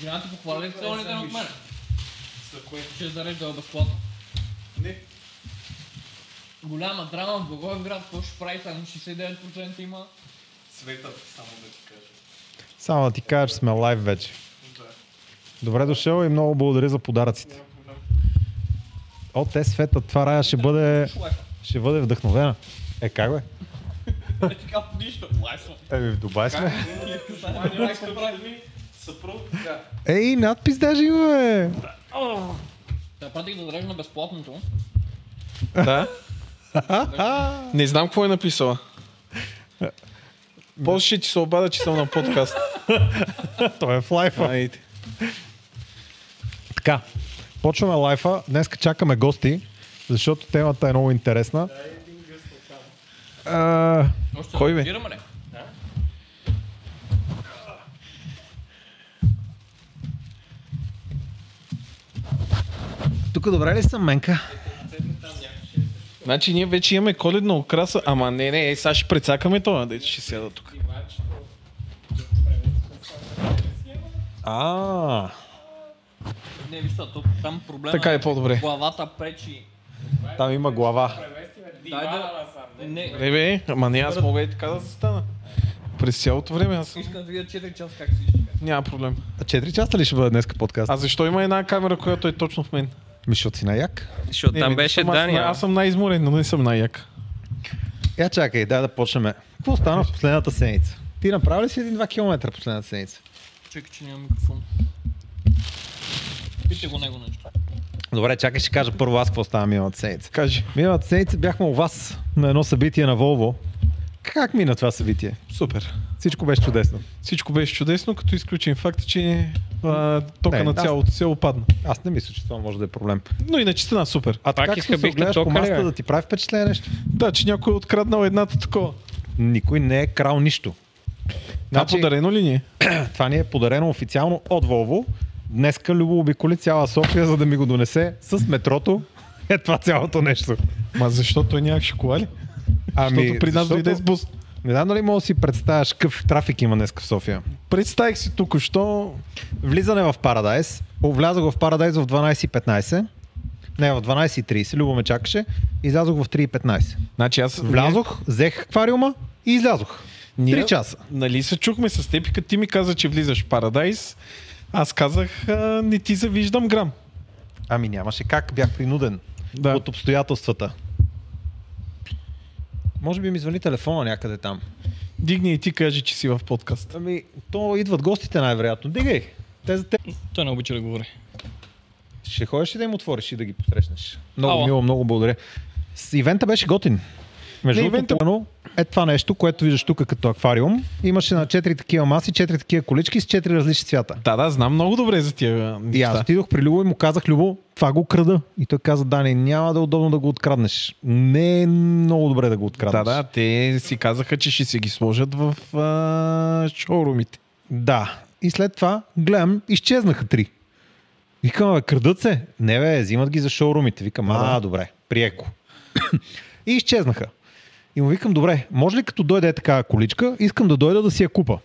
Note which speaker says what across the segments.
Speaker 1: Жена ти похваля ли целоните от мен?
Speaker 2: За кое?
Speaker 1: Ще е зарежда безплатно.
Speaker 2: Не.
Speaker 1: Голяма драма в Благоевград, какво ще прави, само 69% има.
Speaker 2: Света, само да ти кажа.
Speaker 3: Само да ти кажа, че сме лайв вече.
Speaker 2: Да.
Speaker 3: Добре дошъл и много благодаря за подаръците.
Speaker 2: Няма проблем.
Speaker 3: О, те света, това рая ще бъде,
Speaker 1: Шлайфа.
Speaker 3: ще бъде вдъхновена. Е, как бе?
Speaker 1: Е така по нищо, лайфа.
Speaker 3: Еми, в Дубай сме.
Speaker 2: Ани, лайка прави съпруг, така.
Speaker 3: Ей, надпис даже има, бе.
Speaker 1: Та пратих да зарежда на безплатното.
Speaker 4: Да. Не знам какво е написала. После ще ти се обада, че съм на подкаст.
Speaker 3: Той е в лайфа.
Speaker 4: Айде.
Speaker 3: Така, почваме лайфа. Днес чакаме гости, защото темата е много интересна. А,
Speaker 1: Още
Speaker 4: Кой, бе?
Speaker 1: разбираме ли?
Speaker 3: Тук добре ли съм, Менка?
Speaker 4: Значи ние вече имаме коледна украса, ама не, не, е, сега ще прецакаме това, да ще сяда тук.
Speaker 3: А,
Speaker 1: Не, вижте, то там проблема
Speaker 4: Така е по-добре.
Speaker 1: Главата пречи.
Speaker 3: там има глава.
Speaker 1: Дай да... Не,
Speaker 4: Не бе, ама не, аз мога и така да застана. През цялото време аз съм-
Speaker 1: искам да видя 4 часа как си ще.
Speaker 4: няма проблем.
Speaker 3: А 4 часа ли ще бъде днес подкаст?
Speaker 4: А защо има една камера, която е точно в мен?
Speaker 3: Ми, защото си на як.
Speaker 5: Защото
Speaker 4: Не,
Speaker 5: там
Speaker 4: не,
Speaker 5: беше
Speaker 4: съм аз,
Speaker 5: Дани.
Speaker 4: Аз съм най-изморен, но не съм най-як.
Speaker 3: Я Е, чакай, дай да почнем. Какво стана в последната седмица? Ти направи ли си 1-2 км последната седмица?
Speaker 1: Чакай, че няма микрофон. Питай го него нещо.
Speaker 3: Добре, чакай ще кажа първо аз какво стана миналата седмица.
Speaker 4: Кажи.
Speaker 3: Миналата седмица бяхме у вас на едно събитие на Volvo. Как мина това събитие?
Speaker 4: Супер.
Speaker 3: Всичко беше чудесно.
Speaker 4: Всичко беше чудесно, като изключим факта, че а, тока
Speaker 3: Не,
Speaker 4: на
Speaker 3: аз-
Speaker 4: цялото село падна.
Speaker 3: Аз не мисля, че това може да е проблем.
Speaker 4: Но иначе стана супер.
Speaker 3: А
Speaker 5: Пак
Speaker 3: така, като
Speaker 5: искам
Speaker 3: се
Speaker 5: бихте
Speaker 3: огледаш по
Speaker 5: тока ли,
Speaker 3: масата,
Speaker 5: бе?
Speaker 3: да ти прави впечатление нещо?
Speaker 4: Да, че някой е откраднал едната такова.
Speaker 3: Никой не е крал нищо.
Speaker 4: Това
Speaker 3: Значи-
Speaker 4: подарено ли ни? е?
Speaker 3: Това ни е подарено официално от Volvo. Днеска Любо обиколи цяла София, за да ми го донесе с метрото. Е това цялото нещо.
Speaker 4: Ма защото той няма шоколади?
Speaker 3: Ами,
Speaker 4: Защото при нас
Speaker 3: защото-
Speaker 4: дойде с бус.
Speaker 3: Не знам дали мога да си представяш какъв трафик има днес в София.
Speaker 4: Представих си тук, що
Speaker 3: Влизане в Парадайз. Влязох в Парадайз в 12.15. Не, в 12.30. Любо ме чакаше. Излязох в 3.15.
Speaker 4: Значи аз
Speaker 3: Влязох, взех аквариума и излязох.
Speaker 4: Ние-
Speaker 3: 3 часа.
Speaker 4: Нали се чухме с теб и като ти ми каза, че влизаш в Парадайз, аз казах, а, не ти завиждам грам.
Speaker 3: Ами нямаше как, бях принуден
Speaker 4: Да.
Speaker 3: от обстоятелствата. Може би ми звъни телефона някъде там.
Speaker 4: Дигни и ти кажи, че си в подкаст.
Speaker 3: Ами, то идват гостите най-вероятно. Дигай! Те за теб.
Speaker 5: Той не обича да говори.
Speaker 3: Ще ходиш и да им отвориш и да ги посрещнеш. Много
Speaker 5: Ало.
Speaker 3: мило, много благодаря. С ивента беше готин. Между
Speaker 4: Не,
Speaker 3: другото,
Speaker 4: ивента-
Speaker 3: плано е това нещо, което виждаш тук като аквариум. Имаше на 4 такива маси, 4 такива колички с 4 различни цвята.
Speaker 4: Да, да, знам много добре за тия
Speaker 3: И аз
Speaker 4: неща.
Speaker 3: отидох при Любо и му казах, Любо, това го крада. И той каза, Дани, няма да е удобно да го откраднеш. Не е много добре да го
Speaker 4: Да,
Speaker 3: откраднеш.
Speaker 4: да, те си казаха, че ще си ги сложат в а, шоурумите.
Speaker 3: Да. И след това гледам, изчезнаха три. Викам, бе, крадат се. Не бе, взимат ги за шоурумите. Викам, а, добре, приеко. и изчезнаха. И му викам, добре, може ли като дойде така количка, искам да дойда да си я купа.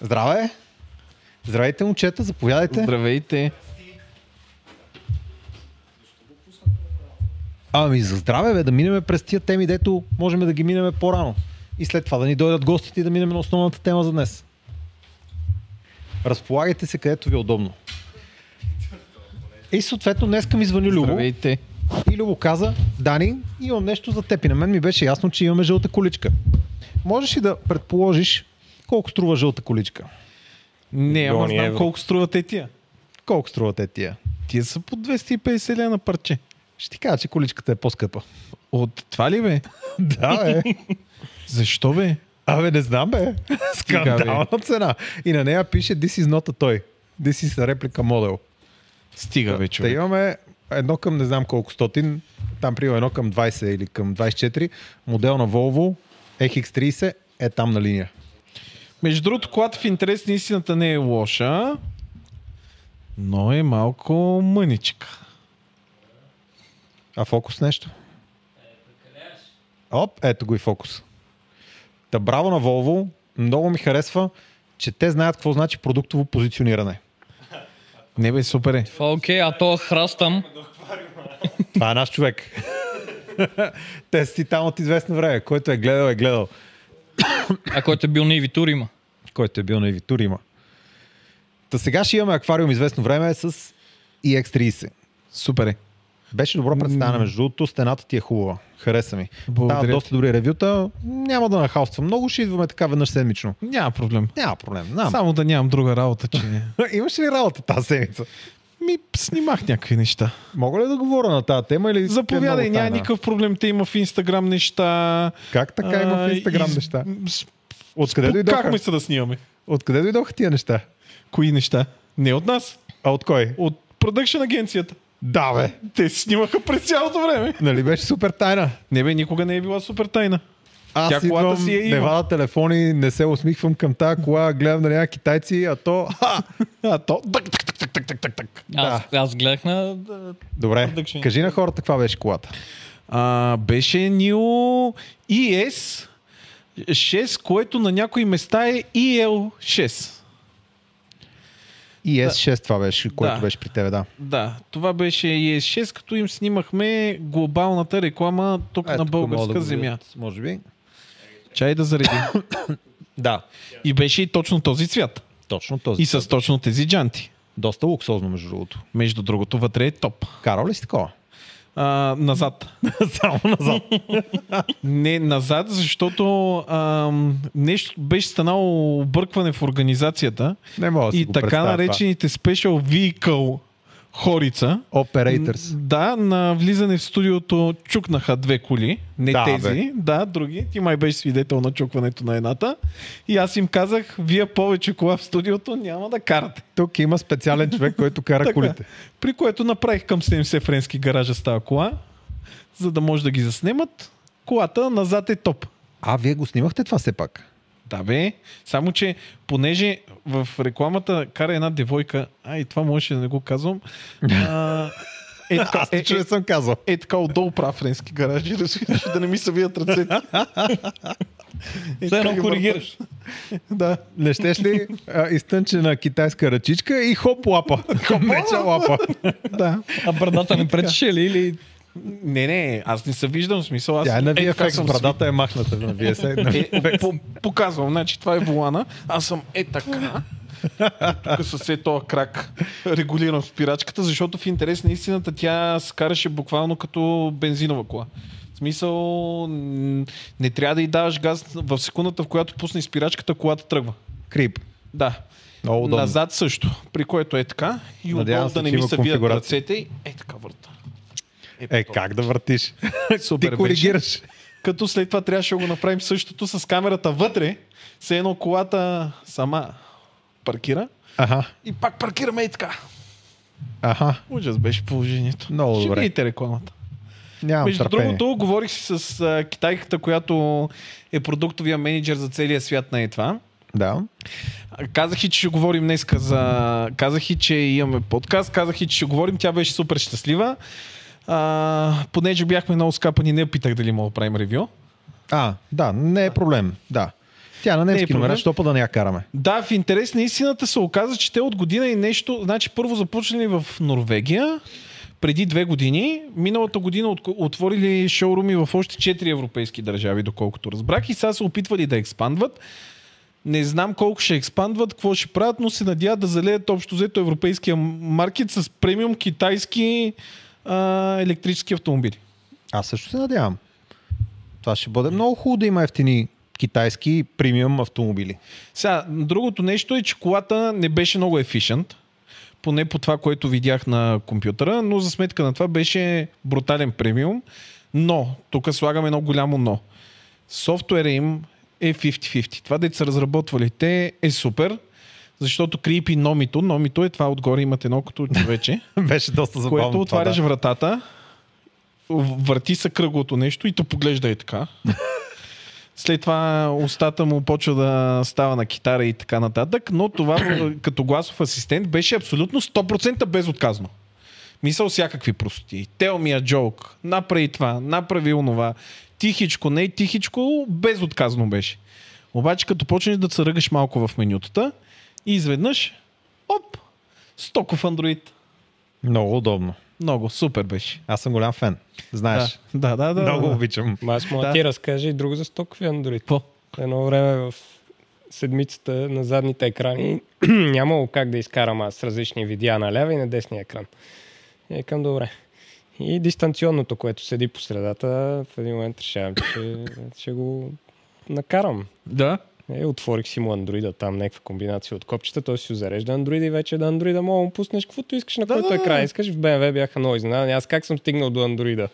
Speaker 3: Здраве! Здравейте, момчета, заповядайте.
Speaker 4: Здравейте.
Speaker 3: Ами за здраве, бе, да минеме през тия теми, дето можем да ги минеме по-рано. И след това да ни дойдат гостите и да минем на основната тема за днес. Разполагайте се където ви е удобно. И съответно днеска ми звъни Любо
Speaker 4: Здравейте.
Speaker 3: и Любо каза, Дани, имам нещо за теб и на мен ми беше ясно, че имаме жълта количка. Можеш ли да предположиш колко струва жълта количка?
Speaker 4: Не, ама
Speaker 5: Милиони
Speaker 4: знам
Speaker 5: евро.
Speaker 4: колко струват те тия.
Speaker 3: Колко струват те тия?
Speaker 4: Тия са по 250 лена парче.
Speaker 3: Ще ти кажа, че количката е по-скъпа.
Speaker 4: От това ли бе?
Speaker 3: Да, бе.
Speaker 4: Защо бе?
Speaker 3: Абе, не знам, бе. Скандална цена. И на нея пише This is not a toy. This is a реплика модел.
Speaker 4: Стига вече.
Speaker 3: Та имаме едно към не знам колко стотин, там приема едно към 20 или към 24, модел на Volvo EX30 е там на линия.
Speaker 4: Между другото, колата в интерес на истината не е лоша, но е малко мъничка.
Speaker 3: А фокус нещо? Е, Оп, ето го и фокус. Та браво на Volvo, много ми харесва. че те знаят какво значи продуктово позициониране.
Speaker 4: Не бе, супер е.
Speaker 1: Това окей, а то храстам.
Speaker 3: Това е наш човек. Те си там от известно време. Който е гледал, е гледал.
Speaker 1: А който е бил на Ивитур има.
Speaker 3: Който е бил на Евитур има. Та сега ще имаме аквариум известно време с E EX30.
Speaker 4: Супер е.
Speaker 3: Беше добро представяне, между другото. Стената ти е хубава. Хареса ми.
Speaker 4: Благодаря
Speaker 3: Да,
Speaker 4: ти.
Speaker 3: доста добри ревюта. Няма да нахалствам. Много ще идваме така веднъж седмично.
Speaker 4: Няма проблем.
Speaker 3: Няма проблем. Знам.
Speaker 4: Само да нямам друга работа, че не.
Speaker 3: Имаш ли работа тази седмица?
Speaker 4: Ми, снимах някакви неща.
Speaker 3: Мога ли да говоря на тази тема или...
Speaker 4: Заповядай,
Speaker 3: е много
Speaker 4: няма
Speaker 3: тайна?
Speaker 4: никакъв проблем. Те има в Инстаграм неща.
Speaker 3: Как така има в
Speaker 4: А,
Speaker 3: Инстаграм
Speaker 4: из-
Speaker 3: неща?
Speaker 4: с-
Speaker 3: Откъде
Speaker 4: Как
Speaker 3: дойдоха?
Speaker 4: ми се да снимаме?
Speaker 3: Откъде дойдоха тия неща?
Speaker 4: Кои неща? Не от нас.
Speaker 3: А от кой?
Speaker 4: От продъкшен агенцията.
Speaker 3: Да, бе.
Speaker 4: Те си снимаха през цялото време.
Speaker 3: Нали беше супер тайна?
Speaker 4: Не бе, никога не е била супер тайна.
Speaker 3: Аз
Speaker 4: Тя колата
Speaker 3: идвам,
Speaker 4: си я има.
Speaker 3: не вада телефони, не се усмихвам към тази кола, гледам на някакви китайци, а то... Ха!
Speaker 4: А то... Тък, тък, тък, тък, тък, тък, тък, тък.
Speaker 1: Аз, аз гледах на...
Speaker 3: Добре,
Speaker 1: Production.
Speaker 3: кажи на хората каква беше колата.
Speaker 4: А, беше New ES 6, което на някои места е EL6.
Speaker 3: И S6 това беше, което
Speaker 4: Да.
Speaker 3: беше при тебе, да.
Speaker 4: Да, това беше ES6, като им снимахме глобалната реклама тук на
Speaker 3: тук
Speaker 4: българска
Speaker 3: мога да го
Speaker 4: земя.
Speaker 3: видят, Може би.
Speaker 4: Чай да зареди.
Speaker 3: Да,
Speaker 4: и беше и точно този цвят.
Speaker 3: точно този.
Speaker 4: И с точно тези джанти.
Speaker 3: Доста луксозно, между другото.
Speaker 4: Между другото, вътре е топ.
Speaker 3: Карал ли си такова?
Speaker 4: А, назад.
Speaker 3: Само назад.
Speaker 4: Не назад, защото ам, нещо беше станало объркване в организацията
Speaker 3: Не мога да си
Speaker 4: и
Speaker 3: го
Speaker 4: така
Speaker 3: представя
Speaker 4: наречените Special Vehicle хорица.
Speaker 3: това. Operators.
Speaker 4: м, Да, на влизане в студиото чукнаха две коли, не
Speaker 3: Да,
Speaker 4: да,
Speaker 3: бе.
Speaker 4: тези, бе. да, други. Ти май беше свидетел на чукването на едната. И аз им казах, вие повече кола в студиото няма да карате.
Speaker 3: Тук има специален човек, който кара
Speaker 4: Така.
Speaker 3: колите.
Speaker 4: При което направих към 70 френски гаража с тази кола, за да може да ги заснемат. Колата назад е топ.
Speaker 3: А, вие го снимахте това все пак?
Speaker 4: Да бе, само че понеже в рекламата кара една девойка, ай това можеше да не го казвам, а, е, така,
Speaker 3: Аз
Speaker 4: е,
Speaker 3: е, че
Speaker 4: е,
Speaker 3: не съм казал.
Speaker 4: е, така отдолу прав френски гараж и разбираш да не ми се вият ръцете. Е,
Speaker 1: Все
Speaker 4: така
Speaker 1: едно
Speaker 4: ги
Speaker 1: коригираш.
Speaker 3: Да. Не щеш ли а, изтънчена китайска ръчичка и хоп лапа? Хоп леча лапа.
Speaker 4: въртат. Да.
Speaker 1: А брадата не пречеше ли или...
Speaker 4: Не, не, аз не се виждам в смисъл. Аз
Speaker 3: Тя е на
Speaker 4: така
Speaker 3: VFX,
Speaker 4: съм
Speaker 3: брадата е махната на VFX. На
Speaker 4: Е,
Speaker 3: VFX.
Speaker 4: по- показвам, значи това е вулана, аз съм е така. Тук със е този крак регулирам спирачката, защото в интерес на истината тя се караше буквално като бензинова кола. В смисъл, м, не трябва да й даваш газ в секундата, в която пусне спирачката, колата тръгва.
Speaker 3: Крип.
Speaker 4: Да.
Speaker 3: Много удобно.
Speaker 4: Назад също, при което е така и
Speaker 3: Надявам
Speaker 4: отдолу
Speaker 3: се,
Speaker 4: да не
Speaker 3: че
Speaker 4: ми
Speaker 3: има
Speaker 4: се вият
Speaker 3: конфигурация.
Speaker 4: ръцете и е така върта.
Speaker 3: Е, как да въртиш?
Speaker 4: Супер
Speaker 3: Ти
Speaker 4: беше.
Speaker 3: коригираш.
Speaker 4: Като след това трябваше да го направим същото с камерата вътре. Все едно колата сама паркира.
Speaker 3: Аха,
Speaker 4: И пак паркираме и така.
Speaker 3: аха.
Speaker 4: Ужас беше положението.
Speaker 3: Много
Speaker 4: Ще
Speaker 3: добре.
Speaker 4: видите рекламата.
Speaker 3: Нямам
Speaker 4: Между
Speaker 3: търпение.
Speaker 4: другото, говорих си с а, китайката, която е продуктовия менеджер за целия свят на това.
Speaker 3: Да.
Speaker 4: Казах и, че ще говорим днеска за... Казах и, че имаме подкаст, казах и, че ще говорим. Тя беше супер щастлива. А, понеже бяхме много скапани, не я питах дали мога да правим ревю.
Speaker 3: А, да, не е проблем. Да. Тя на немски
Speaker 4: е проблем.
Speaker 3: номера, що па да не я караме?
Speaker 4: Да, в интерес на истината се оказа, че те от година и нещо, значи първо започнали в Норвегия преди две години. Миналата година отко- отворили шоуруми в още 4 европейски държави, доколкото разбрах. И сега се опитвали да експандват. Не знам колко ще експандват, какво ще правят, но се надяват да залеят общо взето европейския маркет с премиум китайски а, електрически автомобили.
Speaker 3: Аз също се надявам. Това ще бъде много хубаво да има ефтини китайски премиум автомобили.
Speaker 4: Сега, другото нещо е, че колата не беше много ефишент, поне по това, което видях на компютъра, но за сметка на това беше брутален премиум. Но, тук слагам едно голямо но. Софтуера им е 50-50. Това, дето са разработвали те, е супер, защото крипи номито. Номито е това, отгоре имате едно като човече,
Speaker 3: Беше доста забавно.
Speaker 4: което
Speaker 3: това,
Speaker 4: отваряш
Speaker 3: да.
Speaker 4: вратата, в- върти се кръглото нещо и то поглежда и така. След това устата му почва да става на китара и така нататък, но това като гласов асистент беше абсолютно 100% безотказно. Мисъл всякакви простоти. Tell me a joke. Направи това, направи онова. Тихичко, не тихичко, безотказно беше. Обаче като почнеш да църъгаш малко в менютата и изведнъж, оп, стоков Android.
Speaker 3: Много удобно.
Speaker 4: Много, супер беше.
Speaker 3: Аз съм голям фен. Знаеш.
Speaker 4: Да, да, да.
Speaker 3: Да,
Speaker 4: да,
Speaker 3: Много
Speaker 4: да.
Speaker 3: обичам.
Speaker 5: Ма аз мога да.
Speaker 4: Да.
Speaker 5: ти разкажа и друго за стокови Android.
Speaker 4: Какво?
Speaker 5: Едно време в седмицата на задните екрани нямало как да изкарам аз различни видеа на лява и на десния екран. И към добре. И дистанционното, което седи по средата, в един момент решавам, че ще, ще го накарам.
Speaker 4: Да.
Speaker 5: Е, отворих си му андроида там, някаква комбинация от копчета, той си го зарежда андроида и вече на андроида мога да му пуснеш каквото искаш, на
Speaker 4: Да,
Speaker 5: който
Speaker 4: да, да.
Speaker 5: екран искаш. В BMW бяха много изненадани. Аз как съм стигнал до андроида?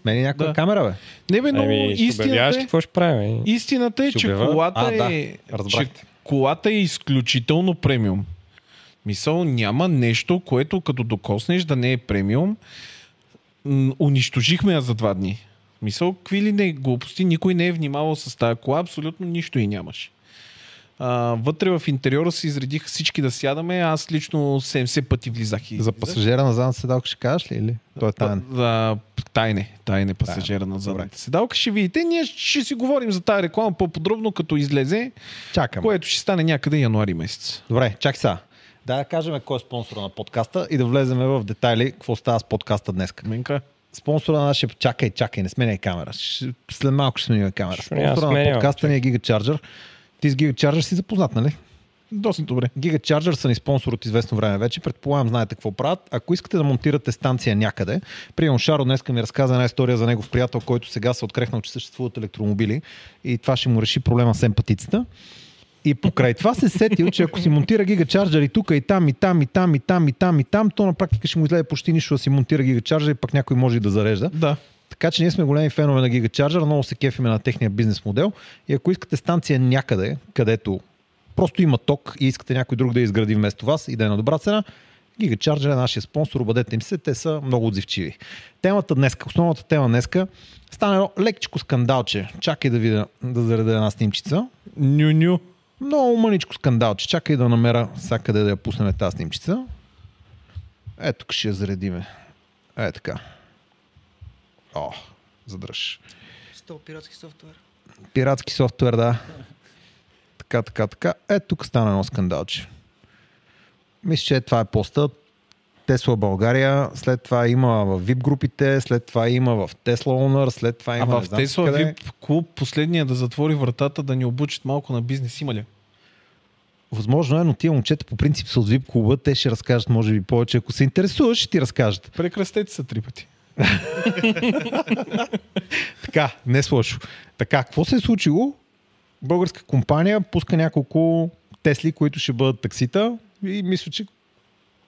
Speaker 3: Смени някаква
Speaker 4: Да.
Speaker 3: камера, бе.
Speaker 4: Не бе, но
Speaker 5: Ами, ще обявяваш
Speaker 4: истината
Speaker 5: ли
Speaker 4: е,
Speaker 5: какво ще правим. И...
Speaker 4: истината е,
Speaker 3: Ще
Speaker 4: че
Speaker 3: обява?
Speaker 4: колата
Speaker 3: А, да.
Speaker 4: е... че
Speaker 3: Разбрахте.
Speaker 4: колата е изключително премиум. Мисъл, няма нещо, което като докоснеш да не е премиум. М, Унищожихме я за два дни. Мисъл, какви ли не глупости, никой не е внимавал с тази кола, абсолютно нищо и нямаше. А, вътре в интериора се изредиха всички да сядаме, аз лично 70 пъти влизах и
Speaker 3: За
Speaker 4: излизах.
Speaker 3: пасажира на задната седалка ще кажеш ли? Или? Той е таен.
Speaker 4: Да, тайне, тайне пасажира на задната седалка. Ще видите, ние ще си говорим за тази реклама по-подробно, като излезе,
Speaker 3: Чакам.
Speaker 4: което ще стане някъде януари месец.
Speaker 3: Добре, чак сега. Да, да кажем кой е спонсора на подкаста и да влезем в детайли какво става с подкаста днес.
Speaker 4: Менка.
Speaker 3: Спонсора на нашия... Чакай, чакай, не сменяй камера. Ще- След малко ще сменим камера.
Speaker 5: Ще няма
Speaker 3: Спонсора на
Speaker 5: сменяме,
Speaker 3: подкаста ни е GigaCharger. Ти с GigaCharger си запознат, нали?
Speaker 4: Доста добре.
Speaker 3: GigaCharger са ни спонсор от известно време вече. Предполагам, знаете какво правят. Ако искате да монтирате станция някъде, примерно Шаро днес ми разказа една история за негов приятел, който сега се открехнал, че съществуват електромобили и това ще му реши проблема с емпатицата. И покрай това се сетил, че ако си монтира гигачарджер и тук, и там, и там, и там, и там, и там, и там, то на практика ще му излезе почти нищо да си монтира гигачарджер и пък някой може и да зарежда.
Speaker 4: Да.
Speaker 3: Така че ние сме големи фенове на GigaCharger, много се кефиме на техния бизнес модел и ако искате станция някъде, където просто има ток и искате някой друг да я изгради вместо вас и да е на добра цена, GigaCharger е нашия спонсор, обадете им се, те са много отзивчиви. Темата днес, основната тема днес, стана едно лекчко скандалче. Чакай да видя, да зареда една снимчица.
Speaker 4: Ню-ню.
Speaker 3: Много мъничко скандалче. Чакай да намеря сега къде да я пуснем тази снимчица. Е, тук ще я заредиме. Е, така. О, задръж.
Speaker 6: Сто пиратски софтуер.
Speaker 3: Пиратски софтуер, да. Така, така, така. Е, тук стана едно скандалче. Мисля, че това е поста. Тесла България, след това има в VIP групите, след това има в Tesla Owner, след това
Speaker 4: А
Speaker 3: има
Speaker 4: в Тесла VIP клуб последния да затвори вратата да ни обучат малко на бизнес има ли?
Speaker 3: Възможно е, но тия момчета по принцип са от VIP клуба. Те ще разкажат, може би, повече. Ако се интересуваш, ще ти разкажат.
Speaker 4: Прекръстете се три пъти.
Speaker 3: Така, не е лошо. Така, какво се е случило? Българска компания пуска няколко Тесли, които ще бъдат таксита и мисля, че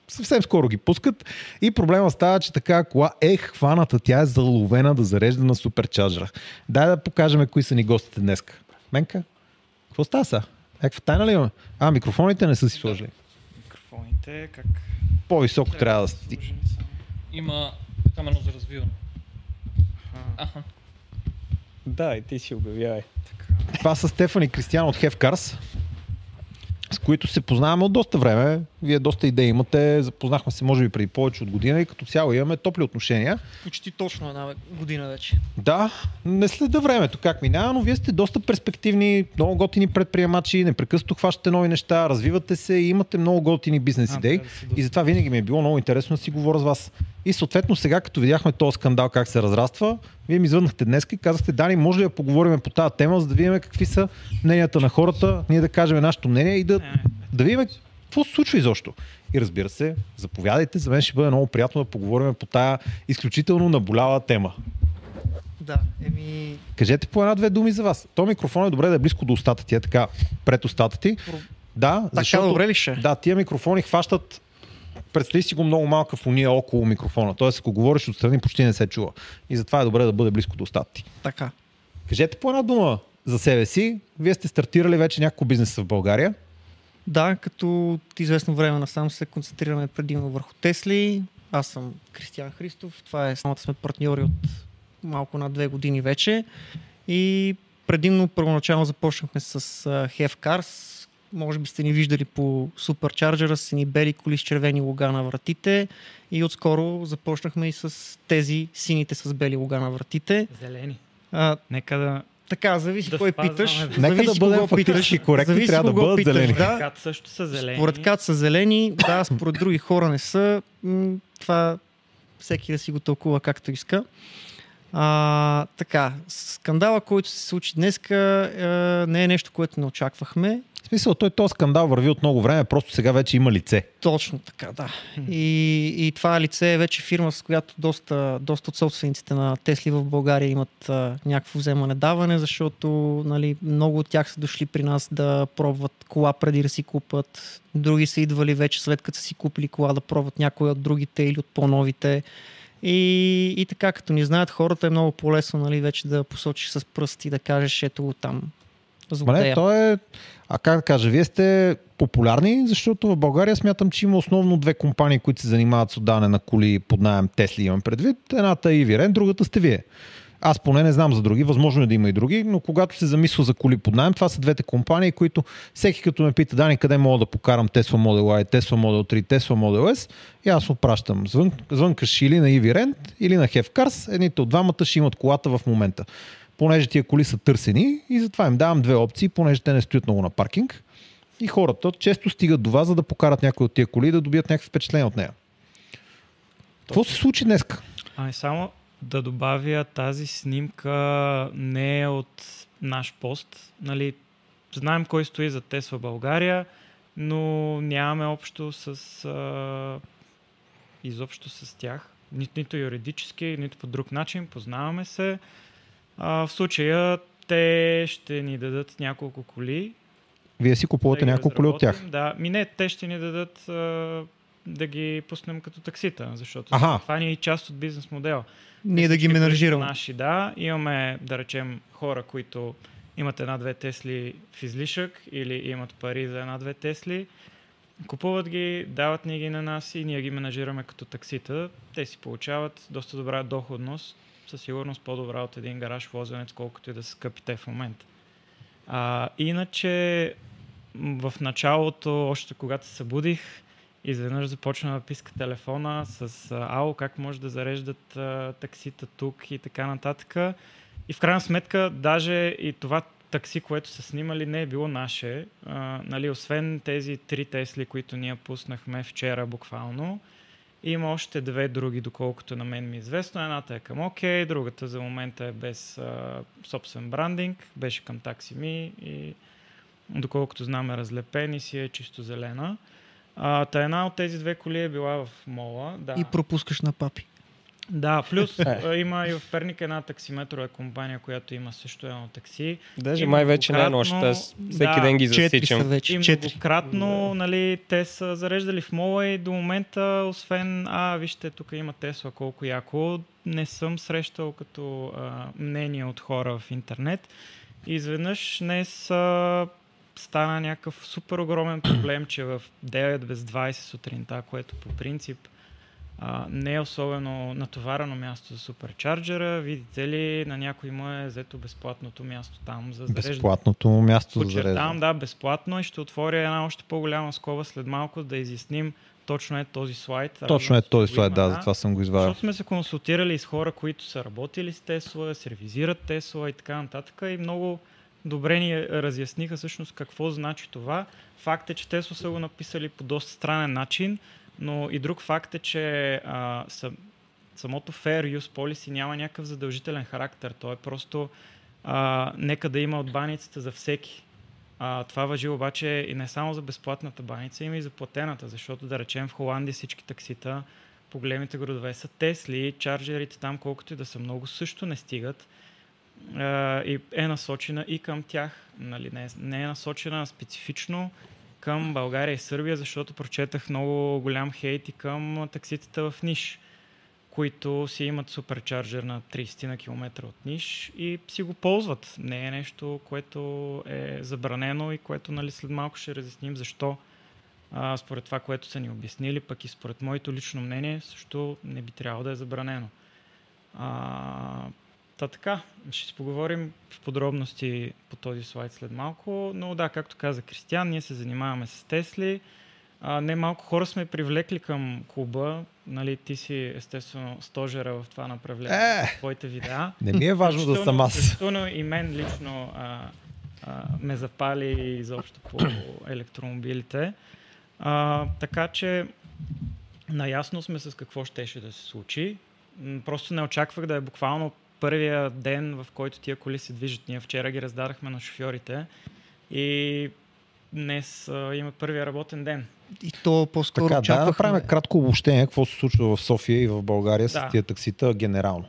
Speaker 3: съвсем скоро ги пускат. И проблема става, че така кола е хваната, тя е заловена да зарежда на суперчарджера. Дай да покажем кои са ни гостите днес. Менка, какво става сега? Някаква тайна ли имаме? А, микрофоните не са си сложили.
Speaker 6: Микрофоните, как...
Speaker 3: По-високо трябва да сти.
Speaker 6: сложени са.
Speaker 1: Има камено за развиване. Аха.
Speaker 5: Да, и ти си обявявай.
Speaker 3: Това са Стефан и Кристиан от Хевкарс, с които се познаваме от доста време. Вие доста идеи имате. Запознахме се, може би, преди повече от година и като цяло имаме топли отношения.
Speaker 6: Почти точно една година вече.
Speaker 3: Да, не следа времето как минава, но вие сте доста перспективни, много готини предприемачи, непрекъснато хващате нови неща, развивате се и имате много готини бизнес
Speaker 6: А,
Speaker 3: идеи.
Speaker 6: трябва да се доста-
Speaker 3: И затова винаги ми е било много интересно да си говоря с вас. И съответно сега, като видяхме този скандал как се разраства, вие ми звъннахте днес и казахте, Дани, може ли да поговорим по тази тема, за да видим какви са мненията на хората, ние да кажем нашето мнение и
Speaker 6: Е.
Speaker 7: Е,
Speaker 3: да, да видим какво се случва изобщо. И разбира се, заповядайте, за мен ще бъде много приятно да поговорим по тази изключително наболява тема.
Speaker 6: Да, еми...
Speaker 3: Кажете по една-две думи за вас. То микрофон е добре да е близко до устата ти, е така, пред устата ти.
Speaker 6: Про-
Speaker 3: Да,
Speaker 6: Така добре ли ще? е?
Speaker 3: да, тия микрофони хващат представи си го много малка фония около микрофона. Тоест, ако говориш отстрани, почти не се чува. И затова е добре да бъде близко до устата ти.
Speaker 6: Така.
Speaker 3: Кажете по една дума за себе си. Вие сте стартирали вече няколко бизнеса в България.
Speaker 6: Да, като от известно време насам се концентрираме предимно върху Тесли. Аз съм Кристиан Христов. Това е самата сме партньори от малко над две години вече. И предимно първоначално започнахме с а, Hef Cars. Може би сте ни виждали по суперчарджера с ни бели коли с червени лога на вратите. И отскоро започнахме и с тези сините с бели лога на вратите.
Speaker 7: Зелени.
Speaker 6: А,
Speaker 7: Нека да
Speaker 6: така, зависи
Speaker 7: Да
Speaker 6: кой
Speaker 7: спазваме
Speaker 6: питаш.
Speaker 7: времето.
Speaker 3: Нека
Speaker 6: зависи
Speaker 3: да бъдем
Speaker 6: кого питаш,
Speaker 3: фактически коректни,
Speaker 6: зависи
Speaker 3: трябва да
Speaker 6: кого
Speaker 3: бъдат
Speaker 6: питаш,
Speaker 3: зелени.
Speaker 6: Да,
Speaker 7: Кат също са зелени.
Speaker 6: според кат са зелени, да, според други хора не са. М, Това всеки да си го тълкува както иска. А, така, скандала, който се случи днеска, е, не е нещо, което не очаквахме.
Speaker 3: В смисъл, той този скандал върви от много време, просто сега вече има лице.
Speaker 6: Точно така, да. И, и това лице е вече фирма, с която доста, доста от собствениците на Тесли в България имат а, някакво вземане-даване, защото нали, много от тях са дошли при нас да пробват кола преди да си купат. Други са идвали вече след като са си купили кола да пробват някоя от другите или от по-новите. И, и така, като ни знаят хората, е много по-лесно нали, вече да посочиш с пръст и да кажеш ето там
Speaker 3: Ма
Speaker 6: злодея.
Speaker 3: не, то е... А как да кажа, вие сте популярни, защото в България смятам, че има основно две компании, които се занимават с отдаване на коли под найем Тесли, имам предвид. Едната е Ивирен, другата сте вие. Аз поне не знам за други, възможно е да има и други, но когато се замисля за коли под найем, това са двете компании, които всеки като ме пита, Дани, къде мога да покарам Tesla Model I, Tesla Model 3, Tesla Model S, и аз му пращам. Звън, звънкаш или на EV Rent, или на Have Cars, едните от двамата ще имат колата в момента. Понеже тия коли са търсени и затова им давам две опции, понеже те не стоят много на паркинг. И хората често стигат до вас, за да покарат някой от тия коли и да добият някакви впечатления от нея. Какво се случи днес?
Speaker 7: Ами само да добавя тази снимка не е от наш пост. Нали, знаем кой стои за Тесла България, но нямаме общо с а, изобщо с тях. Ни, нито юридически, нито по друг начин. Познаваме се. А, в случая те ще ни дадат няколко коли,
Speaker 3: Вие си купувате
Speaker 7: да ги
Speaker 3: няколко коли от тях.
Speaker 7: разработим. Да, ми не, те ще ни дадат а, да ги пуснем като таксита, защото
Speaker 3: Аха.
Speaker 7: това ни е и част от бизнес модела.
Speaker 6: Ние да ги
Speaker 7: Всички, които
Speaker 6: менажираме.
Speaker 7: са Наши, да. Имаме, да речем, хора, които имат една-две Тесли в излишък или имат пари за една-две Тесли. Купуват ги, дават ни ги на нас и ние ги менажираме като таксита. Те си получават доста добра доходност, със сигурност по-добра от един гараж возенец, колкото и да са скъпи те в момента. А, иначе м, в началото, още когато се събудих, изведнъж започна да писка телефона с а, ало, как може да зареждат а, таксита тук и така нататък. И в крайна сметка, даже и това такси, което са снимали, не е било наше. А, нали, освен тези три Тесли, които ние пуснахме вчера буквално, има още две други, доколкото на мен ми е известно. Едната е към ОК, другата за момента е без а, собствен брандинг, беше към TaxiMe и доколкото знам е разлепен и си е чисто зелена. А, та една от тези две коли е била в мола. Да.
Speaker 6: И пропускаш на папи.
Speaker 7: Да, плюс а, има и в Перник една таксиметрова компания, която има също едно такси.
Speaker 5: Даже
Speaker 7: И
Speaker 5: май вече не е нощ,
Speaker 7: многократно-
Speaker 5: аз всеки
Speaker 7: да.
Speaker 5: ден ги
Speaker 6: Четири са
Speaker 5: засичам.
Speaker 6: вече.
Speaker 7: И
Speaker 6: Четири.
Speaker 7: многократно нали, те са зареждали в мола и до момента, освен, а, вижте, тук има Тесла, колко яко, не съм срещал като а, мнение от хора в интернет. И изведнъж днес а, стана някакъв супер огромен проблем, че в 9 без 20 сутринта, което по принцип а, не е особено натоварено място за суперчарджера, видите ли, на някой му е взето безплатното място там за зареждане.
Speaker 3: Безплатното място за
Speaker 7: Подчертавам,
Speaker 3: зареждане.
Speaker 7: да, безплатно и ще отворя една още по-голяма скоба след малко да изясним точно е този слайд.
Speaker 3: Точно е
Speaker 7: Радвам се,
Speaker 3: този
Speaker 7: че го
Speaker 3: слайд,
Speaker 7: има,
Speaker 3: да, затова съм го извадил.
Speaker 7: Защото сме се консултирали с хора, които са работили с Тесла, сервизират Тесла и така нататък и много добре ни разясниха всъщност какво значи това. Факт е, че Тесла са го написали по доста странен начин, но и друг факт е, че а, съм, самото Fair Use Policy няма някакъв задължителен характер. То е просто а, нека да има от баницата за всеки. А, това въжи обаче и не само за безплатната баница, има и за платената, защото да речем в Холандия всички таксита по големите градове са Тесли, чарджерите там колкото и да са много също не стигат а, и е насочена и към тях, нали, не, е, не е насочена специфично към България и Сърбия, защото прочетах много голям хейт и към такситата в Ниш които си имат суперчарджер на 30 на километра от Ниш и си го ползват. Не е нещо, което е забранено и което нали, след малко ще разясним защо а, според това, което са ни обяснили, пък и според моето лично мнение, също не би трябвало да е забранено. А, та така, ще си поговорим в подробности по този слайд след малко, но да, както каза Кристиан, ние се занимаваме с Тесли. А, не малко хора сме привлекли към клуба. Нали, ти си, естествено, стожера в това направление.
Speaker 3: Е.
Speaker 7: в Твоите видеа.
Speaker 3: Не ми е важно да съм аз.
Speaker 7: Включително и мен лично а, а, ме запали изобщо по електромобилите. А, така че наясно сме с какво щеше да се случи. М, Просто не очаквах да е буквално първия ден, в който тия коли се движат. Ние вчера ги раздадахме на шофьорите и днес а, има първия работен ден.
Speaker 6: И то по-скоро
Speaker 3: Така, да,
Speaker 6: очаквахме.
Speaker 3: направим кратко обобщение какво се случва в София и в България с
Speaker 7: Да.
Speaker 3: тия таксита генерално.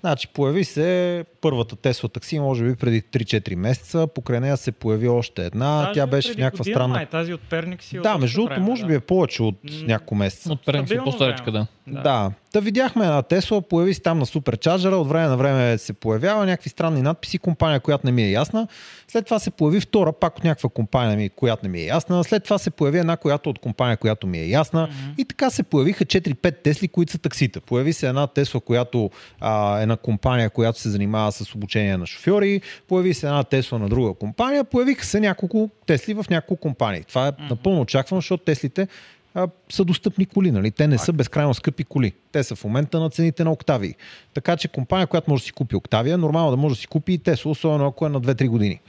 Speaker 3: Значи, появи се първата Тесла такси, може би преди 3-4 месеца. Покрай нея се появи още една.
Speaker 7: Даже
Speaker 3: Тя беше в
Speaker 7: преди
Speaker 3: някаква
Speaker 7: година,
Speaker 3: странна...
Speaker 7: Май, тази от Перник си е
Speaker 3: да,
Speaker 7: от
Speaker 3: между
Speaker 7: време,
Speaker 3: другото, може
Speaker 7: да.
Speaker 3: би е повече от
Speaker 7: М,
Speaker 3: няколко месеца.
Speaker 1: От Перник си
Speaker 7: Стабилно
Speaker 1: по-старичка,
Speaker 7: време.
Speaker 1: да.
Speaker 3: Да. да. Та видяхме една Тесла, появи се там на суперчарджера, от време на време се появява някакви странни надписи, компания, която не ми е ясна. След това се появи втора, пак от някаква компания, ми, която не ми е ясна. След това се появи една, която от компания, която ми е ясна.
Speaker 7: Мгм.
Speaker 3: И така се появиха 4-5 Тесли, които са таксита. Появи се една Тесла, която а, е на компания, която се занимава с обучение на шофьори. Появи се една Тесла на друга компания. Появиха се няколко Тесли в няколко компании. Това е напълно очаквано, защото Теслите а, са достъпни коли, нали? Те не са безкрайно скъпи коли. Те са в момента на цените на Октавии. Така че компания, която може да си купи Октавия, нормално да може да си купи и Тесла, особено ако е на 2-3 години.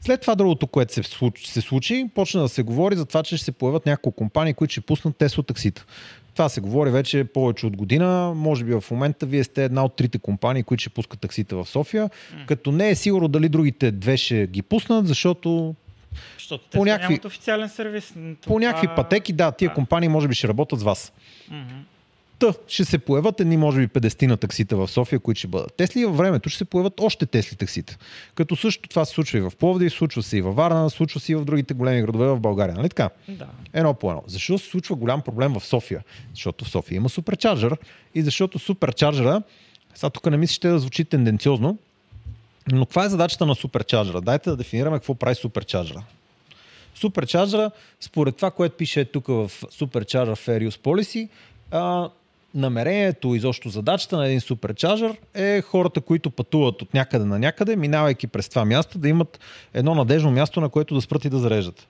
Speaker 3: След това другото, което се случи, се случи, почна да се говори за това, че ще се появят няколко компании, които ще пуснат Тесла таксита. Това се говори вече повече от година. Може би в момента вие сте една от трите компании, които ще пускат таксита в София. Като не е сигурно дали другите две ще ги пуснат, защото
Speaker 7: Защото
Speaker 3: По
Speaker 7: те
Speaker 3: някакви-
Speaker 7: някакви... нямат официален сервис.
Speaker 3: по някакви пътеки, да, тия
Speaker 7: да.
Speaker 3: компании може би ще работят с вас.
Speaker 7: Мгм.
Speaker 3: Та, ще се появят едни, може би, 50 на таксита в София, които ще бъдат Тесли и във времето ще се появят още Тесли таксита. Като също това се случва и в Пловдив, случва се и във Варна, случва се и в другите големи градове в България, нали така?
Speaker 7: Да.
Speaker 3: Едно по едно. Защо се случва голям проблем в София? Защото в София има суперчарджер и защото суперчарджера, сега тук не мислите да звучи тенденциозно, но каква е задачата на суперчарджера? Дайте да дефинираме какво прави суперчарджера. Суперчарджера, според това, което пише тук в Supercharger Fair Use Policy, а, намерението, изобщо задачата на един суперчарджер е хората, които пътуват от някъде на някъде, минавайки през това място, да имат едно надежно място, на което да спрат и да зареждат.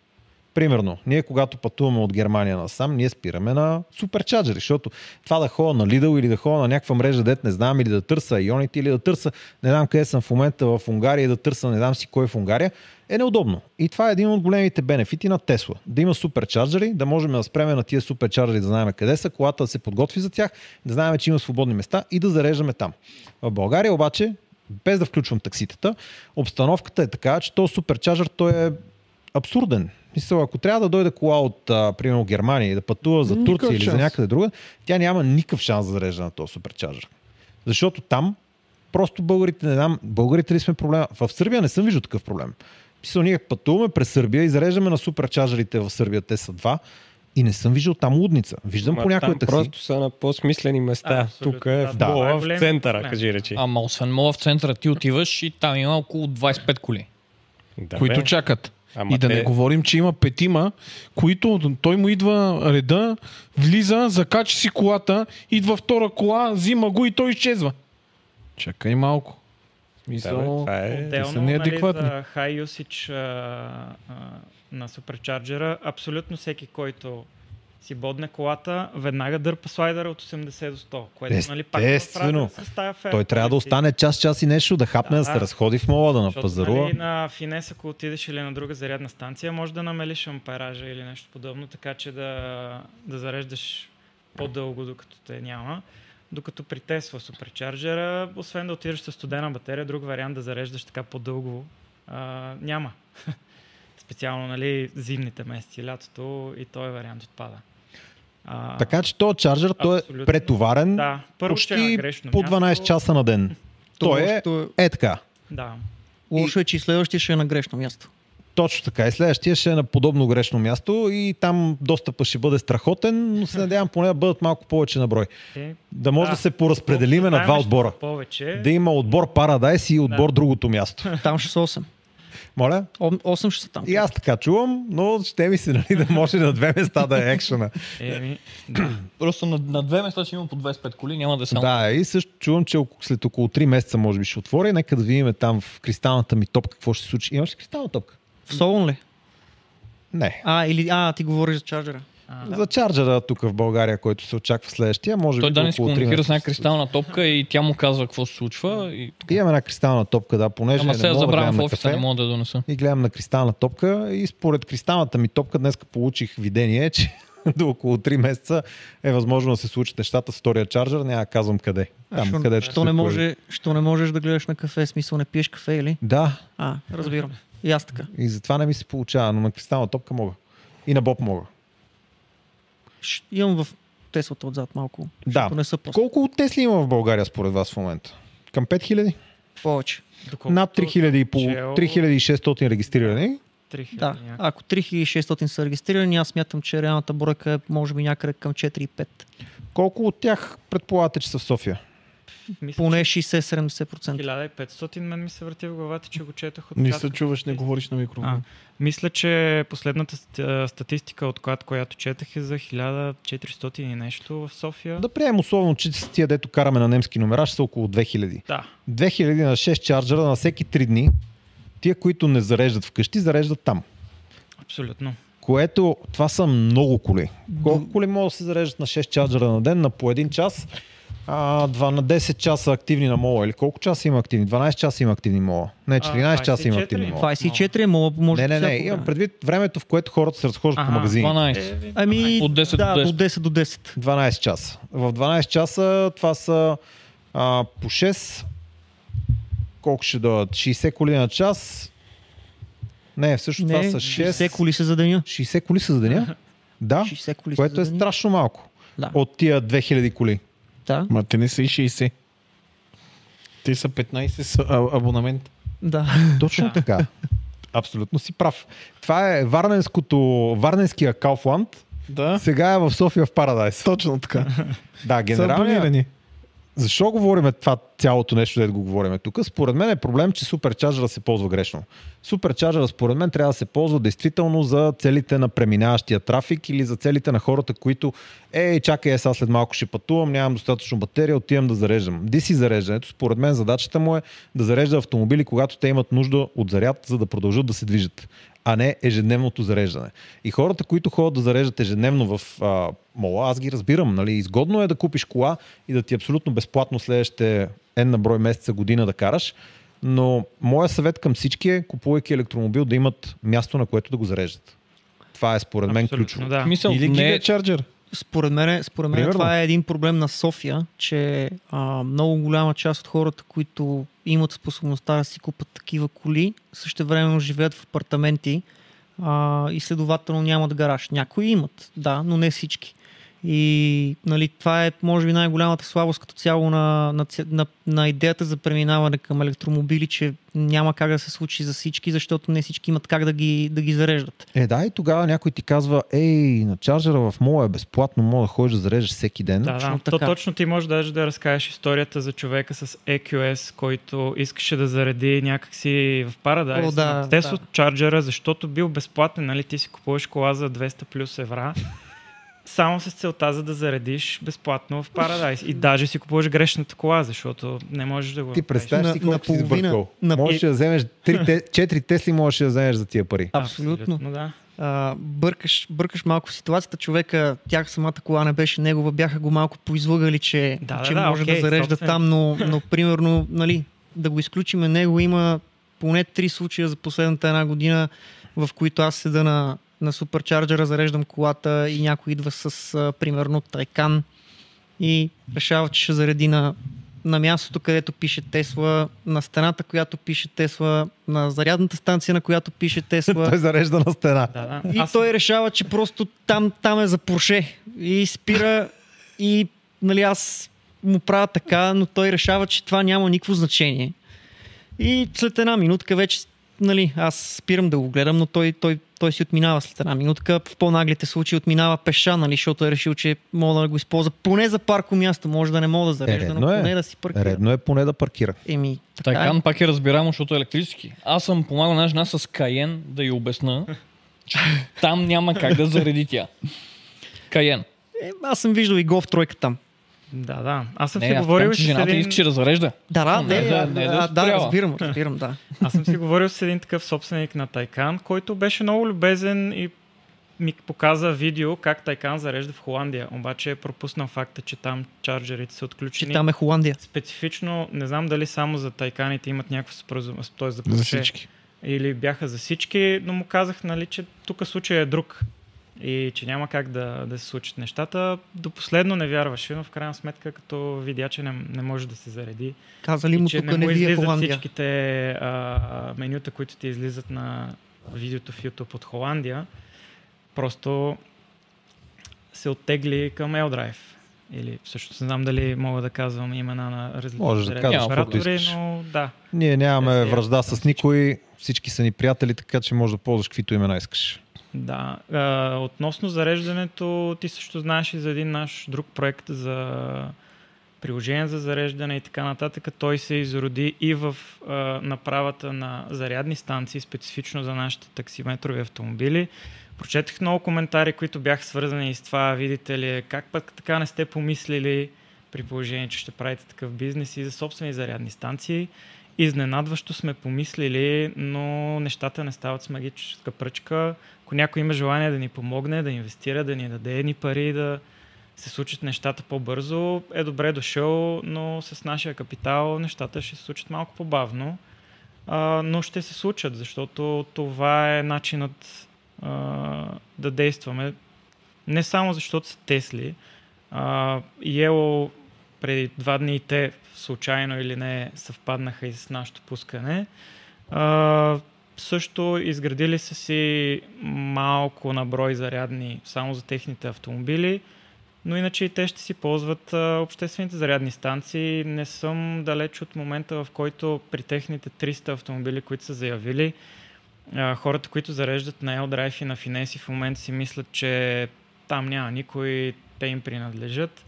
Speaker 3: Примерно, ние когато пътуваме от Германия насам, ние спираме на суперчарджери, защото това да ходя на Лидъл или да ходя на някаква мрежа, дет не знам, или да търся ионите, или да търся, не знам къде съм в момента в Унгария и да търся, не знам си кой е в Унгария, е неудобно. И това е един от големите бенефити на Тесла. Да има суперчарджери, да можем да спреме на тия суперчарджери, да знаем къде са, колата да се подготви за тях, да знаем, че има свободни места и да зареждаме там. В България обаче, без да включвам такситата, обстановката е така, че този суперчарджер той е абсурден. Мисъл, ако трябва да дойде кола от, а, примерно, Германия и да пътува за
Speaker 4: Никакъв
Speaker 3: Турция или за
Speaker 4: шанс.
Speaker 3: някъде друга, тя няма никакъв шанс да зарежда на този суперчарджер. Защото там просто българите, не знам, българите ли сме проблема? В Сърбия не съм виждал такъв проблем. Мисъл, ние пътуваме през Сърбия и зареждаме на суперчарджерите в Сърбия, те са два, и не съм виждал там лудница. Виждам
Speaker 5: Ма
Speaker 3: по някоя
Speaker 5: там
Speaker 3: такси.
Speaker 5: просто са на по-смислени места.
Speaker 7: Абсолютно,
Speaker 5: Тук е
Speaker 7: да.
Speaker 5: в
Speaker 7: Да.
Speaker 5: Бола,
Speaker 7: Това е
Speaker 5: в
Speaker 7: голям
Speaker 5: центъра,
Speaker 7: проблем.
Speaker 5: кажи речи.
Speaker 1: Ама освен мола в центъра ти отиваш и там има около 25 коли.
Speaker 5: Да,
Speaker 4: които
Speaker 5: бе.
Speaker 4: чакат.
Speaker 5: Ама
Speaker 4: и да
Speaker 5: те-
Speaker 4: не говорим, че има петима, които той му идва реда, влиза, закача си колата, идва втора кола, взима го и той изчезва. Чакай малко.
Speaker 5: Да, бе,
Speaker 4: Мисъл,
Speaker 5: това е...
Speaker 4: са
Speaker 7: Отделно, нали,
Speaker 4: неадекватни.
Speaker 7: за high usage а, а, на суперчарджера, абсолютно всеки, който си бодне колата, веднага дърпа слайдера от 80 до 100, което нали, пак е
Speaker 3: Естествено.
Speaker 7: в разрез с тая Нали, fair
Speaker 3: Той трябва да
Speaker 7: policy.
Speaker 3: остане час, час и нещо, да хапне, да,
Speaker 7: Да,
Speaker 3: се
Speaker 7: да.
Speaker 3: разходи в мола, да
Speaker 7: Защото,
Speaker 3: напазарува.
Speaker 7: Нали, на Финес, ако отидеш или на друга зарядна станция, може да намалиш ампеража или нещо подобно, така че да, да зареждаш по-дълго, докато те няма. Докато при Тесла суперчарджера, освен да отидеш с студена батерия, друг вариант да зареждаш така по-дълго а, няма. Специално нали, зимните месеци, лятото и този вариант отпада. А,
Speaker 3: Така че този чарджер, той е
Speaker 7: Абсолютно.
Speaker 3: претоварен
Speaker 7: да, първо, че е на
Speaker 3: почти
Speaker 7: грешно
Speaker 3: по
Speaker 7: място.
Speaker 3: 12 часа на ден. Той е,
Speaker 6: Лошото
Speaker 3: е така.
Speaker 7: Да.
Speaker 6: Лошо е, че и следващия ще е на грешно място.
Speaker 3: Точно така. И следващия ще е на подобно грешно място и там достъпа ще бъде страхотен, но се надявам поне да бъдат малко повече на брой.
Speaker 7: Е,
Speaker 3: Да може да,
Speaker 7: Да.
Speaker 3: се поразпределиме на два
Speaker 7: Знаеш,
Speaker 3: отбора.
Speaker 7: Повече.
Speaker 3: Да има отбор Парадайс и отбор другото място.
Speaker 6: Там ще са 8.
Speaker 3: Моля?
Speaker 6: 8 ще са там.
Speaker 3: И аз така чувам, но ще ми се нали, да може на две места да е екшена.
Speaker 7: Еми,
Speaker 1: Просто на, на две места ще има по 25 коли, няма да е само.
Speaker 3: Да, и също чувам, че око- след около 3 месеца може би ще отвори. Нека да видим там в кристалната ми топка какво ще се случи. Имаш ли кристална топка?
Speaker 6: В Солон ли?
Speaker 3: Не.
Speaker 6: А, или, а, ти говориш за чарджера.
Speaker 3: Да. За чарджера тук в България, който се очаква следващия, може
Speaker 8: Той
Speaker 3: би
Speaker 8: да не си
Speaker 3: около 13
Speaker 8: комуникира с една
Speaker 3: месеца.
Speaker 8: кристална топка и тя му казва какво се случва. И...
Speaker 3: Имам една кристална топка, да, понеже
Speaker 8: Ама
Speaker 3: не
Speaker 8: се я
Speaker 3: мога да
Speaker 8: забравям
Speaker 3: гледам
Speaker 8: в
Speaker 3: на
Speaker 8: офиса,
Speaker 3: кафе.
Speaker 8: не мога да я донеса.
Speaker 3: и гледам на кристална топка и според кристалната ми топка днес получих видение, че до около 3 месеца е възможно да се случат нещата с втория чарджер, няма да казвам къде. Там,
Speaker 6: що,
Speaker 3: където ще
Speaker 6: що,
Speaker 3: се
Speaker 6: не
Speaker 3: появи.
Speaker 6: може, що не можеш да гледаш на кафе, смисъл не пиеш кафе или?
Speaker 3: Да,
Speaker 6: А, разбирам. И аз така.
Speaker 3: и затова не ми се получава, но на кристална топка мога. И на боб мога.
Speaker 6: Ш, имам в Теслата отзад малко.
Speaker 3: Да.
Speaker 6: защото Не са по-
Speaker 3: Колко Тесли има в България според вас в момента? Към 5000?
Speaker 6: повече.
Speaker 7: Доколкото
Speaker 3: Над 3000 и пол-
Speaker 7: чел-
Speaker 3: 3600 регистрирани.
Speaker 7: 3000
Speaker 6: Да.
Speaker 7: някак.
Speaker 6: Ако 3600 са регистрирани, аз смятам, че реалната бройка е може би някъде към 4-5.
Speaker 3: Колко от тях предполагате, че са в София?
Speaker 7: Мисля,
Speaker 6: Поне 60-70%.
Speaker 7: 1500 мен ми се върти в главата, че го четах от
Speaker 4: Не
Speaker 7: кратко.
Speaker 4: се чуваш, не говориш на
Speaker 7: А,
Speaker 4: микрофон.
Speaker 7: мисля, че последната ст- а, статистика от която, която четах е за 1400 и нещо в София.
Speaker 3: Да приемем условно, че с тия, дето караме на немски номера, ще са около 2000.
Speaker 7: Да.
Speaker 3: 2000 на 6 чарджера на всеки 3 дни. Тия, които не зареждат вкъщи, зареждат там.
Speaker 7: абсолютно.
Speaker 3: Което това са много коли. Колко коли могат да се зареждат на 6 чарджера на ден, на по 1 час, а, 2 на 10 часа активни на мола? Или колко часа има активни? 12 часа има активни мола. Не, 14 часа има
Speaker 7: 24.
Speaker 3: активни мола.
Speaker 6: 24 е, мога, може
Speaker 3: Не, не,
Speaker 6: да
Speaker 3: не.
Speaker 6: всяко
Speaker 3: Имам
Speaker 6: време.
Speaker 3: предвид времето, в което хората се разхождат по
Speaker 7: Ага,
Speaker 3: магазини.
Speaker 8: 12.
Speaker 6: Ами,
Speaker 8: От 10 до
Speaker 6: да,
Speaker 8: 10.
Speaker 6: от 10 до 10.
Speaker 3: 12 часа. В 12 часа това са а, по 6. Колко ще дойдат? 60 коли на час. Не, всъщност това
Speaker 6: Не,
Speaker 3: са 6.
Speaker 6: 60 коли са за деня.
Speaker 3: 60 коли са за деня? Да,
Speaker 6: 60 коли
Speaker 3: което
Speaker 6: са
Speaker 3: е
Speaker 6: за деня.
Speaker 3: страшно малко.
Speaker 6: Да.
Speaker 3: От тия 2000 коли.
Speaker 6: Да,
Speaker 4: Ма те не са и 60. Те са 15 с а, абонамент.
Speaker 6: да.
Speaker 3: Точно така. Абсолютно си прав. Това е варненското, варненския Кауфланд.
Speaker 4: Да.
Speaker 3: Сега е в София в Парадайс.
Speaker 4: Точно така.
Speaker 3: Да, генералния, Защо говорим това цялото нещо, дето го говорим тук? Според мен е проблем, че суперчарджера се ползва грешно. Суперчарджера според мен трябва да се ползва действително за целите на преминаващия трафик или за целите на хората, които е, чакай, е, сега след малко ще пътувам, нямам достатъчно батерия, отивам да зареждам. Диси зареждането, според мен задачата му е да зарежда автомобили, когато те имат нужда от заряд, за да продължат да се движат, а не ежедневното зареждане. И хората, които ходят да зареждат ежедневно в а, мола, аз ги разбирам, нали? Изгодно е да купиш кола и да ти е абсолютно безплатно следващите N на брой месеца година да караш, но моя съвет към всички е, купувайки електромобил, да имат място, на което да го зареждат. Това е според мен
Speaker 7: Абсолютно,
Speaker 3: ключово.
Speaker 7: Да.
Speaker 8: Мисъл,
Speaker 4: Или
Speaker 8: не е
Speaker 4: гигачарджер.
Speaker 6: Според мен, според мен
Speaker 3: Примерно.
Speaker 6: това е един проблем на София, че а, много голяма част от хората, които имат способността да си купат такива коли, също времено живеят в апартаменти а, и следователно нямат гараж. Някои имат, да, но не всички. И нали, това е, може би, най-голямата слабост като цяло на, на, ц- на, на идеята за преминаване към електромобили, че няма как да се случи за всички, защото не всички имат как да ги, да ги зареждат.
Speaker 3: Е, да, и тогава някой ти казва, ей, на чарджера в мола е безплатно, мога да ходиш да зареждаш всеки ден.
Speaker 7: Да, да.
Speaker 6: Точно
Speaker 7: То,
Speaker 6: така.
Speaker 7: точно ти можеш даже да разкажеш историята за човека с EQS, който искаше да зареди някакси в Paradise
Speaker 6: О, да,
Speaker 7: на Tesla
Speaker 6: да.
Speaker 7: чарджера, защото бил безплатен, нали? Ти си купуваш кола за 200 плюс евра. Само с целта за да заредиш безплатно в Paradise. И даже си купуваш грешната кола, защото не можеш да го
Speaker 3: Ти
Speaker 7: направиш.
Speaker 3: представяш си
Speaker 6: На-
Speaker 3: колко си
Speaker 6: наполовина-
Speaker 3: сбъркал.
Speaker 6: на-
Speaker 3: Можеш да вземеш 4 Тесли, можеш да вземеш за тия пари.
Speaker 6: Абсолютно.
Speaker 7: да.
Speaker 6: а, бъркаш, бъркаш малко в ситуацията. Човека, тях самата кола не беше негова, бяха го малко поизлъгали, че,
Speaker 7: Да, да,
Speaker 6: че
Speaker 7: да,
Speaker 6: може
Speaker 7: окей,
Speaker 6: да зарежда
Speaker 7: собствено.
Speaker 6: там, но, но примерно, нали, да го изключиме него, има поне три случая за последната една година, в които аз седа на, на суперчарджера, зареждам колата и някой идва с, а, примерно, Тайкан и решава, че ще зареди на, на мястото, където пише Тесла, на стената, която пише Тесла, на зарядната станция, на която пише Тесла.
Speaker 3: Той зарежда на стена.
Speaker 7: Да, да.
Speaker 6: И Аз... той е- решава, че просто там, там е за Порше. И спира и нали, аз му правя така, но той решава, че това няма никакво значение. И след една минутка вече нали, аз спирам да го гледам, но той, той, той си отминава след една минутка. В по-наглите случаи отминава пеша, нали, защото е решил, че мога да го използва поне за парко място. Може да не мога да зарежда,
Speaker 3: редно
Speaker 6: но
Speaker 3: е.
Speaker 6: поне да си паркира.
Speaker 3: Редно е поне да паркира.
Speaker 6: Еми, така,
Speaker 8: Така,
Speaker 6: е.
Speaker 8: пак е разбираемо, защото е електрически. Аз съм помагал на жена с Каен да й обясна, че там няма как да зареди тя. Каен.
Speaker 6: Е, аз съм виждал и гол в тройка там.
Speaker 7: да, да. Аз съм
Speaker 8: Не,
Speaker 7: си
Speaker 8: аз
Speaker 7: говорил
Speaker 8: питам, че
Speaker 7: с
Speaker 8: жената
Speaker 7: един...
Speaker 8: искаше да зарежда.
Speaker 6: Да, да,
Speaker 8: Не,
Speaker 6: не,
Speaker 8: да,
Speaker 6: а,
Speaker 8: не, да
Speaker 6: а, да,
Speaker 8: спряла.
Speaker 6: разбирам, разбирам, да.
Speaker 7: Аз съм си говорил с един такъв собственик на Тайкан, който беше много любезен и ми показа видео как Тайкан зарежда в Холандия, обаче е пропуснал факта, че там чарджерите са
Speaker 6: Че
Speaker 7: отключени.
Speaker 6: там е Холандия.
Speaker 7: Специфично, не знам дали само за Тайканите имат някакво споразумение, т.е. за
Speaker 9: За
Speaker 7: Porsche.
Speaker 3: Значи,
Speaker 9: всички.
Speaker 7: Или бяха за всички, но му казах, нали, че тук случай е друг и че няма как да, да се случат нещата. До последно не вярваше, но в крайна сметка, като видя, че не, не може да се зареди,
Speaker 6: Казали му
Speaker 7: и че
Speaker 6: тук
Speaker 7: не
Speaker 6: не
Speaker 7: му
Speaker 6: ви е
Speaker 7: излизат
Speaker 6: Холандия.
Speaker 7: всичките а, менюта, които ти излизат на видеото в YouTube от Холандия, просто се оттегли към L-Drive. Или всъщност не знам дали мога да казвам имена на различни
Speaker 3: Можеш да
Speaker 7: зарядни
Speaker 3: казваш
Speaker 8: каквото
Speaker 7: оператори,
Speaker 3: искаш.
Speaker 7: но да.
Speaker 3: Ние нямаме
Speaker 7: Е, сега
Speaker 3: връжда с никой, всички са ни приятели, така че можеш да ползваш каквито имена искаш.
Speaker 7: Да. А, относно зареждането, ти също знаеш и за един наш друг проект за приложение за зареждане и така нататък. Той се изроди и в а, направата на зарядни станции, специфично за нашите таксиметрови автомобили. Прочетах много коментари, които бяха свързани и с това, видите ли, как пък така не сте помислили при положение, че ще правите такъв бизнес и за собствени зарядни станции. Изненадващо сме помислили, но нещата не стават с магическа пръчка. Ако някой има желание да ни помогне, да инвестира, да ни даде ни пари, да се случат нещата по-бързо, е добре дошъл, но с нашия капитал нещата ще се случат малко по-бавно. А, но ще се случат, защото това е начинът а, да действаме. Не само защото са Тесли. А, и Ело преди два дни и те случайно или не съвпаднаха и с нашето пускане. А, също изградили са си малко на брой зарядни само за техните автомобили, но иначе и те ще си ползват а, обществените зарядни станции. Не съм далеч от момента, в който при техните 300 автомобили, които са заявили, а, хората, които зареждат на L-Drive и на Finesi в момента си мислят, че там няма никой, те им принадлежат.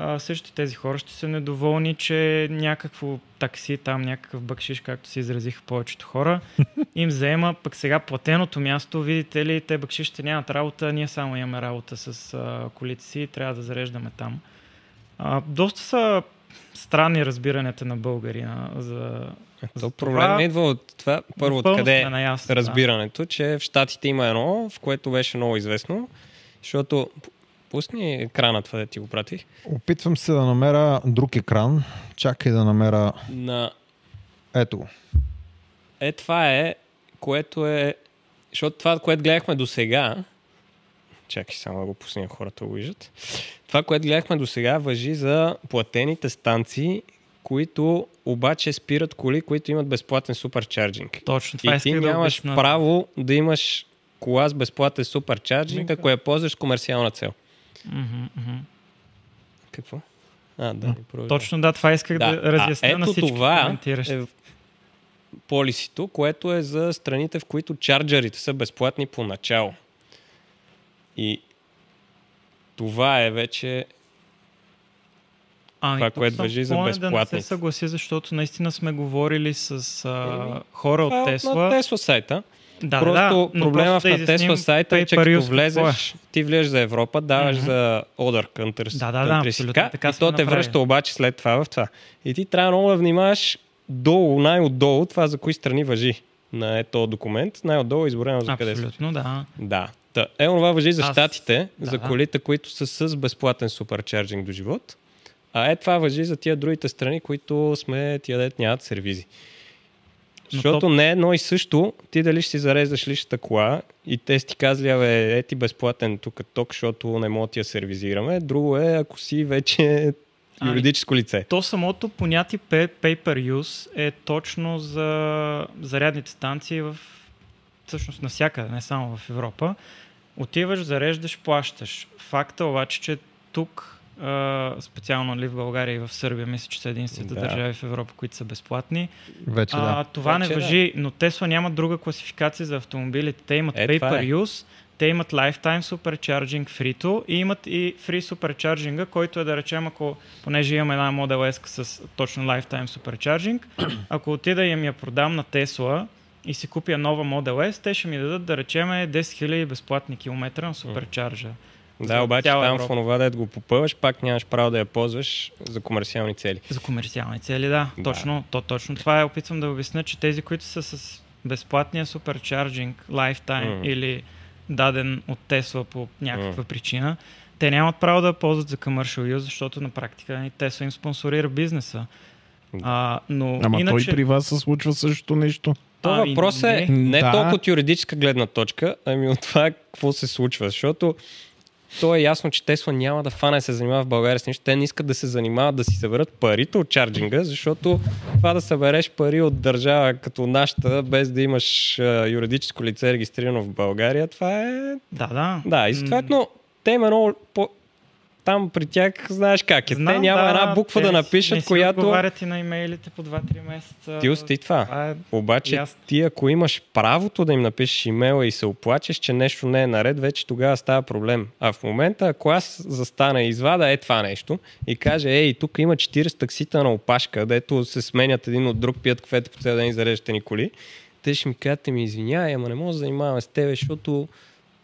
Speaker 7: А, също тези хора ще са недоволни, че някакво такси, там някакъв бъкшиш, както се изразиха повечето хора, им заема пък сега платеното място, видите ли, те бъкшишите нямат работа, ние само имаме работа с а, колите си и трябва да зареждаме там. А, доста са странни разбиранията на българина за
Speaker 10: Е, То
Speaker 7: за
Speaker 10: проблем не идва от това. Първо,
Speaker 7: Напълно
Speaker 10: откъде
Speaker 7: сме наясно, да.
Speaker 10: е разбирането, че в Штатите има едно, в което беше много известно, защото пусни екрана това, да ти го пратих.
Speaker 3: Опитвам се да намеря друг екран. Чакай да намеря...
Speaker 10: На
Speaker 3: Ето го.
Speaker 10: Е, това е, което е... Защото това, което гледахме до сега... Чакай само да го пусня, хората го виждат. Това, което гледахме до сега, въжи за платените станции, които обаче спират коли, които имат безплатен суперчарджинг.
Speaker 7: Точно това
Speaker 10: И ти
Speaker 7: исках да
Speaker 10: нямаш
Speaker 7: обясна.
Speaker 10: право да имаш кола с безплатен суперчарджинг, ако я ползваш с комерциална цел.
Speaker 7: Мгм, мгм.
Speaker 10: Какво? А, да, не проверя.
Speaker 7: Точно да, това исках да,
Speaker 10: а
Speaker 7: разясня
Speaker 10: ето
Speaker 7: на всички
Speaker 10: това
Speaker 7: коментиращи.
Speaker 10: е полисито, което е за страните, в които чарджерите са безплатни поначало. И това е вече...
Speaker 7: Ами,
Speaker 10: Това,
Speaker 7: тук
Speaker 10: което
Speaker 7: съм
Speaker 10: въжи за
Speaker 7: склонен Да не се
Speaker 10: безплатните.
Speaker 7: съгласи, защото наистина сме говорили с а,
Speaker 10: Еми,
Speaker 7: хора
Speaker 10: това е
Speaker 7: от
Speaker 10: На
Speaker 7: Тесла.
Speaker 10: Тесла сайта.
Speaker 7: Да, да,
Speaker 10: просто
Speaker 7: но
Speaker 10: проблема
Speaker 7: просто да
Speaker 10: в на Тесла
Speaker 7: изясним
Speaker 10: сайта е, че
Speaker 7: pay per use
Speaker 10: като
Speaker 7: какво е.
Speaker 10: влезеш, ти влезеш за Европа, даваш
Speaker 7: Мгм.
Speaker 10: за Other Countries.
Speaker 7: Да, да, да,
Speaker 10: countries,
Speaker 7: абсолютно
Speaker 10: така,
Speaker 7: така
Speaker 10: и
Speaker 7: сме
Speaker 10: то те
Speaker 7: направили.
Speaker 10: връща обаче след това в това. И ти трябва много да внимаваш долу, най-отдолу, това за кои страни въжи на ето документ. Най-отдолу е изборено за къде са.
Speaker 7: Абсолютно, да.
Speaker 10: Да. Та, е, това въжи за
Speaker 7: Аз-
Speaker 10: щатите,
Speaker 7: да.
Speaker 10: за колите, които са с безплатен суперчарджинг до живот. А е това въжи за тия другите страни, които сме тия дет нямат сервизи.
Speaker 7: Но
Speaker 10: Защото
Speaker 7: то-
Speaker 10: не е едно и също, ти дали ще си зареждаш личната кола и те си ти казали, абе, е ти безплатен тук ток, защото не мога да ти я сервизираме. Друго е, ако си вече
Speaker 7: Ами,
Speaker 10: юридическо лице.
Speaker 7: То самото понятие pay pay per use е точно за зарядните станции в всъщност навсякъде, не само в Европа. Отиваш, зареждаш, плащаш. Факта обаче, че тук, а, специално ли в България и в Сърбия, мисля, че са единствените
Speaker 10: Да.
Speaker 7: държави в Европа, които са безплатни,
Speaker 3: Вече
Speaker 7: А,
Speaker 3: да.
Speaker 7: това не
Speaker 10: Вече да.
Speaker 7: въжи, но Тесла няма друга класификация за автомобилите. Те имат
Speaker 10: Е,
Speaker 7: pay
Speaker 10: това е.
Speaker 7: per use, те имат lifetime supercharging free и имат и free supercharging, който е да речем, ако понеже имам една Model S с точно lifetime supercharging, ако отида и им я продам на Тесла и си купя нова Model S, те ще ми дадат да речем 10 000 безплатни километра на суперчарджа.
Speaker 10: Да, обаче
Speaker 7: цяла
Speaker 10: там
Speaker 7: Европа.
Speaker 10: в онова да го попъваш, пак нямаш право да я ползваш за комерциални цели.
Speaker 7: За комерциални цели, да.
Speaker 10: Да.
Speaker 7: Точно, то, точно това е. Опитвам да обясня, че тези, които са с безплатния суперчарджинг, лайфтайм
Speaker 10: Мгм.
Speaker 7: или даден от Тесла по някаква причина, те нямат право да я ползват за commercial use, защото на практика и Тесла им спонсорира бизнеса. А, но
Speaker 4: Ама
Speaker 7: иначе...
Speaker 4: той при вас се случва същото нещо.
Speaker 10: То
Speaker 7: Ами,
Speaker 10: въпрос е
Speaker 7: не.
Speaker 10: не
Speaker 4: Да.
Speaker 10: толкова от юридическа гледна точка, ами от това какво се случва. Защото то е ясно, че Тесла няма да фане да се занимава в България с нищо. Те не искат да се занимават да си съберат парите от чарджинга, защото това да събереш пари от държава като нашата, без да имаш а, юридическо лице регистрирано в България, това е
Speaker 7: Да, да.
Speaker 10: да, и съответно, те има много... По... Там при тях знаеш как е. те няма
Speaker 7: да,
Speaker 10: една буква да
Speaker 7: те не
Speaker 10: напишат,
Speaker 7: си
Speaker 10: която...
Speaker 7: отговарят и на имейлите по 2-3 месеца.
Speaker 10: Ти усти това.
Speaker 7: Това е...
Speaker 10: Обаче
Speaker 7: Ясно.
Speaker 10: ти ако имаш правото да им напишеш имейла и се оплачеш, че нещо не е наред, вече тогава става проблем. А в момента, ако аз застана и извада е това нещо и кажа, ей, тук има 40 таксита на опашка, дето се сменят един от друг, пият кафето по цял ден и зареждате ни коли, те ще ми кажат, ми извинявай, ама не мога да се занимаваме с тебе, защото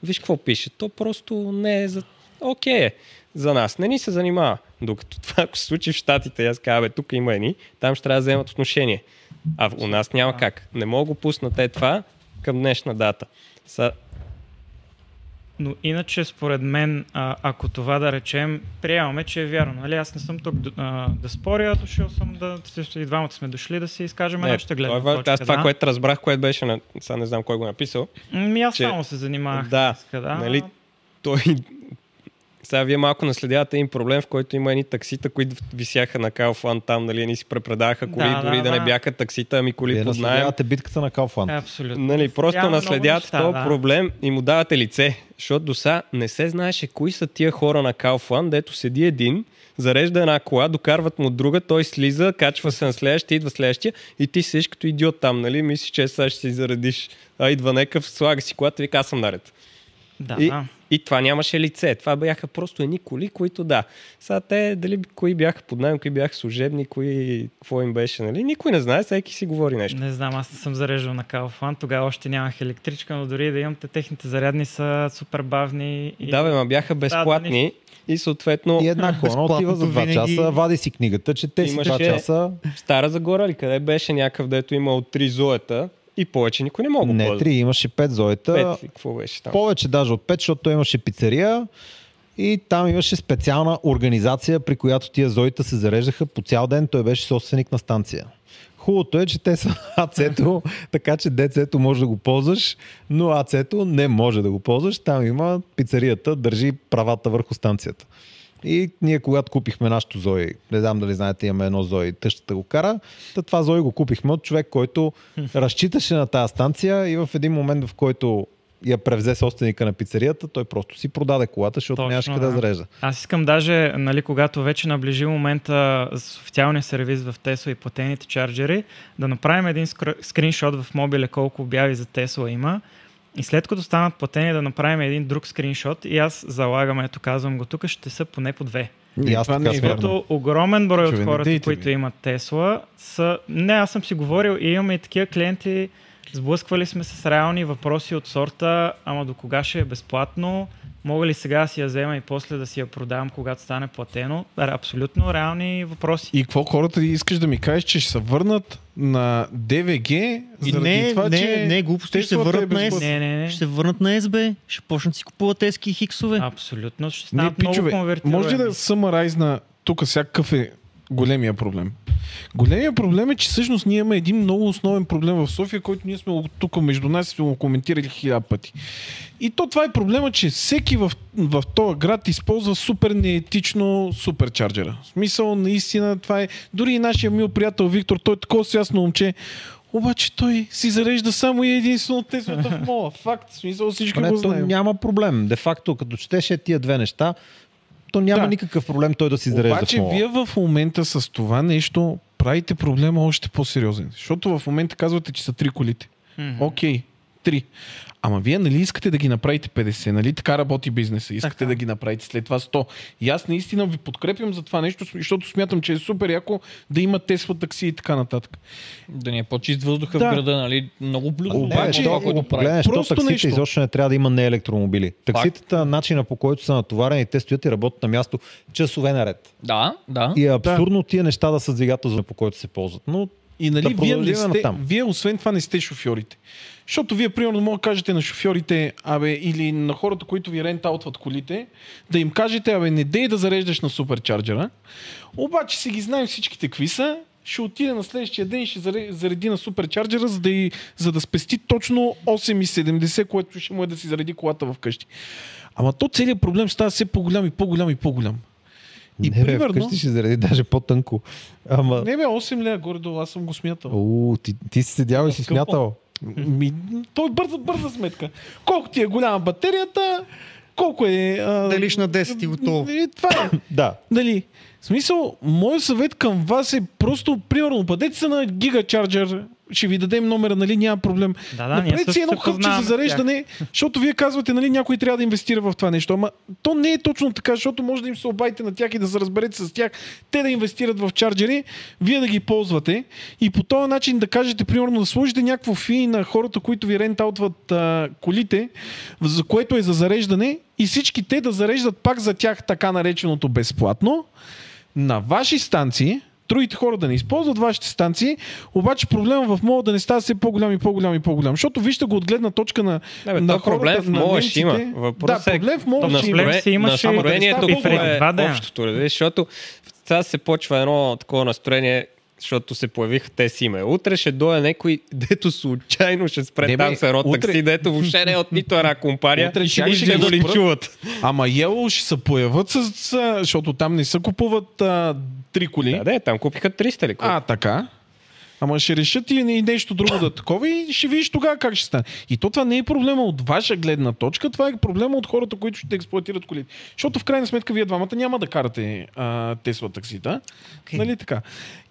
Speaker 10: виж какво пише. То просто не е за... Окей е за нас. Не ни се занимава. Докато това, ако се случи в Штатите, аз казвам, бе, тук има едни, там ще трябва да вземат отношение. А у нас няма как. Не мога да го пусна те това към днешна дата. Са...
Speaker 7: Но иначе, според мен, а, ако това да речем, приемаме, че е вярно. Нали? Аз не съм тук д- а, да споря, дошъл съм да... също И двамата сме дошли да си изкажем
Speaker 10: Не,
Speaker 7: нашата гледна
Speaker 10: това е-
Speaker 7: точка.
Speaker 10: аз това,
Speaker 7: да.
Speaker 10: което разбрах, което беше на... Сега не знам кой го е написал.
Speaker 7: М, аз
Speaker 10: че-
Speaker 7: само се занимавах.
Speaker 10: Да,
Speaker 7: с да.
Speaker 10: нали, той... Сега вие малко наследявате един проблем, в който има едни таксита, които висяха на Кауфланд там, нали, ни си препредаваха коли,
Speaker 7: Да,
Speaker 10: дори
Speaker 7: да,
Speaker 10: да, не
Speaker 7: да.
Speaker 10: бяха таксита, ами коли
Speaker 3: Вие
Speaker 10: под найем.
Speaker 3: наследявате Е, битката на Калфан.
Speaker 7: Абсолютно.
Speaker 10: Нали, просто
Speaker 7: Няма много
Speaker 10: наследявате
Speaker 7: неща,
Speaker 10: този
Speaker 7: да.
Speaker 10: проблем и му давате лице. Защото до сега не се знаеше кои са тия хора на Кауфланд, дето седи един, зарежда една кола, докарват му друга, той слиза, качва се на следващия, идва следващия и ти седиш като идиот там, нали? Мислиш, че сега ще си заредиш. А идва някакъв, слага си колата, вика, аз съм наред.
Speaker 7: Да,
Speaker 10: И,
Speaker 7: да.
Speaker 10: и това нямаше лице. Това бяха просто едни коли, които да. Сега те, дали кои бяха под найем, кои бяха служебни, кои, какво им беше, нали? Никой не знае, всеки си говори нещо.
Speaker 7: Не знам, аз не съм зареждал на Калфан, тогава още нямах електричка, но дори и да имам, те техните зарядни са супер бавни. И...
Speaker 10: Да, бе, ма бяха безплатни и съответно
Speaker 4: е-
Speaker 3: И една кола отива за 2
Speaker 6: Безплатното винаги-
Speaker 3: часа, вади си книгата, чете си 2
Speaker 10: Имаше-
Speaker 3: часа.
Speaker 10: в Стара Загора ли къде беше някакъв, дето имал три зоета и повече никой не мога
Speaker 3: Не, 3, имаше 5 зоита.
Speaker 10: Пет, ли, какво беше там?
Speaker 3: Повече даже от 5, защото той имаше пицерия. И там имаше специална организация, при която тия зоита се зареждаха по цял ден. Той беше собственик на станция. Хубавото е, че те са АЦ-то, така че ДЦ-то може да го ползваш, но АЦ-то не може да го ползваш. Там има пицерията, държи правата върху станцията. И ние, когато купихме нашото Зои, не знам дали знаете, имаме едно Зои, тъщата го кара, та това Зои го купихме от човек, който разчиташе на тази станция и в един момент, в който я превзе собственика на пицерията, той просто си продаде колата, защото
Speaker 7: Точно,
Speaker 3: нямаше къде да
Speaker 7: да.
Speaker 3: зарежда.
Speaker 7: Аз искам даже, нали, когато вече наближи момента с официалния сервиз в Тесла и платените чарджери, да направим един скр- скриншот в мобиле колко обяви за Тесла има. И след като станат платени, да направим един друг скриншот и аз залагам, ето казвам го тук, ще са поне по две.
Speaker 3: И аз
Speaker 4: това
Speaker 3: така
Speaker 4: не е
Speaker 3: смятам.
Speaker 4: вярно.
Speaker 7: Защото огромен брой от
Speaker 4: Чове, не
Speaker 7: хората,
Speaker 4: дейте
Speaker 7: които
Speaker 4: ми.
Speaker 7: имат Тесла, са... Не, аз съм си говорил и имаме и такива клиенти, сблъсквали сме се с реални въпроси от сорта, ама до кога ще е безплатно, мога ли сега да си я взема и после да си я продавам, когато стане платено? Да, Абсолютно реални въпроси.
Speaker 4: И какво хората искаш да ми кажеш, че ще се върнат на ДВГ
Speaker 6: И
Speaker 4: заради
Speaker 6: не,
Speaker 4: това,
Speaker 6: не,
Speaker 4: че...
Speaker 6: не, глупости, ще се
Speaker 4: Теслата е
Speaker 6: върнат на S.
Speaker 4: безплатна.
Speaker 7: Не, не, не.
Speaker 6: Ще се върнат на СБ, ще почнат да си купуват ески и хиксове.
Speaker 7: Абсолютно. Ще
Speaker 4: Не,
Speaker 7: станат много
Speaker 4: пичове,
Speaker 7: конвертируеми.
Speaker 4: може ли да съмарайзна тук сега какъв е големия проблем? Големия проблем е, че всъщност ние имаме един много основен проблем в София, който ние сме го- тук между нас и сме го коментирали хиляда пъти. И то това е проблема, че всеки в, в този град използва супер неетично суперчарджера. В смисъл, наистина, това е... Дори и нашия мил приятел Виктор, той е такова свясно момче, обаче той си зарежда само и единствено от Теслата в мола. Факт, в смисъл всички
Speaker 3: Не,
Speaker 4: го
Speaker 3: то
Speaker 4: знаем.
Speaker 3: няма проблем. Де факто, като четеше тия две неща, то няма
Speaker 4: Да.
Speaker 3: никакъв проблем той да си зарежда в
Speaker 4: Обаче
Speaker 3: мола.
Speaker 4: вие в момента с това нещо правите проблема още по-сериозен. Защото в момента казвате, че са три колите.
Speaker 7: Мгм.
Speaker 4: Окей, три. Ама вие нали искате да ги направите 50, нали така работи бизнеса, искате да ги направите след това 100. И аз наистина ви подкрепям за това нещо, защото смятам, че е супер яко да има Тесла такси и така нататък.
Speaker 8: Да ни е по-чист въздуха
Speaker 4: Да.
Speaker 8: в града, нали? Много блюдо.
Speaker 3: Не,
Speaker 8: обаче,
Speaker 3: то,
Speaker 8: това,
Speaker 3: ако
Speaker 8: което
Speaker 3: го
Speaker 8: прави.
Speaker 3: погледнеш, то
Speaker 4: Просто
Speaker 3: таксите
Speaker 4: нещо.
Speaker 3: изобщо не трябва да има не електромобили. Такситата, начина по който са натоварени, те стоят и работят на място часове наред. е
Speaker 8: Да, да.
Speaker 3: И е абсурдно тия неща да са двигател, за по който се ползват. Но
Speaker 4: И нали,
Speaker 3: Да
Speaker 4: вие, не
Speaker 3: продължим
Speaker 4: сте,
Speaker 3: натам.
Speaker 4: вие освен това не сте шофьорите. Защото вие, примерно, може да кажете на шофьорите, абе, или на хората, които ви рентаутват колите, да им кажете, абе, не дей да зареждаш на суперчарджера. Обаче си ги знаем всичките какви са, ще отиде на следващия ден и ще заре- зареди на суперчарджера, за да, и, за да спести точно 8,70, което ще му е да си зареди колата вкъщи. Ама то целият проблем става все по-голям и по-голям и по-голям. И
Speaker 3: не, бе,
Speaker 4: примерно...
Speaker 3: вкъщи ще заради даже по-тънко. Ама...
Speaker 4: Не бе, 8 лея горе-долу, аз съм го смятал.
Speaker 3: У, ти, ти си седял и си
Speaker 8: Скъпо.
Speaker 3: смятал.
Speaker 4: Ми, той бърза, бърза сметка. Колко ти е голяма батерията, колко е... А...
Speaker 6: Делиш на 10 и готово.
Speaker 4: И това е.
Speaker 3: Да.
Speaker 4: Дали? В смисъл, моят съвет към вас е просто, примерно, бъдете се на гигачарджер, ще ви дадем номера, нали, няма проблем.
Speaker 7: Да, да, ние
Speaker 4: Направете си
Speaker 7: също
Speaker 4: едно
Speaker 7: се
Speaker 4: хъпче за
Speaker 7: познаваме.
Speaker 4: зареждане, защото вие казвате, нали, някой трябва да инвестира в това нещо. Ама то не е точно така, защото може да им се обадите на тях и да се разберете с тях, те да инвестират в чарджери, вие да ги ползвате и по този начин да кажете, примерно, да сложите някакво фи на хората, които ви рентаутват а, колите, за което е за зареждане и всички те да зареждат пак за тях така нареченото безплатно на ваши станции, другите хора да не използват вашите станции, обаче проблема в мола да не става все по-голям и по-голям и по-голям. Защото вижте го от гледна точка на,
Speaker 5: Да, бе,
Speaker 4: на
Speaker 5: то проблем в
Speaker 4: на
Speaker 5: мола ще
Speaker 4: немците.
Speaker 5: има. Въпросът
Speaker 4: Да,
Speaker 5: е-
Speaker 4: проблем в мола
Speaker 7: на
Speaker 4: ще има.
Speaker 7: проблем се имаше и
Speaker 5: Настроението
Speaker 7: преди
Speaker 5: е
Speaker 7: два дена.
Speaker 5: общото, нали? защото сега се почва едно такова настроение, защото се появиха тези име. Утре ще дойде някой, дето случайно ще спре
Speaker 4: Не, бе,
Speaker 5: там с едно
Speaker 4: утре-
Speaker 5: такси, дето въобще не е от нито една компания
Speaker 4: Утре
Speaker 5: и ще
Speaker 4: тях
Speaker 5: ги
Speaker 4: ще
Speaker 5: ще
Speaker 4: ги
Speaker 5: го
Speaker 4: спрат.
Speaker 5: линчуват.
Speaker 4: Ама Ело ще се появят, с, с, защото там не се купуват а, три коли.
Speaker 5: Да, да, там купиха 300 ли? колко?
Speaker 4: А, така. Ама ще решат и и нещо друго да е такова и ще видиш тогава как ще стане. И то това не е проблема от ваша гледна точка, това е проблема от хората, които ще експлуатират колите. Защото в крайна сметка вие двамата няма да карате а, Тесла таксита. Okay. Нали така?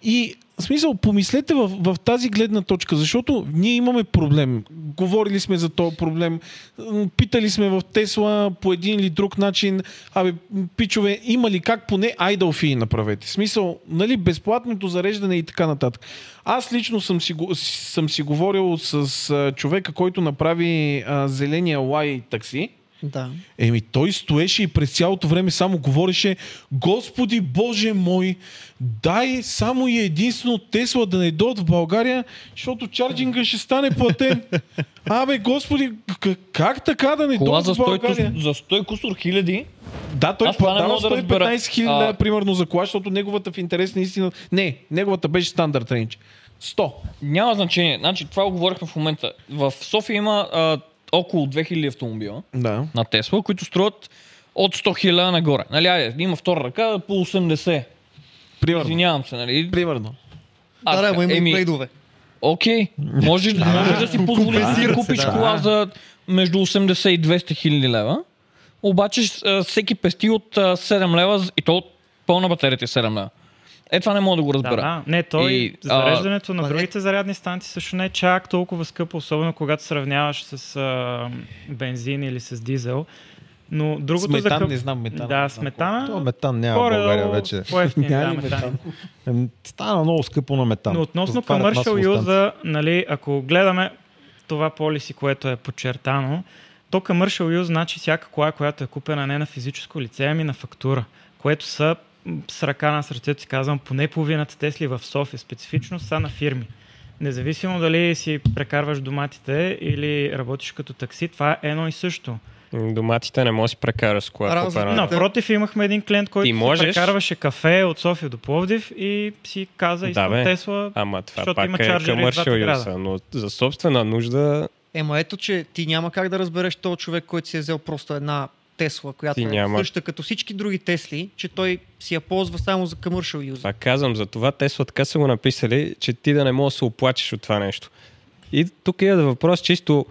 Speaker 4: И в смисъл, помислете в, в тази гледна точка, защото ние имаме проблем. Говорили сме за този проблем, м, питали сме в Тесла по един или друг начин, абе, м, пичове, има ли как поне idle fee направете? В смисъл, нали, безплатното зареждане и така нататък. Аз лично съм си, го- с- съм си говорил с а, човека, който направи а, зеления лай такси.
Speaker 6: Да.
Speaker 4: Еми, той стоеше и през цялото време само говореше Господи Боже мой, дай само и единствено Тесла да не дойдат в България, защото чарджинга ще стане платен. Абе, Господи, к- как така да не
Speaker 8: Кола
Speaker 4: дойдат
Speaker 8: за
Speaker 4: в
Speaker 8: 100,
Speaker 4: България?
Speaker 8: за 100 кусор хиляди.
Speaker 4: Да, той
Speaker 8: Аз това не
Speaker 4: продава
Speaker 8: мога да разбера.
Speaker 4: 115 хиляди,
Speaker 8: А-
Speaker 4: примерно, за кола, защото неговата в интерес наистина... Не, неговата беше стандарт рейндж. 100.
Speaker 8: Няма значение. Значи, това оговорихме в момента. В София има а, около 2000 автомобила
Speaker 4: Да.
Speaker 8: на Тесла, които струват от 100 хиляди нагоре. Нали, айде, има втора ръка по 80.
Speaker 4: Примерно.
Speaker 8: Извинявам се, нали?
Speaker 4: Примерно.
Speaker 6: Да, да, ама има и
Speaker 8: еми,
Speaker 6: трейдове.
Speaker 8: Окей, можеш, да, можеш да си позволиш да си купиш кола за между 80 и 200 хиляди лева, обаче а, всеки пести от а, 7 лева з- и то от пълна батерията е 7 лева. Е, това не мога да го
Speaker 7: Да,
Speaker 8: разбера.
Speaker 7: да. Не, той
Speaker 8: И,
Speaker 7: и,
Speaker 8: а,
Speaker 7: зареждането на
Speaker 6: ма не.
Speaker 7: другите зарядни станции също не е чак толкова скъпо, особено когато сравняваш с а, бензин или с дизел. Но другото
Speaker 4: Сметан,
Speaker 7: за... къп-
Speaker 4: не знам, метан.
Speaker 7: Да,
Speaker 4: не знам
Speaker 3: То
Speaker 7: сметана...
Speaker 3: метан няма в
Speaker 7: горе-долу
Speaker 3: България вече.
Speaker 7: по-евтин,
Speaker 4: Няма
Speaker 7: да,
Speaker 4: ли
Speaker 7: метан.
Speaker 3: Ем, Ами, Стана много скъпо на метан.
Speaker 7: Но е относно
Speaker 3: Затварят
Speaker 7: commercial
Speaker 3: масово станции.
Speaker 7: юза, нали, ако гледаме това полиси, което е подчертано, то commercial use значи всяка кола, която е купена не на физическо лице, ами на фактура, което са м, с ръка на сърцето си казвам, поне половината Тесли в София специфично са на фирми. Независимо дали си прекарваш доматите или работиш като такси, това е едно и също.
Speaker 5: М, Доматите не може да си прекара с кола.
Speaker 6: Разликата-
Speaker 5: купена.
Speaker 7: Напротив, имахме един клиент, който
Speaker 5: Ти
Speaker 7: си
Speaker 5: можеш.
Speaker 7: прекарваше кафе от София до Пловдив и си каза,
Speaker 5: Да,
Speaker 7: искам
Speaker 5: бе.
Speaker 7: Тесла.
Speaker 5: Ама това
Speaker 7: Защото
Speaker 5: пак
Speaker 7: има
Speaker 5: е
Speaker 7: чарджери и двата
Speaker 5: commercial
Speaker 7: града.
Speaker 5: use, но за собствена нужда
Speaker 6: Ема ето, че ти няма как да разбереш този човек, който си е взел просто една Тесла, която
Speaker 5: Ти
Speaker 6: е
Speaker 5: няма.
Speaker 6: съща като всички други Тесли, че той си я ползва само за commercial юза.
Speaker 5: Това казвам, за това Тесла така са го написали, че ти да не можеш да се оплачеш от това нещо. И тук е въпрос чисто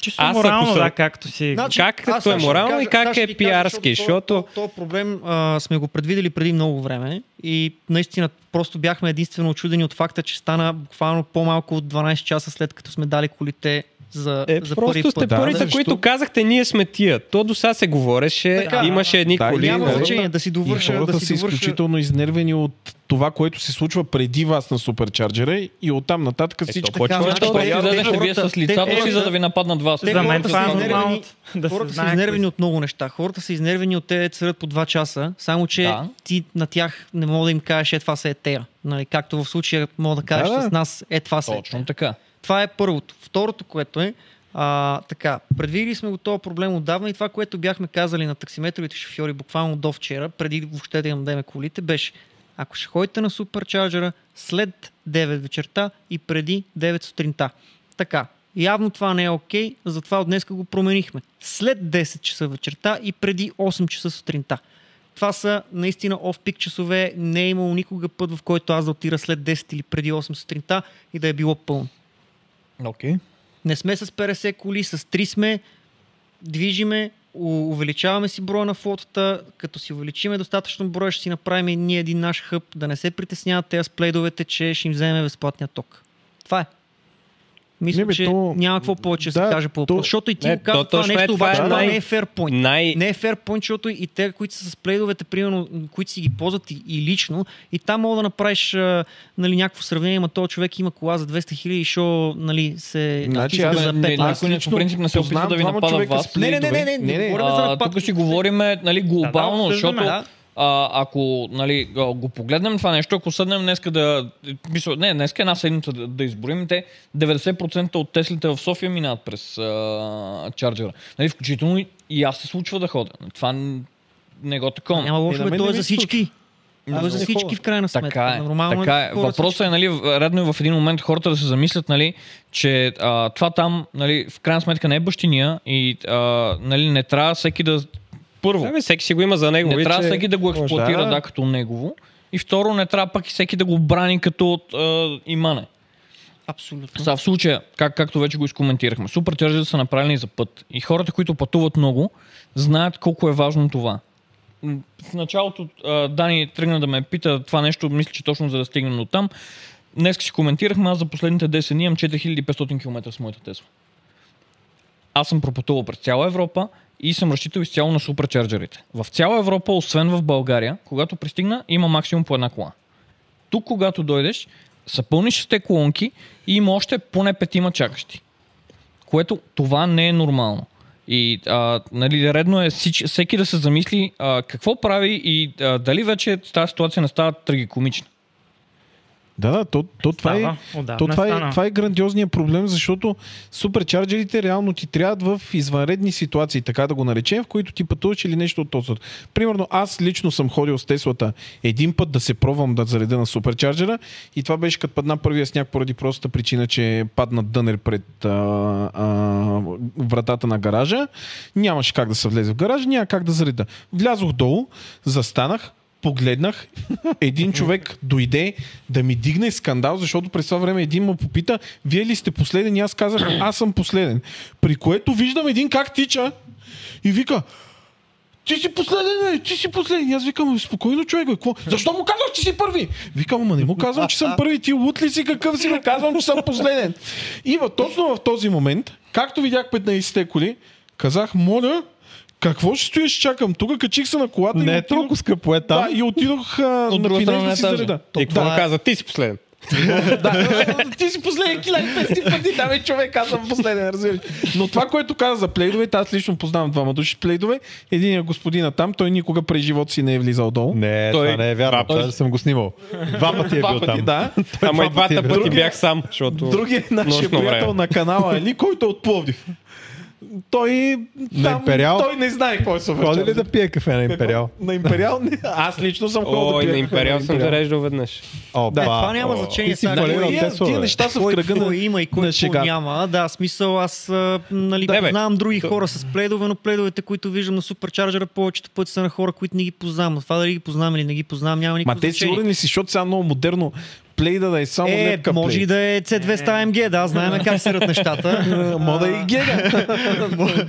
Speaker 7: Чисто
Speaker 5: Аз ако
Speaker 7: морално,
Speaker 5: съм-
Speaker 7: да, както си
Speaker 5: как като е
Speaker 6: сега Значи, ще
Speaker 5: морално
Speaker 6: ви
Speaker 5: и как
Speaker 6: сега ще
Speaker 5: е
Speaker 6: ви кажа,
Speaker 5: пиарски,
Speaker 6: То,
Speaker 5: защото-
Speaker 6: то, то проблем а, сме го предвидели преди много време и наистина просто бяхме единствено очудени от факта, че стана буквално по-малко от 12 часа след като сме дали колите за,
Speaker 5: е
Speaker 6: за първи
Speaker 5: просто
Speaker 6: път.
Speaker 5: сте парите,
Speaker 4: защо?
Speaker 5: които казахте, ние сме тия. То до сега се говореше,
Speaker 6: Така.
Speaker 5: имаше едни
Speaker 4: Да,
Speaker 5: коли.
Speaker 4: и
Speaker 6: Е, Няма
Speaker 4: нали?
Speaker 6: значение да си
Speaker 4: и
Speaker 6: довърша,
Speaker 4: хората
Speaker 6: да си
Speaker 4: са
Speaker 6: довърша.
Speaker 4: изключително изнервени от това, което се случва преди вас на суперчарджера и оттам нататък всички...
Speaker 5: почва
Speaker 6: Така,
Speaker 5: Значи,
Speaker 8: Значи, той
Speaker 5: той
Speaker 8: си
Speaker 5: явно
Speaker 8: дадеше
Speaker 6: хората-
Speaker 8: вие с
Speaker 6: те
Speaker 8: лицата си,
Speaker 6: хората-
Speaker 8: за да ви нападнат вас.
Speaker 6: те
Speaker 7: За мен
Speaker 6: хората
Speaker 7: това е
Speaker 6: са изнервени.
Speaker 7: нормално да се
Speaker 6: Хората са
Speaker 7: знае.
Speaker 6: изнервени от много неща. Хората са изнервени от те, царят по 2 часа, само че
Speaker 8: Да.
Speaker 6: ти на тях не мога да им кажеш, е това се е тея. Нали, както в случая мога да кажеш
Speaker 4: Да,
Speaker 6: да,
Speaker 4: да.
Speaker 6: с нас, е това се.
Speaker 8: Точно така.
Speaker 6: Това е първото. Второто, което е, а, така, предвидили сме го този проблем отдавна и това, което бяхме казали на таксиметровите шофьори буквално до вчера, преди въобще да им дадем колите, беше ако ще ходите на суперчарджера след 9 вечерта и преди 9 сутринта. Така, явно това не е окей, затова от днеска го променихме. След 10 часа вечерта и преди 8 часа сутринта. Това са наистина оф-пик часове. Не е имало никога път, в който аз да отира след 10 или преди 8 сутринта и да е било пълно.
Speaker 8: Окей. Okay.
Speaker 6: Не сме с 50 коли, с 3 сме, движиме, у- увеличаваме си броя на флотата, като си увеличиме достатъчно броя, ще си направим и ние един наш хъб, да не се притесняват тези сплейдовете, че ще им вземем безплатния ток. Това е. Мисля,
Speaker 4: Не, бе,
Speaker 6: че
Speaker 4: то-
Speaker 6: няма какво повече да се
Speaker 4: да,
Speaker 6: каже по
Speaker 4: то-
Speaker 6: въпроса, защото и ти
Speaker 5: Не,
Speaker 6: го каза
Speaker 5: то
Speaker 6: това
Speaker 5: точно е,
Speaker 6: нещо,
Speaker 5: това е
Speaker 6: обаче това
Speaker 5: най-
Speaker 6: не е ферпойнт.
Speaker 5: Най...
Speaker 6: Не е fair point, защото и те, които са с плейдовете, примерно, които си ги ползват и, и лично, и там мога да направиш а, нали, някакво сравнение, ма този човек има кола за 200 хиляди, шо нали, се
Speaker 4: Значи
Speaker 6: натиска
Speaker 4: аз
Speaker 6: за
Speaker 4: не-
Speaker 6: 5
Speaker 4: аз
Speaker 8: Никой не, по
Speaker 4: лично
Speaker 8: принцип не се
Speaker 4: познавам
Speaker 8: опитва да ви
Speaker 4: двама
Speaker 8: напада
Speaker 4: човека
Speaker 8: вас.
Speaker 4: с плейдове.
Speaker 6: Не, не, не, не, не, не, говорим за
Speaker 8: А,
Speaker 6: нападки.
Speaker 8: тук си говорим нали, глобално,
Speaker 7: Да, да,
Speaker 8: защото
Speaker 7: обсъждаме,
Speaker 6: да.
Speaker 8: а, ако нали, а, го погледнем това нещо, ако седнем днеска да... Мисля, не, днеска е една седмица да, да изброим, те 90% от теслите в София минават през а, чарджера. Нали, включително и- и аз се случва да ходя. Това н- не го такова.
Speaker 6: Няма
Speaker 4: И на
Speaker 6: лошо, бе,
Speaker 4: мен
Speaker 6: той
Speaker 4: не
Speaker 6: е
Speaker 4: ми
Speaker 6: за
Speaker 4: се случва.
Speaker 6: всички. Той е за
Speaker 4: не
Speaker 6: всички
Speaker 4: ходя.
Speaker 6: в крайна сметка.
Speaker 8: Така е.
Speaker 6: Нормално
Speaker 8: така е.
Speaker 6: хората са
Speaker 8: Въпросът е, нали, в- редно е в един момент хората да се замислят, нали, че а, това там, нали, в крайна сметка не е бащиния и а, нали, не трябва всеки да... Първо,
Speaker 5: Да, бе, всеки си го има за Ами, него.
Speaker 8: не
Speaker 5: вече.
Speaker 8: трябва всеки да го експлуатира,
Speaker 4: да.
Speaker 8: да, като негово. И второ, не трябва пък и всеки да го брани като от, а, имане.
Speaker 6: Абсолютно.
Speaker 8: Са в случая, как, както вече го изкоментирахме, суперчарджери са направени за път. И хората, които пътуват много, знаят колко е важно това. М, В началото а, Дани тръгна да ме пита това нещо, мисля, че точно за да стигнем до там. Днес си коментирахме, аз за последните 10 дни имам 4500 км с моята Тесла. Аз съм пропътувал през цяла Европа и съм разчитал изцяло на суперчарджерите. В цяла Европа, освен в България, когато пристигна, има максимум по една кола. Тук, когато дойдеш, са пълни шесте колонки и има още поне петима чакащи. Което това не е нормално. И а, нали, редно е всич, всеки да се замисли а, какво прави и а, дали вече тази ситуация не става трагикомична.
Speaker 4: Да, да, то, то това е...
Speaker 7: Става, отдавна
Speaker 4: То това, е,
Speaker 7: стана.
Speaker 4: това е грандиозният проблем, защото суперчарджерите реално ти трябват в извънредни ситуации, така да го наречем, в които ти пътуваш или нещо от този. сорт. Примерно аз лично съм ходил с Теслата един път да се пробвам да зареда на суперчарджера и това беше като падна първия сняг поради простата причина, че падна дънер пред а, а, вратата на гаража. Нямаше как да се влезе в гаража, няма как да зареда. Влязох долу, застанах, погледнах, един човек дойде да ми дигне скандал, защото през това време един му попита, вие ли сте последен? И аз казах, аз съм последен. При което виждам един как тича и вика, ти си последен, бе, ти си последен. И аз викам, «Бе, спокойно човек, бе, какво? Защо му казваш, че си първи? Викам, ама не му казвам, че съм първи, ти лут ли си, какъв си, бе? казвам, че съм последен. И в, точно в този момент, както видях 15-те коли, казах, моля, какво ще стоиш, чакам тук, качих се на колата и
Speaker 3: Не е
Speaker 4: отидох-
Speaker 3: толкова скъпо е там.
Speaker 4: да, и отидох а,
Speaker 8: От
Speaker 4: на
Speaker 8: друга
Speaker 4: Пинес
Speaker 8: страна
Speaker 4: да
Speaker 8: на
Speaker 4: си
Speaker 8: етажа.
Speaker 4: зареда.
Speaker 5: И какво
Speaker 4: Да.
Speaker 5: му каза? Ти си последен.
Speaker 4: Ти си последен килен пести пъти, да бе, човек, аз съм последен, разбираш. Но това, което каза за плейдовете, аз лично познавам двама души плейдове. Един е господина там, той никога през живота си не е влизал долу.
Speaker 3: Не,
Speaker 8: Той-
Speaker 3: това не е вярно. Той съм го снимал. Два пъти е
Speaker 4: Два
Speaker 3: бил
Speaker 4: пъти,
Speaker 3: там.
Speaker 4: да.
Speaker 3: Той
Speaker 5: Ама и
Speaker 3: два пъти е
Speaker 5: двата
Speaker 3: бил
Speaker 5: пъти
Speaker 3: там.
Speaker 5: бях сам, защото...
Speaker 4: Другият е нашия
Speaker 5: нощно
Speaker 4: приятел
Speaker 5: време.
Speaker 4: на канала Ели, който е от Пловдив. Той, там,
Speaker 3: е Империал?
Speaker 4: той не знае кой са
Speaker 3: Ходи ли да пие кафе на Империал? Е,
Speaker 4: На Империал? Не. Аз лично съм ходил да
Speaker 5: Ой, на
Speaker 4: пия кафе
Speaker 5: Империал съм
Speaker 4: Империал.
Speaker 5: зареждал веднъж.
Speaker 3: О,
Speaker 4: Е,
Speaker 6: Да,
Speaker 3: ба,
Speaker 6: това няма
Speaker 3: о.
Speaker 6: значение.
Speaker 3: Ти си
Speaker 6: сега
Speaker 3: фалирал
Speaker 6: кой-
Speaker 4: Тия-
Speaker 3: Тесла,
Speaker 4: Тия
Speaker 3: бе.
Speaker 4: неща са в
Speaker 6: кой
Speaker 4: кръга
Speaker 6: какво
Speaker 4: на...
Speaker 6: има и кой
Speaker 4: на
Speaker 6: какво
Speaker 4: шегата.
Speaker 6: няма. Да, смисъл аз а, нали,
Speaker 5: Да, бе.
Speaker 6: познавам други хора с пледове, но пледовете, които виждам на суперчарджера, повечето пъти са на хора, които не ги познавам. Това дали ги познавам или не ги познавам, няма никакво
Speaker 4: Ма те
Speaker 6: значение.
Speaker 4: сигурен ли си, защото сега много модерно плейда да е само
Speaker 6: Е,
Speaker 4: лепка
Speaker 6: може
Speaker 4: плей.
Speaker 6: и да е C200 AMG, да, знаем как се рът нещата.
Speaker 4: Мода е и гега.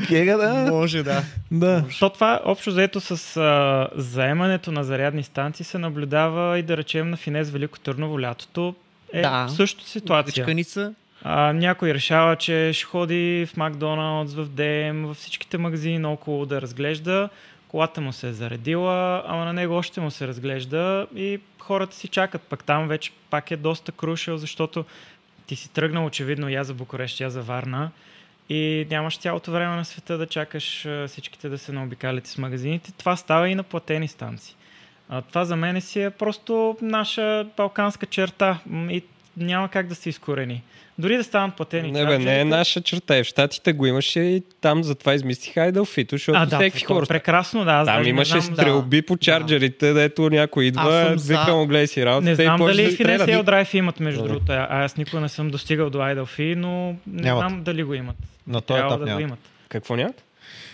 Speaker 4: гега, да.
Speaker 6: Може, да.
Speaker 4: да.
Speaker 7: То това общо заето с а, заемането на зарядни станции се наблюдава и да речем на Финес Велико Търново лятото. Е
Speaker 6: Да.
Speaker 7: да. същата ситуация.
Speaker 6: Чканица.
Speaker 7: А, някой решава, че ще ходи в Макдоналдс, в ДМ, във всичките магазини около да разглежда. Колата му се е заредила, ама на него още му се разглежда и хората си чакат. Пак там вече пак е доста крушел, защото ти си тръгнал очевидно я за Букурещ, я за Варна и нямаш цялото време на света да чакаш а, всичките да се наобикалят с магазините. Това става и на платени станции. А, това за мен си е просто наша балканска черта м, и няма как да се изкорени. Дори да станат платени
Speaker 5: Не, бе, не е
Speaker 7: чарджерите-
Speaker 5: наша черта. И в Штатите го имаше и там затова измислиха Айдълфито, защото
Speaker 7: а,
Speaker 5: а,
Speaker 7: да,
Speaker 5: всеки
Speaker 7: то е
Speaker 5: хора.
Speaker 7: прекрасно, да. Аз
Speaker 5: Там
Speaker 7: даже не
Speaker 5: имаше
Speaker 7: знам-
Speaker 5: стрелби по чарджерите, дето някой идва,
Speaker 6: Аз съм за-
Speaker 5: вика му гледай си работа.
Speaker 7: Не знам дали е
Speaker 5: да
Speaker 7: Financial Drive имат, между другото. А, аз никога не съм достигал до Idle но не
Speaker 3: Нямат.
Speaker 7: знам дали го имат.
Speaker 3: На този
Speaker 7: Трябва
Speaker 3: етап
Speaker 7: да
Speaker 3: няма.
Speaker 7: го имат.
Speaker 5: Какво нямат?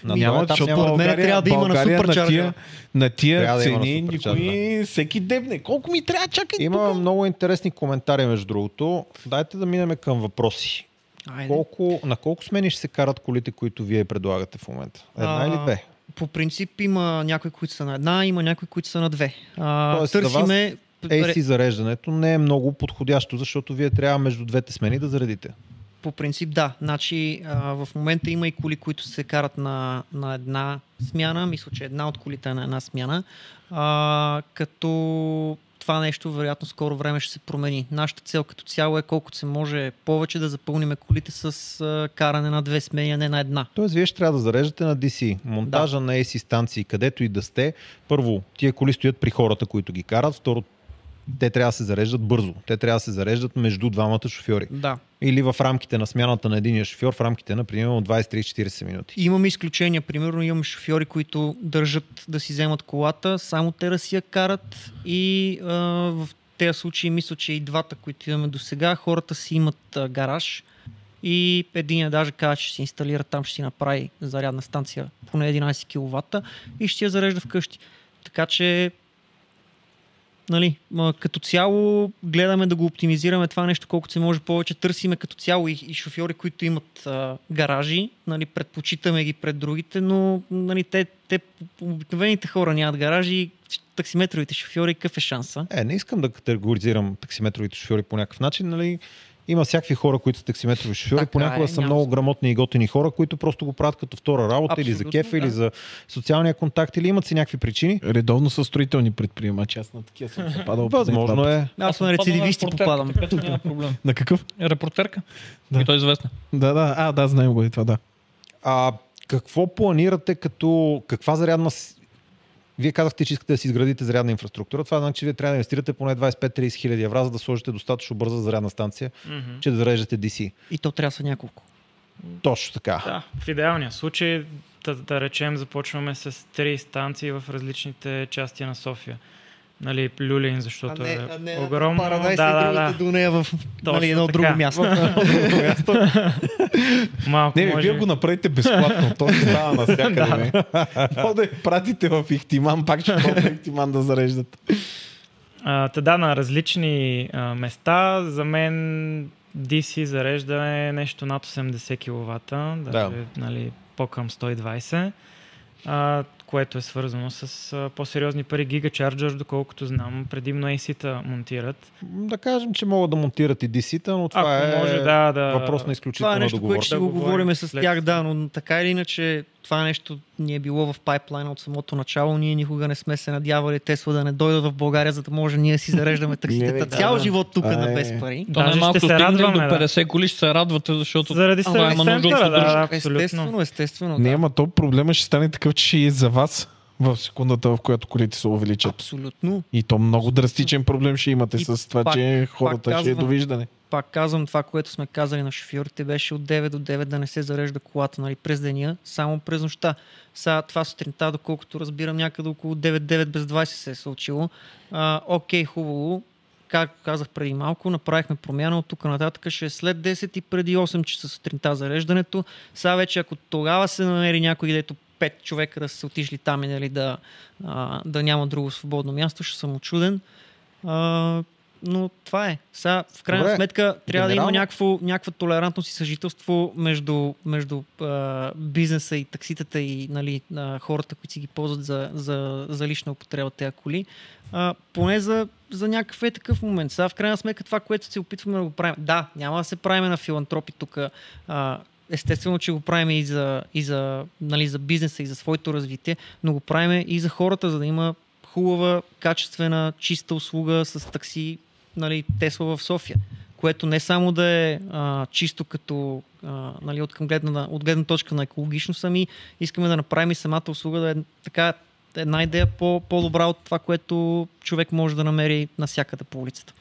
Speaker 3: На този
Speaker 4: Няма,
Speaker 3: етап
Speaker 4: защото
Speaker 3: няма.
Speaker 6: според мен
Speaker 4: България-
Speaker 6: трябва да има на
Speaker 4: България
Speaker 6: суперчарджера.
Speaker 4: тия- На тия
Speaker 3: Трябва да има на
Speaker 4: цени
Speaker 3: суперчарджера.
Speaker 4: никой всеки дебне. Колко ми трябва, чакай
Speaker 3: Има много интересни коментари, между другото. Дайте да минем към въпроси.
Speaker 7: Е,
Speaker 6: Айде.
Speaker 3: Колко, на колко смени ще се карат колите, които вие предлагате в момента? Една
Speaker 6: А,
Speaker 3: или две?
Speaker 6: По принцип има някои, които са на една, има някои, които са на две. А,
Speaker 3: Тоест, за
Speaker 6: търсиме...
Speaker 3: Ей си зареждането не е много подходящо, защото вие трябва между двете смени да заредите.
Speaker 6: По принцип да. Значи а, в момента има и коли, които се карат на, на една смяна. Мисля, че една от колите е на една смяна. А, като това нещо вероятно скоро време ще се промени. Нашата цел като цяло е колкото се може повече да запълниме колите с а, каране на две смени, а не на една.
Speaker 3: Тоест, вие ще трябва да зареждате на DC. Монтажа да. на AC станции, където и да сте, първо, тия коли стоят при хората, които ги карат, второ, те трябва да се зареждат бързо. Те трябва да се зареждат между двамата шофьори.
Speaker 6: Да.
Speaker 3: Или в рамките на смяната на единия шофьор, в рамките на примерно 20-30-40 минути.
Speaker 6: Имаме изключения. Примерно имаме шофьори, които държат да си вземат колата, само те да си я карат и а, в тези случаи мисля, че и двата, които имаме до сега, хората си имат а, гараж и един даже казва, че ще си инсталира там, ще си направи зарядна станция поне 11 кВт и ще я зарежда вкъщи. Така че нали, ма, като цяло гледаме да го оптимизираме това нещо колкото се може повече. Търсиме като цяло и, и шофьори, които имат а, гаражи, нали, предпочитаме ги пред другите, но нали, те, те, обикновените хора нямат гаражи, таксиметровите шофьори, какъв е шанса?
Speaker 3: Е, не искам да категоризирам таксиметровите шофьори по някакъв начин, нали? Има всякакви хора, които са таксиметрови шофьори,
Speaker 6: Така
Speaker 3: понякога
Speaker 6: е,
Speaker 3: са
Speaker 6: няма
Speaker 3: много
Speaker 6: за-
Speaker 3: грамотни и готини хора, които просто го правят като втора работа или за
Speaker 6: Абсолютно,
Speaker 3: кефа, или
Speaker 6: да.
Speaker 3: за социалния контакт, или имат си някакви причини.
Speaker 4: Редовно са строителни предприемачи. Аз на такива съм се падал.
Speaker 3: Възможно е.
Speaker 6: Аз на
Speaker 8: попадам
Speaker 6: рецидивисти
Speaker 8: репортерка,
Speaker 6: попадам.
Speaker 8: Така че няма проблем.
Speaker 4: На какъв?
Speaker 8: Репортерка?
Speaker 4: Да.
Speaker 8: Да. И то е известна.
Speaker 4: Да, да. А, да, знаем го и това, да.
Speaker 3: А какво планирате като... Каква зарядна... с- Вие казахте, че искате да си изградите зарядна инфraструктура. Това значи, че вие трябва да инвестирате поне 25-30 хиляди евро, за да сложите достатъчно бърза зарядна станция,
Speaker 7: Мгм.
Speaker 3: че да зареждате DC.
Speaker 6: И то трябва да са няколко.
Speaker 3: Точно така.
Speaker 7: Да, в идеалния случай, да, да речем, започваме с три станции в различните части на София. Нали, Люлин, защото е огромно.
Speaker 6: Парадайс
Speaker 7: да, да,
Speaker 6: и
Speaker 7: да.
Speaker 6: другите до нея в нали, едно
Speaker 7: така.
Speaker 6: друго място.
Speaker 7: Малко
Speaker 4: Не, бе,
Speaker 7: може.
Speaker 4: вие го направите безплатно. То не става навсякъде. не. Може да я пратите в Ихтиман, пак ще ходят на Ихтиман да зареждат.
Speaker 7: А, Та да, на различни а, места. За мен DC зарежда е нещо над 80 кВт, даже, нали, по-към 120, а, което е свързано с а, по-сериозни пари. Гигачарджър, доколкото знам, предимно AC-та монтират.
Speaker 3: Да кажем, че могат да монтират и DC-та, но това
Speaker 7: Ако
Speaker 3: е
Speaker 7: може, да, да.
Speaker 3: въпрос на
Speaker 6: Това е
Speaker 3: изключителна
Speaker 6: нещо,
Speaker 3: договор.
Speaker 6: което ще
Speaker 7: Да
Speaker 6: го
Speaker 7: говорим
Speaker 6: говорим с
Speaker 7: след.
Speaker 6: тях, да, но така или иначе това нещо ни е било в пайплайна от самото начало. Ние никога не сме се надявали Тесла да не дойдат в България, за да може ние да си зареждаме такситата цял живот тук
Speaker 4: А,
Speaker 6: на
Speaker 4: е.
Speaker 6: без пари.
Speaker 8: То
Speaker 7: Даже
Speaker 8: най-малко
Speaker 7: ще се
Speaker 8: стигнем
Speaker 7: радваме,
Speaker 8: до
Speaker 7: да.
Speaker 8: 50 коли, ще се радвате, защото
Speaker 7: Заради
Speaker 8: това
Speaker 7: сервис
Speaker 8: има нужда от
Speaker 7: центъра, да,
Speaker 8: поддръжка.
Speaker 7: да, абсолютно.
Speaker 6: Естествено, естествено.
Speaker 4: Не,
Speaker 6: Да.
Speaker 4: ама то проблема ще стане такъв, че ще е за вас в секундата, в която колите се увеличат.
Speaker 6: Абсолютно.
Speaker 4: И то много драстичен проблем ще имате
Speaker 6: И
Speaker 4: с това,
Speaker 6: пак-
Speaker 4: че хората ще е
Speaker 6: казвам-
Speaker 4: довиждане.
Speaker 6: Пак казвам, това, което сме казали на шофьорите, беше от 9 до 9 да не се зарежда колата нали, през деня, само през нощта. Сега това сутринта, доколкото разбирам, някъде около 9-9 без 20 се е случило. А, окей, хубаво. Както казах преди малко, направихме промяна от тук нататък ще е след 10 и преди 8 часа сутринта зареждането. Сега вече, ако тогава се намери някой, дето 5 човека да са се отишли там и нали, да, а, да няма друго свободно място, ще съм очуден. А, но това е. Сега, в крайна
Speaker 3: Добре,
Speaker 6: сметка, трябва да
Speaker 3: генерално-
Speaker 6: има някакво, някаква толерантност и съжителство между, между а, бизнеса и такситата и нали, а, хората, които си ги ползват за, за, за лична употреба тези коли. А, поне за, за някакъв е такъв момент. Сега, в крайна сметка, това, което се опитваме да го правим. Да, няма да се правим на филантропи тук. А, естествено, че го правим и за, и за, нали, за бизнеса, и за своето развитие, но го правим и за хората, за да има хубава, качествена, чиста услуга с такси, нали, Тесла в София което не само да е а, чисто като а, нали, от, към гледна, от гледна точка на екологичност, ами искаме да направим и самата услуга да е така една идея по- по-добра от това, което човек може да намери навсякъде по улицата.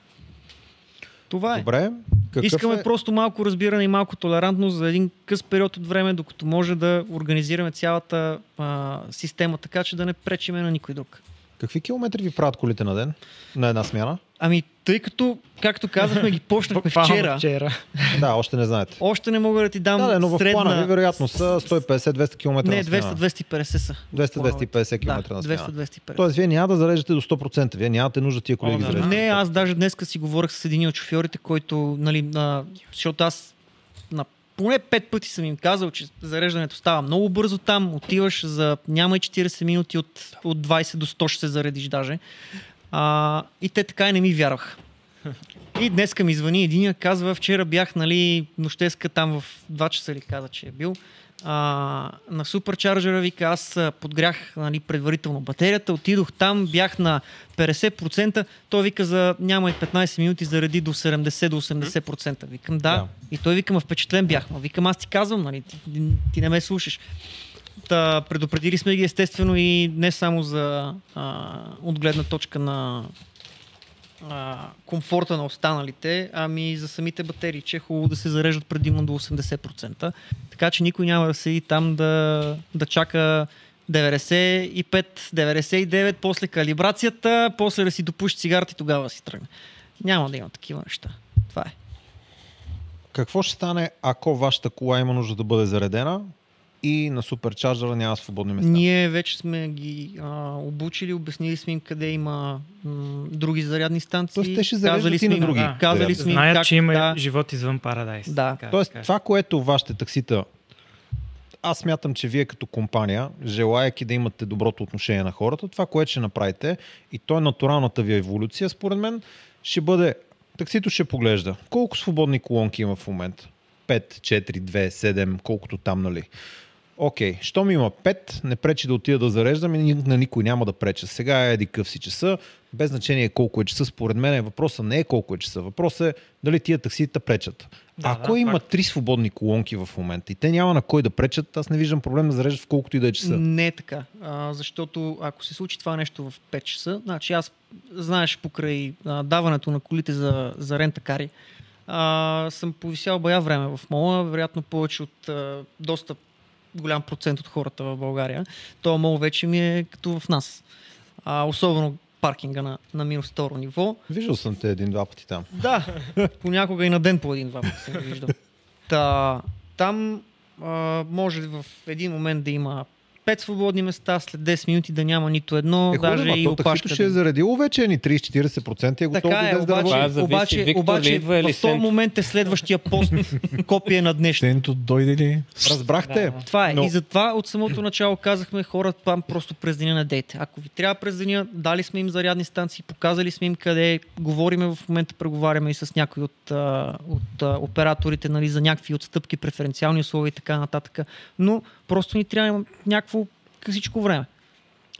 Speaker 6: Това е.
Speaker 3: Добре. Какъв
Speaker 6: Искаме
Speaker 3: е?
Speaker 6: просто малко разбиране и малко толерантност за един къс период от време, докато може да организираме цялата а, система така, че да не пречиме на никой друг.
Speaker 3: Какви километри ви правят колите на ден? На една смяна?
Speaker 6: Ами, тъй като, както казахме, ги почнахме вчера,
Speaker 8: Буквално вчера.
Speaker 3: Да, още не знаете.
Speaker 6: още не мога да ти дам
Speaker 3: Да, да, но в
Speaker 6: средна...
Speaker 3: плана ви вероятно са 150-200 км
Speaker 6: Не,
Speaker 3: на смяна.
Speaker 6: 200-250 са.
Speaker 3: 200-250 км
Speaker 6: Да,
Speaker 3: на смяна.
Speaker 6: 200-250.
Speaker 3: Тоест, вие няма да зареждате до 100%. Вие нямате нужда тия коли да ги
Speaker 7: О, да.
Speaker 3: зареждате.
Speaker 6: Не, аз даже днеска си говорих с един от шофьорите, който, нали, на, защото аз на поне пет пъти съм им казал, че зареждането става много бързо там, отиваш за няма и 40 минути, от, от 20 до 100 ще се заредиш даже. А, и те така и не ми вярваха. И днеска ми звъни един, казва, вчера бях, нали, нощеска там в 2 часа ли каза, че е бил. А, на суперчарджера вика, аз а, подгрях нали, предварително батерията, отидох там, бях на 50%, той вика за няма и 15 минути заради до 70 до 80%. Викам да.
Speaker 3: Да.
Speaker 6: И той вика, ма впечатлен бях. Ма викам, аз ти казвам, нали, ти, ти не ме слушаш. Та, предупредили сме ги естествено и не само за а, от гледна точка на а, комфорта на останалите, ами и за самите батерии, че е хубаво да се зареждат предимно до 80%. Така че никой няма да седи там да, да чака 95, 99, после калибрацията, после да си допуши цигарата и тогава да си тръгне. Няма да има такива неща. Това е.
Speaker 3: Какво ще стане, ако вашата кола има нужда да бъде заредена и на суперчарджера няма свободни места?
Speaker 6: Ние вече сме ги а, обучили, обяснили сме им къде има м- други зарядни станции.
Speaker 3: Тоест, те ще зареждат и на други
Speaker 6: Да, казали
Speaker 3: зарядни
Speaker 6: сме им
Speaker 7: Знаят,
Speaker 6: как,
Speaker 7: че има
Speaker 6: да,
Speaker 7: живот извън парадайс.
Speaker 6: Да.
Speaker 7: Така,
Speaker 3: Тоест,
Speaker 7: така.
Speaker 3: това, което вашите таксита, аз смятам, че вие като компания, желаяки да имате доброто отношение на хората, това, което ще направите, и то е натуралната ви еволюция, според мен, ще бъде, таксито ще поглежда, колко свободни колонки има в момента? 5, 4, 2, 7, колкото там, нали? Окей, щом има 5, не пречи да отида да зареждам и ни- на никой няма да преча. Сега е еди къв си часа, без значение колко е часа, според мен въпросът не е колко е часа, въпросът е дали тия таксита пречат. Да, Ако да, има три свободни колонки в момента и те няма на кой да пречат, аз не виждам проблем да зареждат в колкото и да е часа.
Speaker 6: Не е така. А, защото ако се случи това нещо в 5 часа, значи аз, знаеш, покрай а, даването на колите за, за рентакари, а, съм повисял бая време в мола, вероятно повече от а, доста голям процент от хората в България. То мол вече ми е като в нас. А, особено паркинга на, на минус второ ниво.
Speaker 3: Виждал съм те един-два пъти там.
Speaker 6: Да, понякога и на ден по един-два пъти се виждам. Та, там а, може в един момент да има пет свободни места, след 10 минути да няма нито едно,
Speaker 3: Е,
Speaker 6: е,
Speaker 3: хубаво,
Speaker 6: даже
Speaker 3: ма,
Speaker 6: и
Speaker 3: то таксито
Speaker 6: опашка.
Speaker 3: ще е
Speaker 6: да-
Speaker 3: заредило вече ни 30-40% и е готово
Speaker 6: Така
Speaker 3: да
Speaker 6: е,
Speaker 3: излезе да работи.
Speaker 6: обаче,
Speaker 3: Е,
Speaker 6: обаче,
Speaker 5: зависи
Speaker 6: обаче,
Speaker 5: Виктор ли идва или
Speaker 6: в този
Speaker 5: Сенто.
Speaker 6: момент е следващия пост копие на днешния.
Speaker 4: Тенто дойде ли?
Speaker 3: Разбрахте?
Speaker 6: Това е.
Speaker 3: Но-
Speaker 6: Но... И затова от самото начало казахме хората там просто през деня на дейте. Ако ви трябва през деня, дали сме им зарядни станции, показали сме им къде, говориме в момента, преговаряме и с някои от, а, от а, операторите нали, за някакви отстъпки, преференциални условия и така нататък. Но просто ни трябва някакво късичко време.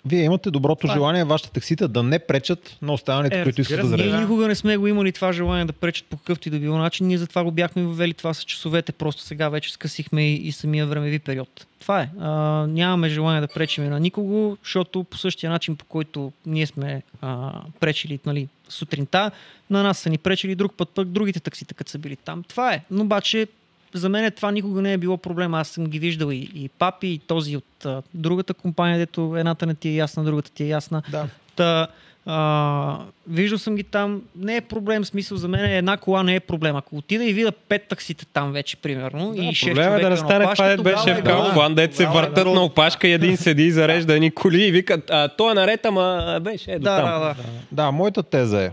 Speaker 3: Вие имате доброто
Speaker 6: Това е.
Speaker 3: желание вашите таксита да не пречат на останалите,
Speaker 7: Е,
Speaker 3: които искат да
Speaker 7: разбира се.
Speaker 3: зареждат.
Speaker 6: Ние
Speaker 7: Да.
Speaker 6: никога не сме го имали това желание да пречат по какъвто и да било начин. Ние затова го бяхме въвели това с часовете. Просто сега вече скъсихме и, и самия времеви период. Това е. А, нямаме желание да пречиме на никого, защото по същия начин, по който ние сме а, пречили нали, сутринта, на нас са ни пречили друг път, пък другите таксита, като са били там. Това е. Но обаче за мен това никога не е било проблема. Аз съм ги виждал и, и папи, и този от а, другата компания, дето едната не ти е ясна, другата ти е ясна.
Speaker 3: Да.
Speaker 6: Та, а, виждал съм ги там. Не е проблем, в смисъл за мен е една кола не е проблем. Ако отида и видя пет таксита там вече, примерно, да, и шест
Speaker 5: Проблема е
Speaker 6: човека
Speaker 5: да не
Speaker 6: на
Speaker 5: стане това,
Speaker 6: опашка,
Speaker 5: дето беше
Speaker 6: тогава
Speaker 5: в
Speaker 6: е проблем.
Speaker 5: Калфлан, дето се
Speaker 6: Тогава е
Speaker 5: въртат на опашка и един седи и зарежда едни коли и викат, а, той е наред, ама беше, е до
Speaker 6: Да,
Speaker 5: там.
Speaker 6: да, да.
Speaker 3: Да, моята теза е.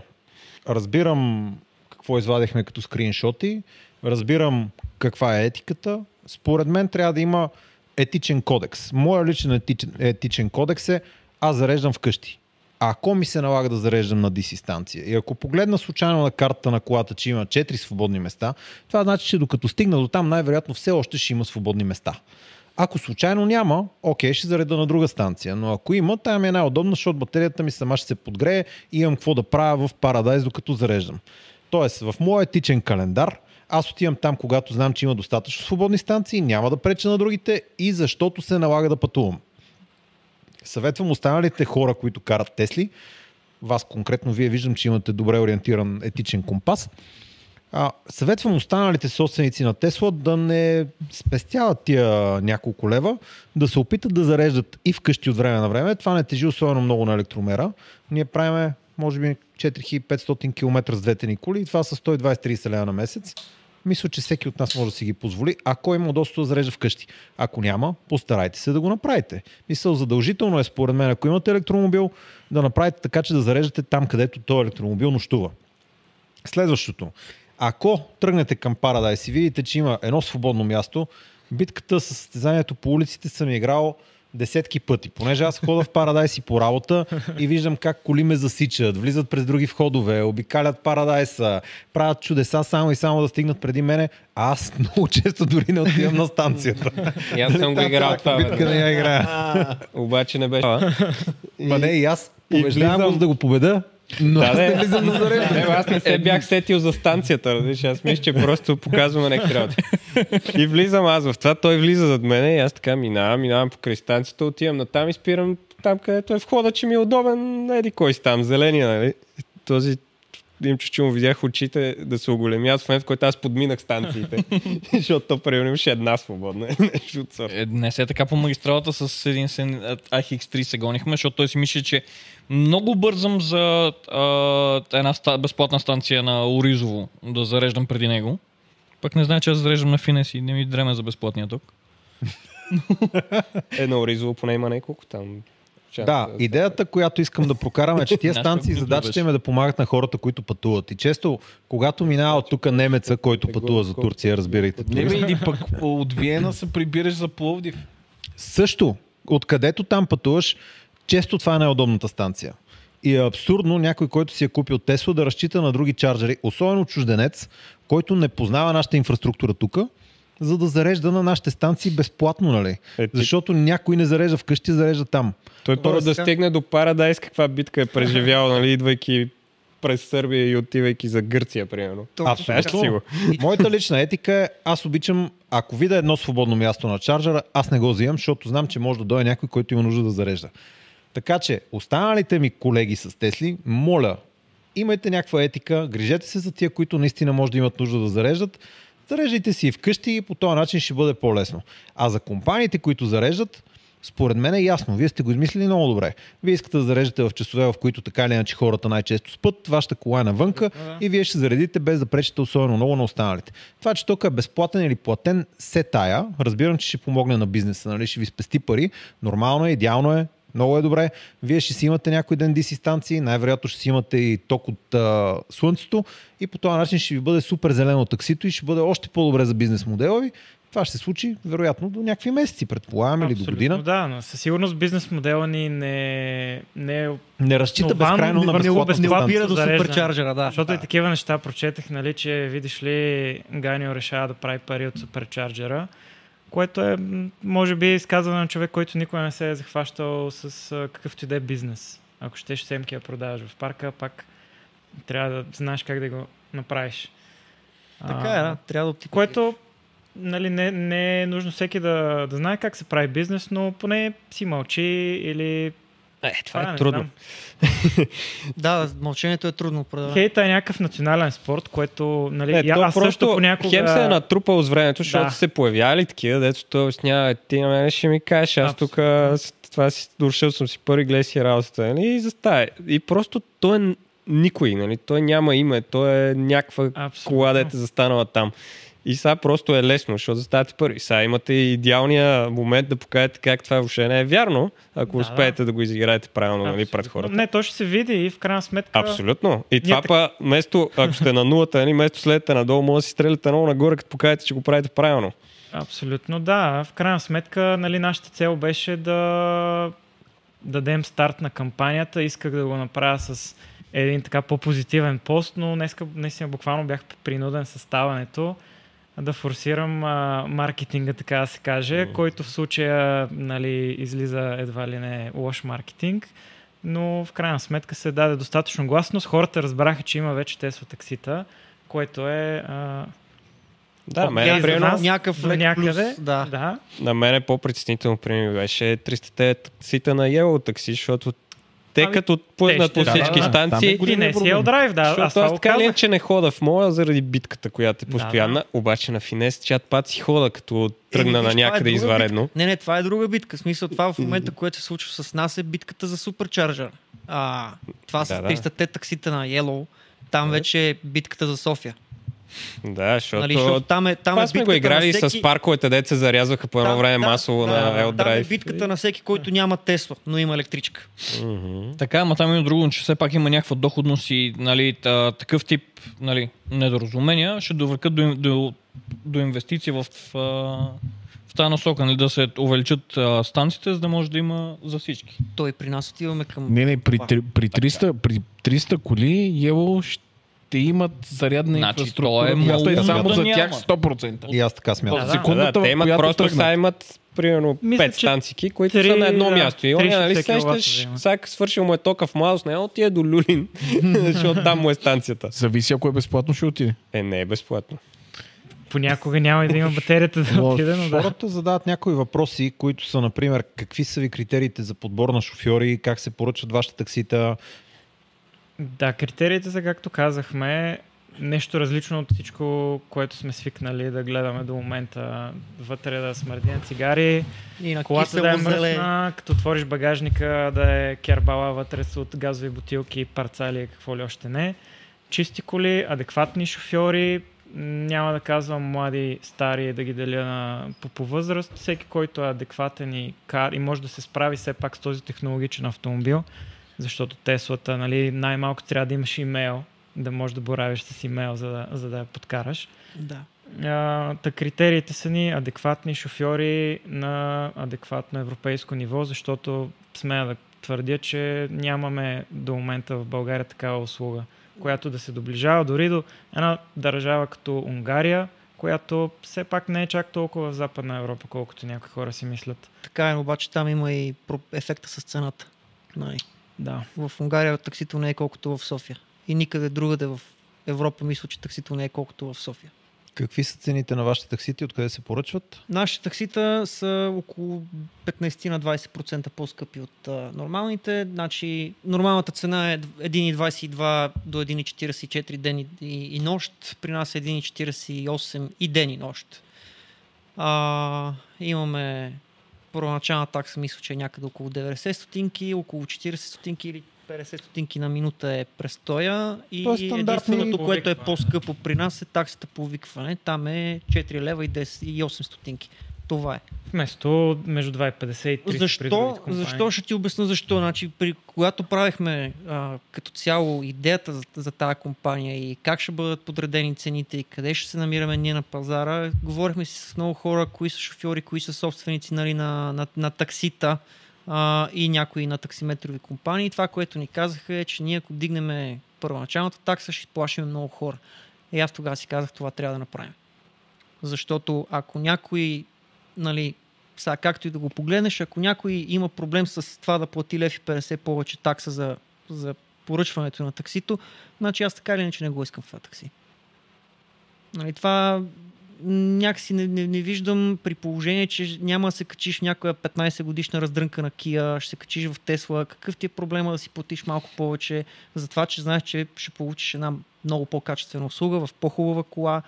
Speaker 3: Разбирам какво извадихме като скриншоти, разбирам каква е етиката. Според мен трябва да има етичен кодекс. Моя личен етичен, етичен кодекс е аз зареждам вкъщи. А ако ми се налага да зареждам на дистанция и ако погледна случайно на картата на колата, че има 4 свободни места, това значи, че докато стигна до там, най-вероятно все още ще има свободни места. Ако случайно няма, окей, ще зареда на друга станция. Но ако има, тая ми е най-удобна, защото батерията ми сама ще се подгрее и имам какво да правя в Парадайз, докато зареждам. Тоест, в моя етичен календар, аз отивам там, когато знам, че има достатъчно свободни станции, няма да преча на другите и защото се налага да пътувам. Съветвам останалите хора, които карат Тесли, вас конкретно, вие виждам, че имате добре ориентиран етичен компас. А, съветвам останалите собственици на Тесла да не спестяват тия няколко лева, да се опитат да зареждат и вкъщи от време на време. Това не тежи особено много на електромера. Ние правиме, може би, 4500 км с двете ни коли и това са 120-30 лева на месец. Мисля, че всеки от нас може да си ги позволи, ако има удобство да зарежда вкъщи. Ако няма, постарайте се да го направите. Мисъл, задължително е според мен, ако имате електромобил, да направите така, че да зареждате там, където този електромобил нощува. Следващото. Ако тръгнете към Paradise и видите, че има едно свободно място, битката с състезанието по улиците съм играл десетки пъти. Понеже аз хода в Парадайс и по работа и виждам как коли ме засичат, влизат през други входове, обикалят Парадайса, правят чудеса само и само да стигнат преди мене, а аз много често дори не отивам на станцията.
Speaker 10: И аз съм го играл това, бе.
Speaker 3: Битка не я играя.
Speaker 10: Обаче не беше.
Speaker 3: Ма не, и аз побеждавам го, за да го победа, но аз не
Speaker 10: бе.
Speaker 3: влизам на зареждане. Е,
Speaker 10: Не, бе, аз не се бях сетил за станцията, разбираш. Аз мисля, че просто показваме някакви работи. И влизам аз в това, той влиза зад мене и аз така минавам, минавам покрай станцията, отивам на там и спирам там, където е входа, че ми е удобен, еди кой си там, зеления, нали? Този Димчо, че му видях очите да се оголемят в момент, в който аз подминах станциите. Защото то примерно имаше една свободна. Нещо от сорта.
Speaker 8: Е, днес е така по магистралата с един Е, сен AX3 се гонихме, защото той си мисли, че много бързам за а, една ста, безплатна станция на Оризово да зареждам преди него. Пък не знае, че аз зареждам на Финес и не ми дреме за безплатния ток.
Speaker 10: Едно Оризово поне има няколко там. Чакай,
Speaker 3: Да, идеята, която искам да прокарам е, че тия
Speaker 8: Нашата
Speaker 3: станции
Speaker 8: битва
Speaker 3: задачата
Speaker 8: беше.
Speaker 3: им е да помагат на хората, които пътуват. И често, когато минава от тук немеца, който пътува за Турция, разбирайте.
Speaker 4: Не бе,
Speaker 3: турист,
Speaker 4: или пък от Виена се прибираш за Пловдив.
Speaker 3: Също, откъдето там пътуваш, често това е най-удобната станция. И е абсурдно някой, който си е купил Тесла, да разчита на други чарджери, особено чужденец, който не познава нашата инфраструктура тук, за да зарежда на нашите станции безплатно, нали?
Speaker 10: Е, ти-
Speaker 3: Защото някой не зарежда вкъщи, зарежда там.
Speaker 10: Той първо да
Speaker 6: сега.
Speaker 10: стигне до Парадайс, каква битка е преживял, нали, идвайки през Сърбия и отивайки за Гърция, примерно.
Speaker 6: Точно
Speaker 10: Знаеш ли си го?
Speaker 3: Моята лична етика е, аз обичам, ако видя едно свободно място на чарджера, аз не го взимам, защото знам, че може да дойде някой, който има нужда да зарежда. Така че, останалите ми колеги с Тесли, моля, имайте някаква етика, грижете се за тия, които наистина може да имат нужда да зареждат, зареждайте си и вкъщи и по този начин ще бъде по-лесно. А за компаниите, които зареждат, според мен е ясно. Вие сте го измислили много добре. Вие искате да зареждате в часове, в които така или иначе хората най-често спът, вашата кола е навънка и вие ще заредите без да пречите особено много на останалите. Това, че тока е безплатен или платен, се тая. Разбирам, че ще помогне на бизнеса, нали? ще ви спести пари. Нормално е, идеално е, много е добре. Вие ще си имате някой ден DC станции, най-вероятно ще си имате и ток от а, слънцето и по този начин ще ви бъде супер зелено таксито и ще бъде още по-добре за бизнес модела ви. Това ще се случи, вероятно, до някакви месеци, предполагам, или до
Speaker 7: Абсолютно,
Speaker 3: година.
Speaker 7: Да, но със сигурност бизнес модела ни не, не е
Speaker 3: Не разчита
Speaker 7: Но вам
Speaker 3: безкрайно на
Speaker 7: не- не го
Speaker 3: безплатната
Speaker 7: обясня-
Speaker 3: станция.
Speaker 7: бира
Speaker 6: до
Speaker 7: зареждане.
Speaker 6: суперчарджера, да.
Speaker 7: Защото е
Speaker 6: Да.
Speaker 7: и такива неща прочетах, нали, че видиш ли Ганио решава да прави пари от суперчарджера, което е, м, може би, изказване на човек, който никога не се е захващал с а, какъвто и да е бизнес. Ако щеш семки я продаваш в парка, пак трябва да знаеш как да го направиш.
Speaker 6: Така е, да. Трябва да ти
Speaker 7: Което нали, не, не е нужно всеки да, да знае как се прави бизнес, но поне си мълчи или...
Speaker 10: Е,
Speaker 7: А,
Speaker 10: това е
Speaker 7: не
Speaker 10: трудно.
Speaker 7: знам.
Speaker 6: Да, мълчението е трудно. определено.
Speaker 7: Хейта е някакъв национален спорт, което... Нали,
Speaker 10: Не,
Speaker 7: и
Speaker 10: то
Speaker 7: аз също
Speaker 10: просто
Speaker 7: понякога...
Speaker 10: хем се е натрупал с времето, защото
Speaker 7: Да.
Speaker 10: се появяли такива, дето той обяснява, «Е, ти на мен ще ми кажеш, аз тук а, с- това си, дошъл съм си първи, гледай си работата, нали, и застая. И просто той е н- никой, нали, той няма име, той е някаква
Speaker 7: Абсолютно.
Speaker 10: кола, дете застанала там. И сега просто е лесно, защото заставате първи. Сега имате и идеалния момент да покажете как това въобще не е вярно, ако
Speaker 7: Да,
Speaker 10: успеете да. го изиграете правилно нали, пред
Speaker 7: Абсолютно.
Speaker 10: хората.
Speaker 7: Не, то ще се види и в крайна сметка.
Speaker 10: Абсолютно. И това
Speaker 7: така-
Speaker 10: па, вместо, ако сте на нулата, нали, вместо следите надолу, може да си стреляте много нагоре, като покажете, че го правите правилно.
Speaker 7: Абсолютно, да. В крайна сметка, нали, нашата цел беше да дадем старт на кампанията. Исках да го направя с един така по-позитивен пост, но днеска наистина буквално бях принуден със ставането да форсирам а, маркетинга, така да се каже, който в случая нали, излиза едва ли не лош маркетинг, но в крайна сметка се даде достатъчно гласност. Хората разбраха, че има вече Тесла таксита, което е а,
Speaker 5: Да, мен,
Speaker 7: Окей, за
Speaker 5: примерно,
Speaker 7: нас
Speaker 6: някакъв
Speaker 7: до
Speaker 6: лек
Speaker 7: някъде.
Speaker 6: плюс, да.
Speaker 7: да.
Speaker 5: на мен е по-притеснително, примерно, беше 300-те таксита на Yellow такси, защото те
Speaker 7: Ами,
Speaker 5: като
Speaker 7: ще
Speaker 5: отплъзнат по
Speaker 7: да,
Speaker 5: всички
Speaker 7: да, да.
Speaker 5: станции,
Speaker 7: Е, Ти не си ел драйв, да. Аз
Speaker 5: Защото
Speaker 7: това
Speaker 5: аз
Speaker 7: го
Speaker 5: така ли,
Speaker 7: казах.
Speaker 5: че не хода в моя заради битката, която е
Speaker 7: да.
Speaker 5: постоянна, обаче на финес чат пат си хода, като тръгна
Speaker 6: Еми,
Speaker 5: на
Speaker 6: виж, това е
Speaker 5: някъде
Speaker 6: друга
Speaker 5: изваредно.
Speaker 6: Не, не, това е друга битка. В смисъл, това в момента, което се случва с нас е битката за суперчарджър. А, това с
Speaker 5: Да, да.
Speaker 6: 300-те таксита на Yellow, там вече е битката за София.
Speaker 5: Да, защото...
Speaker 6: Нали, защото там е, там
Speaker 5: това
Speaker 6: е
Speaker 5: сме го
Speaker 6: битката
Speaker 5: играли
Speaker 6: на всеки...
Speaker 5: с парковете, дете се зарязваха по едно
Speaker 6: Там-
Speaker 5: време
Speaker 6: да,
Speaker 5: масово на Ел
Speaker 6: Там е
Speaker 5: Драйв.
Speaker 6: битката на всеки, който няма Тесла, но има електричка.
Speaker 5: Мгм.
Speaker 8: Така, ама там има друго, че все пак има някаква доходност и нали, та, такъв тип нали, недоразумения ще довлекат до, ин- до, до инвестиции в, в, а, в тази насока, нали, да се увеличат а, станциите, за да може да има за всички.
Speaker 6: Той при нас отиваме към...
Speaker 4: Не, не, при,
Speaker 6: това.
Speaker 4: три- при, 300, при 300 коли Ево ще имат зарядна
Speaker 8: Значи,
Speaker 4: инфраструктура.
Speaker 8: то е
Speaker 4: която
Speaker 8: малумно
Speaker 4: само
Speaker 8: да
Speaker 4: за
Speaker 8: няма.
Speaker 4: тях 100%.
Speaker 3: И аз така смятам.
Speaker 7: Да,
Speaker 4: В
Speaker 7: да.
Speaker 5: Да,
Speaker 4: секундата,
Speaker 5: те
Speaker 4: в
Speaker 5: имат
Speaker 4: която
Speaker 5: просто
Speaker 4: тръгнат.
Speaker 5: са имат примерно
Speaker 7: Мисля,
Speaker 5: 5
Speaker 7: че
Speaker 5: станцики, които са
Speaker 7: три-
Speaker 5: на едно
Speaker 7: да,
Speaker 5: място. И оня,
Speaker 7: 360
Speaker 5: нали
Speaker 7: киловата
Speaker 5: сещаш,
Speaker 7: взема.
Speaker 5: всяк свършил му е тока в младост, не отиде до Люлин, защото там му е станцията.
Speaker 4: Зависи ако е безплатно ще отиде.
Speaker 5: Е, не е безплатно.
Speaker 7: Понякога няма и да има батерията да отиде, но да.
Speaker 3: Хората задават някои въпроси, които са, например, какви са ви критериите за подбор на шофьори, как се поръчат вашите таксита.
Speaker 7: Да, критериите са, както казахме, нещо различно от всичко, което сме свикнали да гледаме до момента. Вътре да смърди на цигари,
Speaker 6: И на
Speaker 7: колата да е
Speaker 6: кисело зеле.
Speaker 7: мръсна, като отвориш багажника да е кербала вътре с от газови бутилки, парцали и какво ли още не. Чисти коли, адекватни шофьори, м, няма да казвам млади, стари, да ги деля на, по, по възраст. Всеки, който е адекватен и, кар, и може да се справи все пак с този технологичен автомобил, защото Теслата, нали, най-малко трябва да имаш имейл, да можеш да боравиш с имейл, за да, за да я подкараш.
Speaker 6: Да.
Speaker 7: А, та критериите са ни адекватни шофьори на адекватно европейско ниво, защото смея да твърдя, че нямаме до момента в България такава услуга, която да се доближава дори до една държава като Унгария, която все пак не е чак толкова в Западна Европа, колкото някои хора си мислят.
Speaker 6: Така е, но обаче там има и про- ефекта с цената. Нали. Най-
Speaker 7: Да.
Speaker 6: в Унгария таксито не е колкото в София. И никъде другаде в Европа мисля, че таксито не е колкото в София.
Speaker 3: Какви са цените на вашите таксити, откъде се поръчват?
Speaker 6: Нашите таксита са около 15 на 20% по-скъпи от а, нормалните. Значи, нормалната цена е 1,22 до 1,44 ден и, и, и нощ. При нас е 1,48 и ден и нощ. А, имаме първоначална такса, мисля, че е някъде около 90 стотинки, около 40 стотинки или 50 стотинки на минута е престоя. И
Speaker 3: Тоест стандартни-
Speaker 6: единственото, което е
Speaker 7: Повикване.
Speaker 6: по-скъпо при нас е таксата по викване. Там е 4 лева и 10 и 8 стотинки. Това е.
Speaker 7: Вместо между 2,50 и 3 при другите
Speaker 6: Защо,
Speaker 7: компании.
Speaker 6: защо ще ти обясна защо? Значи, при, когато правихме а, като цяло идеята за, за тази компания и как ще бъдат подредени цените и къде ще се намираме ние на пазара, говорихме си с много хора, кои са шофьори, кои са собственици нали, на, на, на таксита а, и някои на таксиметрови компании. Това, което ни казаха е, че ние ако дигнем първоначалната такса, ще плашим много хора. И аз тогава си казах, това трябва да направим. Защото ако някой нали, сега както и да го погледнеш, ако някой има проблем с това да плати лев и 50 повече такса за, за поръчването на таксито, значи аз така или иначе не го искам в това такси. Нали, това м, някакси не, не, не виждам при положение, че няма да се качиш в някоя 15 годишна раздрънка на Кия, ще се качиш в Тесла, какъв ти е проблема да си платиш малко повече, за това, че знаеш, че ще получиш една много по-качествена услуга в по-хубава кола.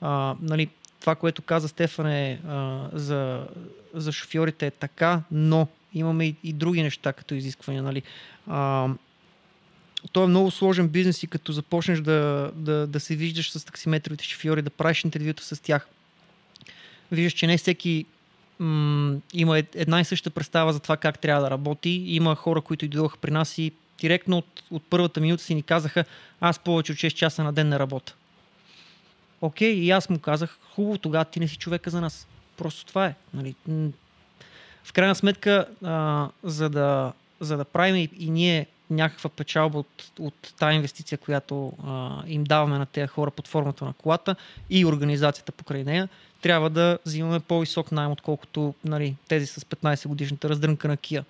Speaker 6: А, нали, това, което каза Стефане а, за, за шофьорите е така, но имаме и, и други неща като изисквания. Нали. А, то е много сложен бизнес и като започнеш да, да, да се виждаш с таксиметровите шофьори, да правиш интервюта с тях, виждаш, че не всеки м- има ед- една и съща представа за това как трябва да работи. Има хора, които и дойдоха при нас и директно от, от първата минута си ни казаха, аз повече от 6 часа на ден не работя. Окей, и аз му казах, хубаво, тогава ти не си човека за нас. Просто това е. Нали? М, В крайна сметка, а, за, да, за да правим и, и ние някаква печалба от, от тази инвестиция, която а, им даваме на тези хора под формата на колата и организацията покрай нея, трябва да взимаме по-висок найем, отколкото нали, тези с 15 годишната раздрънка на Кия.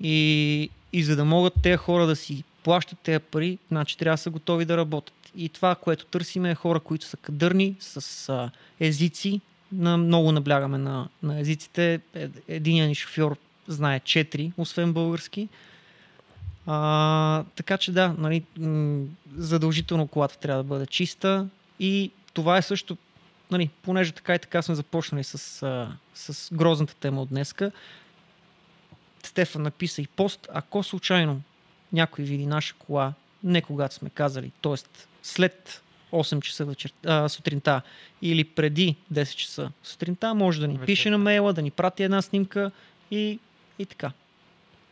Speaker 6: И, и за да могат тези хора да си плащат тези пари, значи трябва да са готови да работят. И това, което търсиме е хора, които са кадърни, с а, езици. На, много наблягаме на, на езиците. Е, Единият ни шофьор знае четири, освен български. А, така че да, нали, м, задължително колата трябва да бъде чиста и това е също, нали, понеже така и така сме започнали с, а, с грозната тема от днеска, Стефан написа и пост, ако случайно някой види наша кола, не когато сме казали, т.е. след 8 часа вечер, а, сутринта или преди 10 часа сутринта, може да ни
Speaker 7: Вечерта.
Speaker 6: пише на мейла, да ни прати една снимка и, и така.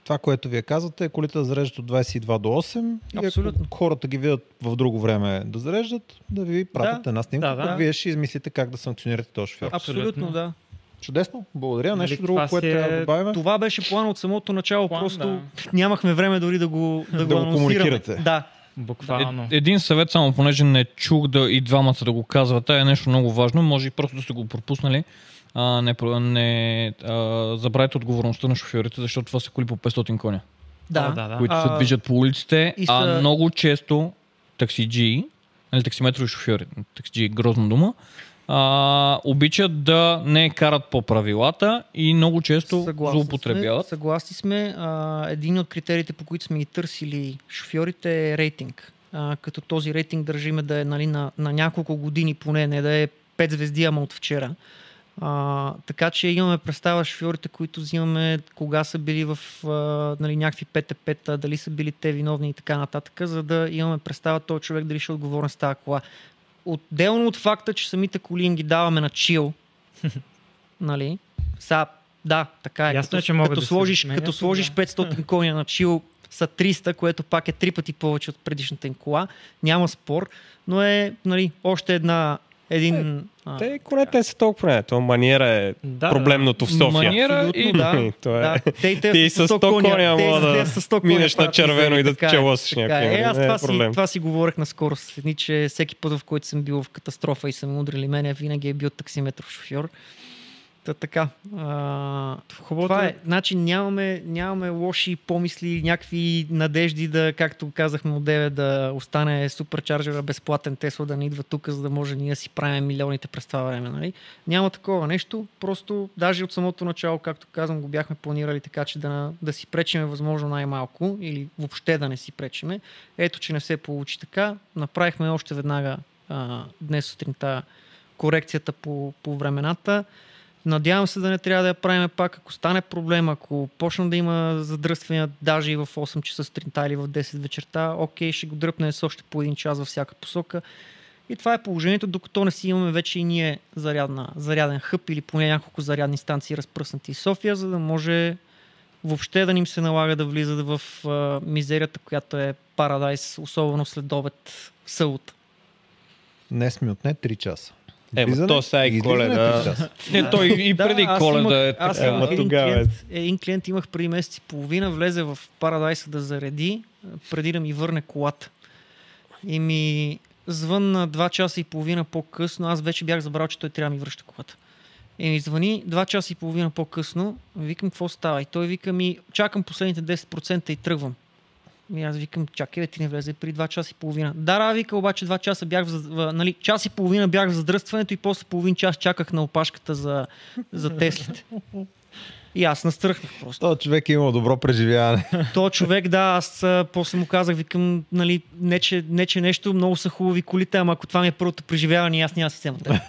Speaker 3: Това, което вие казвате, е колите да зареждат от 22 до 8. И
Speaker 6: Абсолютно.
Speaker 3: ако хората ги видят в друго време да зареждат, да ви пратят
Speaker 6: Да,
Speaker 3: една снимка,
Speaker 7: да, да.
Speaker 3: пък вие ще измислите как да санкционирате този шофьор.
Speaker 7: Абсолютно.
Speaker 6: Абсолютно, Абсолютно да.
Speaker 3: Чудесно, благодаря.
Speaker 7: Нали,
Speaker 3: Нещо
Speaker 7: това
Speaker 3: друго,
Speaker 7: си
Speaker 3: което
Speaker 7: е-
Speaker 3: трябва да добавим.
Speaker 6: Това беше план от самото начало,
Speaker 7: План,
Speaker 6: план, просто
Speaker 7: да.
Speaker 6: да. нямахме време дори да го, да
Speaker 3: Да
Speaker 6: го,
Speaker 3: го
Speaker 6: анонсираме.
Speaker 3: комуникирате.
Speaker 6: Да,
Speaker 7: Буквално.
Speaker 8: Е, един съвет, само понеже не чух да и двамата да го казвате, е нещо много важно. Може и просто да сте го пропуснали. А, не, про- не а, забравяйте отговорността на шофьорите, защото това са коли по 500 коня,
Speaker 6: да.
Speaker 7: да, да.
Speaker 8: които се
Speaker 6: А,
Speaker 8: движат по улиците,
Speaker 6: и
Speaker 8: а
Speaker 6: са-
Speaker 8: много често таксиджии, нали, таксиметрови шофьори, таксиджии е грозна дума, а, обичат да не карат по правилата и много често злоупотребяват.
Speaker 6: Сме, съгласни сме. А, един от критериите, по които сме ги търсили шофьорите е рейтинг. А, като този рейтинг държиме да е нали, на, на няколко години поне, не да е 5 звезди, ама от вчера. А, така че имаме представа шофьорите, които взимаме, кога са били в а, нали, някакви ПТП-та, дали са били те виновни и така нататък, за да имаме представа този човек дали ще е отговорен с тази кола. Отделно от факта, че самите коли им ги даваме на чил, нали, са, да, така е.
Speaker 7: Ясно
Speaker 6: като,
Speaker 7: е, че могат
Speaker 6: като
Speaker 7: да се
Speaker 6: сложиш,
Speaker 7: изменят,
Speaker 6: като сложиш
Speaker 7: да.
Speaker 6: 500 коня на чил, са 300, което пак е три пъти повече от предишната им кола. Няма спор, но е нали, още една, един... а,
Speaker 5: Те конете са толкова не. То маниера е
Speaker 7: Да,
Speaker 5: проблемното в София.
Speaker 8: Маниера и
Speaker 6: Абсолютно, да.
Speaker 5: То е.
Speaker 6: Да, те и те
Speaker 5: Ти с 100 коня
Speaker 6: те и
Speaker 5: мога
Speaker 6: с-
Speaker 5: да
Speaker 6: те с 100 коня
Speaker 5: минеш на
Speaker 6: правят
Speaker 5: червено и да
Speaker 6: така е,
Speaker 5: челосиш
Speaker 6: така
Speaker 5: някой,
Speaker 6: Е,
Speaker 5: нали?
Speaker 6: аз
Speaker 5: Не е
Speaker 6: това, си,
Speaker 5: проблем.
Speaker 6: това си говорех наскоро с едни, че всеки път, в който съм бил в катастрофа и са ме удрили мене, винаги е бил таксиметров шофьор. Та така. А,
Speaker 7: Хубавото
Speaker 6: това
Speaker 7: е-
Speaker 6: е. Значи нямаме, нямаме лоши помисли, някакви надежди да, както казахме от 9, да остане суперчарджера безплатен Тесла да не идва тук, за да може ние да си правим милионите през това време. Нали? Няма такова нещо. Просто даже от самото начало, както казвам, го бяхме планирали така, че да, да си пречиме възможно най-малко или въобще да не си пречиме. Ето, че не се получи така. Направихме още веднага а, днес сутринта корекцията по, по времената. Надявам се да не трябва да я правим пак, ако стане проблем, ако почна да има задръствания даже и в 8 часа сутринта или в 10 вечерта, окей, ще го дръпне с още по един час във всяка посока. И това е положението, докато не си имаме вече и ние зарядна, заряден хъб или поне няколко зарядни станции разпръснати из София, за да може въобще да ни им се налага да влизат в а, мизерията, която е парадайс, особено след обед в събота.
Speaker 3: Днес ми отне 3 часа.
Speaker 5: Е, ма
Speaker 3: Влизане
Speaker 5: то сега
Speaker 3: и
Speaker 5: и
Speaker 3: излизане
Speaker 5: коледа.
Speaker 3: три часа.
Speaker 8: Не, Е, той и преди
Speaker 6: аз
Speaker 8: коледа е
Speaker 6: имах- Аз
Speaker 8: така.
Speaker 6: имах един,
Speaker 5: тогава е.
Speaker 6: клиент, един клиент имах преди месец и половина, влезе в Парадайса да зареди, преди да ми върне колата. И ми звънна 2 часа и половина по-късно, аз вече бях забрал, че той трябва да ми връща колата. И Е, ми звъни 2 часа и половина по-късно, викам какво става. И той вика ми, чакам последните 10% и тръгвам. И аз викам, чакай, бе, ти не влезе при 2 часа и половина. Да, да, вика, обаче 2 часа бях в, зад- в, нали, час и половина бях в задръстването и после половин час чаках на опашката за, за Теслите. И аз настръхнах просто.
Speaker 3: Този човек е имал добро преживяване.
Speaker 6: То човек, да, аз а, после му казах, викам, нали, не че, не че нещо, много са хубави колите, ама ако това ми е първото преживяване, аз няма да си взема. те.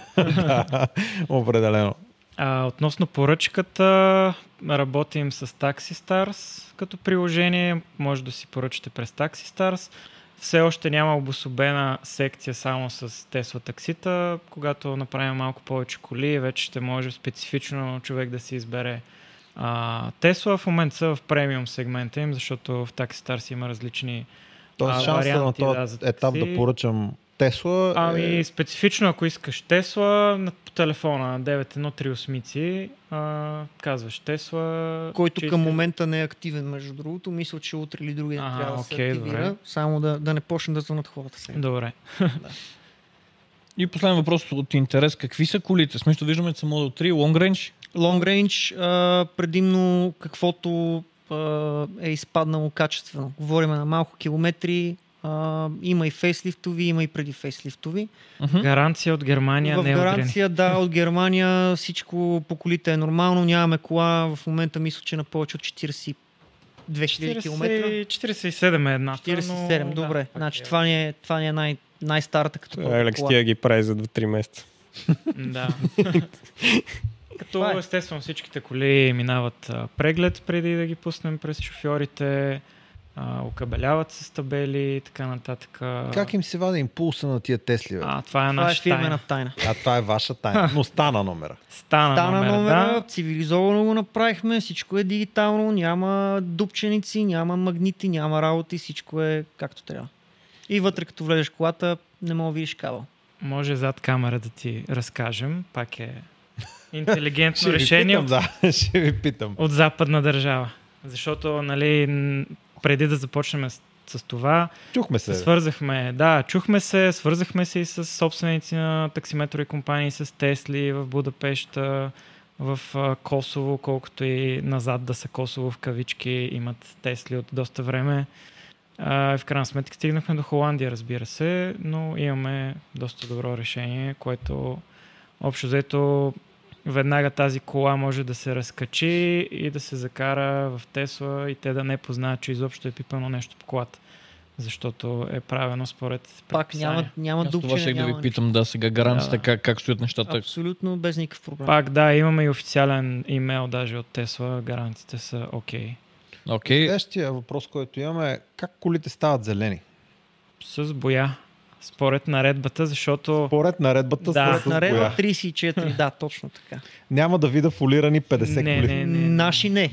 Speaker 3: Определено.
Speaker 7: А, относно поръчката, работим с TaxiStars като приложение. Може да си поръчате през TaxiStars. Все още няма обособена секция само с Tesla таксита. Когато направим малко повече коли, вече ще може специфично човек да си избере а, Tesla. В момента са в премиум сегмента им, защото в TaxiStars има различни
Speaker 3: Тоест
Speaker 7: А,
Speaker 3: шанса на
Speaker 7: варианти,
Speaker 3: този
Speaker 7: да, за
Speaker 3: етап да
Speaker 7: такси.
Speaker 3: поръчам Тесла е
Speaker 7: Ами, специфично, ако искаш Тесла, на- по телефона 9138 а, казваш Тесла.
Speaker 6: Който
Speaker 7: че
Speaker 6: към
Speaker 7: иска-
Speaker 6: момента не е активен, между другото. Мисля, че утре или други
Speaker 7: Ага,
Speaker 6: трябва да се
Speaker 7: окей,
Speaker 6: активира.
Speaker 7: добре.
Speaker 6: Само да, да не почне да звънат хората сега.
Speaker 7: Добре.
Speaker 8: И последен въпрос от интерес. Какви са колите? Смешно виждаме само до 3, long range.
Speaker 6: Long range, а, предимно каквото а, а, е изпаднало качествено. Говориме на малко километри, а, има и фейслифтови, има и преди фейслифтови.
Speaker 7: Гаранция от Германия,
Speaker 6: В
Speaker 7: не е от Рени.
Speaker 6: гаранция, да, от Германия всичко по колите е нормално, нямаме кола, в момента мисля, че на повече от 42 000 км.
Speaker 7: 47 е едната,
Speaker 6: 47,
Speaker 7: но...
Speaker 6: добре.
Speaker 7: Да,
Speaker 6: значи това ни е, това ни е най- най-старата като
Speaker 7: Е,
Speaker 6: пробна
Speaker 5: Алекс
Speaker 6: кола.
Speaker 5: тия Е, ги прави за 2-3 месеца.
Speaker 7: Да.
Speaker 6: е.
Speaker 7: Като естествено всичките коли минават а, преглед преди да ги пуснем през шофьорите, а, окабеляват се с табели и така нататък.
Speaker 3: Как им се вади импулса на тия Тесли, бе?
Speaker 7: А, това е
Speaker 6: Това е
Speaker 7: наша
Speaker 6: фирмена
Speaker 7: тайна.
Speaker 6: тайна.
Speaker 3: А това е ваша тайна, но стана номера.
Speaker 7: Стана,
Speaker 6: Стана
Speaker 7: номер,
Speaker 6: номера,
Speaker 7: да.
Speaker 6: цивилизовано го направихме, всичко е дигитално, няма дупченици, няма магнити, няма работи, всичко е както трябва. И вътре, като влезеш в колата, не мога да видиш кабел.
Speaker 7: Може зад камера да ти разкажем. Пак е интелигентно
Speaker 3: Ще ви
Speaker 7: решение
Speaker 3: питам,
Speaker 7: от,
Speaker 3: да, ще ви питам.
Speaker 7: от западна държава. Защото, нали, н- преди да започнем с, с това,
Speaker 3: Чухме се. бе.
Speaker 7: Свързахме, да, чухме се, свързахме се и с собственици на таксиметрови компании, с Тесли в Будапешта, в а, Косово, колкото и назад да са Косово в кавички, имат Тесли от доста време. А, в крайна сметка стигнахме до Холандия, разбира се, но имаме доста добро решение, което общо взето веднага тази кола може да се разкачи и да се закара в Тесла и те да не познаят, че изобщо е пипано нещо по колата. Защото е правено според
Speaker 6: Пак
Speaker 7: предписания.
Speaker 6: няма, няма
Speaker 8: Аз това
Speaker 6: дупче,
Speaker 8: ще да
Speaker 6: няма
Speaker 8: ви
Speaker 6: нищо.
Speaker 8: питам, да, сега гаранцията,
Speaker 7: Да, да.
Speaker 8: как, как стоят нещата.
Speaker 6: Абсолютно без никакъв проблем.
Speaker 7: Пак да, имаме и официален имейл даже от Тесла, гаранциите са окей.
Speaker 8: Окей,
Speaker 7: Е,
Speaker 3: Следващия въпрос, който имаме е как колите стават зелени?
Speaker 7: Okay. С боя, според наредбата, защото
Speaker 3: Поред наредбата
Speaker 7: Да.
Speaker 3: да.
Speaker 6: Според наредба 34, да, точно така.
Speaker 3: няма да видя фолирани 50
Speaker 7: Не,
Speaker 3: коли.
Speaker 7: не,
Speaker 6: Наши не.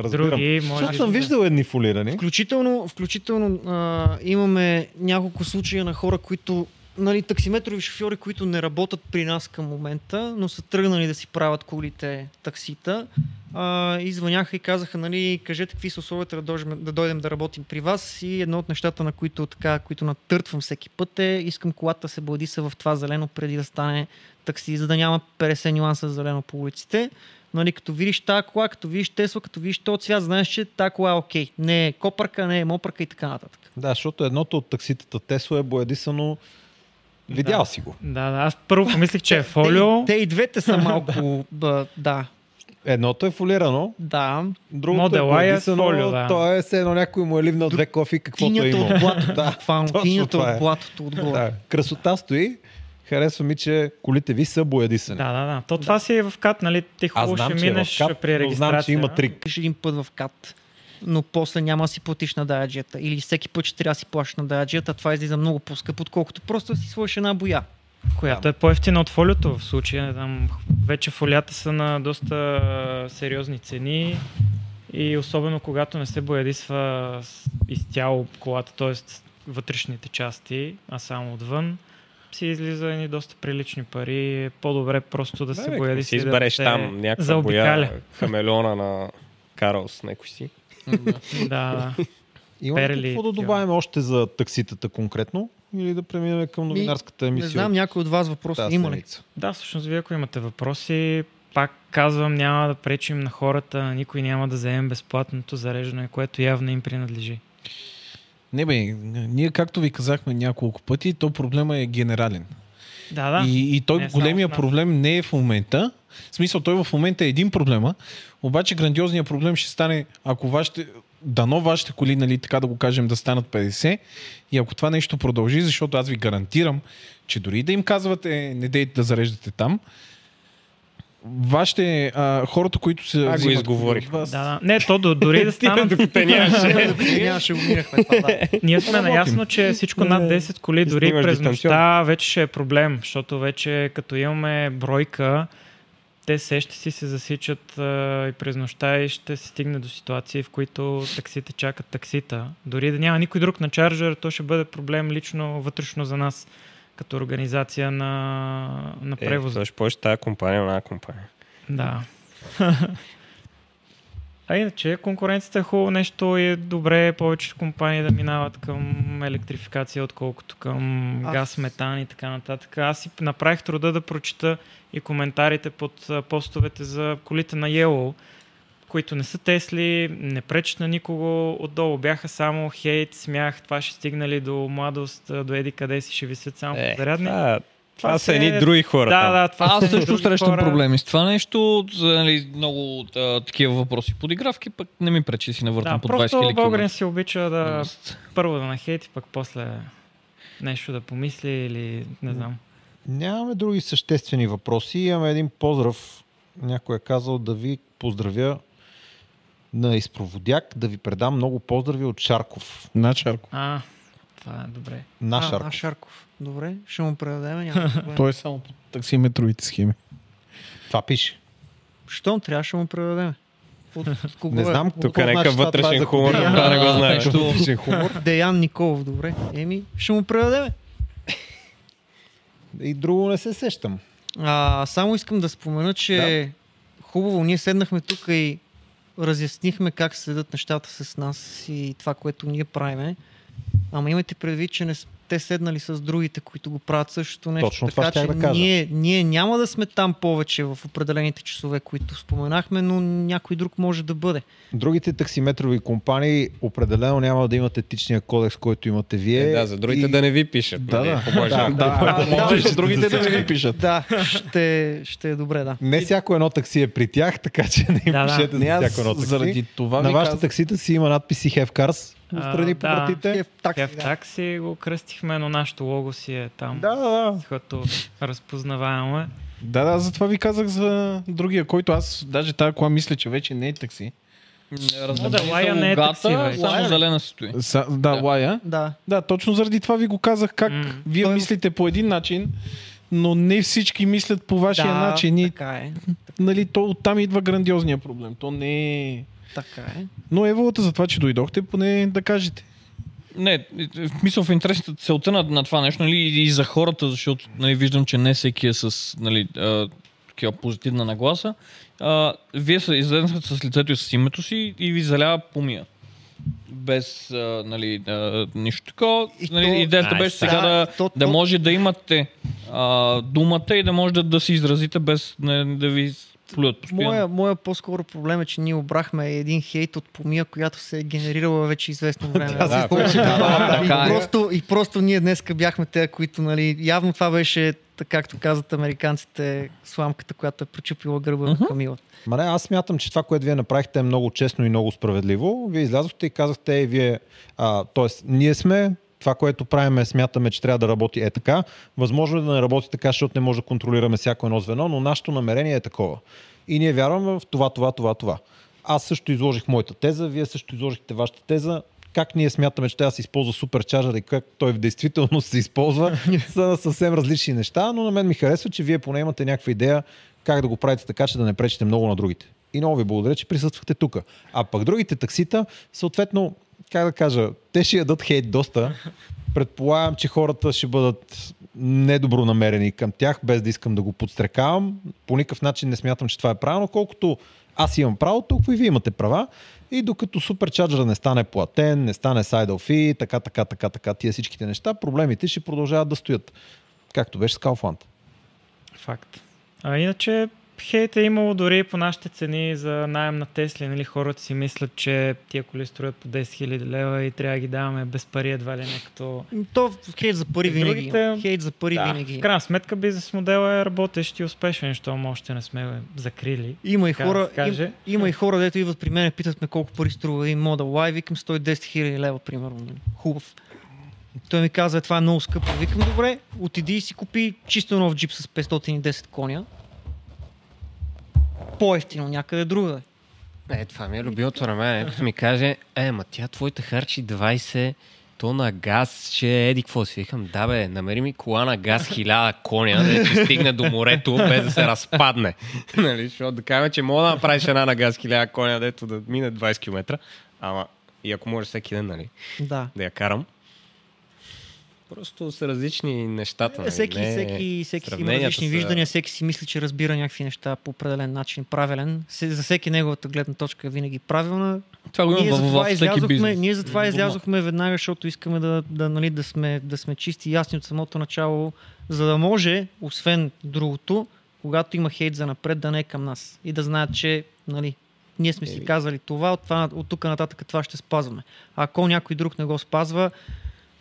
Speaker 3: Разбирам.
Speaker 7: други може
Speaker 3: Защото съм
Speaker 7: да-
Speaker 3: виждал едни фолирани.
Speaker 6: Включително, включително а, имаме няколко случая на хора, които нали, таксиметрови шофьори, които не работят при нас към момента, но са тръгнали да си правят колите таксита. А, и звъняха и казаха, нали, кажете какви са условията да дойдем, да дойдем да работим при вас. И едно от нещата, на които, така, които натъртвам всеки път е, искам колата да се бладиса в това зелено преди да стане такси, за да няма 50 нюанса зелено по улиците. Нали, като видиш тази кола, като видиш Тесла, като видиш този цвят, знаеш, че тази кола е окей. Не е копърка, не е мопърка и така нататък.
Speaker 3: Да, защото едното от такситата Тесло е боядисано. Видял
Speaker 7: Да.
Speaker 3: си го.
Speaker 7: Да, да, аз първо помислих, че е фолио.
Speaker 6: Те, те и двете са малко... да, да,
Speaker 3: Едното е фолирано,
Speaker 6: да.
Speaker 3: другото
Speaker 7: Model I
Speaker 3: е
Speaker 7: е
Speaker 3: боядисано.
Speaker 7: фолио, да.
Speaker 3: То е все едно някой му е ливнал две кофи, каквото е
Speaker 6: Тинята
Speaker 3: имал.
Speaker 6: от блатото,
Speaker 3: Да,
Speaker 6: буквално.
Speaker 3: точно
Speaker 6: Тинята
Speaker 3: това е.
Speaker 6: от блатото отгоре.
Speaker 3: Да, красота стои. Харесва ми, че колите ви са боядисани.
Speaker 7: Да, да, да. То това си е в кат, нали? Ти
Speaker 3: Аз
Speaker 7: хубаво
Speaker 3: знам,
Speaker 7: ще
Speaker 3: че е в
Speaker 7: минеш
Speaker 3: кап,
Speaker 7: при
Speaker 3: но знам,
Speaker 7: регистрация.
Speaker 3: че има трик.
Speaker 6: Пиш един път в кат, но после няма да си платиш на даяджета. Или всеки път ще трябва да си плащаш на даяджета. Това излиза много по-скъпо, отколкото просто да си сложиш една боя.
Speaker 7: Която е по-ефтина от фолиото в случая. Не знам, вече фолията са на доста а, сериозни цени и особено когато не се боядисва с- изцяло колата, т.е. вътрешните части, а само отвън, си излиза едни доста прилични пари. Е По-добре просто да, се
Speaker 5: Да, бе,
Speaker 7: бояди
Speaker 5: като си избереш там някаква
Speaker 7: заобикаля.
Speaker 5: боя, хамелеона на Карлс, някой си.
Speaker 7: Да, да.
Speaker 3: Има ли
Speaker 7: перли,
Speaker 3: какво да
Speaker 7: такива.
Speaker 3: добавим още за такситата конкретно? Или да преминем към новинарската
Speaker 6: Не
Speaker 3: емисия?
Speaker 6: знам, някой от вас въпрос
Speaker 3: Тази
Speaker 6: има ли?
Speaker 3: седмица.
Speaker 7: Да, всъщност, вие ако имате въпроси, пак казвам, няма да пречим на хората, на никой няма да вземем безплатното зареждане, което явно им принадлежи.
Speaker 4: Не бе, ние както ви казахме няколко пъти, то проблема е генерален.
Speaker 7: Да, да.
Speaker 4: И, и той
Speaker 7: не е само
Speaker 4: големия
Speaker 7: в нас.
Speaker 4: проблем не е в момента. В смисъл, той в момента е един проблема, обаче грандиозният проблем ще стане, ако вашите, дано вашите коли, нали, така да го кажем, да станат 50 и ако това нещо продължи, защото аз ви гарантирам, че дори да им казвате, не дейте да зареждате там, вашите а, хората, които се
Speaker 5: го
Speaker 4: взимат
Speaker 5: изговорих.
Speaker 4: от вас,
Speaker 7: Да, да. Не, то до- дори да станат...
Speaker 5: Докато нямаше.
Speaker 6: Нямаше го минахме това, да.
Speaker 7: Ние сме наясно, че всичко над 10 коли, дори
Speaker 5: Снимаш
Speaker 7: през
Speaker 5: дистанционно.
Speaker 7: нощта, вече ще е проблем, защото вече като имаме бройка, те се ще си се засичат а, и през нощта и ще се стигне до ситуации, в които таксите чакат таксита. Дори да няма никой друг на чарджер, то ще бъде проблем лично вътрешно за нас като организация на, на
Speaker 5: Е,
Speaker 7: превоза.
Speaker 5: защо повече тази компания, една компания.
Speaker 7: Да. А иначе конкуренцията е хубаво нещо и е добре повече компании да минават към електрификация, отколкото към
Speaker 6: Аз-
Speaker 7: газ, метан и така нататък. Аз си направих труда да прочета и коментарите под а, постовете за колите на Yellow, които не са Тесли, не пречат на никого, отдолу бяха само хейт, смях, това ще стигнали до младост, до еди къде си, ще висят само
Speaker 5: Е,
Speaker 7: зарядни.
Speaker 5: това, това са
Speaker 7: се-
Speaker 5: едни други хора.
Speaker 7: е- Да,
Speaker 5: там.
Speaker 7: да, това са
Speaker 8: Аз също
Speaker 7: други
Speaker 8: срещам
Speaker 7: хора.
Speaker 8: проблеми с това нещо. За, нали, много а, такива въпроси подигравки, пък не ми пречи да си навъртам
Speaker 7: Да,
Speaker 8: по 20
Speaker 7: просто
Speaker 8: хиляди
Speaker 7: българин
Speaker 8: километра.
Speaker 7: си обича да първо да нахейти, пък после нещо да помисли или не знам.
Speaker 3: Нямаме други съществени въпроси. Имаме един поздрав. Някой е казал да ви поздравя на изпроводяк, да ви предам много поздрави от Шарков.
Speaker 4: На Чарко.
Speaker 7: А, това е добре.
Speaker 3: На
Speaker 6: а,
Speaker 3: Шарков.
Speaker 6: на Шарков. Добре, ще му предадем. Няма проблем.
Speaker 4: Той е само по таксиметровите схеми.
Speaker 3: Това пише.
Speaker 6: Щом трябва, ще му предадем. От, от кого
Speaker 3: Не
Speaker 6: е?
Speaker 3: знам
Speaker 6: От-
Speaker 3: какво
Speaker 5: Тук е някакъв
Speaker 3: значи това, това е
Speaker 5: вътрешен
Speaker 3: за
Speaker 5: хумор,
Speaker 3: копия.
Speaker 5: това не го знаем.
Speaker 8: Нещо-
Speaker 4: Ще е хубаво.
Speaker 6: От Деян Николов, добре. Еми, ще му предадем.
Speaker 3: И друго не се сещам.
Speaker 6: А, само искам да спомена, че хубаво, ние седнахме тук и разяснихме как следят нещата с нас и това, което ние правиме. Ама имайте предвид, че не с- те седнали с другите, които го правят същото нещо.
Speaker 3: Точно това
Speaker 6: така,
Speaker 3: щях
Speaker 6: че
Speaker 3: да кажа.
Speaker 6: Ние, ние няма да сме там повече в определените часове, които споменахме, но някой друг може да бъде.
Speaker 3: Другите таксиметрови компании определено няма да имат етичния кодекс, който имате вие.
Speaker 5: Е, да, за другите да не ви пишат.
Speaker 4: Да,
Speaker 5: нали,
Speaker 4: да.
Speaker 5: ако може.
Speaker 4: Да,
Speaker 3: можеш
Speaker 4: да, другите да ми пишат.
Speaker 6: Да, ще, ще е добре, да.
Speaker 3: Не всяко едно такси е при тях, така че не им
Speaker 7: Да, да.
Speaker 3: пишете
Speaker 4: Не,
Speaker 3: за
Speaker 4: аз
Speaker 3: всяко едно такси.
Speaker 4: заради това
Speaker 3: На
Speaker 4: ви
Speaker 3: вашите
Speaker 4: казвам.
Speaker 3: таксита си има надписи Have Cars
Speaker 7: А,
Speaker 3: отстрани по
Speaker 7: да.
Speaker 3: вратите.
Speaker 6: Е, такси,
Speaker 7: Хев
Speaker 6: да.
Speaker 7: такси го кръстихме, но нашето лого си е там.
Speaker 3: Да, да, да.
Speaker 7: Защото разпознаваемо е.
Speaker 4: Да, да, затова ви казах за другия, който аз даже тази кола мисля, че вече не е такси.
Speaker 8: Размени
Speaker 7: да,
Speaker 8: са
Speaker 7: лая не е
Speaker 8: лугата,
Speaker 7: такси, бе.
Speaker 8: Само зелена си стои.
Speaker 4: Са, да,
Speaker 8: Да.
Speaker 4: Лая.
Speaker 6: Да,
Speaker 4: Да, точно заради това ви го казах как
Speaker 7: М.
Speaker 4: вие
Speaker 6: Той-
Speaker 4: мислите по един начин, но не всички мислят по вашия
Speaker 6: да,
Speaker 4: начин и
Speaker 6: така е,
Speaker 4: нали, то оттам идва грандиозния проблем. То не е...
Speaker 6: така е.
Speaker 4: Но Еволата за това, че дойдохте, поне да кажете.
Speaker 8: Не, в мисъл в интересната целта на, на това нещо, нали, и за хората, защото нали, виждам, че не всеки е с нали, а, такива позитивна нагласа. А, вие се излезнахте с лицето и с името си и ви залява помия. Без а, нали, а, нищо такова.
Speaker 6: И
Speaker 8: Нали,
Speaker 6: то-
Speaker 8: идеята беше сега да,
Speaker 6: то-
Speaker 8: да
Speaker 6: то-
Speaker 8: може да имате а, думата и да може да, да се изразите без не, да ви плюят постоянно.
Speaker 6: Моя, моя по-скоро проблем е, че ние обрахме един хейт от помия, която се е генерирала вече известно време.
Speaker 3: Тя се
Speaker 6: Да,
Speaker 3: използваше
Speaker 6: да, да,
Speaker 8: така е.
Speaker 6: и, просто, и просто ние днес бяхме те, които, нали, явно това беше, така както казват американците, сламката, която е пречупила гърба на Камила.
Speaker 3: Ма не, аз смятам, че това, което вие направихте е много честно и много справедливо. Вие излязохте и казахте, и вие, а, т.е. ние сме, това, което правим, е, смятаме, че трябва да работи е така. Възможно е да не работи така, защото не може да контролираме всяко едно звено, но нашето намерение е такова. И ние вярваме в това, това, това, това. Аз също изложих моята теза, вие също изложихте вашата теза. Как ние смятаме, че трябва да се използва суперчаржер и как той в действителност се използва, са съвсем различни неща, но на мен ми харесва, че вие поне имате някаква идея как да го правите така, че да не пречите много на другите. И много ви благодаря, че присъствахте тук. А пък другите таксита, съответно, как да кажа, те ще ядат хейт доста. Предполагам, че хората ще бъдат недобронамерени към тях, без да искам да го подстрекавам. По никакъв начин не смятам, че това е правилно. Колкото аз имам право, толкова и вие имате права. И докато суперчарджера не стане платен, не стане сайдъл фи, така, така, така, така, тия всичките неща, проблемите ще продължават да стоят. Както беше с Kaufland.
Speaker 7: Факт. А иначе хейт е имало дори и по нашите цени за найем на Тесли. Нали, хората си мислят, че тия коли строят по 10 000 лева и трябва да ги даваме без пари едва ли не като...
Speaker 6: То хейт за пари винаги. има.
Speaker 7: Другите-
Speaker 6: Хейт за пари
Speaker 7: Да,
Speaker 6: винаги.
Speaker 7: в
Speaker 6: има.
Speaker 7: крайна сметка бизнес модела е работещ и успешен, щом още не сме го закрили.
Speaker 6: Има и
Speaker 7: Така да
Speaker 6: хора,
Speaker 7: се каже.
Speaker 6: им, има и хора, дето идват при мен и питат ме колко пари струва един Model Y, викам 110 хиляди лева, примерно. нали. Хубав. Той ми каза, «Е, това е много скъпо. Викам, добре, отиди и си купи чисто нов джип с 510 коня. По-ефтино някъде другаде.
Speaker 5: Е, това ми е любимото на мен. Ето ми каже, е, ма тя твоята харчи 20 тона газ, ще еди какво си. Викам, да бе, намери ми кола на газ 1000 коня, да ще стигне до морето, без да се разпадне. нали, защото да кажем, че мога да направиш една на газ 1000 коня, дето да мине 20 км. Ама, и ако може всеки ден, нали,
Speaker 6: Да.
Speaker 5: да я карам. Просто са различни нещата.
Speaker 6: Е,
Speaker 5: Нали?
Speaker 6: всеки,
Speaker 5: Не,
Speaker 6: всеки, всеки си има
Speaker 5: сравненията
Speaker 6: различни
Speaker 5: са-
Speaker 6: виждания, всеки си мисли, че разбира някакви неща по определен начин, правилен. Се- За всеки неговата гледна точка е винаги правилна.
Speaker 8: Това го
Speaker 6: Ние
Speaker 8: има във-
Speaker 6: затова
Speaker 8: във всеки
Speaker 6: излязохме,
Speaker 8: бизнес.
Speaker 6: ние затова
Speaker 8: Дома.
Speaker 6: излязохме веднага, защото искаме да, да, нали, да, сме, да сме чисти и ясни от самото начало, за да може, освен другото, когато има хейт за напред, да не е към нас. И да знаят, че нали, ние сме си казали това, от, това, от тук нататък това ще спазваме. Ако някой друг не го спазва,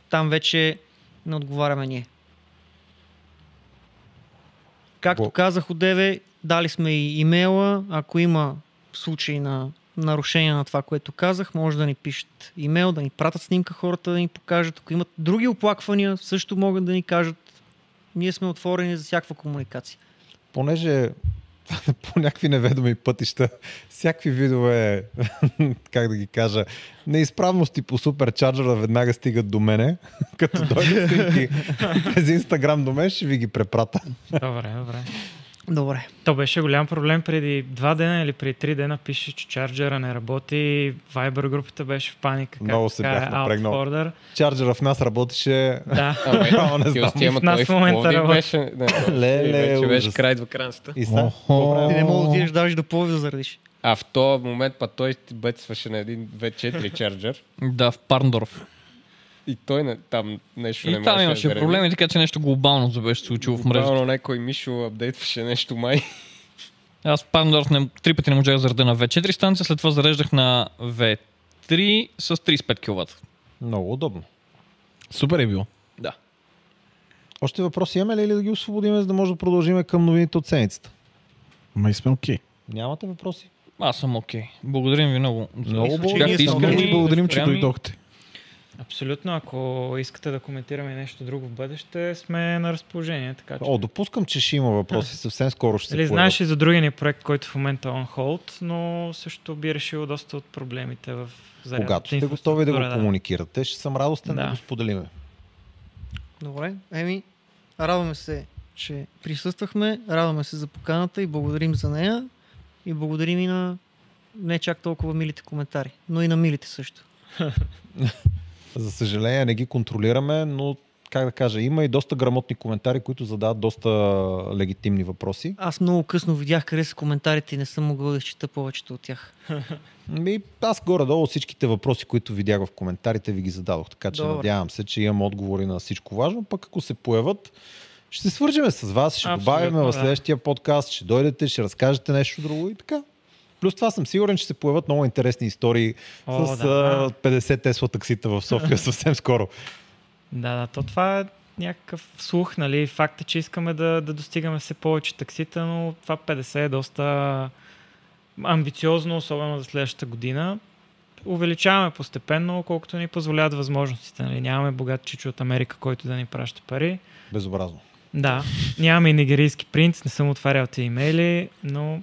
Speaker 6: там вече не отговаряме ние. Както казах одеве, дали сме и имейла. Ако има случаи на нарушение на това, което казах, може да ни пишат имейл, да ни пратят снимка хората, да ни покажат. Ако имат други оплаквания, също могат да ни кажат. Ние сме отворени за всякаква комуникация.
Speaker 3: понеже по някакви неведоми пътища, всякакви видове, как да ги кажа, неизправности по суперчарджера веднага стигат до мене. Като дойдат снимки през Инстаграм до мен, ще ви ги препрата.
Speaker 7: Добре, добре.
Speaker 6: Добре.
Speaker 7: То беше голям проблем преди два дена или преди три дена пише, че чарджера не работи, Viber групата беше в паника. как
Speaker 3: Много се
Speaker 7: така
Speaker 3: бях
Speaker 7: е, out of
Speaker 3: напрегнал.
Speaker 7: order.
Speaker 3: Чарджера в нас работеше...
Speaker 7: Да.
Speaker 5: Ами,
Speaker 3: Ама, не знам.
Speaker 7: В нас в момента работи.
Speaker 5: беше, не,
Speaker 3: Леле,
Speaker 5: вече беше
Speaker 3: ужас.
Speaker 5: край до кранцата.
Speaker 3: И са,
Speaker 6: Ти не мога да
Speaker 3: по-правилно.
Speaker 6: отидеш даже до Пловдив да заредиш.
Speaker 5: А в този момент па той бецваше на един V4 чарджер
Speaker 8: Да, в Парндорф.
Speaker 5: и той не, там нещо не
Speaker 8: И там
Speaker 5: можеше
Speaker 8: имаше
Speaker 5: да зареди.
Speaker 8: проблеми, така че нещо глобално за беше случило в мрежата.
Speaker 5: Буквално някой Мишо апдейтваше нещо май.
Speaker 8: Аз Пандорф не, три пъти не можах да зареда на V4 станция, след това зареждах на V3 с 35 кВт.
Speaker 3: Много удобно.
Speaker 4: Супер е било.
Speaker 3: Още въпроси имаме ли или да ги освободим, за да може да продължим към новините от седмицата?
Speaker 4: Ма и сме окей.
Speaker 3: Нямате въпроси?
Speaker 8: Аз съм окей. Благодарим ви много. за-
Speaker 3: Много
Speaker 8: Мисля, че
Speaker 3: благодаря.
Speaker 8: бяхте
Speaker 3: Ние сме
Speaker 8: искрени,
Speaker 4: Много ви благодарим, че
Speaker 8: прями.
Speaker 4: дойдохте.
Speaker 7: Абсолютно, ако искате да коментираме нещо друго в бъдеще, сме на разположение. Така, че...
Speaker 3: О, допускам, че ще има въпроси. Съвсем скоро ще се
Speaker 7: Или
Speaker 3: появят.
Speaker 7: Нали, знаеш и за другия ни проект, който в момента е on hold, но също би решил доста от проблемите в зарядната
Speaker 3: Когато сте готови да го
Speaker 7: инфраструктура,
Speaker 3: комуникирате, ще съм радостен да,
Speaker 7: Да.
Speaker 3: го споделиме.
Speaker 6: Добре. Еми, радваме се, че присъствахме, радваме се за поканата и благодарим за нея. И благодарим и на не чак толкова милите коментари, но и на милите също.
Speaker 3: За съжаление не ги контролираме, но как да кажа, има и доста грамотни коментари, които задават доста легитимни въпроси.
Speaker 6: Аз много късно видях къде са коментарите и не съм могъл да изчета повечето от тях.
Speaker 3: И аз горе-долу всичките въпроси, които видях в коментарите, ви ги зададох. Така че
Speaker 6: Добре.
Speaker 3: надявам се, че имам отговори на всичко важно. Пък ако се появят, ще се свържеме с вас, ще
Speaker 7: Абсолютно,
Speaker 3: добавим в
Speaker 7: да.
Speaker 3: следващия подкаст, ще дойдете, ще разкажете нещо друго и така. Плюс това съм сигурен, че се появят много интересни истории
Speaker 7: О,
Speaker 3: с
Speaker 7: да.
Speaker 3: а, 50 Тесла таксита в София съвсем скоро.
Speaker 7: Да, да, то това е някакъв слух, нали? Факт е, че искаме да, да достигаме все повече таксита, но това 50 е доста амбициозно, особено за следващата година. Увеличаваме постепенно, колкото ни позволяват възможностите. Нали? Нямаме богат чичо от Америка, който да ни праща пари.
Speaker 3: Безобразно.
Speaker 7: Да, нямаме и нигерийски принц, не съм отварял тези имейли, но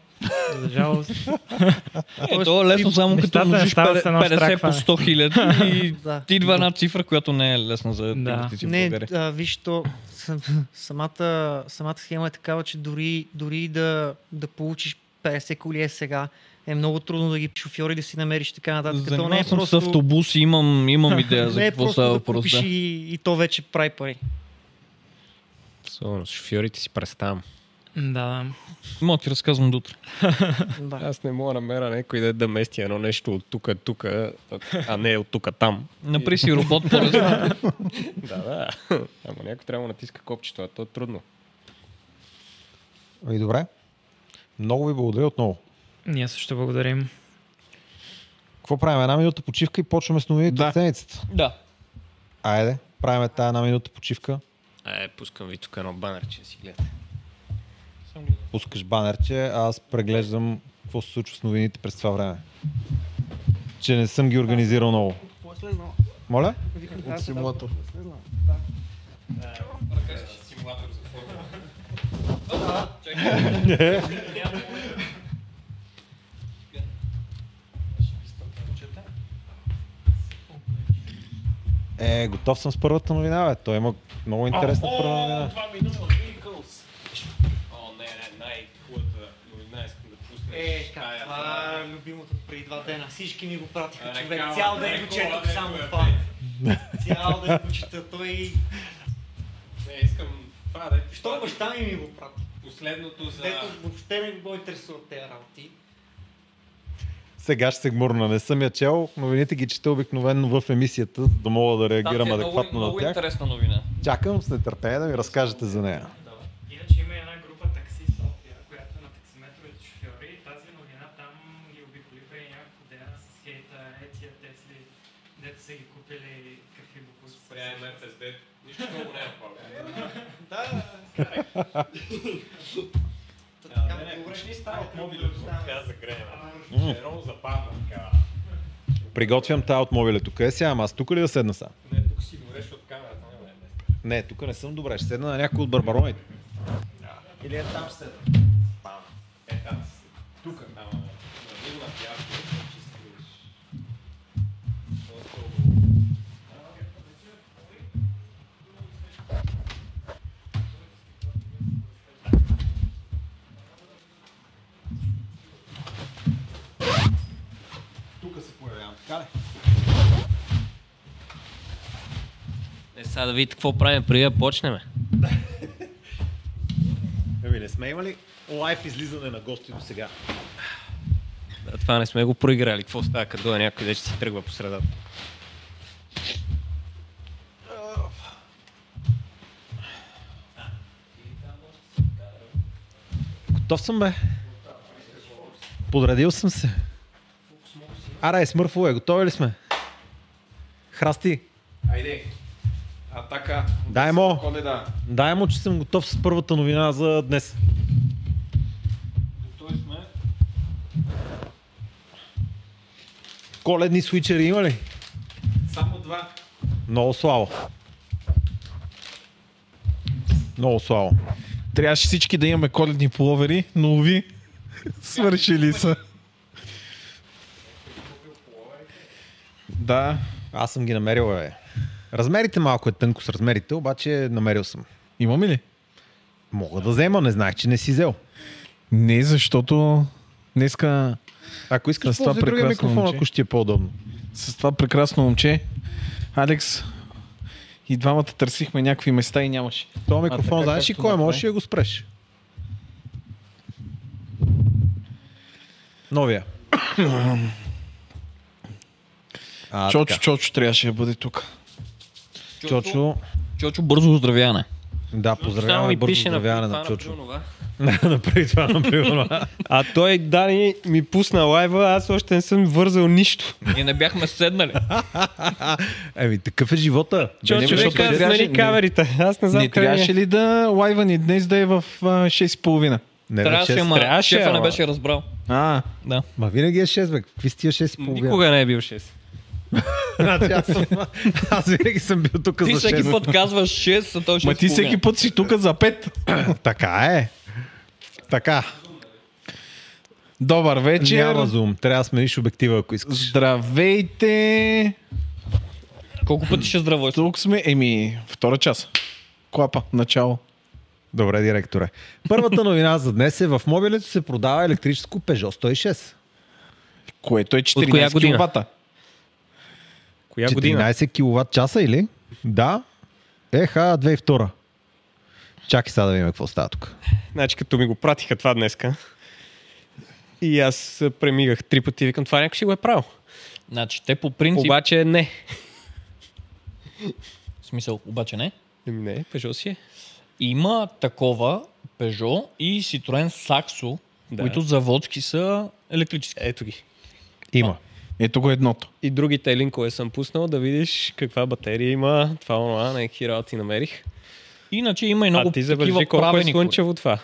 Speaker 7: за жалост
Speaker 8: Е, то е лесно само като
Speaker 7: нещата не
Speaker 8: множиш
Speaker 7: стават с едно
Speaker 8: 50 по
Speaker 7: страхване.
Speaker 8: 100 хиляди и
Speaker 6: Да.
Speaker 8: ти идва една цифра, която не е лесна за
Speaker 7: Да.
Speaker 8: инвестиции в
Speaker 6: Не,
Speaker 8: България.
Speaker 6: а, виж, то сам, самата, самата схема е такава, че дори, дори да, да получиш 50 коли е сега, е много трудно да ги шофьори да си намериш и така нататък. То не е
Speaker 8: Занимавал съм с
Speaker 6: просто,
Speaker 8: автобус и имам, имам идея за
Speaker 6: не е
Speaker 8: какво
Speaker 6: просто
Speaker 8: става
Speaker 6: да
Speaker 8: въпрос.
Speaker 6: купиш
Speaker 8: Да.
Speaker 6: и, и, то вече прави пари.
Speaker 5: Особено шофьорите си представям.
Speaker 7: да,
Speaker 8: Мога да ти разказвам до утре.
Speaker 6: Да.
Speaker 5: Аз не мога да намеря някой да, да мести едно нещо от тук тук, а не от тук там.
Speaker 8: Напри си робот по
Speaker 5: Да, да. Ама някой трябва да натиска копчето, а то е трудно.
Speaker 3: И Ами, добре. Много ви благодаря отново.
Speaker 7: ние също благодарим.
Speaker 3: Какво правим? Една минута почивка и почваме с новините
Speaker 4: Да.
Speaker 3: от седмицата.
Speaker 8: Да.
Speaker 3: Айде, правим тази една минута почивка.
Speaker 5: Е, пускам ви тук едно банерче да си гледате.
Speaker 3: Пускаш банерче, а аз преглеждам какво се случва с новините през това време. Че не съм ги организирал много. Моля?
Speaker 6: От симулатор.
Speaker 3: Е, готов съм с първата новина, бе. Той има много интересна първа новина.
Speaker 2: Това минута Vehicles.
Speaker 5: О, не, не, най-хубавата новина искам да пусна.
Speaker 6: Е, как това е любимото преди два дена. Всички ми го пратиха,
Speaker 5: Рекала,
Speaker 6: човек. Цял ден го
Speaker 5: рекала,
Speaker 6: четох
Speaker 5: рекала,
Speaker 6: само
Speaker 5: рекала.
Speaker 6: това. Цял ден го чета. Той...
Speaker 5: Не, искам това да ти
Speaker 6: Що баща ми ми го прати?
Speaker 5: Последното за...
Speaker 6: Дето въобще не го интересуват тези работи.
Speaker 3: Сега ще се гмурна. Не съм я чел. Новините ги чета обикновено в емисията, за да мога Е, да реагирам
Speaker 8: е
Speaker 3: адекватно на тях.
Speaker 8: интересна новина.
Speaker 3: Чакам с нетърпение да ми разкажете за нея.
Speaker 7: Иначе има една група такси София, която е на таксиметровите шофьори. Тази новина там ги обиколиха
Speaker 6: при IMF SD. Нищо много не е в България. Да, да, Не, не, почти става от мобилето, така загреем. Едно западна така.
Speaker 3: Приготвям тая от мобиля. Тук е сега, ама аз тук ли да седна сам?
Speaker 6: Не, тук си говориш от камерата, няма да е.
Speaker 3: Не, тук не съм добре. Ще седна на някой от барбароните.
Speaker 6: Или е там ще седна. Бам. Е там си. Тук. Ама, на него на пясък, ще стигнеш. По-скоро.
Speaker 3: Тук се появявам, така ли?
Speaker 11: Е, сега да видите какво правим преди да почнем.
Speaker 3: Еми, не сме имали лайф излизане на гости до сега.
Speaker 11: Да, това не сме го проиграли. Какво става, като дойде някой, да ще си тръгва по средата?
Speaker 3: Готов съм, бе. Подредил съм се. Ара, е смърфо е. Готови ли сме? Храсти,
Speaker 6: Айде. Атака.
Speaker 3: Дай му.
Speaker 6: Коледа.
Speaker 3: дай му, че съм готов с първата новина за днес.
Speaker 6: Готови сме.
Speaker 3: Коледни свичери има ли?
Speaker 6: Само два.
Speaker 3: Много слабо. Много слабо.
Speaker 4: Трябваше всички да имаме коледни пуловери, но уви, свършили са. Да,
Speaker 3: Аз съм ги намерил, бе. Размерите малко е тънко с размерите, обаче намерил съм.
Speaker 4: имаме ли?
Speaker 3: Мога да взема, не знаех, че не си взел.
Speaker 4: Не, защото днеска
Speaker 3: Ако искаш,
Speaker 4: С това
Speaker 3: ползвай другия
Speaker 4: прекрасно
Speaker 3: микрофон,
Speaker 4: момче.
Speaker 3: ако ще ти е по-удобно.
Speaker 4: с това прекрасно момче, Алекс, и двамата търсихме някакви места и нямаше.
Speaker 3: То микрофон,
Speaker 4: така,
Speaker 3: знаеш ли
Speaker 4: както
Speaker 3: кой е?
Speaker 4: направи.
Speaker 3: Можеш ли да го спреш? Новия. А,
Speaker 4: Чочо,
Speaker 3: така.
Speaker 4: Чочо трябваше да бъде тук.
Speaker 3: Чочо.
Speaker 8: Чочо, бързо оздравяване.
Speaker 3: Да,
Speaker 11: Само
Speaker 3: поздравяваме,
Speaker 11: ми
Speaker 3: бързо
Speaker 11: пише на
Speaker 3: поздравяване
Speaker 11: това
Speaker 3: на
Speaker 11: на
Speaker 3: Чочо.
Speaker 11: Пилнова.
Speaker 3: Направи това, направи това.
Speaker 10: А той, Дани, ми пусна лайва, аз още не съм вързал нищо.
Speaker 8: Ние не бяхме седнали.
Speaker 3: Еми, такъв е живота.
Speaker 10: Чо,
Speaker 4: не, защото
Speaker 10: човека,
Speaker 4: не трябваше-
Speaker 10: смени камерите. Аз не знам
Speaker 4: Не
Speaker 10: къде ми
Speaker 4: трябваше
Speaker 10: е.
Speaker 4: ли да лайва ни днес да е в а, 6.30?
Speaker 3: Не, бе,
Speaker 8: Трябваше,
Speaker 3: шест.
Speaker 8: ама
Speaker 10: трябваше,
Speaker 8: шефа не
Speaker 10: ама.
Speaker 8: беше разбрал.
Speaker 4: А,
Speaker 3: Ма винаги е 6, бе. Какви сте 6 и половина?
Speaker 11: Никога не е бил 6.
Speaker 3: Значи аз, съм, аз винаги съм бил тук
Speaker 8: Ти
Speaker 3: за
Speaker 8: всеки
Speaker 3: 6.
Speaker 8: път казваш 6, а той ще
Speaker 4: ма ти всеки път си тук за 5.
Speaker 3: Така е. Така.
Speaker 4: Добър вечер.
Speaker 3: Няма зум. Трябва да смениш обектива, ако искаш.
Speaker 4: Здравейте!
Speaker 8: Колко пъти ще здравой?
Speaker 4: Тук сме, еми, втора час. Клапа, начало.
Speaker 3: Добре, директоре. Първата новина за днес е в мобилето се продава електрическо Peugeot 106.
Speaker 4: Което е
Speaker 11: От коя
Speaker 4: 14
Speaker 11: година?
Speaker 4: киловата.
Speaker 10: Коя година?
Speaker 3: 14 кВт часа или? Да. Е, Еха, 2002. Чакай сега да видим какво става тук.
Speaker 10: Значи като ми го пратиха това днеска. И аз премигах три пъти и викам, това някой си го е правил.
Speaker 8: Значи, те по принцип...
Speaker 10: Обаче не.
Speaker 8: В смисъл, обаче не.
Speaker 10: Еми не, Peugeot си е.
Speaker 8: Има такова Peugeot и Citroen Saxo,
Speaker 10: Да.
Speaker 8: които заводски са електрически.
Speaker 10: Ето ги.
Speaker 3: Има.
Speaker 4: Ето го едното.
Speaker 10: И другите линкове съм пуснал да видиш каква батерия има. Това онова, някакви работи намерих.
Speaker 8: Иначе има и много
Speaker 10: А ти забележи
Speaker 8: такива
Speaker 10: колко е
Speaker 8: правени коли.
Speaker 10: слънчево това.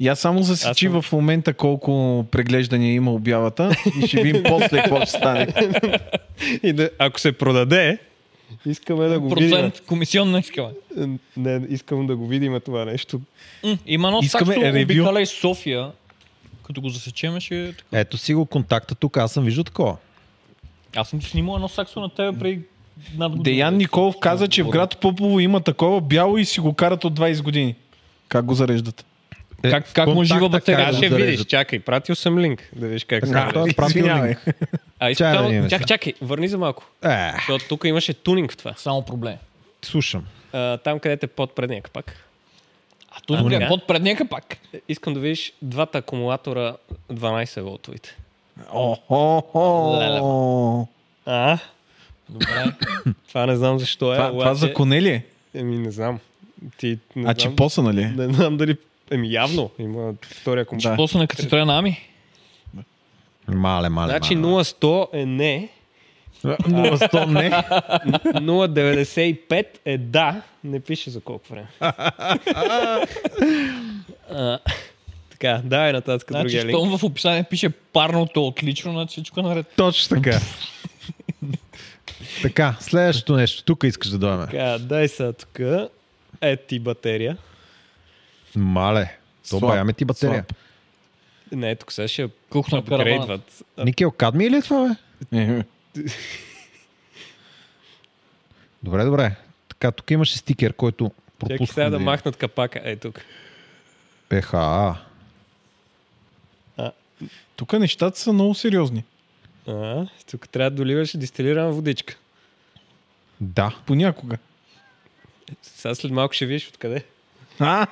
Speaker 4: И аз само засечи
Speaker 10: Аз съм-
Speaker 4: в момента колко преглеждания има обявата и ще видим после какво ще стане.
Speaker 10: И да, ако се продаде, искаме да го видим.
Speaker 8: Процент комисионно искаме.
Speaker 10: Не, искам да го видим това нещо.
Speaker 8: М, Има едно
Speaker 4: Искаме
Speaker 8: Saxo,
Speaker 4: ревю.
Speaker 8: обикаля из София. Като го засечем, ще... е така.
Speaker 3: Ето си го контакта тук, аз съм виждал такова.
Speaker 8: Аз съм ти снимал едно Saxo на тебе при над година.
Speaker 4: Деян Николов каза, че в град Попово има такова бяло и си го карат от 20 години. Как го зареждат?
Speaker 3: Е,
Speaker 8: Как- как му
Speaker 3: контакта
Speaker 8: жива
Speaker 3: как
Speaker 8: батерия?
Speaker 10: Така
Speaker 3: го
Speaker 10: ще видиш,
Speaker 3: зареждат?
Speaker 10: чакай, пратил съм линк, да видиш как се
Speaker 3: Така,
Speaker 10: прави.
Speaker 3: той е пратил
Speaker 4: Извинявай.
Speaker 3: линк.
Speaker 10: А
Speaker 3: чай
Speaker 10: искам
Speaker 3: да видим
Speaker 10: само...
Speaker 3: сега.
Speaker 10: Чакай, чакай, върни за малко.
Speaker 3: Е,
Speaker 10: Защото тук имаше тунинг в това.
Speaker 8: Само проблем.
Speaker 3: слушам.
Speaker 10: А, там, където е под предния капак.
Speaker 8: А тук
Speaker 10: така.
Speaker 8: е под предния капак.
Speaker 10: Е, Искам да видиш двата акумулатора 12 волтовите.
Speaker 4: О, о, о.
Speaker 10: А,
Speaker 8: Добре.
Speaker 10: това не знам защо е.
Speaker 4: Това,
Speaker 10: обаче-
Speaker 4: това за коне ли е?
Speaker 10: Еми, не знам. Ти, не
Speaker 4: А
Speaker 10: знам,
Speaker 4: че поса, нали? е?
Speaker 10: Не знам дали... Еми, явно има втория акумулатор.
Speaker 4: Да.
Speaker 8: После на Citroen Ами.
Speaker 3: Мале, мале,
Speaker 10: Значи
Speaker 3: мале.
Speaker 10: 0-100 е не.
Speaker 3: Но 100 не.
Speaker 10: 0,95 е да, не пише за колко време. А, така, давай нататък
Speaker 8: Значи,
Speaker 10: другия линк.
Speaker 8: щом в описание пише парното е отлично, значи всичко е наред.
Speaker 3: Точно така. така, следващото нещо. Тук искаш да дойме.
Speaker 10: Така, дай сега тук. Е ти батерия.
Speaker 3: Мале. То
Speaker 4: Слаб.
Speaker 3: бая ме ти батерия.
Speaker 10: Не, тук сега ще
Speaker 8: Кухна каравана.
Speaker 10: апгрейдват.
Speaker 3: Никел, кадми ли е това, бе?
Speaker 4: Е,
Speaker 3: Добре, добре. Така, тук имаше стикер, който
Speaker 10: Чакай
Speaker 3: пропускам.
Speaker 10: сега да
Speaker 3: видя.
Speaker 10: махнат капака. Е тук.
Speaker 3: ПХА.
Speaker 4: Тук нещата са много сериозни.
Speaker 10: А, тук трябва да доливаш дистилирана водичка.
Speaker 3: Да.
Speaker 4: Понякога.
Speaker 10: Сега след малко ще видиш откъде.
Speaker 4: А,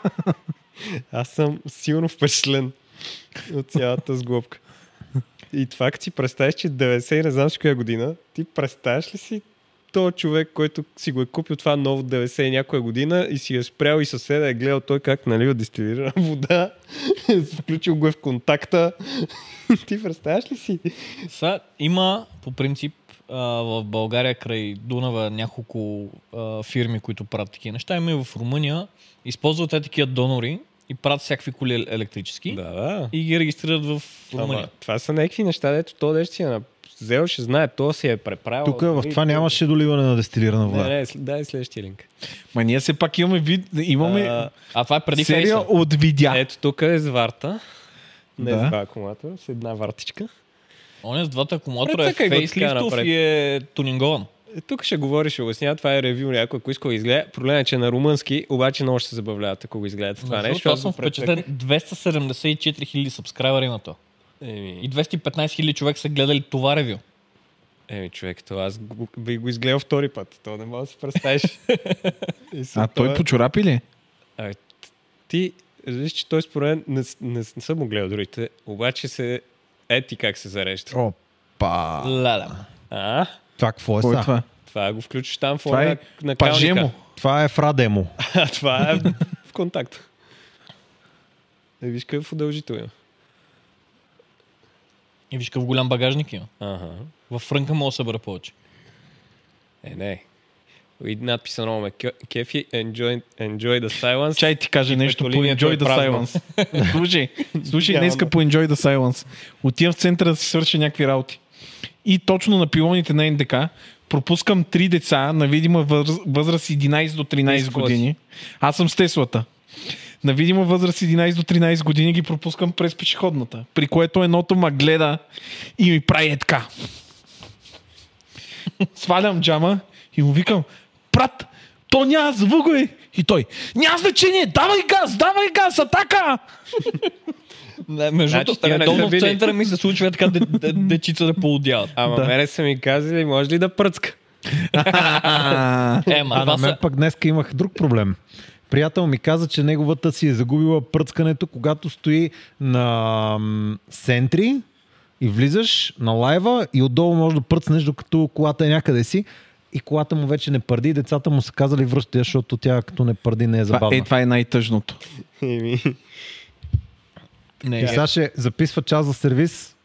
Speaker 10: Аз съм силно впечатлен от цялата сглобка. И това, като си представиш, че 90 и не знам си коя година, ти представяш ли си то човек, който си го е купил това ново 90 и някоя година и си е спрял и съседа е гледал той как налива дистилирана вода, включил го е в контакта. ти представяш ли си?
Speaker 8: Сега има по принцип а, в България край Дунава няколко а, фирми, които правят такива неща. Има и в Румъния. Използват те такива донори и правят всякакви коли ел- електрически.
Speaker 10: Да, да.
Speaker 8: И ги регистрират в
Speaker 10: Ама,
Speaker 8: Румъния.
Speaker 10: това са някакви неща, дето то деш си е нап- взел, ще знае, то си е преправил.
Speaker 3: Тук в
Speaker 10: нали,
Speaker 3: това
Speaker 10: то-
Speaker 3: нямаше доливане на дестилирана
Speaker 10: Не,
Speaker 3: вода.
Speaker 10: не, сл- дай следващия линк.
Speaker 4: ма ние все пак имаме вид, имаме
Speaker 10: А,
Speaker 8: А това е преди
Speaker 4: серия
Speaker 8: фейса.
Speaker 4: от видя.
Speaker 10: Ето тук е с варта. Не
Speaker 4: Да.
Speaker 10: с два акумулатора, с една вартичка.
Speaker 8: Он е с двата акумулатора, е
Speaker 10: Прецакай го така
Speaker 8: фейслифтов
Speaker 10: напред.
Speaker 8: и е тунингован.
Speaker 10: Е, Тук ще говори, ще обяснява. Това е ревю някой, ако иска да изгледа. Проблемът е, че е на румънски, обаче много ще се забавляват, ако го изгледате това
Speaker 8: Между
Speaker 10: нещо.
Speaker 8: другото,
Speaker 10: го
Speaker 8: Аз съм
Speaker 10: прецаках.
Speaker 8: впечатлен. 274 хиляди сабскрайбъра има то.
Speaker 10: Еми,
Speaker 8: И 215 хиляди човек са гледали това ревю.
Speaker 10: еми, човек, това аз го, би го изгледал втори път. То не мога да се представиш. И след
Speaker 4: А той
Speaker 10: това-
Speaker 4: по чорапи ли? е?
Speaker 10: А, т- ти, виж, че той според мен не, с- не, с- не съм го гледал другите, обаче се ети как се зарежда.
Speaker 3: Опа.
Speaker 8: Леле.
Speaker 10: А,
Speaker 3: Това какво е
Speaker 4: Кой е
Speaker 3: са?
Speaker 4: това?
Speaker 10: това го включиш там в
Speaker 4: Това
Speaker 10: това
Speaker 4: е
Speaker 10: на, на
Speaker 4: Пажемо.
Speaker 10: калника.
Speaker 3: Това е Фрадемо.
Speaker 10: А това е в контакт. Е, виж какъв удължител има.
Speaker 8: И виж какъв голям багажник има.
Speaker 10: Ага.
Speaker 8: В Фрънка мога да събера повече.
Speaker 10: Е, не. И надписа много ме кё- кефи. Enjoy, enjoy the silence.
Speaker 4: Чай ти каже нещо по
Speaker 10: петолинията
Speaker 4: Enjoy
Speaker 10: е
Speaker 4: the
Speaker 10: празна.
Speaker 4: Silence. слушай, слушай
Speaker 10: Няма
Speaker 4: днеска
Speaker 10: да.
Speaker 4: по Enjoy the Silence. Отивам в центъра да си свърша някакви работи. И точно на пилоните на НДК пропускам три деца на видима възраст, възраст 11 до 13
Speaker 10: какво
Speaker 4: години. Аз съм с Теслата. На видима възраст 11 до 13 години ги пропускам през пешеходната, при което едното ма гледа и ми прави е така. Свалям джама и му викам, брат, то няма звук, бе. И той, няма значение, давай газ, давай газ, атака!
Speaker 8: Не, между
Speaker 10: Значи,
Speaker 8: другото,
Speaker 10: тия не
Speaker 8: редовно
Speaker 10: са
Speaker 8: в
Speaker 10: били.
Speaker 8: центъра ми се случва така де, де, дечица да поудяват.
Speaker 10: Ама да. мене са ми казали, може ли да пръцка?
Speaker 8: Е, ма,
Speaker 3: А на
Speaker 8: това
Speaker 3: мен
Speaker 8: са...
Speaker 3: пък днес имах друг проблем. Приятел ми каза, че неговата си е загубила пръцкането, когато стои на м, сентри и влизаш на лайва и отдолу можеш да пръцнеш, докато колата е някъде си и колата му вече не пърди и децата му са казали връщай, я, защото тя като не пърди не е
Speaker 4: Това,
Speaker 3: забавна.
Speaker 4: е, това е най-тъжното.
Speaker 10: Еми,
Speaker 8: Не,
Speaker 3: И сега ще записва час за сервис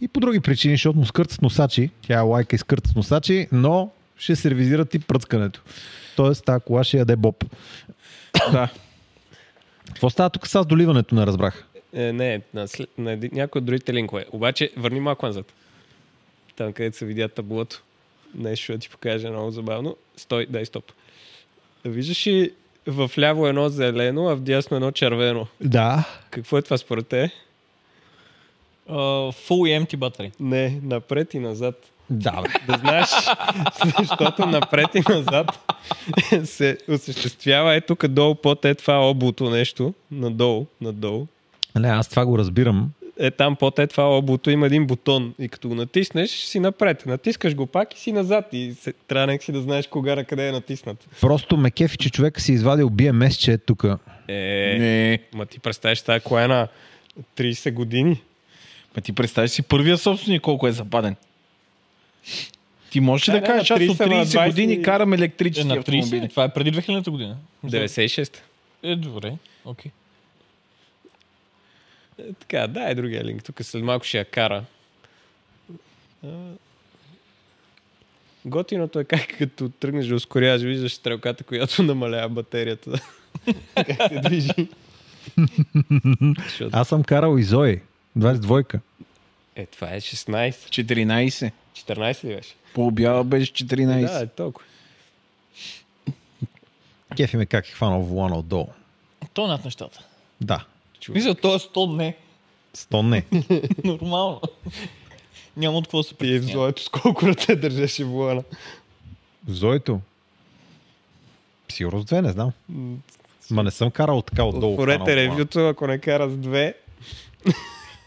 Speaker 3: и по други причини, защото му скърцат носачи. Тя е лайка и скърцат носачи, но ще сервизират и пръцкането. Тоест, тази кола ще яде боб.
Speaker 4: да.
Speaker 3: Какво става тук с доливането, не разбрах.
Speaker 10: е, не, на, след, на един, някой от другите линкове. Обаче, върни малко назад. Там, където се видя таблото. Нещо ще ти покажа много забавно. Стой, дай стоп. Виждаш ли в ляво едно зелено, а в дясно едно червено.
Speaker 3: Да.
Speaker 10: Какво е това според те?
Speaker 8: а, full и empty battery.
Speaker 10: Не, напред и назад.
Speaker 3: Да, бе.
Speaker 10: Да знаеш, защото напред и назад се осъществява е тук долу под е това облото нещо, надолу, надолу.
Speaker 3: Не, аз това го разбирам.
Speaker 10: Е там под е това облото има един бутон и като го натиснеш си напред. Натискаш го пак и си назад и се, трябва някак си да знаеш кога на къде е натиснат.
Speaker 3: Просто ме кефи, че човек си е извадил BMS, че е тук.
Speaker 10: Е,
Speaker 4: Не.
Speaker 10: ма ти представяш тази кола е на 30 години.
Speaker 4: Ма ти представяш си първия собственик колко е западен. Ти можеш ли
Speaker 10: Да,
Speaker 4: да
Speaker 10: да,
Speaker 4: кажеш,
Speaker 10: на
Speaker 4: аз от
Speaker 10: 30, на
Speaker 4: 30 години
Speaker 10: 20
Speaker 4: карам
Speaker 8: Е,
Speaker 4: електрически
Speaker 8: на 30
Speaker 4: автомобили.
Speaker 8: или това е преди 2000-та година.
Speaker 10: 96.
Speaker 8: Е, добре. Окей.
Speaker 10: Е, Така, да, е другия линк. Тук след малко ще я кара. А, Готиното е как като тръгнеш да ускоряваш, виждаш стрелката, която намалява батерията. как се движи.
Speaker 3: Аз съм карал и Зои. 22-ка.
Speaker 10: Е, това е 16.
Speaker 4: 14.
Speaker 10: 14 ли беше?
Speaker 4: По-бяла беше 14.
Speaker 10: Да, е толкова.
Speaker 3: Кефи ме как е хванал вулана отдолу.
Speaker 8: То е над нещата.
Speaker 3: Да.
Speaker 8: Мисля, то е 100 дне.
Speaker 3: 100 не.
Speaker 8: Нормално. Няма от какво да се
Speaker 10: И в
Speaker 8: притеснява.
Speaker 10: злоето с колко ръце държеше вулана.
Speaker 3: Зоито. Сигурно с две, не знам. Ма не съм карал така отдолу.
Speaker 10: Отворете
Speaker 3: хванал вулана.
Speaker 10: ревюто, ако не кара с две.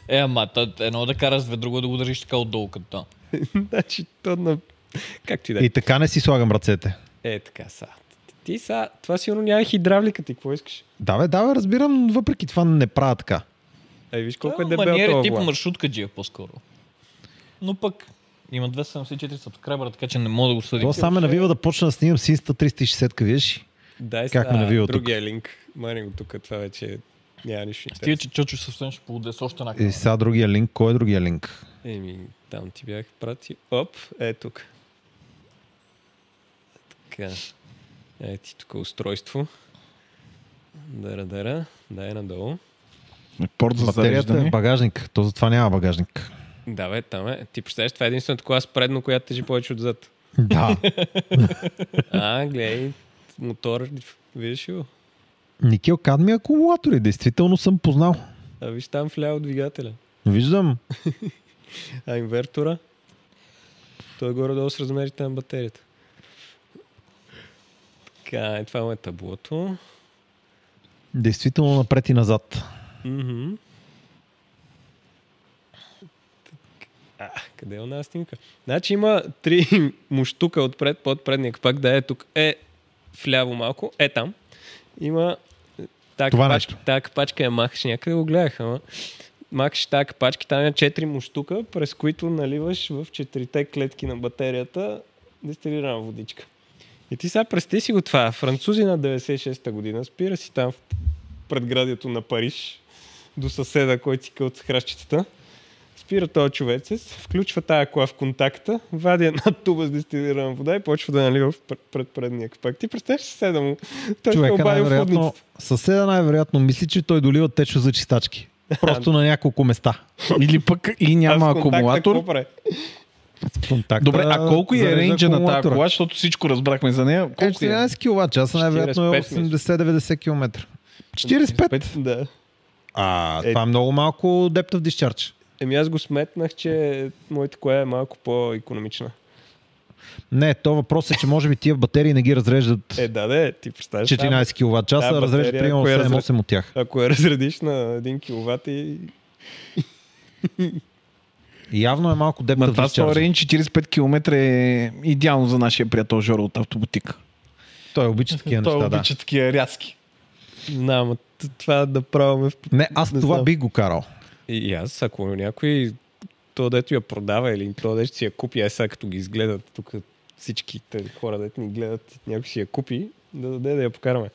Speaker 8: Е, ама та- едно да караш две, друго да го държиш така отдолу като там.
Speaker 10: Значи то на... Как ти да е?
Speaker 3: И така не си слагам ръцете.
Speaker 10: Е, така са. Ти са, това сигурно няма хидравлика, ти какво искаш?
Speaker 3: Да, бе, да, бе, разбирам, въпреки това не правя така.
Speaker 10: Ай, виж колко е
Speaker 8: Та,
Speaker 10: дебел
Speaker 8: маниер
Speaker 10: това
Speaker 8: тип
Speaker 10: влак.
Speaker 8: маршрутка джия по-скоро. Но пък има 274 сабскрайбъра, така че не мога да го съдя.
Speaker 3: Това само ме навива да почна да снимам с Insta 360, видиш? ли?
Speaker 10: Дай
Speaker 3: Как ме
Speaker 10: сега
Speaker 3: навива тук?
Speaker 10: другия линк. Мани го тук, това вече е- няма нищо
Speaker 8: Стига,
Speaker 10: интересно.
Speaker 8: че Чочо съвсем ще полуде с още една
Speaker 3: И
Speaker 8: камера.
Speaker 3: сега другия линк. Кой е другия линк?
Speaker 10: Еми, там ти бях прати. Оп, е тук. Така. Е ти тук устройство. Дара, дара. Дай надолу.
Speaker 4: Порт за
Speaker 3: Батерията е
Speaker 4: зареждане.
Speaker 3: в багажник. То затова няма багажник.
Speaker 10: Да, бе, там е. Ти представяш, това е единственото кола спредно, която тежи повече отзад.
Speaker 3: Да.
Speaker 10: А, гледай, мотор, виждаш ли го?
Speaker 3: Никел Кадми акумулатори. Действително съм познал.
Speaker 10: А виж там вляво двигателя.
Speaker 3: Виждам.
Speaker 10: А инвертора? Той е горе-долу с размерите на батерията. Така, е, това му е таблото.
Speaker 3: Действително напред и назад.
Speaker 10: Мгм. Так, А, къде е една снимка? Значи има три муштука отпред, под предния капак, да е тук, е вляво малко, е там. Има е, тази
Speaker 3: Това
Speaker 10: капачка,
Speaker 3: нещо.
Speaker 10: тази капачка я е махаш, някъде го гледах, ама махаш тази капачка, там има четири муштука, през които наливаш в четирите клетки на батерията дистилирана водичка. И ти сега прести си го това. Французи на 96-та година спира си там в предградието на Париж до съседа, който си кълца хращицата. Спира този човек, се включва тая кола в контакта, вади една туба с дистилирана вода и почва да налива в пр- пред предния капак. Ти представяш съседа му. Той се
Speaker 3: Човека
Speaker 10: обади в
Speaker 3: най-вероятно,
Speaker 10: водницата.
Speaker 3: съседа най-вероятно мисли, че той долива течо за чистачки. Просто на няколко места.
Speaker 4: Или пък и
Speaker 10: А
Speaker 4: няма
Speaker 10: в контакта
Speaker 4: акумулатор.
Speaker 10: какво прави?
Speaker 3: В Контакта,
Speaker 4: Добре, а колко е
Speaker 3: зарежда
Speaker 4: рейнджа на тази
Speaker 3: акумулатора?
Speaker 4: кола, защото всичко разбрахме за нея.
Speaker 3: Е,
Speaker 4: Колко е?
Speaker 3: 14 кВт часа, най-вероятно е
Speaker 10: 45 мисля.
Speaker 3: 80-90 км. 45?
Speaker 10: Да.
Speaker 3: А,
Speaker 10: Е.
Speaker 3: това е много малко дептов дисчарч.
Speaker 10: Еми аз го сметнах, че моята кола е малко по-економична.
Speaker 3: Не, то въпрос е, че може би тия батерии не ги разреждат
Speaker 10: Е, да, да, ти представяш. там,
Speaker 3: 14 кВт часа,
Speaker 10: Тая
Speaker 3: а разреждат
Speaker 10: батерия,
Speaker 3: примерно
Speaker 4: е
Speaker 10: ако я разре-
Speaker 3: 7-8 от тях.
Speaker 10: Ако я разредиш на 1 кВт и
Speaker 3: Явно е малко
Speaker 4: На
Speaker 3: дептов
Speaker 4: това
Speaker 3: дисчарч.
Speaker 4: рейндж 45 км е идеално за нашия приятел Жоро от автобутик.
Speaker 3: Той обича такива
Speaker 4: Той е
Speaker 3: неща, да.
Speaker 4: обича такива рязки.
Speaker 10: знам, а т- това да правяме в
Speaker 3: Не, аз
Speaker 10: Не
Speaker 3: това
Speaker 10: знам.
Speaker 3: бих го карал.
Speaker 10: И и аз, ако някой то дето я продава или то дето си я купи, ай сега като ги изгледат тук всичките хора, дето ни гледат, някой си я купи, да даде да я покараме.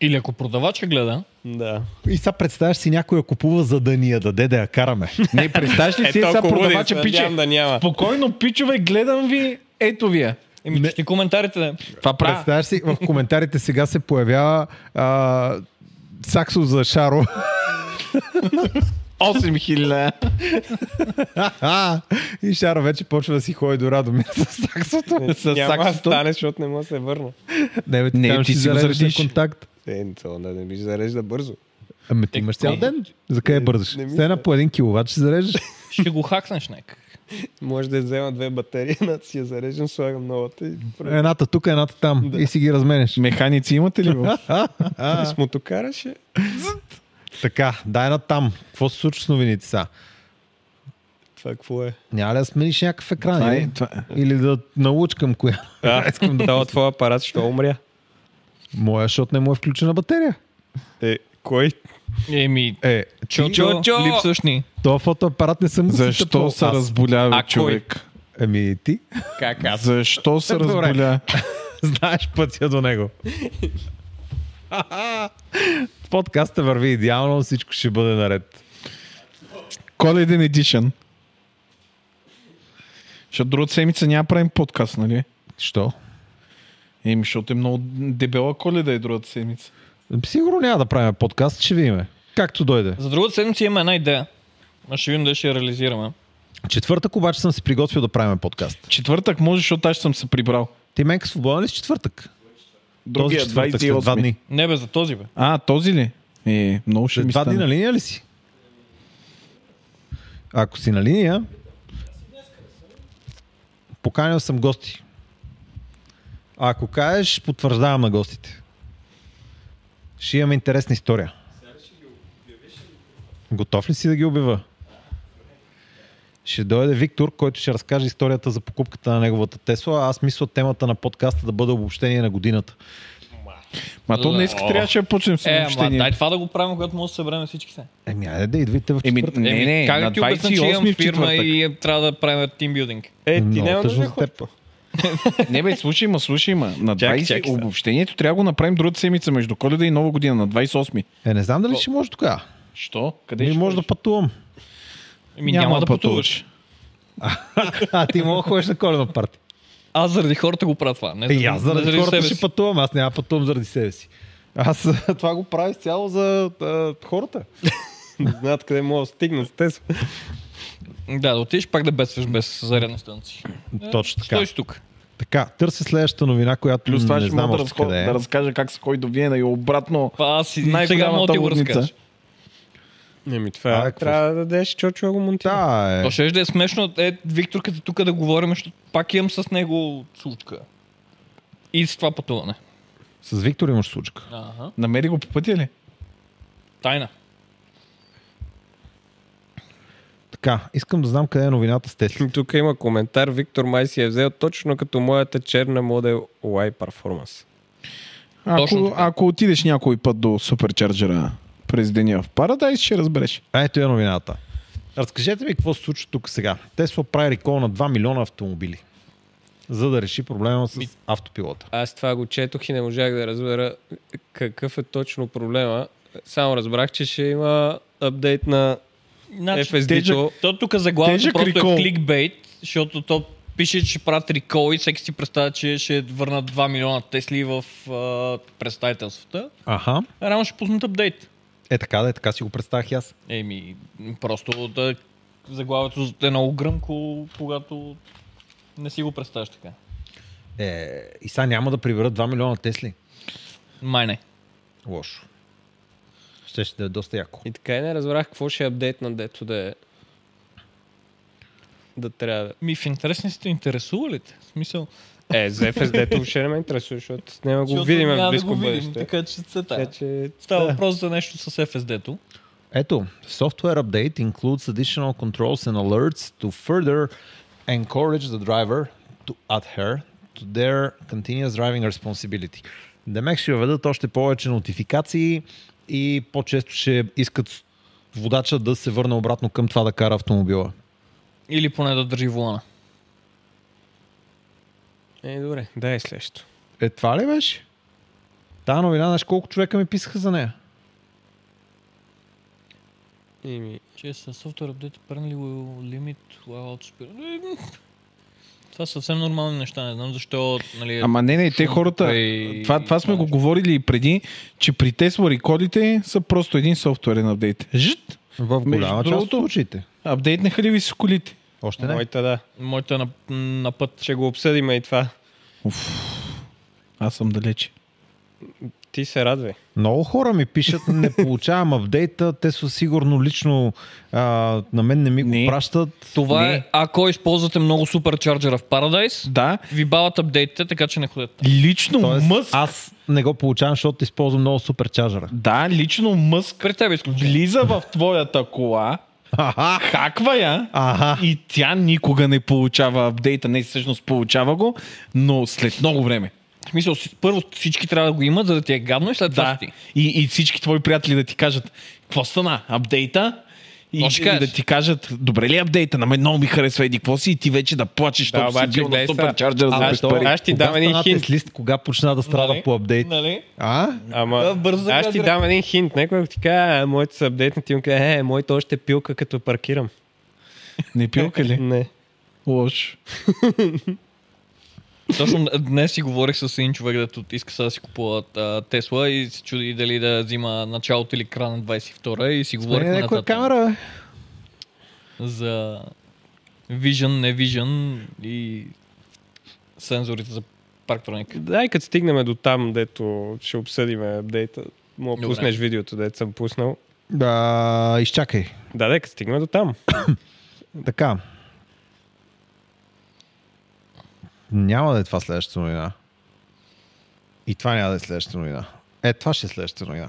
Speaker 8: Или ако продавача гледа,
Speaker 10: Да.
Speaker 3: И сега представяш си някой я купува, за да ни я даде да я караме.
Speaker 4: Не, представяш ли си е сега
Speaker 10: толкова луден
Speaker 4: продавача
Speaker 10: съм,
Speaker 4: пиче?
Speaker 10: надявам да няма.
Speaker 4: Спокойно, пичове, гледам ви, ето ви я.
Speaker 8: еми, не. коментарите да
Speaker 4: Това прави.
Speaker 3: Представяш си, в коментарите сега се появява а, саксо за Шаро.
Speaker 4: 8000.
Speaker 3: А, и Шаро вече почва да си ходи до Радомир с саксото.
Speaker 10: Няма да
Speaker 4: саксото?
Speaker 10: стане, защото не мога да се върна.
Speaker 3: Не, бе, ти,
Speaker 4: Не,
Speaker 3: не,
Speaker 4: ти
Speaker 3: ти
Speaker 4: си
Speaker 3: си
Speaker 4: го
Speaker 3: заредиш
Speaker 4: заредиш.
Speaker 3: на контакт.
Speaker 10: Е, то да не ми зарежда бързо.
Speaker 3: Ами
Speaker 4: Е,
Speaker 3: ти имаш цял ден. За къде бързаш?
Speaker 10: не мисля.
Speaker 3: С една по един киловат ще зарежеш.
Speaker 8: ще го хакнеш някак.
Speaker 10: Може да взема две батерии, една си я зареждам, слагам новата и е.
Speaker 3: Едната тук, едната там. И си ги разменеш.
Speaker 4: Механици имате ли? бе?
Speaker 10: с мотокара ще...
Speaker 3: Така, дай на там. Какво се случва с новините са?
Speaker 10: Това какво е?
Speaker 3: Няма ли да смениш някакъв екран?
Speaker 4: Това е,
Speaker 3: или?
Speaker 4: това е.
Speaker 3: Или да научкам коя.
Speaker 10: А, искам да... Това твой апарат ще умря.
Speaker 3: Моя, защото не му е включена батерия.
Speaker 10: Е, кой?
Speaker 8: Еми,
Speaker 3: Е,
Speaker 8: Чо, чо, чо, липсваш ни.
Speaker 3: то фотоапарат не съм го си
Speaker 4: Защо
Speaker 3: тъпал
Speaker 4: се
Speaker 3: аз.
Speaker 4: разболя бе,
Speaker 10: А кой?
Speaker 4: човек?
Speaker 3: Еми ти,
Speaker 10: Как аз?
Speaker 4: Защо се
Speaker 3: Добре.
Speaker 4: разболя?
Speaker 3: знаеш пътя до него. Подкастът върви идеално, всичко ще бъде наред.
Speaker 4: Коледен едишън. Защото другата седмица няма правим подкаст, нали?
Speaker 3: Що?
Speaker 4: Еми, защото е много дебела коледа и другата седмица.
Speaker 3: Сигурно няма да правим подкаст, ще видим. Както дойде.
Speaker 8: За другата седмица имаме една идея. Ма ще видим дали ще я реализираме.
Speaker 3: Четвъртък обаче съм се приготвил да правим подкаст.
Speaker 4: Четвъртък може, защото аз ще съм се прибрал.
Speaker 3: Ти менка свободен ли си четвъртък?
Speaker 4: Другия,
Speaker 3: Този четвъртък, след два
Speaker 4: 28.
Speaker 3: дни.
Speaker 8: Не бе, за този бе.
Speaker 4: А, този ли? Е, много ще
Speaker 3: След
Speaker 4: ми
Speaker 3: два дни
Speaker 8: нали?
Speaker 4: стане.
Speaker 3: на линия ли си? Ако си на линия, поканил съм гости. А ако кажеш, потвърждавам на гостите. Ще имаме интересна история. Готов ли си да ги убива? Ще дойде Виктор, който ще разкаже историята за покупката на неговата Тесла. а Аз мисля темата на подкаста да бъде обобщение на годината.
Speaker 4: Ма то днес трябваше да почнем с
Speaker 8: Е, ама дай
Speaker 4: обобщение.
Speaker 8: това да го правим, когато може да съберем всичките.
Speaker 3: Еми, айде да идвайте в
Speaker 4: Еми,
Speaker 3: четвъртък.
Speaker 4: не,
Speaker 8: Еми,
Speaker 4: не,
Speaker 8: как да
Speaker 4: на
Speaker 8: ти обясна, че
Speaker 4: 28
Speaker 8: имам фирма
Speaker 4: в четвъртък.
Speaker 8: и трябва да правим тимбилдинг?
Speaker 2: Е, ти
Speaker 3: Много
Speaker 2: няма
Speaker 3: тъжно
Speaker 2: нужда да
Speaker 3: за
Speaker 2: ходиш.
Speaker 3: теб.
Speaker 4: Не бе, слушай ма, слушай ма. На
Speaker 2: Чакай,
Speaker 4: 20
Speaker 2: чакай сега.
Speaker 4: обобщението трябва да го направим другата седмица между Коледа и Нова година, на 28.
Speaker 3: Е, не знам дали ще може тогава.
Speaker 4: Що? Къде
Speaker 3: Не
Speaker 4: ще
Speaker 3: може да
Speaker 4: ходиш?
Speaker 3: пътувам.
Speaker 8: Еми, няма, да пътуваш.
Speaker 3: А, ти мога да ходиш на коледно парти.
Speaker 8: Аз заради хората го правя това. Не
Speaker 3: И Е, аз заради,
Speaker 8: не
Speaker 3: хората
Speaker 8: себе
Speaker 3: ще
Speaker 8: си.
Speaker 3: пътувам, аз няма да пътувам заради себе си. Аз това го правя изцяло за а, хората.
Speaker 2: Не знаят къде могат да стигнат с тези.
Speaker 8: Да, да отидеш пак да бедстваш без зарядна станция.
Speaker 4: Е,
Speaker 3: Точно така.
Speaker 8: Стой си тук.
Speaker 3: Така, търся следващата новина, която
Speaker 4: Плюс
Speaker 3: м,
Speaker 4: това
Speaker 3: не
Speaker 4: ще
Speaker 3: знам
Speaker 4: мога да,
Speaker 3: още
Speaker 4: разход...
Speaker 3: къде е.
Speaker 4: да разкажа как се ходи до Виена и обратно.
Speaker 8: Па, аз и сега
Speaker 4: Най-голямата
Speaker 8: мога да ти го
Speaker 4: лудница.
Speaker 8: разкажа.
Speaker 5: Еми,
Speaker 3: А,
Speaker 5: това е.
Speaker 3: какво?
Speaker 5: трябва да дадеш Чочо да го монтира.
Speaker 3: Да, е.
Speaker 8: То ще да е смешно, е, Виктор, като тук да говорим, защото пак имам с него случка. И с това пътуване.
Speaker 3: С Виктор имаш случка.
Speaker 8: Ага.
Speaker 4: Намери го по пътя ли?
Speaker 8: Тайна.
Speaker 3: Така, искам да знам къде е новината с Тесли.
Speaker 5: Тук има коментар. Виктор Май си е взел точно като моята черна модел Y Performance.
Speaker 4: Ако,
Speaker 8: Точно така.
Speaker 4: ако отидеш някой път до суперчарджера през деня в Парадайз, ще разбереш.
Speaker 3: А, Ето е новината. Разкажете ми какво се случва тук сега. Тесла прави рекол на 2 милиона автомобили, за да реши проблема с автопилота.
Speaker 5: Аз това го четох и не можах да разбера какъв е точно проблема. Само разбрах, че ще има апдейт на
Speaker 8: Значи,
Speaker 5: FSD-то.
Speaker 8: То тук заглавието
Speaker 4: Тежък
Speaker 8: просто
Speaker 4: рекол.
Speaker 8: е кликбейт, защото то пише, че ще правят рекол и всеки си представя, че ще върнат 2 милиона Тесли в а, представителствата.
Speaker 3: Аха.
Speaker 8: Рано ще пуснат апдейт.
Speaker 3: Е така да е, така си го представях и аз.
Speaker 8: Еми, просто да, заглавието е много гръмко, когато не си го представяш така.
Speaker 3: Е, и сега няма да приберат 2 милиона Тесли.
Speaker 8: Май не.
Speaker 3: Лошо. Ще ще да е доста яко.
Speaker 5: И така и не разбрах какво ще е апдейт на дето да е. Да трябва да.
Speaker 8: Ми в интересни сте интересувалите. В смисъл,
Speaker 5: Е, за FSD-то въобще не ме интересува, защото няма го
Speaker 8: защото
Speaker 5: видим в
Speaker 8: няма да
Speaker 5: близко
Speaker 8: го видим,
Speaker 5: бъдеще.
Speaker 8: така че се тая.
Speaker 5: Така че
Speaker 8: Става въпрос за нещо с FSD-то.
Speaker 3: Ето, software update includes additional controls and alerts to further encourage the driver to adhere to their continuous driving responsibility. Демек ще въведат още повече нотификации и по-често ще искат водача да се върне обратно към това да кара автомобила.
Speaker 8: Или поне да държи вулана.
Speaker 5: Е, добре, да е следващото.
Speaker 3: Е, това ли беше? Та новина, знаеш колко човека ми писаха за нея?
Speaker 5: Ими,
Speaker 8: Че с софтуер апдейт пърнали го лимит, while Това са съвсем нормални неща, не знам защо, нали...
Speaker 4: Ама не, не, те
Speaker 8: шум тук
Speaker 4: хората...
Speaker 8: и-
Speaker 4: Това, това сме го говорили и преди, че при Tesla рекордите са просто един софтуерен апдейт. Жит!
Speaker 3: В голяма част от
Speaker 4: другото-
Speaker 3: случаите.
Speaker 4: Апдейтнаха ли ви с колите?
Speaker 3: Още не.
Speaker 5: моята да.
Speaker 8: Моята е на, на път.
Speaker 5: Ще го обсъдим и това.
Speaker 4: Аз съм далече.
Speaker 5: Ти се радвай.
Speaker 3: Много хора ми пишат, не получавам апдейта, те са сигурно лично а, на мен не ми го
Speaker 4: Не.
Speaker 3: пращат.
Speaker 8: Това
Speaker 4: Не.
Speaker 8: е, ако използвате много суперчарджера в Paradise,
Speaker 4: Да,
Speaker 8: ви бават апдейтите, така че не ходете.
Speaker 4: лично
Speaker 3: Тоест,
Speaker 4: Мъск...
Speaker 3: аз не го получавам, защото използвам много суперчарджера.
Speaker 4: Да, лично Мъск
Speaker 8: При тебе изключение.
Speaker 4: влиза в твоята кола, хаква я
Speaker 3: Аха.
Speaker 4: и тя никога не получава апдейта. Не, всъщност получава го, но след много време.
Speaker 8: В смисъл, си- първо всички трябва да го имат, за да ти е гадно и след това
Speaker 4: Да.
Speaker 8: си ти.
Speaker 4: И, и всички твои приятели да ти кажат, какво стана, апдейта? И,
Speaker 8: Какво ще
Speaker 4: и
Speaker 8: кажеш?
Speaker 4: да ти кажат, добре ли е апдейта? На мен много ми харесва еди какво си и ти вече да плачеш,
Speaker 5: Да,
Speaker 4: защото си
Speaker 5: обаче
Speaker 4: бил на
Speaker 5: гледай сега.
Speaker 4: суперчарджер за
Speaker 5: Аз-
Speaker 4: без пари.
Speaker 5: Аз ти дам
Speaker 3: Кога
Speaker 5: един
Speaker 3: стана
Speaker 5: хинт.
Speaker 3: Теслист, кога почна да страда
Speaker 8: Нали?
Speaker 3: по апдейт?
Speaker 8: Нали?
Speaker 3: А?
Speaker 5: Ама,
Speaker 8: Да, бързо
Speaker 5: аз ти
Speaker 8: газ,
Speaker 5: дам един хинт. Някой ако ти каже, а, моите «Е, са апдейтнати, ти му каже, е, моите още пилка като паркирам.
Speaker 4: Не пилка ли?
Speaker 5: Не.
Speaker 4: Лош.
Speaker 8: Точно днес си говорих с един човек, дето иска сега да си купува а, Тесла и се чуди дали да взима началото или края на 22-а и си
Speaker 3: Не,
Speaker 8: говорихме
Speaker 5: е
Speaker 8: на
Speaker 3: Е, някоя камера, бе.
Speaker 8: за Vision, не Vision и сензорите за парктроник.
Speaker 5: Да, и като стигнем до там, дето ще обсъдим апдейта, мога да
Speaker 8: Добре.
Speaker 5: пуснеш видеото, дето съм пуснал.
Speaker 3: Да, изчакай.
Speaker 5: Да, да, като стигнем до там.
Speaker 3: Така. Няма да е това следващата новина. И това няма да е следващата новина. Е, това ще е следващата новина.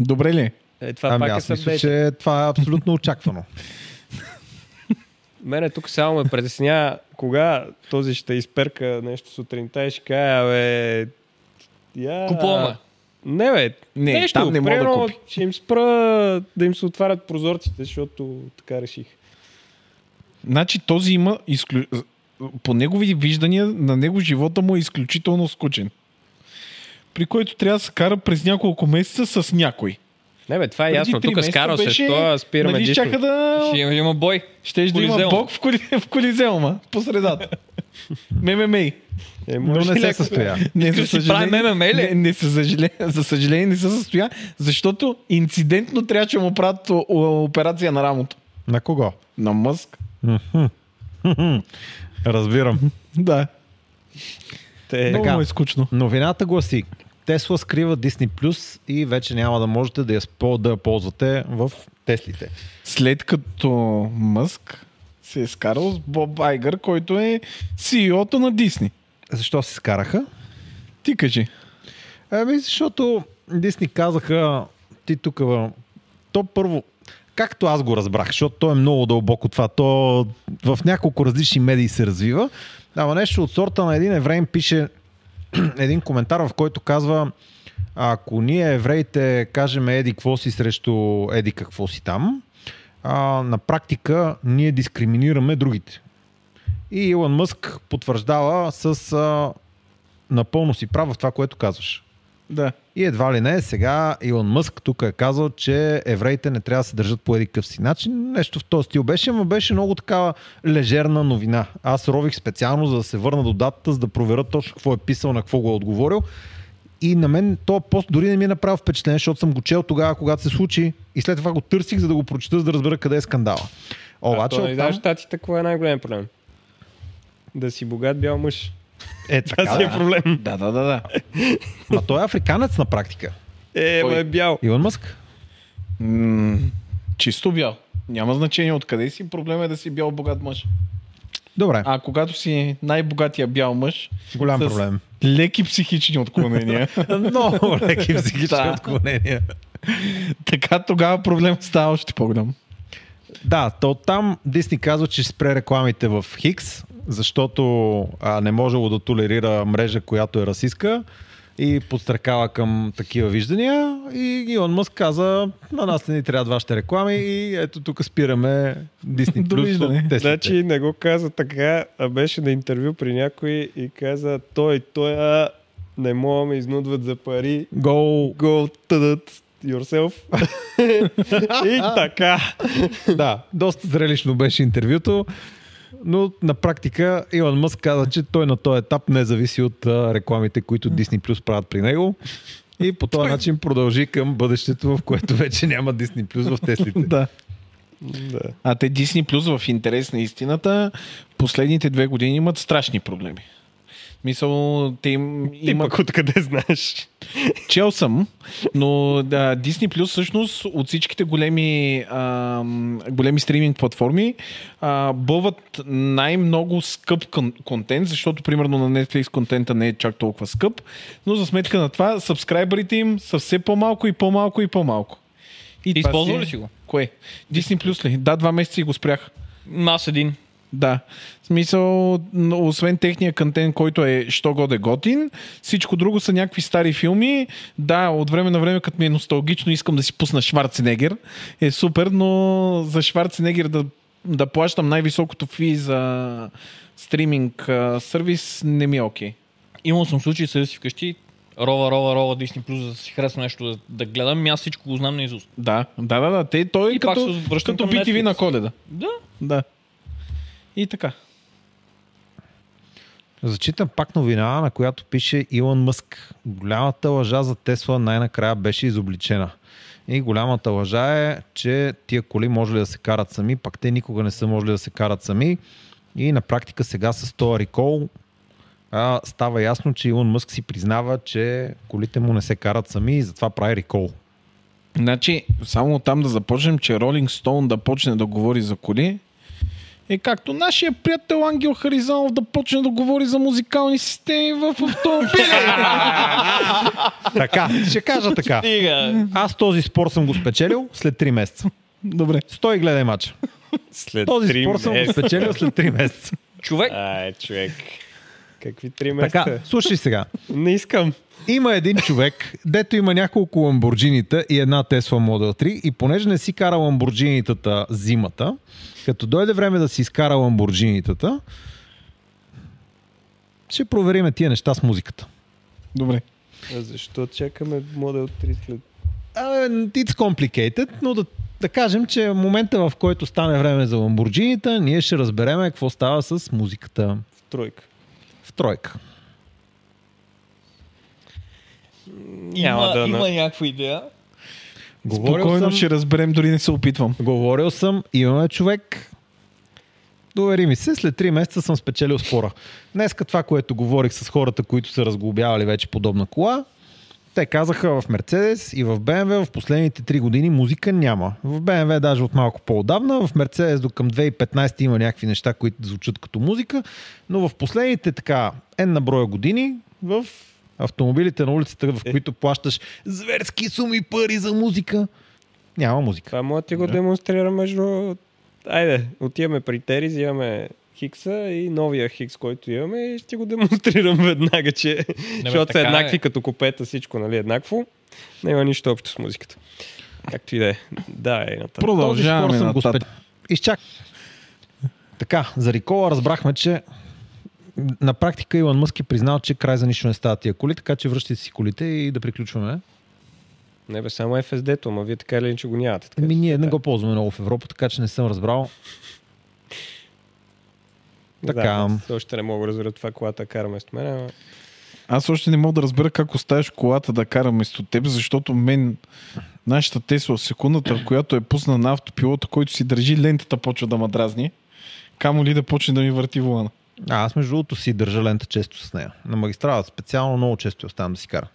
Speaker 4: Добре ли?
Speaker 5: Е, това
Speaker 3: Ами
Speaker 5: пак е
Speaker 3: аз мисля,
Speaker 5: събдейт. Че...
Speaker 3: че това е абсолютно очаквано.
Speaker 5: Мене тук само ме притеснява кога този ще изперка нещо сутринта и ще каже, абе... Я...
Speaker 8: Купуваме.
Speaker 5: Не, бе.
Speaker 4: Не,
Speaker 5: нещо,
Speaker 4: там не мога да
Speaker 5: примерно
Speaker 4: купи.
Speaker 5: Ще им спра да им се отварят прозорците, защото така реших.
Speaker 4: Значи този има изклю... по негови виждания, на него живота му е изключително скучен. При който трябва да се кара през няколко месеца с някой.
Speaker 5: Не, бе, това е
Speaker 4: Преди
Speaker 5: ясно.
Speaker 4: три
Speaker 5: Тук
Speaker 4: месеца
Speaker 5: скарал се,
Speaker 4: беше,
Speaker 5: що спираме
Speaker 4: нали,
Speaker 5: дисно.
Speaker 4: чака да...
Speaker 8: Ще има, има бой.
Speaker 4: Щеш да има
Speaker 8: Колизеум.
Speaker 4: бог в, коли... в колизеума, по средата. МММ.
Speaker 5: Е,
Speaker 3: Но
Speaker 5: може
Speaker 3: не
Speaker 5: ли
Speaker 3: се
Speaker 5: някой-
Speaker 3: състоя.
Speaker 4: Не,
Speaker 8: Искаш да си прави МММ ли?
Speaker 4: не, не, за, съжаление, за съжаление не се състоя, защото инцидентно трябваше да му правят о- о- операция на рамото.
Speaker 3: На кого?
Speaker 4: На Мъск.
Speaker 3: Разбирам.
Speaker 4: Да.
Speaker 5: Те,
Speaker 4: Много
Speaker 3: Така.
Speaker 4: му е скучно.
Speaker 3: Новината гласи. Тесла скрива Disney Plus и вече няма да можете да я, спо, да я ползвате в Теслите.
Speaker 4: След като Мъск се е скарал с Боб Айгър, който е CEO-то на Дисни.
Speaker 3: Защо се скараха?
Speaker 4: Ти кажи.
Speaker 3: Ами, защото Дисни казаха, ти тук, а, то първо, както аз го разбрах, защото то е много дълбоко това, то в няколко различни медии се развива, ама нещо от сорта на един еврей пише един коментар, в който казва, ако ние евреите кажем еди какво си срещу еди какво си там, а, на практика ние дискриминираме другите. И Илон Мъск потвърждава с а, напълно си прав в това, което казваш.
Speaker 4: Да.
Speaker 3: И едва ли не, сега Илон Мъск тук е казал, че евреите не трябва да се държат по един къв си начин. Нещо в този стил беше, но беше много такава лежерна новина. Аз рових специално, за да се върна до датата, за да проверя точно какво е писал, на какво го е отговорил. И на мен то пост дори не ми е направил впечатление, защото съм го чел тогава, когато се случи. И след това го търсих, за да го прочета, за да разбера къде е скандала. Обаче,
Speaker 5: а то,
Speaker 3: оттам...
Speaker 5: да, щатите, кое е най-голям проблем? Да си богат бял мъж.
Speaker 3: е така.
Speaker 5: Това си е
Speaker 3: Да.
Speaker 5: проблем.
Speaker 4: Да, да, да, да.
Speaker 3: А той е африканец на практика.
Speaker 5: Е, ма е бял.
Speaker 3: Илон Мъск.
Speaker 4: М- чисто бял. Няма значение откъде си, проблема е да си бял богат мъж.
Speaker 3: Добре,
Speaker 4: А когато си най-богатия бял мъж,
Speaker 3: голям
Speaker 4: с-
Speaker 3: проблем.
Speaker 4: леки психични отклонения,
Speaker 3: Много леки психични
Speaker 4: Да.
Speaker 3: отклонения.
Speaker 4: така тогава проблем става още по-голям.
Speaker 3: Да, то там Дисни казва, че ще спре рекламите в Хикс, защото а, не можело да толерира мрежа, която е расистка и подстракава към такива виждания. И Илон Мъск каза, на нас не ни трябва вашите реклами и ето тук спираме Дисни Плюс
Speaker 4: Довиждане.
Speaker 3: от Теслите.
Speaker 5: Значи не го каза така, а беше на интервю при някой и каза той, той, а не мога да ме изнудват за пари.
Speaker 3: Гол,
Speaker 5: Go тъдът yourself. и така.
Speaker 3: да, доста зрелищно беше интервюто, но на практика Илон Мъск каза, че той на този етап не зависи от а, рекламите, които Disney Plus правят при него. И по този начин продължи към бъдещето, в което вече няма Disney Plus в Теслите.
Speaker 4: Да.
Speaker 5: Да.
Speaker 4: А те Disney Plus в интерес на истината последните две години имат страшни проблеми. Мисъл, те им,
Speaker 5: Ти
Speaker 4: имат...
Speaker 5: пък откъде знаеш?
Speaker 4: Чел съм, но да, Disney Plus всъщност от всичките големи, ам, големи стриминг платформи а, бълват най-много скъп кон- контент, защото примерно на Netflix контента не е чак толкова скъп, но за сметка на това сабскрайбърите им са все по-малко и по-малко и по-малко. И това
Speaker 8: Използвал
Speaker 4: си е-
Speaker 8: ли си го?
Speaker 4: Кое? Disney Plus ли? Да, два месеца и го спрях.
Speaker 8: М, Аз един.
Speaker 4: Да. В смисъл, н- освен техния контент, който е що годе готин, всичко друго са някакви стари филми. Да, от време на време, като ми е носталгично, искам да си пусна Шварценегер. Е супер, но за Шварценегер да, да плащам най-високото фи за стриминг а, сервис не ми е окей.
Speaker 8: Имал съм случай, седя си вкъщи, рова, рова, рова, Disney Plus, за да си харесва нещо да, да гледам, и аз всичко го знам наизуст.
Speaker 4: Да, да, да, да. Те, той
Speaker 8: И пак
Speaker 4: като,
Speaker 8: се връщам
Speaker 4: като
Speaker 8: към
Speaker 4: BTV
Speaker 8: Netflix.
Speaker 4: на коледа.
Speaker 8: Да.
Speaker 4: Да. И така.
Speaker 3: Зачитам пак новина, на която пише Илон Мъск. Голямата лъжа за Тесла най-накрая беше изобличена. И голямата лъжа е, че тия коли може ли да се карат сами, пак те никога не са можели да се карат сами. И на практика сега с този рекол а, става ясно, че Илон Мъск си признава, че колите му не се карат сами и затова прави рекол.
Speaker 4: Значи, само там да започнем, че Ролинг Стоун да почне да говори за коли, е както нашия приятел Ангел Харизанов да почне да говори за музикални системи в автомобили.
Speaker 3: Така, ще кажа така.
Speaker 8: Стига.
Speaker 3: Аз този спор съм го спечелил след 3 месеца.
Speaker 4: Добре.
Speaker 3: Стой и гледай матча.
Speaker 12: След
Speaker 3: Този
Speaker 12: три
Speaker 3: спор съм го
Speaker 12: месеца.
Speaker 3: спечелил след 3 месеца.
Speaker 8: Човек,
Speaker 12: Ай, човек.
Speaker 10: Какви три месеца?
Speaker 3: Така, слушай сега.
Speaker 10: Не искам.
Speaker 3: Има един човек, дето има няколко ламборджинита и една Тесла Model 3 и понеже не си кара ламборджинитата зимата, като дойде време да си изкара ламборджинитата, ще провериме тия неща с музиката.
Speaker 4: Добре.
Speaker 10: А защо чакаме модел 3 след?
Speaker 3: А, It's complicated, но да, да кажем, че в момента в който стане време за ламборджинита, ние ще разбереме какво става с музиката
Speaker 10: В тройка.
Speaker 3: в тройка.
Speaker 8: има,
Speaker 10: да,
Speaker 8: има
Speaker 10: но-
Speaker 8: някаква идея.
Speaker 3: Говорил
Speaker 4: Спокойно
Speaker 3: съм,
Speaker 4: ще разберем, дори не се опитвам.
Speaker 3: говорил съм, имаме човек, довери ми се, след 3 месеца съм спечелил спора. Днеска това, което говорих с хората, които са разглобявали вече подобна кола, те казаха в Мерцедес и в BMW в последните 3 години музика няма. В BMW даже от малко по-отдавна, в Мерцедес до към 2015 има някакви неща, които звучат като музика, но в последните така N на броя години в автомобилите на улицата, в които плащаш зверски суми пари за музика, няма музика.
Speaker 10: Това мога да ти го демонстрира между... Айде, отиваме при Тери, взимаме Хикса и новия Хикс, който имаме и ще ти го демонстрирам веднага, че... защото са
Speaker 8: така
Speaker 10: еднакви
Speaker 8: е.
Speaker 10: като купета, всичко, нали, еднакво. Няма нищо общо с музиката. Както и да е. Да, е нататък.
Speaker 4: Продължаваме
Speaker 3: Този спор съм го
Speaker 4: нататък.
Speaker 3: спечелил. Изчак. Така, за Рикола разбрахме, че на практика Илон Мъск е признал, че край за нищо не става тия коли, така че връщайте си колите и да приключваме.
Speaker 10: Не бе, само FSD-то, ама вие така или иначе го нямате. Така.
Speaker 3: Ами ние не го ползваме много в Европа, така че не съм разбрал. така.
Speaker 10: Да, аз още не мога да разбера това, колата кара вместо мен, ама...
Speaker 4: Аз още не мога да разбера как оставяш колата да кара вместо теб, защото мен нашата Тесла в секундата, в която е пусна на автопилота, който си държи лентата, почва да ма дразни. Камо ли да почне да ми върти вулана.
Speaker 3: А, аз между другото си държа лента често с нея. На магистралата специално много често я оставям да си кара.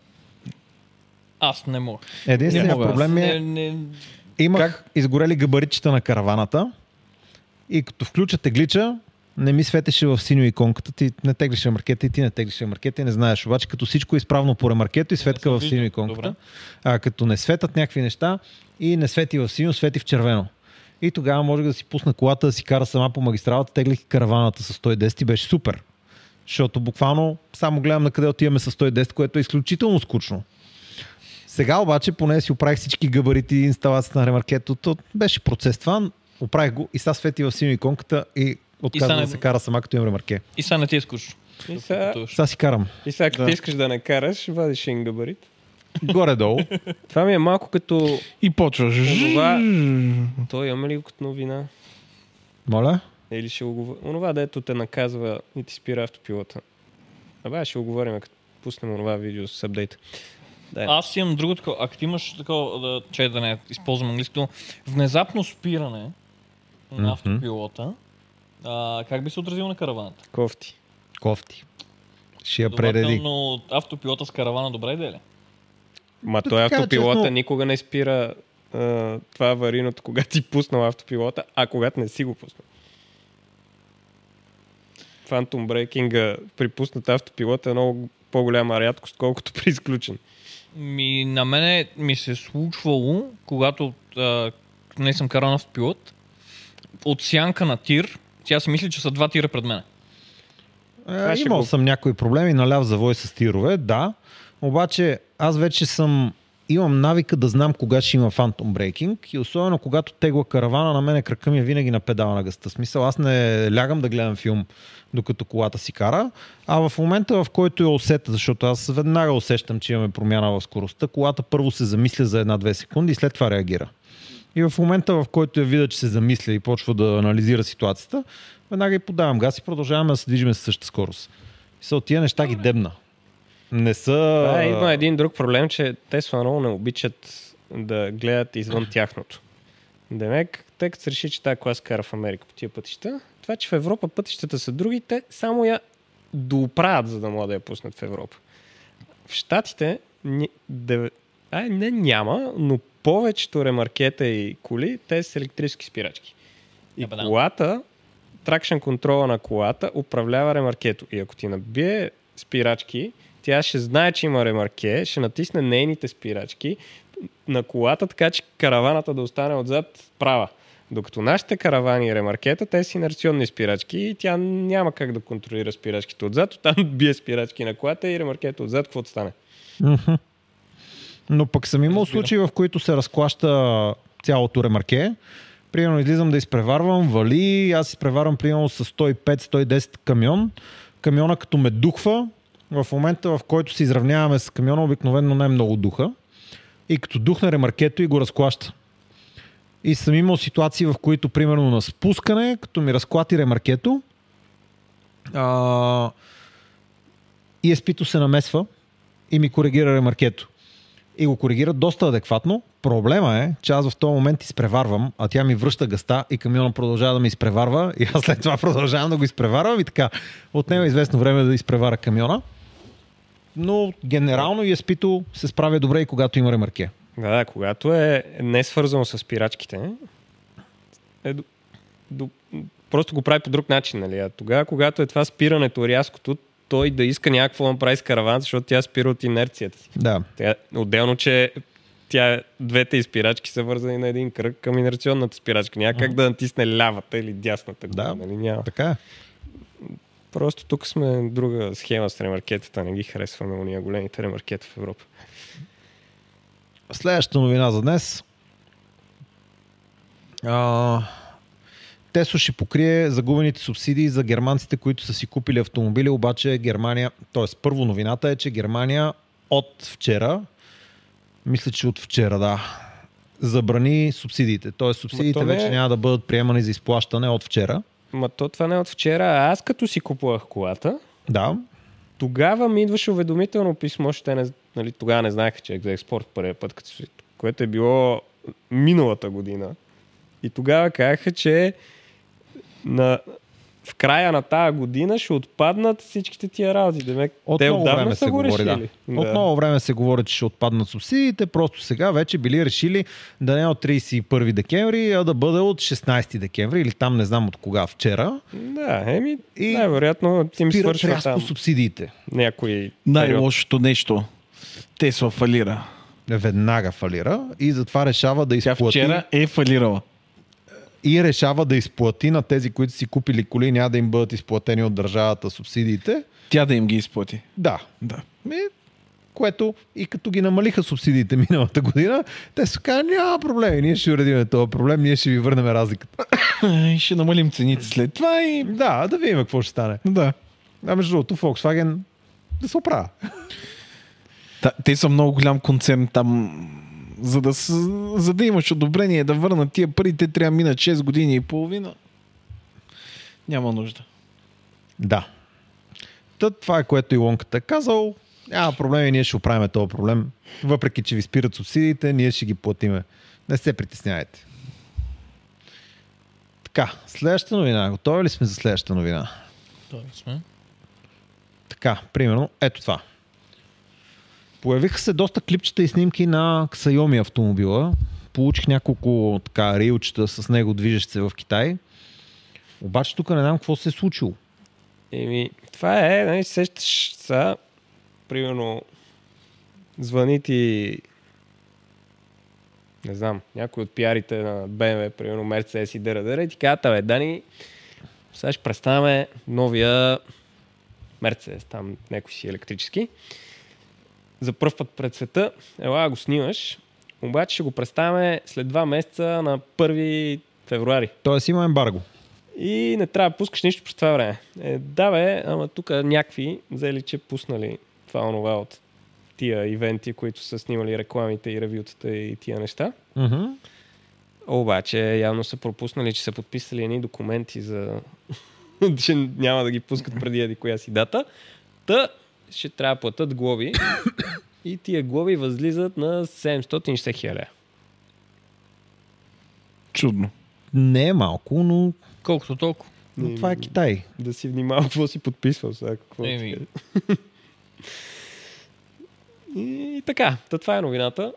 Speaker 8: Аз не мога.
Speaker 3: Единственият
Speaker 4: мога аз.
Speaker 3: проблем
Speaker 8: Не,
Speaker 3: е,
Speaker 8: не,
Speaker 3: имах как? изгорели габаритчета на караваната и като включа теглича, не ми светеше в синьо иконката. Ти не теглиш маркета и ти не теглиш маркета и не знаеш. Обаче като всичко е изправно по ремаркето и светка в синьо иконката. А като не светат някакви неща и не свети в синьо, свети в червено. И тогава можех да си пусна колата да си кара сама по магистралата, теглих и караваната с 110 и беше супер. Защото буквално само гледам на къде отиваме с 110, което е изключително скучно. Сега обаче, поне си оправих всички габарити и инсталацията на ремаркетото, беше процес това. Оправих го и сега свети в синьо иконката и отказвам
Speaker 8: И сега
Speaker 3: да
Speaker 8: не-
Speaker 3: се кара сама, като имам ремарке.
Speaker 8: и сега не ти е скучно.
Speaker 10: И сега,
Speaker 3: Сега си карам.
Speaker 10: и сега като искаш да не караш, вадиш един габарит.
Speaker 3: Горе-долу.
Speaker 10: Това ми е малко като...
Speaker 4: И почваш.
Speaker 10: Онова... Той имаме ли го като новина?
Speaker 3: Моля.
Speaker 10: Или ще го говорим. Онова, дето те наказва и ти спира автопилота. Абе, ще го говорим, като пуснем онова видео с апдейта. Да.
Speaker 8: Аз имам друго такова. Ако ти имаш такова, да, че да не използвам английски, но внезапно спиране на автопилота, а, как би се отразил на караваната?
Speaker 10: Кофти.
Speaker 3: Кофти. Ще я пререди.
Speaker 8: Следователно, автопилота с каравана добре де ли?
Speaker 10: Ма
Speaker 3: Да,
Speaker 10: той
Speaker 3: така е,
Speaker 10: автопилота
Speaker 3: честно.
Speaker 10: никога не спира а, това аварийното, когато ти пуснал автопилота, а когато не си го пуснал. Фантом брейкинга при пуснат автопилота е много по-голяма рядкост, колкото при изключен.
Speaker 8: Ми, на мене ми се е случвало, когато а, не съм карал на автопилот, от сянка на тир, тя си мисли, че са два тира пред мен.
Speaker 3: Е,
Speaker 10: ще
Speaker 3: имал
Speaker 10: го-
Speaker 3: съм някои проблеми на ляв завой с тирове, да. Обаче аз вече съм имам навика да знам кога ще има фантом брейкинг и особено когато тегла каравана, на мене крака ми е винаги на педала на гъста. В Смисъл, аз не лягам да гледам филм, докато колата си кара, а в момента в който я усета, защото аз веднага усещам, че имаме промяна в скоростта, колата първо се замисля за една-две секунди и след това реагира. И в момента, в който я видя, че се замисля и почва да анализира ситуацията, веднага и подавам газ и продължаваме да се движим със същата скорост. И са от тия неща ги дебна. Не са...
Speaker 10: Да, е, има един друг проблем, че Тесла много не обичат да гледат извън тяхното. Демек, тъй като се реши, че тази клас кара в Америка по тия пътища, това, че в Европа пътищата са други, те само я доправят, за да могат да я пуснат в Европа. В Штатите, ни- дев- ай, не няма, но повечето ремаркета и коли, те са с електрически спирачки. И
Speaker 8: Абе, да.
Speaker 10: колата, тракшн контрола на колата управлява ремаркето. И ако ти набие спирачки, тя ще знае, че има ремарке, ще натисне нейните спирачки на колата, така че караваната да остане отзад права. Докато нашите каравани и ремаркета, те са инерционни спирачки и тя няма как да контролира спирачките отзад, оттам бие спирачки на колата и ремаркета отзад, каквото стане.
Speaker 3: Мгм. Но пък съм имал случаи, в които се разклаща цялото ремарке. Примерно излизам да изпреварвам, вали, аз изпреварвам примерно с 105-110 камион. Камиона като ме духва, в момента в който се изравняваме с камиона, обикновено най-много духа. И като духне ремаркето и го разклаща. И съм имал ситуации, в които примерно на спускане, като ми разклати ремаркето, а, ESP-то се намесва и ми коригира ремаркето. И го коригира доста адекватно. Проблема е, че аз в този момент изпреварвам, а тя ми връща гъста и камиона продължава да ме изпреварва и аз след това продължавам да го изпреварвам и така. Отнема известно време да изпревара камиона. Но генерално ESP-то се справя добре и когато има ремарке.
Speaker 10: Да, да, когато е не свързано с спирачките, е, до, до, просто го прави по друг начин. Нали? А тогава, когато е това спирането рязкото, той да иска някакво да направи с караван, защото тя спира от инерцията си.
Speaker 3: Да.
Speaker 10: Тя, отделно, че тя, двете изпирачки са вързани на един кръг към инерционната спирачка. Няма как да натисне лявата или дясната.
Speaker 3: Да.
Speaker 10: гума, Нали? Няма.
Speaker 3: Така е.
Speaker 10: Просто тук сме друга схема с ремаркетата. Не ги харесваме уния големите ремаркета в Европа.
Speaker 3: Следващата новина за днес. А, Тесо ще покрие загубените субсидии за германците, които са си купили автомобили, обаче Германия... Тоест, първо новината е, че Германия от вчера, мисля, че от вчера, да, забрани субсидиите. Тоест, субсидиите
Speaker 10: Ма то не е-
Speaker 3: вече няма да бъдат приемани за изплащане от вчера.
Speaker 10: Ма то това не е от вчера. А Аз като си купувах колата,
Speaker 3: Да,
Speaker 10: тогава ми идваше уведомително писмо, ще те не, нали, тогава не знаеха, че е за експорт първия път, като, си- което е било миналата година. И тогава казаха, че на, в края на тази година ще отпаднат всичките тия работи. Демек,
Speaker 3: От
Speaker 10: те
Speaker 3: много
Speaker 10: отдавна
Speaker 3: време
Speaker 10: са
Speaker 3: се
Speaker 10: го
Speaker 3: говори, да.
Speaker 10: решили.
Speaker 3: Да. От много време се говори, че ще отпаднат субсидиите, просто сега вече били решили да не е от 31 декември, а да бъде от 16 декември или там не знам от кога, вчера.
Speaker 10: Да, еми,
Speaker 3: И
Speaker 10: и... най-вероятно ти ми
Speaker 3: Спират
Speaker 10: свършва
Speaker 3: рязко
Speaker 10: там
Speaker 3: субсидиите.
Speaker 10: някой период.
Speaker 4: Най-лошото нещо. Тесла фалира.
Speaker 3: Веднага фалира и затова решава да
Speaker 4: Тя
Speaker 3: изплати.
Speaker 4: вчера е фалирала.
Speaker 3: И решава да изплати на тези, които си купили коли, няма да им бъдат изплатени от държавата субсидиите.
Speaker 4: Тя да им ги изплати.
Speaker 3: Да,
Speaker 4: Да.
Speaker 3: Ми, което и като ги намалиха субсидиите миналата година, те са казали, няма проблеми, ние ще уредим този проблем, ние ще ви върнем разликата.
Speaker 4: И ще намалим цените след това и...
Speaker 3: Да, да видим какво ще стане.
Speaker 4: Да.
Speaker 3: А между другото, Volkswagen да се оправя.
Speaker 4: Та, те са много голям концерн там. За да, с- за да имаш одобрение да върнат тия пари, те трябва да минат 6 години и половина. Няма нужда.
Speaker 3: Да. Та, това е което Илонката е казал. Няма проблеми, ние ще оправим този проблем. Въпреки, че ви спират субсидиите, ние ще ги платиме. Не се притеснявайте. Така, следващата новина. Готови ли сме за следващата новина?
Speaker 8: Добре сме.
Speaker 3: Така, примерно, ето това. Появиха се доста клипчета и снимки на Xiaomi автомобила. Получих няколко така рилчета с него, движещ се в Китай. Обаче тук не знам какво се е случило.
Speaker 10: Еми, това е, нали, се сещаш сега, примерно, звъни ти, не знам, някой от пиарите на BMW, примерно Mercedes и ДРДР и ти казват, абе, Дани, сега ще представяме новия Мерцедес, там някой си електрически. е за първ път пред света. Ела го снимаш. Обаче ще го представяме след два месеца на 1 февруари.
Speaker 3: Тоест има ембарго.
Speaker 10: И не трябва да пускаш нищо през това време. Е, да бе, ама тук някакви взели, че пуснали това онова от тия ивенти, които са снимали рекламите и ревютата и тия неща.
Speaker 3: Mm-hmm.
Speaker 10: Обаче явно са пропуснали, че са подписали едни документи за... че няма да ги пускат преди еди коя си дата. Та ще трябва да платят глоби. и тия глоби възлизат на 760 хиляди.
Speaker 4: Чудно.
Speaker 3: Не е малко, но,
Speaker 8: Колкото толкова.
Speaker 3: но това е Китай.
Speaker 10: Да си внимава какво си подписвал сега. Какво
Speaker 8: Еми.
Speaker 10: ти е. и, така, та това е новината.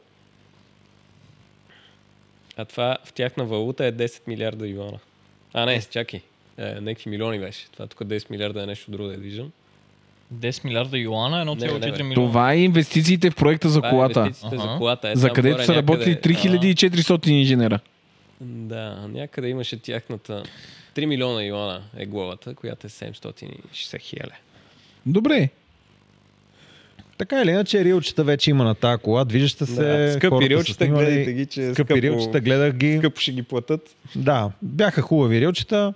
Speaker 10: А това в тяхна валута е 10 милиарда юана. А не, чакай. Е, някакви милиони беше. Това тук 10 милиарда е нещо друго да я движам.
Speaker 8: 10 милиарда юана,
Speaker 10: Не, не,
Speaker 8: 1,4
Speaker 10: не.
Speaker 8: милиона.
Speaker 4: Това е инвестициите в проекта за
Speaker 10: Това е
Speaker 4: колата,
Speaker 10: инвестициите за
Speaker 8: Аха.
Speaker 10: колата. Е,
Speaker 4: за
Speaker 10: там
Speaker 4: където
Speaker 10: горе
Speaker 4: са работили
Speaker 10: някъде-
Speaker 4: 3400 инженера.
Speaker 10: Да, някъде имаше тяхната... 3 милиона юана е главата, която е 760 хиляди.
Speaker 4: Добре.
Speaker 3: Така или иначе, рилчета вече има на тази кола. Движеща се.
Speaker 10: Да, скъпи
Speaker 3: хората са
Speaker 10: рилчета,
Speaker 3: снимали.
Speaker 10: гледайте ги, че е
Speaker 3: Скъпи
Speaker 10: скъпо.
Speaker 3: рилчета, гледах ги.
Speaker 10: Скъпо ще ги платят.
Speaker 3: Да, бяха хубави рилчета.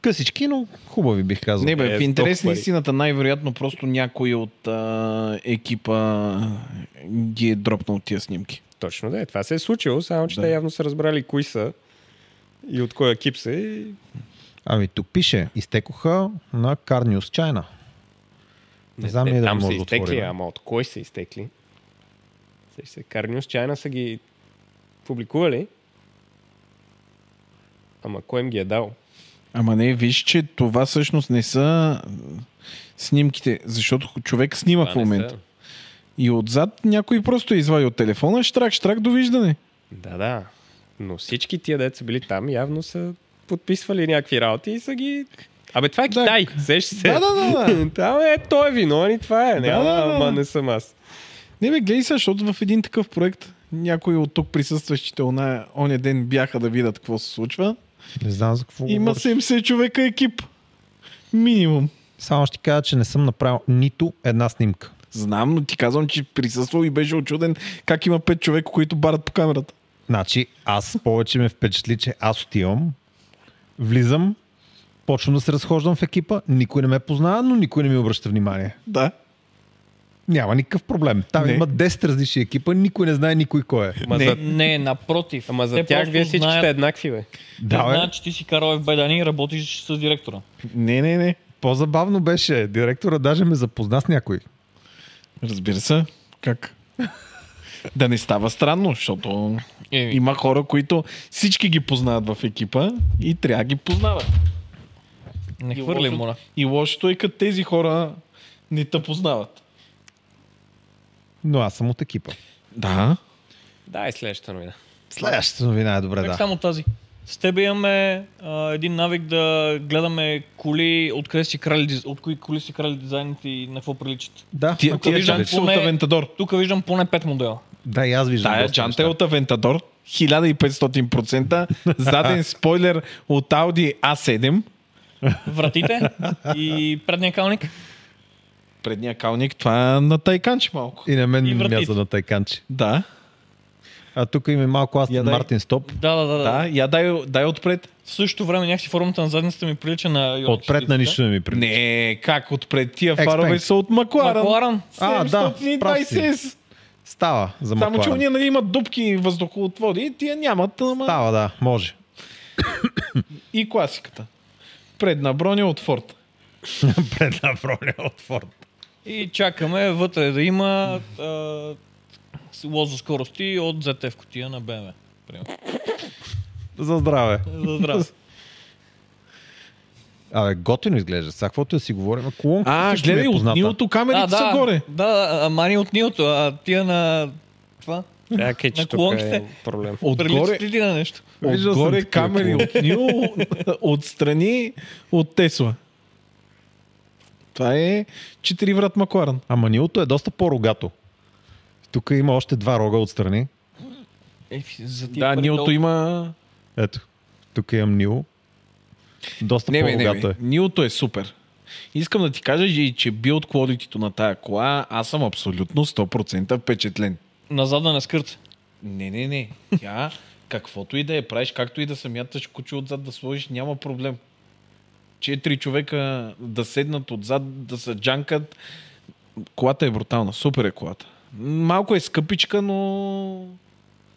Speaker 3: Късички, но хубави бих казал.
Speaker 4: Не бе,
Speaker 10: Е,
Speaker 4: в интерес
Speaker 10: толкова
Speaker 4: на
Speaker 10: пари.
Speaker 4: истината най-вероятно просто някой от а, екипа ги е дропнал тия снимки.
Speaker 10: Точно да е. Това се е случило, само че
Speaker 4: Да.
Speaker 10: да. те явно са разбрали кои са и от кой екип са. И...
Speaker 3: Ами тук пише, изтекоха на Car News China. Не знам
Speaker 10: те
Speaker 3: ние дали
Speaker 10: Е, там са
Speaker 3: може да
Speaker 10: изтекли,
Speaker 3: отворим.
Speaker 10: ама от кой са изтекли? Сеща Се, Карниус Чайна са ги публикували. Ама кой им ги е дал?
Speaker 4: Ама не, виж, че това всъщност не са снимките, защото човек снима
Speaker 10: Това
Speaker 4: в
Speaker 10: не са.
Speaker 4: момента. И отзад някой просто е извадил телефона, штрак, штрак, довиждане.
Speaker 10: Да, да. Но всички тия деца били там, явно са подписвали някакви работи и са ги... Абе, това е
Speaker 4: Да.
Speaker 10: Китай, сеща се.
Speaker 4: Да, да, да, да.
Speaker 10: Там е, той е виновен и това е.
Speaker 4: Да,
Speaker 10: Няма,
Speaker 4: да, да, да.
Speaker 10: ама не съм аз.
Speaker 4: Не бе, гледай сега, защото в един такъв проект някои от тук присъстващите она, оня ден бяха да видят какво се случва.
Speaker 3: Не знам за какво
Speaker 4: Има
Speaker 3: говориш.
Speaker 4: 70 човека екип. Минимум.
Speaker 3: Само ще кажа, че не съм направил нито една снимка.
Speaker 4: Знам, но ти казвам, че присъствал и беше очуден как има 5 човека, които барат по камерата.
Speaker 3: Значи аз повече ме впечатли, че аз отивам, влизам, почвам да се разхождам в екипа, никой не ме познава, но никой не ми обръща внимание.
Speaker 4: Да.
Speaker 3: Няма никакъв проблем. Там
Speaker 4: Не.
Speaker 3: има 10 различни екипа, никой не знае никой кой е.
Speaker 10: Ма
Speaker 8: Не,
Speaker 10: за,
Speaker 8: не, напротив.
Speaker 10: ама за
Speaker 8: Те
Speaker 10: тях
Speaker 8: просто
Speaker 10: вие всички
Speaker 8: знаят-
Speaker 10: сте еднакви, бе.
Speaker 3: Да, бе.
Speaker 4: значи-
Speaker 8: Знаят, че ти си Карл в Байдани и работиш с директора.
Speaker 4: Не, не, не.
Speaker 3: По-забавно беше. Директора даже ме запозна с някой.
Speaker 4: Разбира се. Как? да не става странно, защото
Speaker 8: Еми.
Speaker 4: има хора, които всички ги познават в екипа и трябва да ги познават.
Speaker 8: Не
Speaker 4: И
Speaker 8: хвърли
Speaker 4: лошо-
Speaker 8: мора.
Speaker 4: И лошото е, като тези хора не те познават.
Speaker 3: Но аз съм от екипа.
Speaker 4: Да.
Speaker 10: Да, и следващата новина.
Speaker 3: Следващата новина е добре,
Speaker 8: Как
Speaker 3: да.
Speaker 8: само тази? С тебе имаме а, един навик да гледаме коли, от, къде си крали, диз- от кои коли си крали дизайните и на какво приличат.
Speaker 3: Да,
Speaker 4: Тия,
Speaker 8: Ако
Speaker 4: тия
Speaker 8: виждам
Speaker 4: джанти са от
Speaker 8: поне-
Speaker 4: Авентадор.
Speaker 8: Тук виждам поне 5 модела.
Speaker 3: да, и аз виждам.
Speaker 4: Тая
Speaker 3: доста
Speaker 4: джанта е
Speaker 3: неща.
Speaker 4: от Авентадор. 1500% заден спойлер от Audi A7.
Speaker 8: Вратите и предния калник.
Speaker 4: Предния калник, това е на тайканче малко.
Speaker 3: И на мен
Speaker 8: и
Speaker 3: ми
Speaker 8: вратите.
Speaker 3: мяза на тайканче.
Speaker 4: Да,
Speaker 3: А тук има и малко Астон
Speaker 4: Ядай.
Speaker 3: Мартин Стоп.
Speaker 8: Да, да, да. да.
Speaker 4: да, я дай, дай отпред.
Speaker 8: В същото време някакси формата на задницата ми прилича на Йорк
Speaker 3: Отпред на
Speaker 8: 40,
Speaker 3: нищо не ми прилича.
Speaker 4: Не, как отпред тия
Speaker 3: Експенс.
Speaker 4: фарове са от
Speaker 8: да.
Speaker 4: Макларен.
Speaker 8: Макларен.
Speaker 3: А, да, прав си.
Speaker 4: 720S.
Speaker 3: Става за
Speaker 4: Само, че
Speaker 3: Макларен.
Speaker 4: уния нали, имат дупки и въздухоотводи, тия нямат, ама
Speaker 3: Става, да, може.
Speaker 4: и класиката. Предна броня от Форд.
Speaker 3: Предна проля от Форд.
Speaker 8: И чакаме вътре да има а, с- лозо скорости от ZF котия на BMW. примерно.
Speaker 3: За здраве.
Speaker 8: За здраве.
Speaker 3: Абе, готино изглежда. Сега каквото да си говорим. а Колонката
Speaker 4: А,
Speaker 3: също ми
Speaker 4: гледай,
Speaker 3: е
Speaker 4: от
Speaker 3: позната.
Speaker 4: нилото камерите
Speaker 8: А, да,
Speaker 4: са горе.
Speaker 8: Да, ама не от Нилото, а тия на това.
Speaker 10: Чакай,
Speaker 8: На
Speaker 10: че тук е
Speaker 8: колонките.
Speaker 10: проблем.
Speaker 4: Отгоре,
Speaker 8: Приличат ли ти на нещо?
Speaker 3: Виждал съм
Speaker 4: отгоре
Speaker 3: такива
Speaker 4: камери
Speaker 3: колони.
Speaker 4: от Нил, нали, отстрани от Тесла. Това е четириврат Макларен.
Speaker 3: Ама нилото е доста по-рогато. Тук има още два рога отстрани.
Speaker 8: Е, за тия
Speaker 4: Да,
Speaker 8: пари
Speaker 4: Нилото
Speaker 8: толкова.
Speaker 4: има...
Speaker 3: Ето. Тук имам нил. Доста
Speaker 4: Не, бе, не,
Speaker 3: по-рогато
Speaker 4: бе.
Speaker 3: е.
Speaker 4: Нилото е супер. Искам да ти кажа, че- че билд quality на тая кола, аз съм абсолютно 100% впечатлен.
Speaker 8: Назад да не скърца.
Speaker 4: Не, не, не. Тя, каквото и да я правиш, както и да самяташ куче отзад да сложиш, няма проблем. Четири човека да седнат отзад, да се джанкат. Колата е брутална. Супер е колата. Малко е скъпичка, но...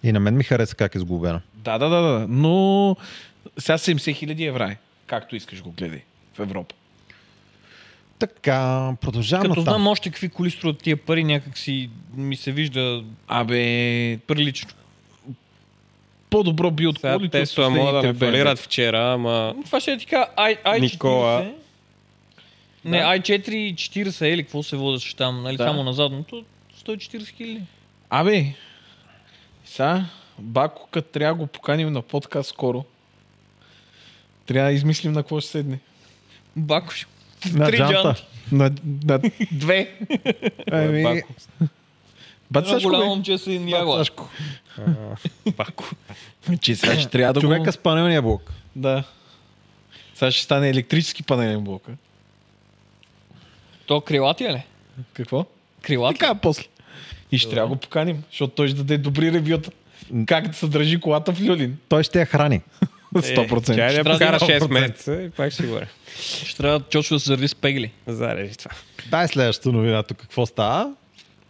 Speaker 3: И на мен ми хареса как е сглобена.
Speaker 4: Да, да, да, да. Но сега 70 хиляди евра е. Както искаш го гледай в Европа.
Speaker 3: Така, продължавам
Speaker 8: Като
Speaker 3: натам.
Speaker 8: знам още какви коли струват тия пари, някак си ми се вижда
Speaker 4: Абе, прилично. По-добро би от
Speaker 5: Сега
Speaker 4: колите. от
Speaker 5: Тесла могат да ме
Speaker 4: последните
Speaker 5: фалират вчера, ама
Speaker 8: Това ще е така I, I
Speaker 5: Никола.
Speaker 8: 40. Не, i440 или какво се водеше там, нали,
Speaker 4: Да.
Speaker 8: само на задното, 140 хиляди.
Speaker 4: Абе, сега Бако, като трябва да го поканим на подкаст скоро, трябва да измислим на какво ще седне.
Speaker 8: Бакош.
Speaker 3: На
Speaker 8: Три джанта.
Speaker 3: джанта.
Speaker 4: На, на...
Speaker 8: Две.
Speaker 3: Еми,
Speaker 5: Бако.
Speaker 4: Бат
Speaker 8: Едно
Speaker 4: Сашко,
Speaker 8: голямо
Speaker 4: бе.
Speaker 8: момче е с един
Speaker 4: Бат
Speaker 8: ягла.
Speaker 4: е? Сашко. Че сега ще трябва да го...
Speaker 3: човека с панелния блок.
Speaker 4: Да. Сега ще стане електрически панелен блок. а?
Speaker 8: То крилатия ли?
Speaker 4: Какво?
Speaker 8: Крилатия.
Speaker 4: Така, после. И ще трябва да го поканим, защото той ще даде добри ревюта. Как да се държи колата в Люлин? Е,
Speaker 3: Той ще я храни.
Speaker 4: 100%.
Speaker 5: е, тя
Speaker 8: ще
Speaker 5: не
Speaker 8: трябва
Speaker 5: покара
Speaker 8: да има
Speaker 5: 6 месеца и пак ще горе.
Speaker 8: Ще трябва да чочва да се заради с пегли.
Speaker 5: Зарежи това.
Speaker 3: Дай следващата новина тук. Какво става?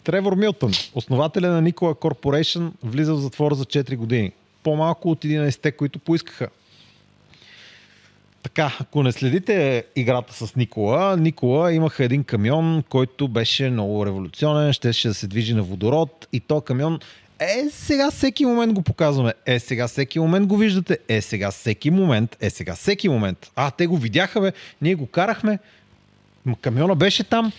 Speaker 3: Тревор Милтън, основателя на Никола Corporation, влиза в затвор за 4 години. По-малко от 11-те, които поискаха. Така, ако не следите играта с Никола, Никола имаха един камион, който беше много революционен, щеше да се движи на водород и то камион е сега всеки момент го показваме, е сега всеки момент го виждате, е сега всеки момент, е сега всеки момент. А, те го видяха, бе, ние го карахме, М, камиона беше там,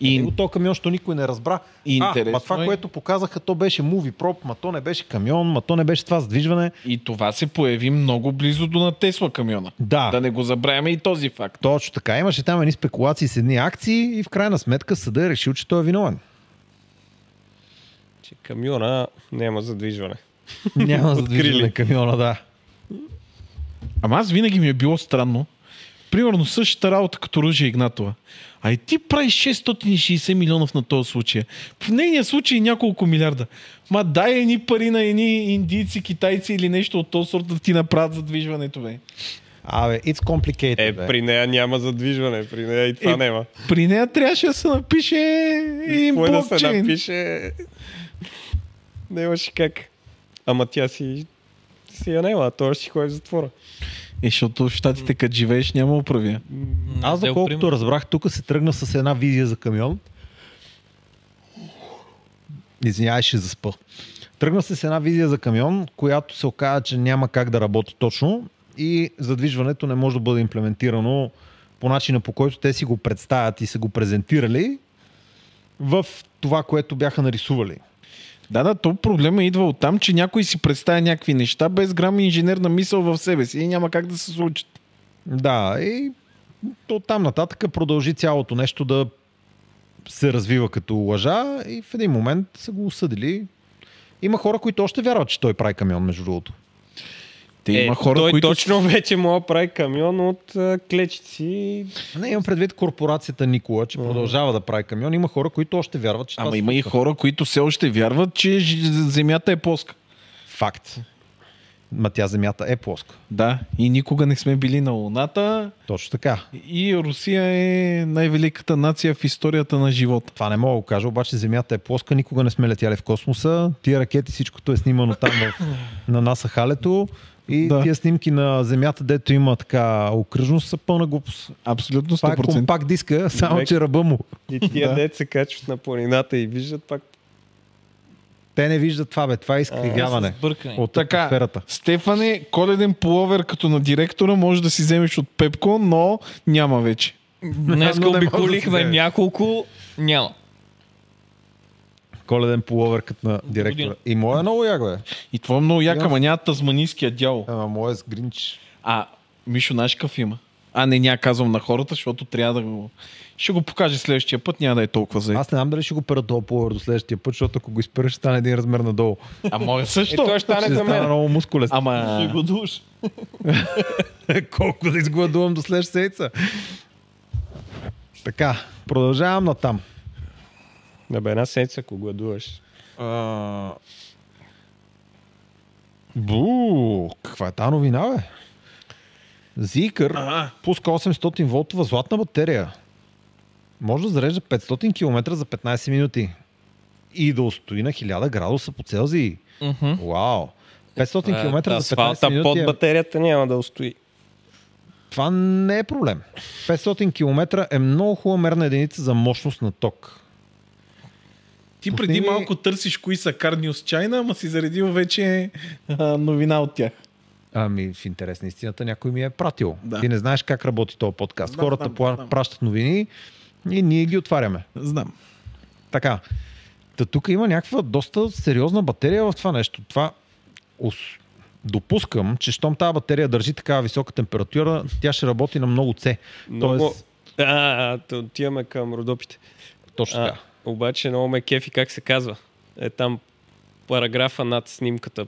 Speaker 3: и
Speaker 4: И
Speaker 3: него то камион, що никой не разбра.
Speaker 4: И
Speaker 3: а,
Speaker 4: интересно
Speaker 3: ма това,
Speaker 4: е-
Speaker 3: което показаха, то беше муви проб, ма то не беше камион, ма то не беше това задвижване.
Speaker 4: И това се появи много близо до на Тесла камиона.
Speaker 3: Да.
Speaker 4: Да не го забравяме и този факт.
Speaker 3: Точно така. Имаше там едни спекулации с едни акции и в крайна сметка съда е решил, че той е виновен.
Speaker 5: Че камиона няма задвижване.
Speaker 3: Няма задвижване на камиона, да.
Speaker 4: Ама аз винаги ми е било странно. Примерно същата работа като Ружа Игнатова. А и ти правиш 660 милионов на този случай. В нейния случай няколко милиарда. Ма дай едни пари на едни индийци, китайци или нещо от този сорт да ти направят задвижването, бе.
Speaker 3: Абе, it's complicated,
Speaker 5: Е,
Speaker 3: бе.
Speaker 5: при нея няма задвижване, при нея и това
Speaker 4: Е,
Speaker 5: няма.
Speaker 4: При нея трябваше да се напише един
Speaker 5: Кое да се
Speaker 4: блокчейн.
Speaker 5: напише... Не имаше как. Ама тя си... Си я няма, а той ще си ходи в затвора.
Speaker 4: Е, защото в щатите, къде живееш, няма управя.
Speaker 3: Аз,
Speaker 8: Дел
Speaker 3: доколкото
Speaker 8: пример.
Speaker 3: разбрах, тук се тръгна с една визия за камион. Извинявай, ще заспа. Тръгна се с една визия за камион, която се оказа, че няма как да работи точно и задвижването не може да бъде имплементирано по начина по който те си го представят и са го презентирали в това, което бяха нарисували.
Speaker 4: Да, да, то проблема идва от там, че някой си представя някакви неща без грам инженерна мисъл в себе си и няма как да се случат.
Speaker 3: Да, и от там нататък продължи цялото нещо да се развива като лъжа и в един момент са го осъдили. Има хора, които още вярват, че той прави камион, между другото.
Speaker 4: Те
Speaker 5: Е,
Speaker 4: има хора,
Speaker 5: той
Speaker 4: които...
Speaker 5: точно вече мога да прави камион от а, клечици.
Speaker 3: Не, имам предвид корпорацията Никола, че продължава да прави камион. Има хора, които още вярват, че това
Speaker 4: Ама
Speaker 3: се
Speaker 4: има и
Speaker 3: случва.
Speaker 4: хора, които все още вярват, че ж- земята е плоска.
Speaker 3: Факт. Ма тя земята е плоска.
Speaker 4: Да, и никога не сме били на Луната
Speaker 3: Точно така.
Speaker 4: и Русия е най-великата нация в историята на живота.
Speaker 3: Това не мога да го кажа, обаче земята е плоска, никога не сме летяли в космоса. Тия ракети, всичкото е снимано там в, на НАСА халето. И да.
Speaker 4: Да.
Speaker 3: тия снимки на земята, дето има така окръжност, са пълна глупост.
Speaker 4: Абсолютно
Speaker 3: Това е
Speaker 4: 100%.
Speaker 3: компакт диска, само
Speaker 5: Добре.
Speaker 3: че ръба му.
Speaker 5: И тия
Speaker 4: Да.
Speaker 5: деца се качват на планината и виждат пак.
Speaker 3: Те не виждат това, бе. Това е изкривяване
Speaker 8: Бъркане.
Speaker 3: от атмосферата.
Speaker 4: Стефане, коледен пуловер като на директора може да си вземеш от Пепко, но няма вече.
Speaker 8: Днес
Speaker 3: Но не може да се
Speaker 8: обиколихме
Speaker 3: вземе.
Speaker 8: няколко. Няма.
Speaker 3: Коледен пуловер като на директора.
Speaker 8: Година.
Speaker 3: И моя е много яго е.
Speaker 4: И това е много яка, ама няма тазманийския дяло.
Speaker 3: Ама моя е с гринч.
Speaker 4: А, Мишо, знаеш какъв има? А, не, няма казвам на хората, защото трябва да го... Ще го покажа следващия път, няма да е толкова за...
Speaker 3: Аз не знам дали ще го пера този пуловер до следващия път, защото ако го изпереш, ще стане един размер надолу.
Speaker 4: А моя
Speaker 5: Е,
Speaker 4: също.
Speaker 5: той ще стане
Speaker 3: Ще
Speaker 5: за
Speaker 3: стане
Speaker 5: мен.
Speaker 3: много мускулест.
Speaker 4: Ама...
Speaker 8: Ще го душ.
Speaker 3: Колко да изгладувам до следващата седмица. Така, продължавам натам.
Speaker 5: Да бе, една седмица, ако гладуваш.
Speaker 4: А,
Speaker 3: Бу, каква е тази новина, бе? Зикър пуска 800 волтова златна батерия. Може да зарежда 500 км за 15 минути. И да устои на 1000 градуса по Целзий.
Speaker 8: Мгм.
Speaker 3: Вау! 500 км за 15
Speaker 10: Е, Асфалта
Speaker 3: минути.
Speaker 10: под
Speaker 3: Е...
Speaker 5: Батерията няма да устои.
Speaker 3: Това не е проблем. 500 км е много хубава мерна единица за мощност на ток.
Speaker 4: Ти
Speaker 3: Пусни
Speaker 4: преди
Speaker 3: ми-
Speaker 4: малко търсиш кои са Card News China, ама си заредил вече а, новина от тях.
Speaker 3: Ами, в интерес на истината някой ми е пратил.
Speaker 4: Да.
Speaker 3: Ти не знаеш как работи този подкаст.
Speaker 4: Знам,
Speaker 3: Хората
Speaker 4: знам,
Speaker 3: пла-
Speaker 4: знам.
Speaker 3: пращат новини и ние ги отваряме.
Speaker 4: Знам.
Speaker 3: Така. Та тук има някаква доста сериозна батерия в това нещо. Това ос- допускам, че щом тази батерия държи такава висока температура, тя ще работи на много C.
Speaker 5: Много...
Speaker 3: Тоест,
Speaker 5: А, а, то отиваме към Родопите.
Speaker 3: точно
Speaker 5: А,
Speaker 3: така.
Speaker 5: обаче много ме кефи как се казва. Е там параграфа над снимката.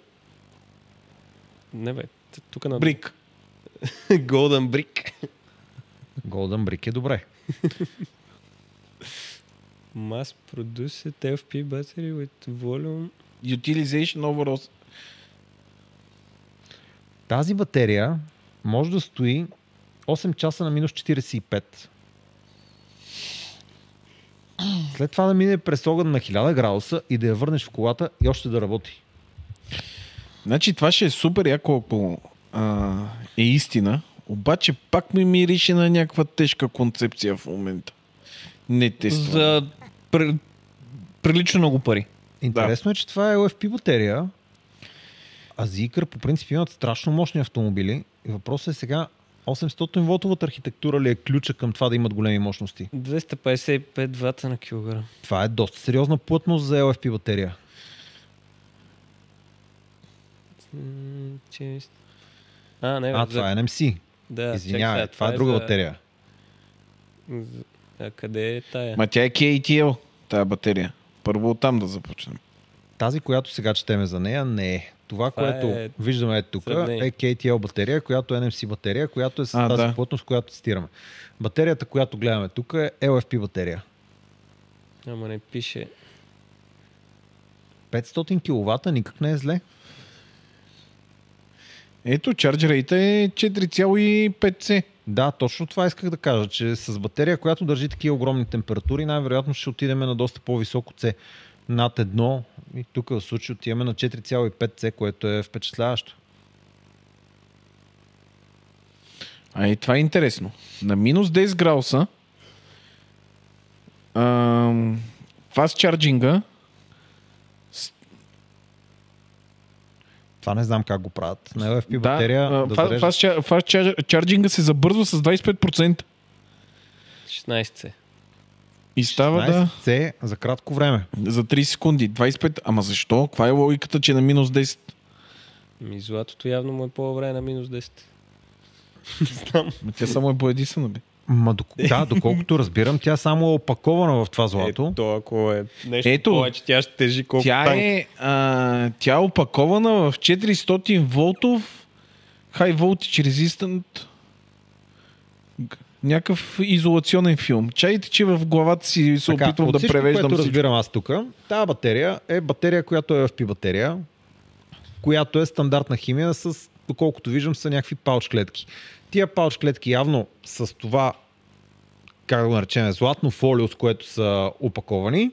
Speaker 5: Не бе, т- тук на...
Speaker 4: Брик.
Speaker 5: Golden Brick.
Speaker 3: Golden Brick е добре.
Speaker 5: Mass Produced FP Battery with Volume.
Speaker 4: Utilization overall.
Speaker 3: Тази батерия може да стои 8 часа на минус 45. След това да мине през огън на 1000 градуса и да я върнеш в колата и още да работи.
Speaker 4: Значи това ще е супер яко, ако а, е истина. Обаче пак ми мирише на някаква тежка концепция в момента. Не тествам.
Speaker 8: За пр- прилично много пари.
Speaker 3: Интересно е, че това е LFP батерия, а Zikr по принцип имат страшно мощни автомобили. И въпросът е сега 800 волтовата архитектура ли е ключа към това да имат големи мощности?
Speaker 5: 255 вата на килограм.
Speaker 3: Това е доста сериозна плътност за LFP батерия.
Speaker 5: М, че- А, не,
Speaker 3: А, това е NMC.
Speaker 5: Да,
Speaker 3: Извинявай, това е друга батерия.
Speaker 5: За... А къде е тая?
Speaker 4: Ма тя е KTL, тая батерия. Първо оттам да започнем.
Speaker 3: Тази, която сега четеме за нея, не е. Това,
Speaker 5: Това
Speaker 3: което
Speaker 5: е
Speaker 3: виждаме е тук, е
Speaker 5: сравнение.
Speaker 3: KTL батерия, която е NMC батерия, която е с
Speaker 4: А,
Speaker 3: тази
Speaker 4: да.
Speaker 3: плътност, която цитираме. Батерията, която гледаме тук е LFP батерия.
Speaker 5: Ама не пише.
Speaker 3: 500 кВт никак не е зле.
Speaker 4: Ето, чарджерите е 4,5C.
Speaker 3: Да, точно това исках да кажа, че с батерия, която държи такива огромни температури, най-вероятно ще отидем на доста по-високо C. Над едно и тук в случай отиваме на 4,5C, което е впечатляващо.
Speaker 4: А и това е интересно. На минус 10 градуса ам, фаст чарджинга
Speaker 3: Това не знам как го правят. На LFP
Speaker 4: да,
Speaker 3: батерия
Speaker 4: а,
Speaker 3: да
Speaker 4: фа-
Speaker 3: зарежда-
Speaker 4: фаст, чар- фаст чар- чарджинга се забързва с 25%
Speaker 5: 16.
Speaker 4: и става да,
Speaker 3: 16C за кратко време.
Speaker 4: за 3 секунди. 25, ама защо? Каква е логиката, че е на минус 10?
Speaker 5: Ми златото явно му е по-добре на минус 10.
Speaker 4: Ма тя само е поедисана, бе.
Speaker 3: Ма, док- да, доколкото разбирам, тя само е опакована в това
Speaker 5: Е,
Speaker 3: злато.
Speaker 5: то ако е нещо
Speaker 4: Ето.
Speaker 5: Ето. повече, тя ще тежи колко
Speaker 4: Тя
Speaker 5: танк.
Speaker 4: е, а, тя е опакована в 400 волтов High Voltage Resistant г- някакъв изолационен филм. Чайте, че в главата си се
Speaker 3: Така,
Speaker 4: опитвам
Speaker 3: от
Speaker 4: да
Speaker 3: всичко,
Speaker 4: превеждам
Speaker 3: което
Speaker 4: всичко.
Speaker 3: разбирам аз тук, тази батерия е батерия, която е FP батерия, която е стандартна химия с, доколкото виждам, са някакви пауч клетки. Тия пауч клетки явно с това, как да го наречем, златно фолио, с което са опаковани,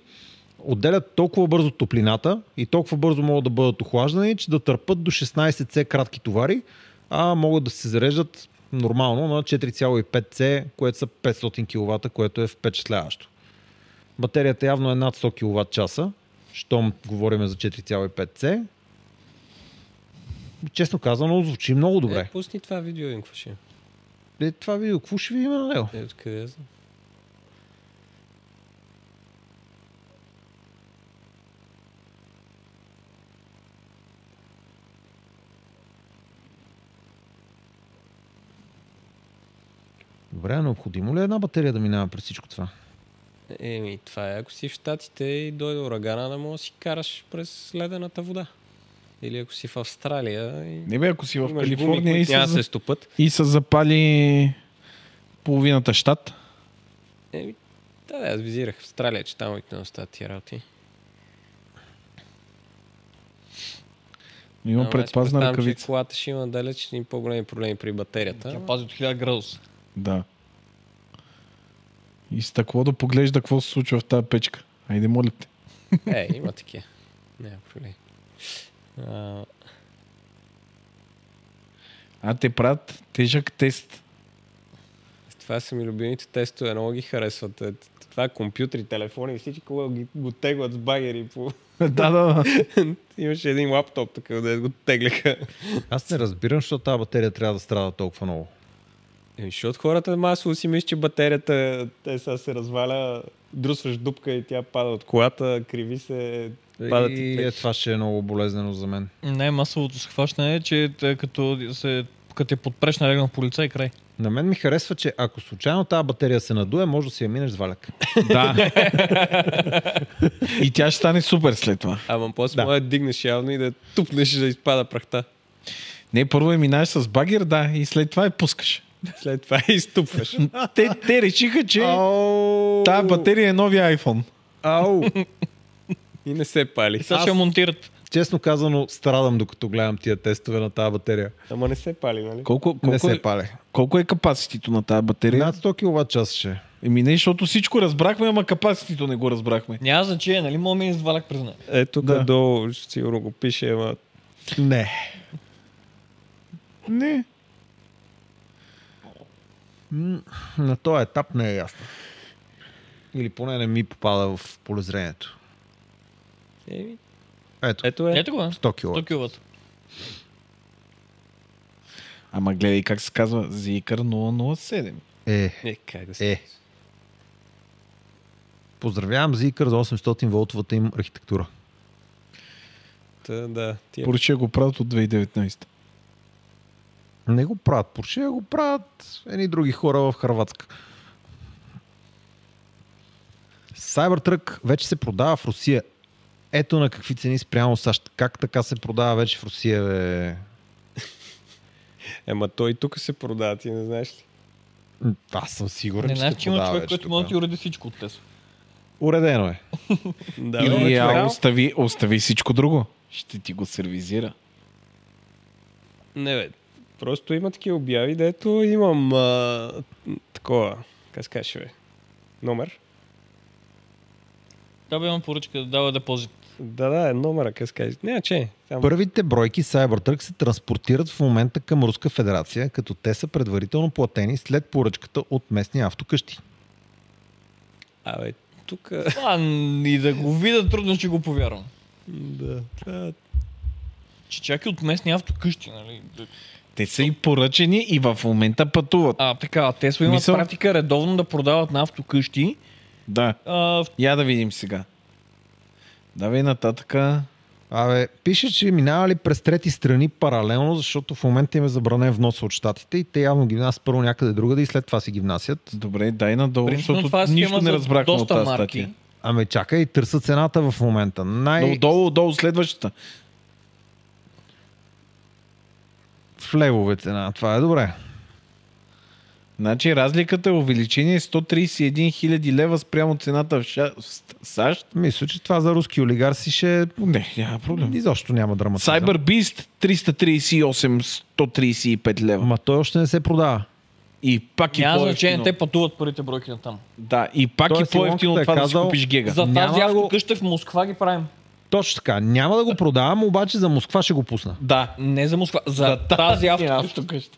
Speaker 3: отделят толкова бързо топлината и толкова бързо могат да бъдат охлаждани, че да търпат до 16C кратки товари, а могат да се зареждат нормално на 4,5C, което са 500 кВт, което е впечатляващо. Батерията явно е над 100 кВт часа, щом говорим за 4,5C. Честно казано, звучи много
Speaker 5: Е,
Speaker 3: добре.
Speaker 5: пусни това видео, Инко, ще.
Speaker 3: Е, това видео, какво ще видим на него?
Speaker 5: Е, откъде я знам.
Speaker 3: Добре, а необходимо ли е една батерия да минава през всичко това?
Speaker 5: Еми, това е ако си в Штатите и дойде урагана, да може да си караш през ледената вода. Или ако си в Австралия и...
Speaker 4: Не бе, ако си в
Speaker 5: имаш гуми,
Speaker 4: Калифорния и
Speaker 5: които
Speaker 4: са,
Speaker 5: няма да
Speaker 4: за-
Speaker 5: се стопът.
Speaker 4: и са запали половината щат,
Speaker 5: Е,
Speaker 10: Еми, да, да, аз визирах Австралия, че там обикновено стават тия работи.
Speaker 4: Има
Speaker 10: Ама аз си
Speaker 4: предпазна
Speaker 10: представям, че
Speaker 4: ръкавица.
Speaker 10: Колата ще има далечни по-големи проблеми при батерията.
Speaker 8: Тя пази от 1000 градуса.
Speaker 4: Да. И стъкло да поглежда какво се случва в тази печка. Айде, моля те.
Speaker 10: Е, има такива. Няма проблем. А,
Speaker 4: А те правят тежък тест.
Speaker 10: това са ми любимите тестове, много ги харесват. Е, Това компютри, телефони и всички го, ги- го теглят с багери. По...
Speaker 4: да, да, да.
Speaker 10: Имаше един лаптоп така, да го тегляха.
Speaker 3: Аз не разбирам, защото тази батерия трябва да страда толкова много.
Speaker 10: Еми, защото хората масово си мислят, че батерията те сега се разваля, друсваш дупка и тя пада от колата, криви се, пада ти
Speaker 3: И е, това ще е много болезнено за мен.
Speaker 8: Най-масовото схващане е, че те, като се като е подпреш на легнал полица и край.
Speaker 3: На мен ми харесва, че ако случайно тази батерия се надуе, може да си я минеш с валяк.
Speaker 4: да. и тя ще стане супер след това.
Speaker 10: Ама после да. може да дигнеш явно и да тупнеш да изпада прахта.
Speaker 4: Не, първо я минаеш с багер, да, и след това я пускаш.
Speaker 10: След това и изтупваш.
Speaker 4: Те, те решиха, че тази батерия е новия iPhone.
Speaker 3: Ау!
Speaker 10: и не се пали.
Speaker 8: Е, Сега ще я монтират.
Speaker 3: Честно казано, страдам докато гледам тия тестове на тази батерия.
Speaker 10: Ама не се пали, нали?
Speaker 4: Колко,
Speaker 3: Не
Speaker 4: колко,
Speaker 3: се
Speaker 4: е,
Speaker 3: пале.
Speaker 4: колко е капаситито на тази батерия?
Speaker 3: Над 100 кВт час ще. е.
Speaker 4: Еми не, защото всичко разбрахме, ама капаситито не го разбрахме.
Speaker 8: Няма значение, нали? Мога да мине с валяк през нея.
Speaker 10: Е, тук да. долу сигурно го пише, ама
Speaker 3: Не.
Speaker 4: Не.
Speaker 3: М, На този етап не е ясно. Или поне не ми попада в полезрението.
Speaker 10: Еми.
Speaker 3: Ето,
Speaker 10: ето е.
Speaker 8: Ето го, е.
Speaker 3: 100 кВт.
Speaker 8: 100 киловата.
Speaker 4: Ама гледай как се казва, Zikr 007.
Speaker 3: Е,
Speaker 10: Е, как да се.
Speaker 3: е. Поздравявам Zikr за 800 волтовата им архитектура.
Speaker 10: Та, да, тия
Speaker 4: Поръча го правят от 2019.
Speaker 3: Не го правят Порше, а го правят едни други хора в Харватска. Cybertruck вече се продава в Русия. Ето на какви цени спрямо САЩ. Как така се продава вече в Русия, бе?
Speaker 10: Ема той тук се продава, ти не знаеш ли?
Speaker 3: М, Аз съм сигурен,
Speaker 8: Не
Speaker 3: че
Speaker 8: знаеш,
Speaker 3: се
Speaker 8: че има
Speaker 3: продава
Speaker 8: човек,
Speaker 3: вече
Speaker 8: който
Speaker 3: тук.
Speaker 8: може да ти уреди всичко от Тесла.
Speaker 3: Уредено е.
Speaker 10: Да,
Speaker 4: И
Speaker 10: бе.
Speaker 4: а, остави, остави всичко друго. Ще ти го сервизира.
Speaker 10: Не, бе. Просто има такива обяви, дето имам а, такова, как се каже, бе, номер.
Speaker 8: Тя бе има поръчка да дава депозит.
Speaker 10: Да, да, е номера, как се каже. Няма че. Там...
Speaker 3: Първите бройки Cybertruck се транспортират в момента към Руска федерация, като те са предварително платени след поръчката от местни автокъщи.
Speaker 10: Абе, тук...
Speaker 8: А, и да го видя, трудно ще го повярвам.
Speaker 10: да. това-
Speaker 8: Че чакай от местни автокъщи, нали?
Speaker 4: Те са и поръчени и в момента пътуват.
Speaker 8: А, така, Тесла имат
Speaker 4: Мисъл?
Speaker 8: практика редовно да продават на автокъщи.
Speaker 4: Да.
Speaker 8: А,
Speaker 4: Я да видим сега. Давай нататъка.
Speaker 3: Абе, пише, че минавали през трети страни паралелно, защото в момента им е забранен внос от щатите и те явно ги внасят първо някъде другаде и след това си ги внасят.
Speaker 4: Добре, дай надолу,
Speaker 8: Принципно
Speaker 4: защото
Speaker 8: това е схема
Speaker 4: нищо не
Speaker 8: за
Speaker 4: разбрахме от
Speaker 8: доста
Speaker 4: тази
Speaker 8: марки.
Speaker 4: статия.
Speaker 3: Ами чакай, търсят цената в момента.
Speaker 4: Долу,
Speaker 3: Най...
Speaker 4: долу, долу, следващата.
Speaker 3: В левове цена. Това е добре.
Speaker 4: Значи разликата е увеличение 131 000 лева спрямо цената в, ша... в Ст- САЩ.
Speaker 3: Мисля, че това за руски олигарси ще...
Speaker 4: Не, няма проблем.
Speaker 3: Изобщо няма драматизъм.
Speaker 4: Cyber Beast 338 135 лева.
Speaker 3: Ма той още не се продава.
Speaker 4: И пак и
Speaker 8: няма
Speaker 4: по-ефтино.
Speaker 8: значение, те пътуват първите бройки на там.
Speaker 4: Да, и пак
Speaker 3: Той
Speaker 4: и
Speaker 3: Симонката
Speaker 4: по-ефтино от
Speaker 3: е
Speaker 4: това да
Speaker 3: казал-
Speaker 4: си купиш гега.
Speaker 8: За
Speaker 3: няма
Speaker 8: тази
Speaker 3: да го-
Speaker 8: автокъща в Москва ги правим.
Speaker 3: Точно така. Няма да го продавам, обаче за Москва ще го пусна.
Speaker 4: Да.
Speaker 8: Не за Москва, за, тази автокъща.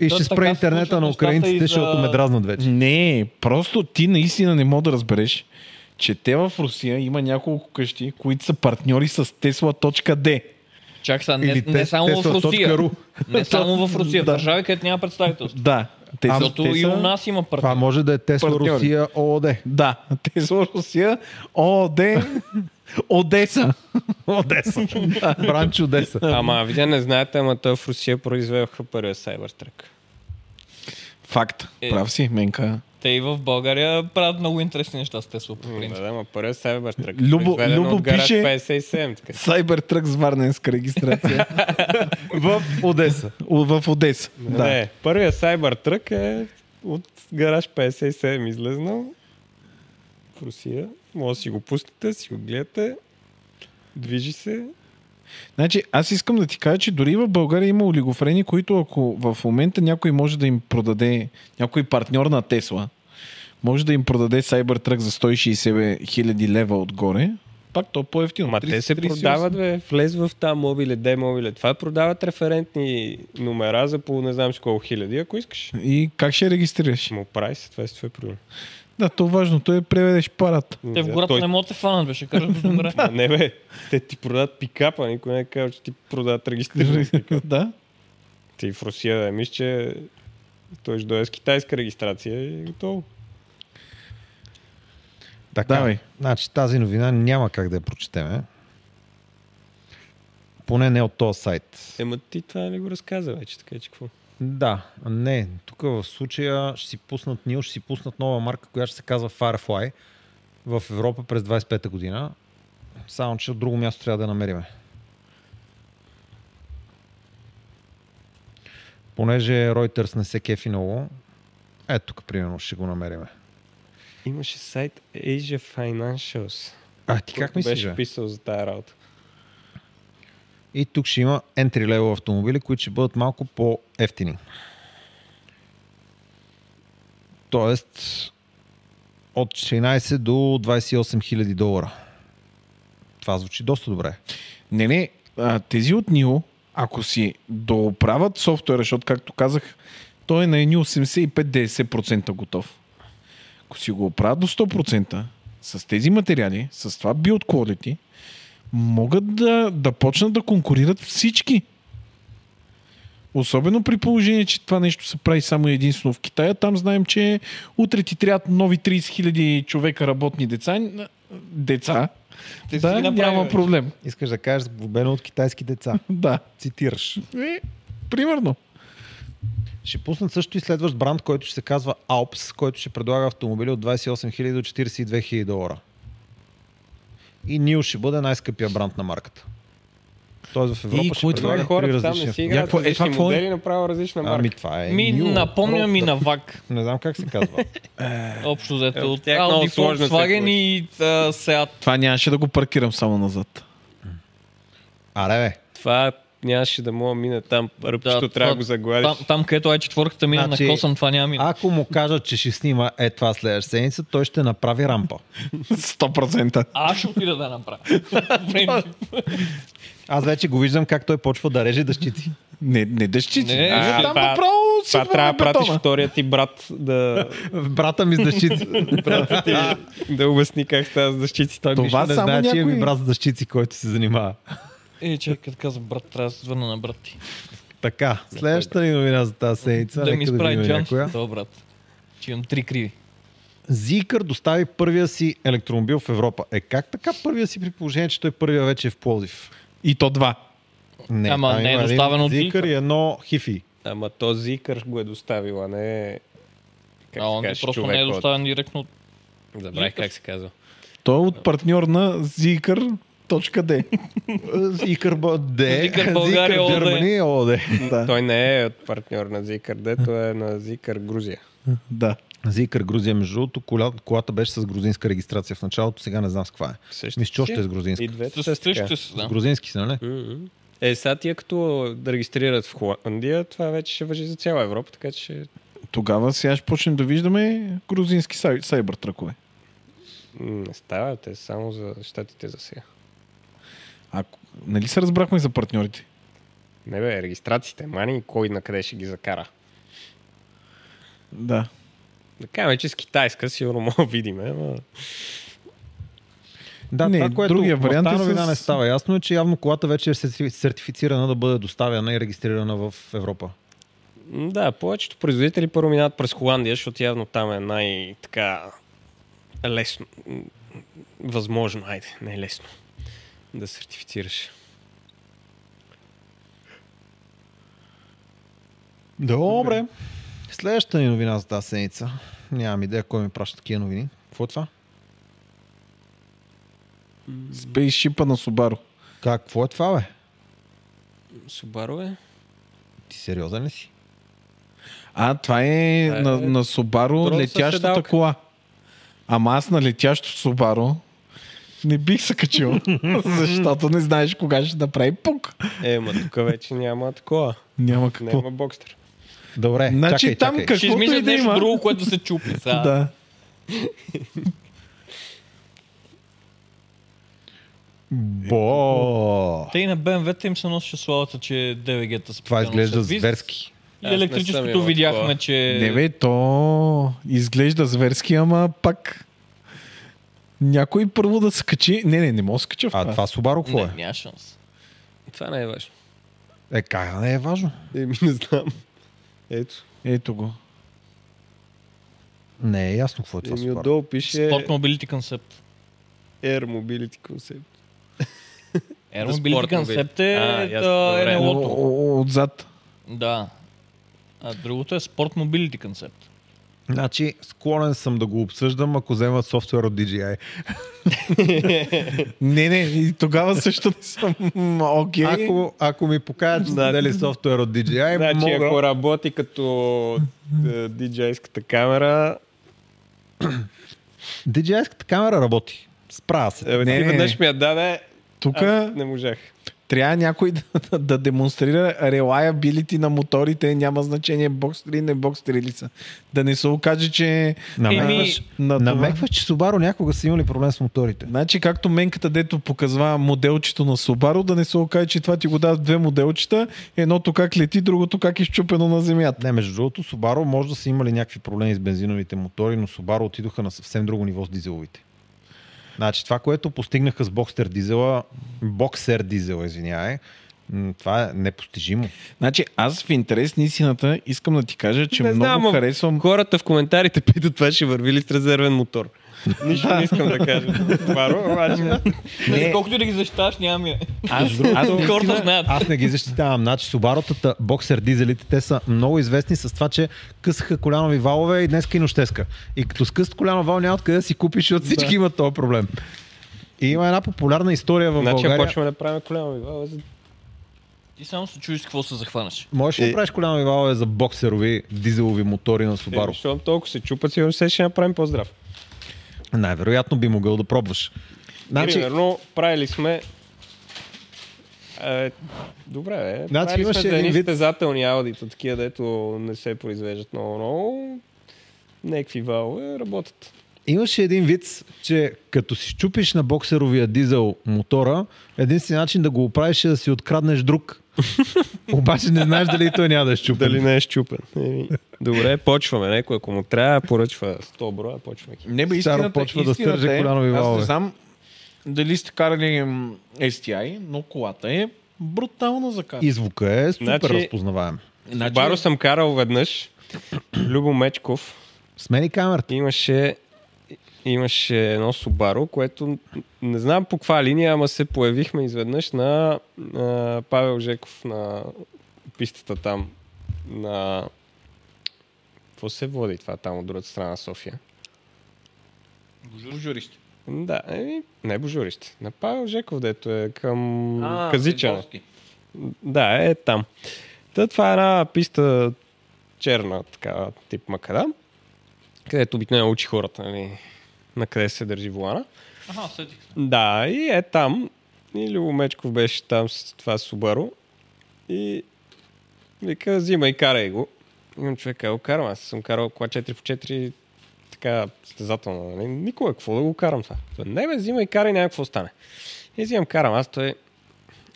Speaker 3: И
Speaker 8: То
Speaker 3: ще
Speaker 8: така
Speaker 3: спра
Speaker 8: се
Speaker 3: интернета
Speaker 8: случват
Speaker 3: на
Speaker 8: нещата и
Speaker 3: украинците,
Speaker 8: за-
Speaker 3: защото ме дразнат вече.
Speaker 4: Не, просто ти наистина не мога да разбереш, че те в Русия има няколко къщи, които са партньори с Tesla.d.
Speaker 8: Чак сега, не,
Speaker 3: Или
Speaker 8: не
Speaker 3: Тес-
Speaker 8: само в Русия.
Speaker 3: Tesla.ru.
Speaker 8: Не само в Русия, в държави, където няма представителство.
Speaker 4: Да. Те са,
Speaker 8: Защото
Speaker 4: те
Speaker 8: и
Speaker 4: са-
Speaker 8: у нас има
Speaker 3: Това
Speaker 8: партньор.
Speaker 3: може да е Тесла
Speaker 4: Партньори.
Speaker 3: Русия ООД.
Speaker 4: Да, Тесла Русия, ООД, Одеса.
Speaker 3: Одеса. Бранч Одеса.
Speaker 10: Ама, вие не знаете, ама той в Русия произведоха първия Cybertruck.
Speaker 4: Факт.
Speaker 8: Е.
Speaker 4: Прав си, Менка.
Speaker 8: Те и в България правят много интересни неща с Тесла, по
Speaker 10: Да,
Speaker 8: принцип.
Speaker 10: да, ама първия Cybertruck.
Speaker 4: Любо-
Speaker 10: произведен
Speaker 4: Любо
Speaker 10: от гараж
Speaker 4: пише-
Speaker 10: 57, така.
Speaker 4: Сайбертрък с варненска регистрация. в Одеса. В Одеса.
Speaker 10: Да. Не, първия Cybertruck е от гараж 57 излезнал Русия. Може да си го пуснете, си го гледате. Движи се.
Speaker 4: Значи, аз искам да ти кажа, че дори в България има олигофрени, които ако в момента някой може да им продаде, някой партньор на Тесла, може да им продаде Cybertruck за 160 хиляди лева отгоре, пак то е по-ефтино.
Speaker 10: Ма те се
Speaker 4: 338.
Speaker 10: продават, бе. Влез в тази мобиле, де мобиле. Това продават референтни номера за по не знам си колко хиляди, ако искаш.
Speaker 4: И как ще я регистрираш?
Speaker 10: Ще му прави съответствие, примерно.
Speaker 4: Да, то важното е да преведеш парата.
Speaker 8: Те в гората
Speaker 10: Той-
Speaker 8: не могат да те фанат, беше кажат добре.
Speaker 10: А, не бе, те ти продават пикапа, никой не казва, че ти продават регистриран пикап.
Speaker 4: да.
Speaker 10: Ти в Русия, да, мисля, че той ще дойде с китайска регистрация и готово.
Speaker 3: Така.
Speaker 4: Давай.
Speaker 3: Значи тази новина няма как да я прочетеме. Поне не от този сайт.
Speaker 10: Ема ти това не го разказа вече, така че какво?
Speaker 3: Да, не. Тук в случая ще си пуснат Нил, ще си пуснат нова марка, която ще се казва Firefly в Европа през 25-та година. Само, че от друго място трябва да я намериме. Понеже Reuters не се кефи много, ето тук примерно ще го намериме.
Speaker 10: Имаше сайт Asia Financials.
Speaker 3: А ти как
Speaker 10: който
Speaker 3: мислиш,
Speaker 10: Беше
Speaker 3: бе?
Speaker 10: писал за тая работа.
Speaker 3: И тук ще има entry level автомобили, които ще бъдат малко по-ефтини. Тоест от 16 до 28 хиляди долара. Това звучи доста добре.
Speaker 4: Не, не, а, тези от Нио, ако си дооправят софтуера, защото, както казах, той е на едни 85-90% готов. Ако си го оправят до 100%, с тези материали, с това build quality, могат да, да почнат да конкурират всички. Особено при положение, че това нещо се прави само и единствено в Китая. Там знаем, че утре ти трябват нови 30 000 човека работни деца. Деца.
Speaker 8: Те си ги
Speaker 4: да,
Speaker 8: направи
Speaker 4: няма
Speaker 8: вече.
Speaker 4: проблем.
Speaker 3: Искаш да кажеш сглобено от китайски деца.
Speaker 4: Да.
Speaker 3: Цитираш.
Speaker 4: Е, примерно.
Speaker 3: Ще пуснат също и следващ бранд, който ще се казва Alps, който ще предлага автомобили от 28 000 до 42 000 долара. И Нил ще бъде най-скъпия бранд на марката. Тоест в Европа
Speaker 4: И
Speaker 3: ще
Speaker 4: кой това е?
Speaker 3: предлага
Speaker 10: Е,
Speaker 3: три
Speaker 10: хората там
Speaker 3: различни
Speaker 10: не си
Speaker 3: автомобили.
Speaker 10: играят
Speaker 4: Някаква- е,
Speaker 10: различни
Speaker 4: това какво е?
Speaker 10: модели, направо различна марка.
Speaker 3: Ами това е.
Speaker 8: Ми
Speaker 3: Нил,
Speaker 8: напомня
Speaker 3: просто.
Speaker 8: ми на ВАК,
Speaker 3: Не знам как се казва.
Speaker 8: общо взето. От
Speaker 10: Е, тях много
Speaker 8: Audi,
Speaker 10: сложно се
Speaker 8: Volkswagen
Speaker 10: получи.
Speaker 8: и а, Seat.
Speaker 4: Това нямаше да го паркирам само назад.
Speaker 3: Аре, бе.
Speaker 10: Това нямаше да мога да мина там, ръпчето
Speaker 8: това-
Speaker 10: трябва да го загладиш.
Speaker 8: Там, там където е четвърката мина
Speaker 3: Значи-
Speaker 8: на косъм, това няма мина.
Speaker 3: Ако му кажат, че ще снима е това следваща седмица, той ще направи рампа.
Speaker 4: 100%.
Speaker 8: Аз ще отида да я направя. Принцип.
Speaker 3: Аз вече го виждам как той почва да реже дъщици.
Speaker 4: Не, не дъщици.
Speaker 8: Не,
Speaker 4: а, там
Speaker 10: а, това-
Speaker 4: направо си
Speaker 10: Това трябва да пратиш
Speaker 4: бетона.
Speaker 10: втория ти брат да,
Speaker 3: Брата ми с дъщици.
Speaker 10: да обясни как става с защити.
Speaker 3: Той
Speaker 4: Това
Speaker 3: това не
Speaker 4: само
Speaker 3: знае, че е
Speaker 4: някой-
Speaker 3: ми брат с дъщици, който се занимава.
Speaker 8: Е, чакай, като каза брат, трябва да се звъна на брат ти.
Speaker 3: Така, следващата ни новина за тази седмица.
Speaker 8: Да ми
Speaker 3: нека да
Speaker 8: изправи
Speaker 3: видим
Speaker 8: Джон.
Speaker 3: някоя.
Speaker 8: Това брат. Че имам три криви.
Speaker 3: Зикър достави първия си електромобил в Европа. Е, как така първия си при положение, че той първия вече е в Пловдив?
Speaker 4: И то два.
Speaker 3: Не,
Speaker 8: Ама
Speaker 3: там
Speaker 8: не е
Speaker 3: има един
Speaker 8: доставен от
Speaker 3: Зикър
Speaker 8: Зикър.
Speaker 3: и едно хифи.
Speaker 10: Ама този Икър го е доставил, а не... Как
Speaker 8: А
Speaker 10: се
Speaker 8: он
Speaker 10: казваш,
Speaker 8: просто не
Speaker 10: човека
Speaker 8: е
Speaker 10: от-
Speaker 8: доставен директно от...
Speaker 10: Забравих как се казва.
Speaker 4: Той е от партньор на Zikr.d.
Speaker 3: Зикър Б- Д.
Speaker 8: Зикър България ООД.
Speaker 3: Германия ООД.
Speaker 10: Той не е от партньор на Зикър, де, той е на Зикър Грузия.
Speaker 4: да.
Speaker 3: Зикър Грузия, между другото, кола, колата беше с грузинска регистрация в началото, сега не знам с каква е.
Speaker 10: Същите
Speaker 3: Мисля, че още
Speaker 10: си.
Speaker 3: е с грузинска.
Speaker 10: И двете
Speaker 8: С
Speaker 10: са е така.
Speaker 8: същите си,
Speaker 3: С
Speaker 8: да.
Speaker 3: грузински са, нали?
Speaker 10: Мгм. Е, сега тия като да регистрират в Холандия, това вече ще въжи за цяла Европа, така че ще-
Speaker 4: Тогава сега ще почнем да виждаме грузински сай- сайбъртръкове.
Speaker 10: м, не става, те са само за щатите за сега.
Speaker 4: Ако... Нали се разбрахме за партньорите?
Speaker 10: Не бе, регистрациите, мани, кой на къде ще ги закара.
Speaker 4: Да.
Speaker 10: Да кажем, че с китайска сигурно мога да видим, ама...
Speaker 3: Да,
Speaker 4: Не,
Speaker 3: това, което
Speaker 4: другия
Speaker 3: в
Speaker 4: вариант е
Speaker 3: тази новина
Speaker 4: с-
Speaker 3: не става ясно е, че явно колата вече е сертифи- сертифицирана да бъде доставяна и регистрирана в Европа.
Speaker 10: М, Да, повечето производители първо минават през Холандия, защото явно там е най-така лесно. м, Възможно, айде, не е лесно да сертифицираш.
Speaker 3: Добре. Следващата ни новина за тази седмица. Нямам идея кой ми праща такива новини. Какво е това?
Speaker 4: Спейшипа на Subaru.
Speaker 3: Какво е това, бе?
Speaker 10: Субарове?
Speaker 3: Ти сериозен ли си?
Speaker 4: А, това е
Speaker 10: Това е
Speaker 4: на, на Subaru
Speaker 10: дрон с
Speaker 4: летящата
Speaker 10: седалка.
Speaker 4: кола. Ама аз на летящо Subaru не бих се качил, защото не знаеш кога ще направи пук.
Speaker 10: Е, ма тук вече няма такова.
Speaker 4: Няма какво.
Speaker 10: Няма бокстер.
Speaker 3: Добре,
Speaker 4: Значи
Speaker 3: чакай,
Speaker 4: там
Speaker 3: чакай.
Speaker 8: Ще
Speaker 4: каквото
Speaker 8: измисли
Speaker 4: и да
Speaker 8: нещо
Speaker 4: има.
Speaker 8: друго, което да се чупи. сега.
Speaker 4: Да. Е,
Speaker 3: Бо!
Speaker 8: Те и на БМВ-та им се носеше славата, че ДВГ-та са
Speaker 3: Това
Speaker 8: постоянно
Speaker 3: изглежда
Speaker 8: сервиз.
Speaker 3: зверски.
Speaker 8: И
Speaker 10: Аз не съм имал
Speaker 8: електрическото
Speaker 10: такова.
Speaker 8: видяхме, че...
Speaker 4: Не бе, то изглежда зверски, ама пак някой първо да се качи. Не, не, не мога да се кача в
Speaker 3: А
Speaker 4: това.
Speaker 3: това Subaru какво
Speaker 8: Не,
Speaker 3: е?
Speaker 8: няма шанс.
Speaker 10: Това не е важно.
Speaker 3: Е, как не е важно?
Speaker 10: Еми, не знам. Ето.
Speaker 4: Ето го.
Speaker 3: Не е ясно какво е това
Speaker 10: Еми,
Speaker 3: Subaru.
Speaker 10: отдолу пише
Speaker 8: Sport Mobility Concept.
Speaker 10: Air Mobility Concept.
Speaker 8: Air
Speaker 10: The
Speaker 8: Mobility
Speaker 10: Sport
Speaker 8: Concept
Speaker 10: А,
Speaker 8: е
Speaker 10: ясно,
Speaker 8: да,
Speaker 10: добре.
Speaker 4: О,
Speaker 8: НЛО-то.
Speaker 4: о, о, Отзад.
Speaker 8: Да. А другото е Sport Mobility Concept.
Speaker 3: Значи, склонен съм да го обсъждам, ако вземат софтуер от DJI.
Speaker 4: Не, не, и тогава също не съм окей.
Speaker 3: Ако, ако ми покажат, че са дали софтуер от DJI,
Speaker 10: Значи,
Speaker 3: Е, мога...
Speaker 10: ако работи като е, диджейската камера,
Speaker 3: DJI-ската камера работи. Справя се.
Speaker 10: е, бе,
Speaker 4: Не,
Speaker 10: ти
Speaker 4: не,
Speaker 10: веднъж ми я даде,
Speaker 4: Тук
Speaker 10: аз не можах.
Speaker 4: трябва някой да, да, да демонстрира reliability на моторите. Няма значение бокс или не бокс или са. Да не се окаже, че
Speaker 3: Намекваш,
Speaker 4: на
Speaker 10: е
Speaker 4: това-
Speaker 3: намекваш, че Subaru някога са имали проблем с моторите.
Speaker 4: Значи, както менката, дето показва моделчето на Subaru, да не се окаже, че това ти го дават две моделчета, едното как лети, другото как е щупено на земята.
Speaker 3: Не, между другото, Subaru може да са имали някакви проблеми с бензиновите мотори, но Subaru отидоха на съвсем друго ниво с дизеловите. Значи това, което постигнаха с бокстер дизела, боксер дизела, извинявай, м, това е непостижимо.
Speaker 4: Значи, аз в интерес на истината искам да ти кажа, че
Speaker 10: Не
Speaker 4: много
Speaker 10: знам, ама-
Speaker 4: харесвам...
Speaker 10: Хората в коментарите питат това ще върви ли с резервен мотор. Нищо не искам да кажа. Варо, обаче.
Speaker 8: Не. Нали, Колкото и да ги защитаваш, няма ми.
Speaker 4: Аз, аз,
Speaker 8: Хората
Speaker 4: наистина,
Speaker 8: знаят.
Speaker 3: Аз не ги защитавам. Значи Субаротата, боксер дизелите, те са много известни с това, че късаха колянови валове и днес и нощеска. И като скъсат колянов вал няма откъде да си купиш, защото всички имат този проблем. И има една популярна история в
Speaker 10: Значи, ако
Speaker 3: България.
Speaker 10: почваме да правим коляно вивала, за
Speaker 8: Ти само се чуеш с какво се захванеш.
Speaker 3: Можеш ли да правиш колянови валове за боксерови дизелови мотори на
Speaker 10: Е,
Speaker 3: Subaru?
Speaker 10: Защото толкова се чупа, сигурно се ще направим по-здрав. Е.
Speaker 3: Най-вероятно би могъл да пробваш.
Speaker 10: Значи...
Speaker 3: Значи,
Speaker 10: Примерно, правили сме... Е, добре,
Speaker 3: Значи,
Speaker 10: бе. Значи, правили
Speaker 3: имаше
Speaker 10: сме за
Speaker 3: един
Speaker 10: едни
Speaker 3: вид-
Speaker 10: стезателни аудита, такива, дето не се произвеждат много-много. Някакви валове работят.
Speaker 3: имаше един вид, че като си щупиш на боксеровия дизел мотора, единствен начин да го оправиш е да си откраднеш друг. Обаче не знаеш дали и той няма да е щупен.
Speaker 10: Дали не е щупен. Еми, Добре, почваме. Некой, ако му трябва, поръчва 100 броя, почваме ги.
Speaker 4: не бе,
Speaker 3: Старо
Speaker 4: истината,
Speaker 3: почва да
Speaker 4: истината
Speaker 3: стърже
Speaker 4: е,
Speaker 3: колянови
Speaker 4: Аз
Speaker 3: валове.
Speaker 4: не знам дали сте карали м, STI, но колата е брутално за кара.
Speaker 3: И звука е супер
Speaker 10: Значи-
Speaker 3: разпознаваем.
Speaker 4: Значи-
Speaker 10: Баро съм карал веднъж. Любо Мечков
Speaker 3: Смени камерата.
Speaker 10: имаше, имаше едно Subaru, което не знам по каква линия, ама се появихме изведнъж на а, Павел Жеков на пистата там. На... Какво се води това там от другата страна на София?
Speaker 13: Журище.
Speaker 10: Да, еми, не Божурище. На Павел Жеков, дето е към Казичане. Да, е там. Та, това е една писта черна, така, тип Макадам, където обикновено учи хората, нали, на къде се държи вулана.
Speaker 8: Аха, сетих. се.
Speaker 10: Да, и е там. И Любомечков беше там с това Субаро. И вика, взимай, карай го. Имам човека, го карам. Аз съм карал кола 4 по 4 така стезателно. Нали? Никога, какво да го карам това? Той, не бе, взимай, карай, няма какво стане. И взимам, карам. Аз той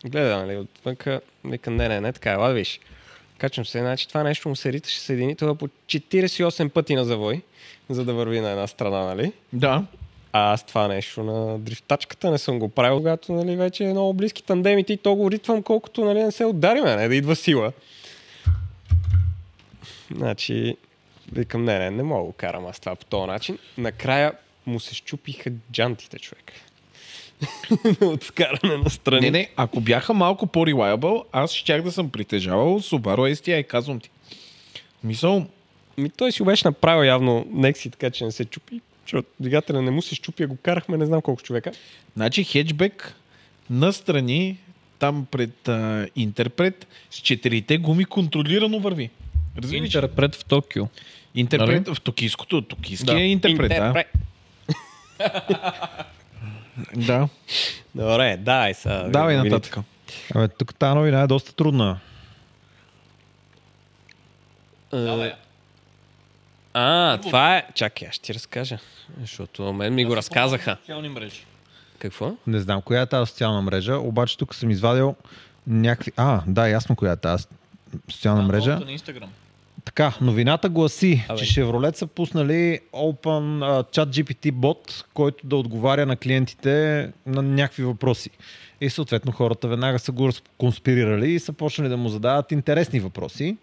Speaker 10: гледа, нали, отвънка. Вика, не, не, не, така, ела да виж. Качвам се, значи това нещо му се рита, ще се едини. Това по 48 пъти на завой, за да върви на една страна, нали?
Speaker 4: Да.
Speaker 10: А аз това нещо на дрифтачката не съм го правил, когато нали, вече е много близки тандемите и то го ритвам колкото нали, не се удариме, не да идва сила. Значи, викам, не, не, не мога да го карам аз това по този начин. Накрая му се щупиха джантите, човек. От скаране на страни.
Speaker 4: Не, не, ако бяха малко по-релайабъл, аз щях да съм притежавал Subaru STI, казвам ти. Мисъл,
Speaker 10: Ми, той си го беше направил явно некси, така че не се чупи. Защото двигателя не му се щупи, а го карахме не знам колко човека.
Speaker 4: значи хеджбек настрани, там пред а, интерпрет, с четирите гуми контролирано върви. Разбираш? ли?
Speaker 8: Интерпрет в Токио.
Speaker 4: Интерпрет в токийското, токийския да. интерпрет, да.
Speaker 14: Да,
Speaker 10: Добре, давай сега.
Speaker 14: давай
Speaker 10: новините.
Speaker 14: нататък.
Speaker 3: Абе, тук тази новина е доста трудна.
Speaker 10: А, това е... Чакай, аз ще ти разкажа. Защото на мен ми го разказаха.
Speaker 8: Социални мрежи.
Speaker 10: Какво?
Speaker 3: Не знам коя е тази социална мрежа, обаче тук съм извадил някакви... А, да, ясно коя е тази социална мрежа.
Speaker 8: На Инстаграм.
Speaker 3: Така, новината гласи,
Speaker 10: Абе.
Speaker 3: Абе. че Chevrolet са пуснали Open а, ChatGPT бот, който да отговаря на клиентите на някакви въпроси. И съответно хората веднага са го конспирирали и са почнали да му задават интересни въпроси.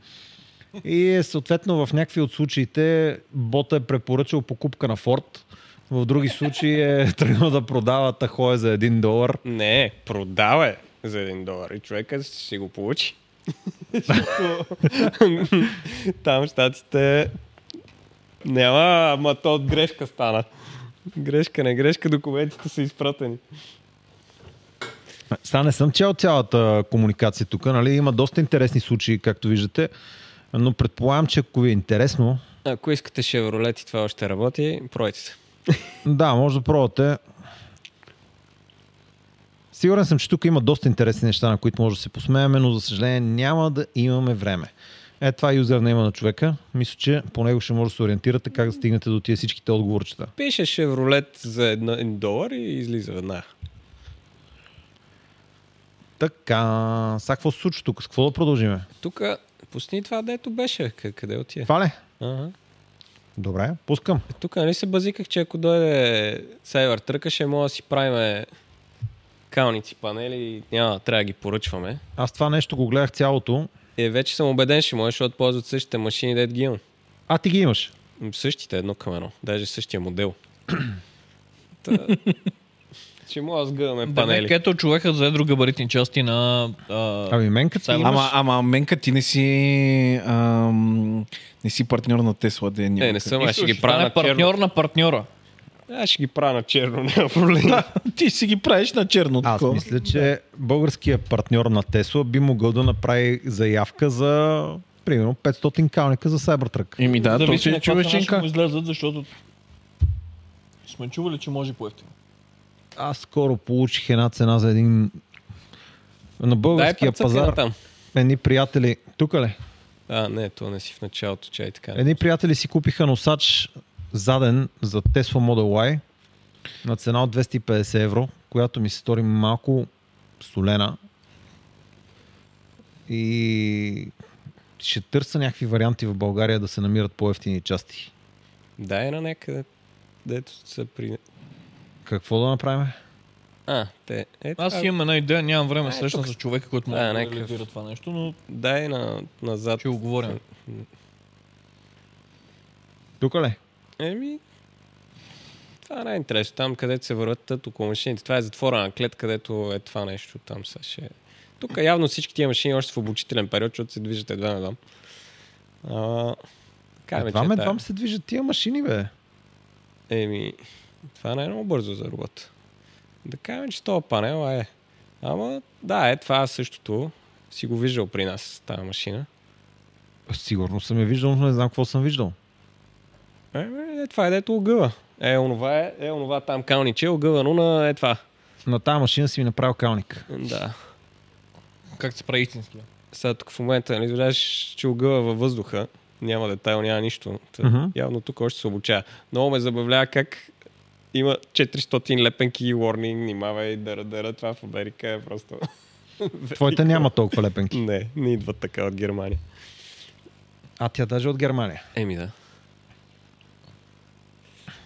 Speaker 3: И съответно в някакви от случаите бота е препоръчал покупка на Форд, в други случаи е тръгнал да продава тахое за 1 долар.
Speaker 10: Не, продава е за един долар и човека ще го получи. Там щатите няма, ама то от грешка стана. Грешка, не грешка, документите са изпратени.
Speaker 3: Сега не съм чел цялата комуникация тук, нали? Има доста интересни случаи, както виждате. Но предполагам, че ако ви е интересно,
Speaker 10: Ако искате Chevrolet и това още работи, пройте се.
Speaker 3: да, може да пробвате. Сигурен съм, че тук има доста интересни неща, на които може да се посмееме, но за съжаление няма да имаме време. Е, това е юзернейма на човека. Мисля, че по него ще може да се ориентирате как да стигнете до тия всичките отговорчета.
Speaker 10: Пише Chevrolet за едно- един долар и излиза веднага.
Speaker 3: Така, сега какво се случва тук? С какво да продължиме?
Speaker 10: Тук пусни това, дето беше. Къ- Къде отиде?
Speaker 3: Това ли?
Speaker 10: Ага.
Speaker 3: Добре, пускам.
Speaker 10: Тук нали се базиках, че ако дойде Сайвер Тръка, ще мога да си правиме калници, панели, няма, трябва да ги поръчваме.
Speaker 3: Аз това нещо го гледах цялото.
Speaker 10: Е, вече съм убеден, ще можеш да ползват същите машини, дед ги имам.
Speaker 3: А, ти ги имаш.
Speaker 10: М, Същите едно към едно, даже същия модел. Та... ще мога да
Speaker 8: Панели.
Speaker 10: сгъваме панели.
Speaker 8: Ето човека за едро габаритни части на... А,
Speaker 3: Ами мен като
Speaker 8: Само-
Speaker 3: имаш...
Speaker 14: Ама, ама Менка, ти не си, ам, не си партньор на Тесла, да
Speaker 10: Не, не съм, аз ще ги правя
Speaker 8: стане
Speaker 10: на черно.
Speaker 8: партньор на партньора.
Speaker 10: Аз ще ги правя на черно, няма проблем.
Speaker 14: Ти си ги правиш на черно.
Speaker 3: Аз
Speaker 14: такова.
Speaker 3: мисля, че българския партньор на Тесла би могъл да направи заявка за примерно 500 калника за Cybertruck.
Speaker 14: Еми да, то си е човеченка.
Speaker 8: излезат, защото сме чували, че може по
Speaker 3: Аз скоро получих една цена за един на
Speaker 10: Дай
Speaker 3: българския
Speaker 10: пазар.
Speaker 3: пазар.
Speaker 10: там.
Speaker 3: Едни приятели, тук ли?
Speaker 10: А, не, то не си в началото, чай така.
Speaker 3: Едни приятели си купиха носач заден за Tesla Model Y на цена от 250 евро, която ми се стори малко солена. И ще търся някакви варианти в България да се намират по-ефтини части.
Speaker 10: Дай на някъде, дето са при...
Speaker 3: Какво да направим?
Speaker 10: А, те... Е,
Speaker 8: Аз
Speaker 10: това-
Speaker 8: имам една идея, нямам време срещна
Speaker 10: тук
Speaker 8: с човека, който може
Speaker 10: Да,
Speaker 8: да,
Speaker 10: някакъв.
Speaker 8: реализира това нещо, но
Speaker 10: Дай на, назад.
Speaker 8: ще го говорим.
Speaker 3: Тук ли?
Speaker 10: Еми, това е най-интересно. Там, където се върват тът около машините. Това е затворена клет, където е това нещо. Там сега ще... Тук явно всички тия машини още в обучителен период, защото се движат едва на дам. А, Караме,
Speaker 3: Едва ме двам се движат тия машини, бе.
Speaker 10: Еми, това не е много бързо за робот. Да кажем, че този панел е. Ама, да, е това е същото. Си го виждал при нас, тази машина.
Speaker 3: Сигурно съм я виждал, но не знам какво съм виждал.
Speaker 10: Еми, е, това е дето огъва. Е, онова е, е, онова там калниче, огъвано на е това.
Speaker 3: На тази машина си ми направил калник.
Speaker 10: Да.
Speaker 8: Как се прави истински?
Speaker 10: Сега тук в момента, нали, дадеш, че огъва във въздуха, няма детайл, няма нищо. Та,
Speaker 3: Мгм.
Speaker 10: Явно тук още се обучава. Много ме забавлява как има 400 лепенки и warning, внимавай, дъра, дъра, това в Америка е просто...
Speaker 3: Твоята няма толкова лепенки.
Speaker 10: не, не идва така от Германия.
Speaker 3: А тя даже е от Германия.
Speaker 10: Еми да.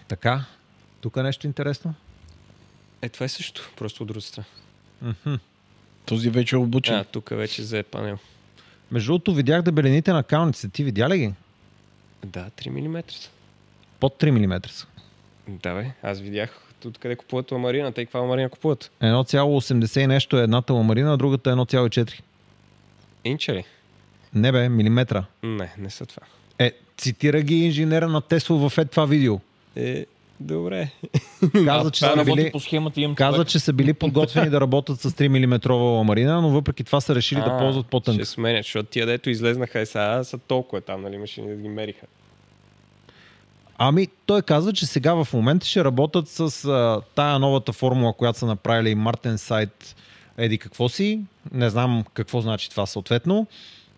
Speaker 3: Така. Тук е нещо интересно?
Speaker 10: Е, това е също, просто от друга страна.
Speaker 14: Този вече е обучен.
Speaker 10: А, тук вече взе панел.
Speaker 3: Между другото, видях дебелините на калниците. Ти видя ли ги?
Speaker 10: Да, 3 мм.
Speaker 3: Под 3 мм са.
Speaker 10: Да, бе. Аз видях от къде купуват ламарина, тъй каква ламарина купуват.
Speaker 3: 1,80 и нещо е едната ламарина, а другата е 1,4.
Speaker 10: Инча ли?
Speaker 3: Не бе, милиметра.
Speaker 10: Не, не са това.
Speaker 3: Е, цитира ги инженера на Тесла в е това видео.
Speaker 10: Е, добре.
Speaker 3: Каза, че
Speaker 8: Това
Speaker 3: са
Speaker 8: работи
Speaker 3: били...
Speaker 8: по схемата имам
Speaker 3: Каза,
Speaker 8: човек.
Speaker 3: че са били подготвени да работят с 3 мм ламарина, но въпреки това са решили да
Speaker 10: А,
Speaker 3: ползват по-тънка.
Speaker 10: Ще сменят, защото тия дето излезнаха и сега са толкова там, нали, машини да ги мериха.
Speaker 3: Ами, той казва, че сега в момента ще работят с а, тая новата формула, която са направили Мартен Сайт, еди какво си. Не знам какво значи това съответно.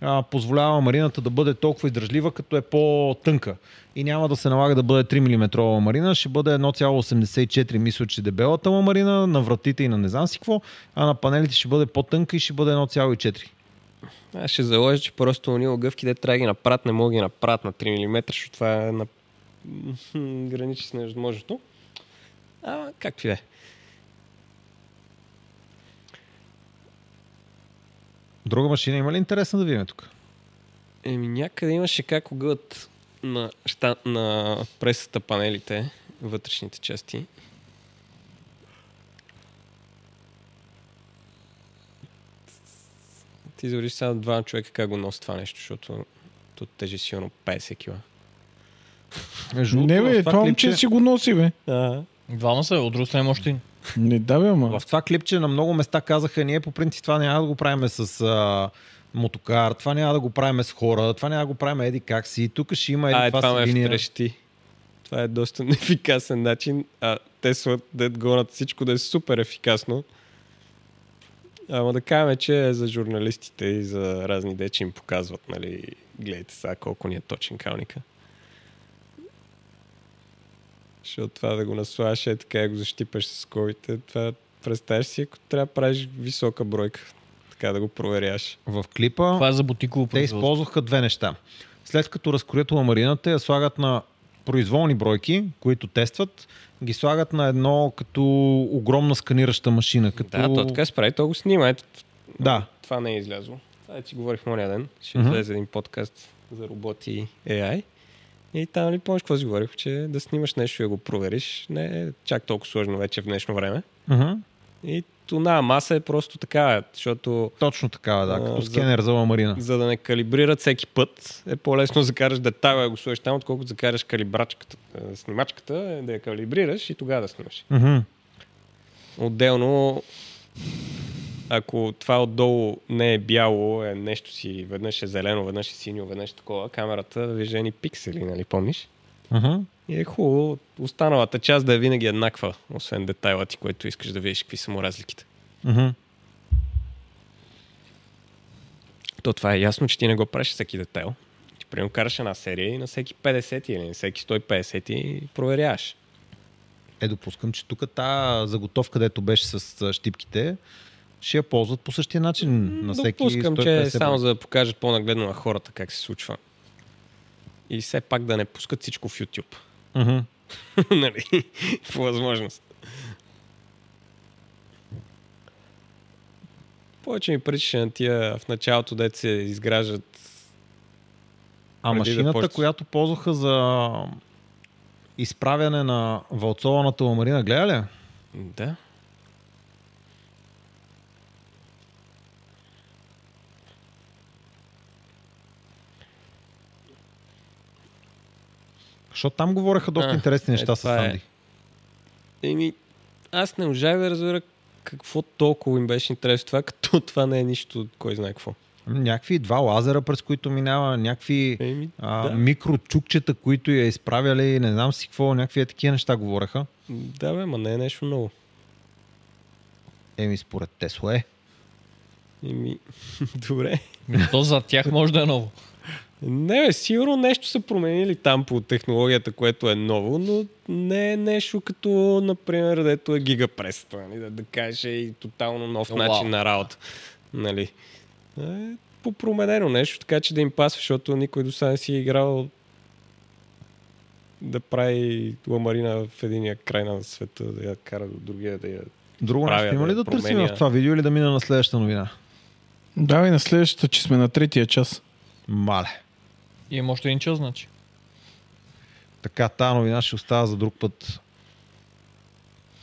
Speaker 3: А, позволява марината да бъде толкова издръжлива, като е по-тънка. И няма да се налага да бъде 3 мм марина, ще бъде 1,84 мисля, че дебелата му марина, на вратите и на не знам си какво, а на панелите ще бъде по-тънка и ще бъде 1,4.
Speaker 10: Аз ще заложа, че просто уния огъвки, де трябва да ги направят, не мога да ги направят на 3 мм, защото това е на м, граничи с невъзможното. А, както и да е.
Speaker 3: Друга машина има ли интересна да видим тук?
Speaker 10: Еми някъде имаше как огъват на, ща, на пресата панелите, вътрешните части. Ти изобриш само два човека как го носи това нещо, защото то тежи силно 50 кг.
Speaker 3: Между
Speaker 14: Не
Speaker 3: другото, в
Speaker 14: бе, това
Speaker 3: клипче-
Speaker 14: момче си го носи, бе.
Speaker 8: Двама са, от друга страна има още един.
Speaker 14: Не да бе, ама.
Speaker 3: В това клипче на много места казаха, ние по принцип това няма да го правим с а, мотокар, това няма да го правим с хора, това няма да го правим еди как си, тук ще има еди
Speaker 10: А, е,
Speaker 3: това,
Speaker 10: това ме
Speaker 3: си линия.
Speaker 10: втрещи. Това е доста неефикасен начин. А Тесла дед гонат всичко да е супер ефикасно. Ама да кажем, че е за журналистите и за разни дечи им показват, нали, гледайте сега колко ни е точен калника. Защото това да го наслагаш е така, и го защипаш с колите, това представяш си, ако трябва да правиш висока бройка. Така да го проверяш.
Speaker 3: В клипа
Speaker 8: Това е за бутиково
Speaker 3: те
Speaker 8: производство.
Speaker 3: използваха две неща. След като разкроят ламарината, я слагат на произволни бройки, които тестват, ги слагат на едно като огромна сканираща машина. Като...
Speaker 10: Да, то така е. се прави, то го снима. Ето,
Speaker 3: Да,
Speaker 10: Това не е излязло. Това ти говорихме ония ден. Ще
Speaker 3: Мгм.
Speaker 10: излезе един подкаст за роботи и AI. И там ли помниш какво си говорих, че да снимаш нещо и да го провериш не е чак толкова сложно вече в днешно време.
Speaker 3: мгм.
Speaker 10: И тона маса е просто така, защото
Speaker 3: точно така, да,
Speaker 10: А,
Speaker 3: като
Speaker 10: за-
Speaker 3: скенер за ламарина.
Speaker 10: за да не калибрират всеки път е по-лесно да закараш детайла и да го сложиш там, отколкото да закараш калибрачката, а, снимачката, е да я калибрираш и тогава да снимаш.
Speaker 3: Мгм.
Speaker 10: Отделно, ако това отдолу не е бяло, е нещо си, веднъж е зелено, веднъж е синьо, веднъж е такова, камерата вижда ни пиксели, нали помниш?
Speaker 3: Мгм.
Speaker 10: И е хубаво останалата част да е винаги еднаква, освен детайла ти, който искаш да видиш какви са му разликите.
Speaker 3: Мгм.
Speaker 10: То това е ясно, че ти не го правиш всеки детайл. Ти примерно караш една серия и на всеки 50 или на всеки 150 и проверяваш.
Speaker 3: Е, допускам, че тук та заготовка, където беше с а, щипките, ще я ползват по същия начин на всеки
Speaker 10: Допускам, че е
Speaker 3: 150
Speaker 10: само за да покажат по-нагледно на хората как се случва. И все пак да не пускат всичко в YouTube.
Speaker 3: Мгм.
Speaker 10: нали, по възможност. Повече ми пречеше на тия в началото, дете се изграждат.
Speaker 3: А
Speaker 10: преди да
Speaker 3: машината,
Speaker 10: почне.
Speaker 3: която ползваха за изправяне на вълцованата ламарина, гледа ли? я?
Speaker 10: Да.
Speaker 3: Защото там говореха доста
Speaker 10: А,
Speaker 3: интересни
Speaker 10: е,
Speaker 3: неща с
Speaker 10: това е.
Speaker 3: Анди.
Speaker 10: Еми, аз не можах да разбера какво толкова им беше интересно това, като това не е нищо, кой знае какво.
Speaker 3: Някакви два лазера, през които минава, някакви
Speaker 10: Еми,
Speaker 3: а,
Speaker 10: да.
Speaker 3: микрочукчета, които я изправяли, не знам си какво, някакви е такива неща говореха.
Speaker 10: да бе, ма не е нещо ново.
Speaker 3: Еми, според Тесла е.
Speaker 10: Еми, добре.
Speaker 8: То за тях може да е ново.
Speaker 10: Не, бе, сигурно нещо са променили там по технологията, което е ново, но не е нещо като, например, дето е гигапресата, нали, да, да каже и тотално нов
Speaker 8: Вау.
Speaker 10: начин на работа. Нали. Е, попроменено нещо, така че да им пасва, защото никой до сега не си е играл да прави ламарина в единия край на света, да я кара до другия, да я...
Speaker 3: Друго
Speaker 10: Правя
Speaker 3: нещо има
Speaker 10: да
Speaker 3: ли да търсим
Speaker 10: променя.
Speaker 3: в това видео или да мина на следващата новина?
Speaker 14: Давай на следващата, че сме на третия час.
Speaker 3: Мале.
Speaker 8: И има още един час, значи.
Speaker 3: Така, тази новина ще остава за друг път.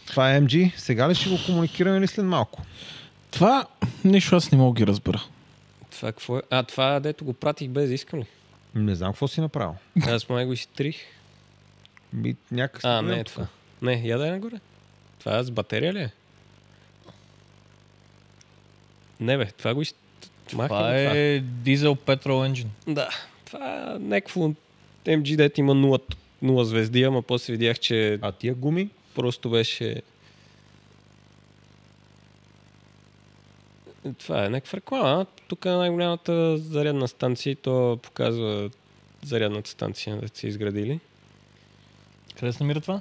Speaker 3: Това е MG. Сега ли ще го комуникираме или след малко?
Speaker 14: Това нещо аз не мога да ги разбера.
Speaker 10: Това какво е? А, това дето го пратих без да искам ли?
Speaker 3: Не знам какво си направил.
Speaker 10: Аз май го изтрих.
Speaker 3: Би, някак си
Speaker 10: А,
Speaker 3: гледам
Speaker 10: не е
Speaker 3: тук.
Speaker 10: това. Не, я дай нагоре. Това с батерия ли е? Не бе, това го из...
Speaker 8: Това
Speaker 3: е-
Speaker 8: е дизел петрол енджин.
Speaker 10: Да, това е някакво MG, дето има 0 нула звезди, ама после видях, че
Speaker 3: А тия гуми?
Speaker 10: просто беше... Това е някаква реклама. Тук е най-голямата зарядна станция и то показва зарядната станция да са изградили.
Speaker 8: Къде се намира това?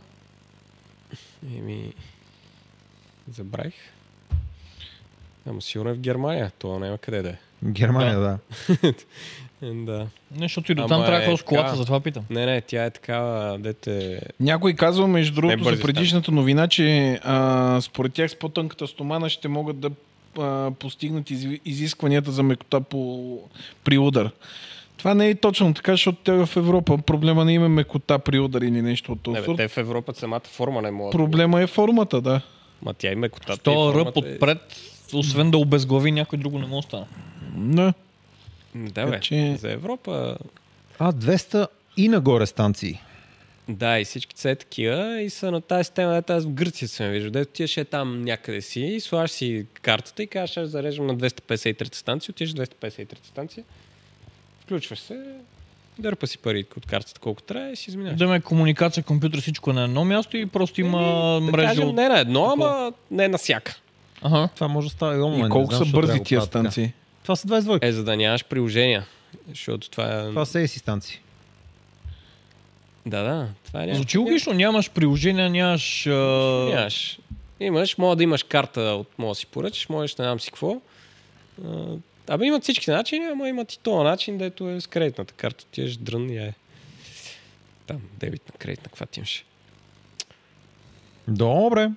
Speaker 10: Еми, забравих. Ама сигурно е в Германия, то няма къде да е.
Speaker 3: Германия, да.
Speaker 10: М, Да.
Speaker 8: Не, защото и до
Speaker 10: Ама
Speaker 8: там
Speaker 10: е
Speaker 8: трябва е, с колата,
Speaker 10: така.
Speaker 8: затова питам.
Speaker 10: Не, не, тя е такава, дете...
Speaker 4: Някой казва, между другото,
Speaker 10: бързи
Speaker 4: за предишната новина, че а, според тях с по-тънката стомана ще могат да а, постигнат из, изискванията за мекота по, при удар. Това не е точно така, защото те в Европа проблема не има мекота при удар или нещо от
Speaker 10: Не,
Speaker 4: този
Speaker 10: бе,
Speaker 4: сорт.
Speaker 10: те в Европа самата форма не могат.
Speaker 4: Проблема е формата, да.
Speaker 10: Ма тя има котата.
Speaker 8: То ръб
Speaker 10: е-
Speaker 8: отпред, освен да обезглави някой друго не му остана.
Speaker 4: Да.
Speaker 10: Да, бе.
Speaker 4: Така че-
Speaker 10: За Европа.
Speaker 3: А, 200 и нагоре станции.
Speaker 10: Да, и всички са е такива и са на тази тема, дето аз в Гърция съм виждал. Дето ти ще е там някъде си и слагаш си картата и казваш, аз зареждам на 253 станция, отиваш на 253 станция, включваш се, дърпа си пари от картата колко трябва и си изминаваш.
Speaker 8: Да ме комуникация, компютър, всичко е на едно място и просто има
Speaker 10: Е, Да
Speaker 8: мрежа.
Speaker 10: кажем,
Speaker 8: от-
Speaker 10: не на едно, ама не на всяка.
Speaker 8: Аха.
Speaker 3: Това може да става и онлайн.
Speaker 4: И
Speaker 3: не
Speaker 4: колко
Speaker 3: знам,
Speaker 4: са
Speaker 3: защо трябва
Speaker 4: бързи
Speaker 3: да го
Speaker 4: тия
Speaker 3: правят така.
Speaker 4: станции?
Speaker 3: Това са 22.
Speaker 10: Е, за да нямаш приложения. Защото това е...
Speaker 3: Това са еси станции.
Speaker 10: Да, да, това е някакво- Е,
Speaker 8: Звучи логично, нямаш приложение, нямаш... а,
Speaker 10: Нямаш. Имаш, може да имаш карта от мога да си поръчаш, можеш не знам си какво. А, Абе имат всички начини, ама имат и този начин, дето е с кредитната карта. Ти еш дрън и я е. Там, дебитна, кредитна, каква ти имаш?
Speaker 3: Добре.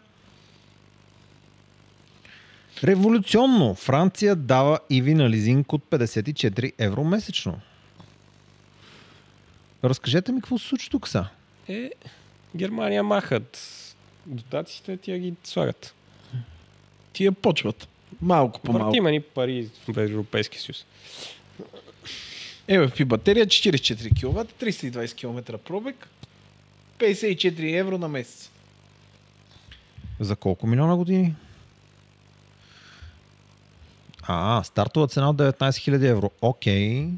Speaker 3: Революционно. Франция дава Иви на лизинг от 54 евро месечно. Разкажете ми какво се случи тук са.
Speaker 10: Е, Германия махат. Дотациите тия ги слагат.
Speaker 4: Тия почват. Малко по-малко.
Speaker 10: Въртима ни пари в Европейския съюз.
Speaker 4: ЕВП батерия 44 кВт, 320 км пробег, 54 евро на месец.
Speaker 3: За колко милиона години? А, стартова цена от 19 000 евро. Окей.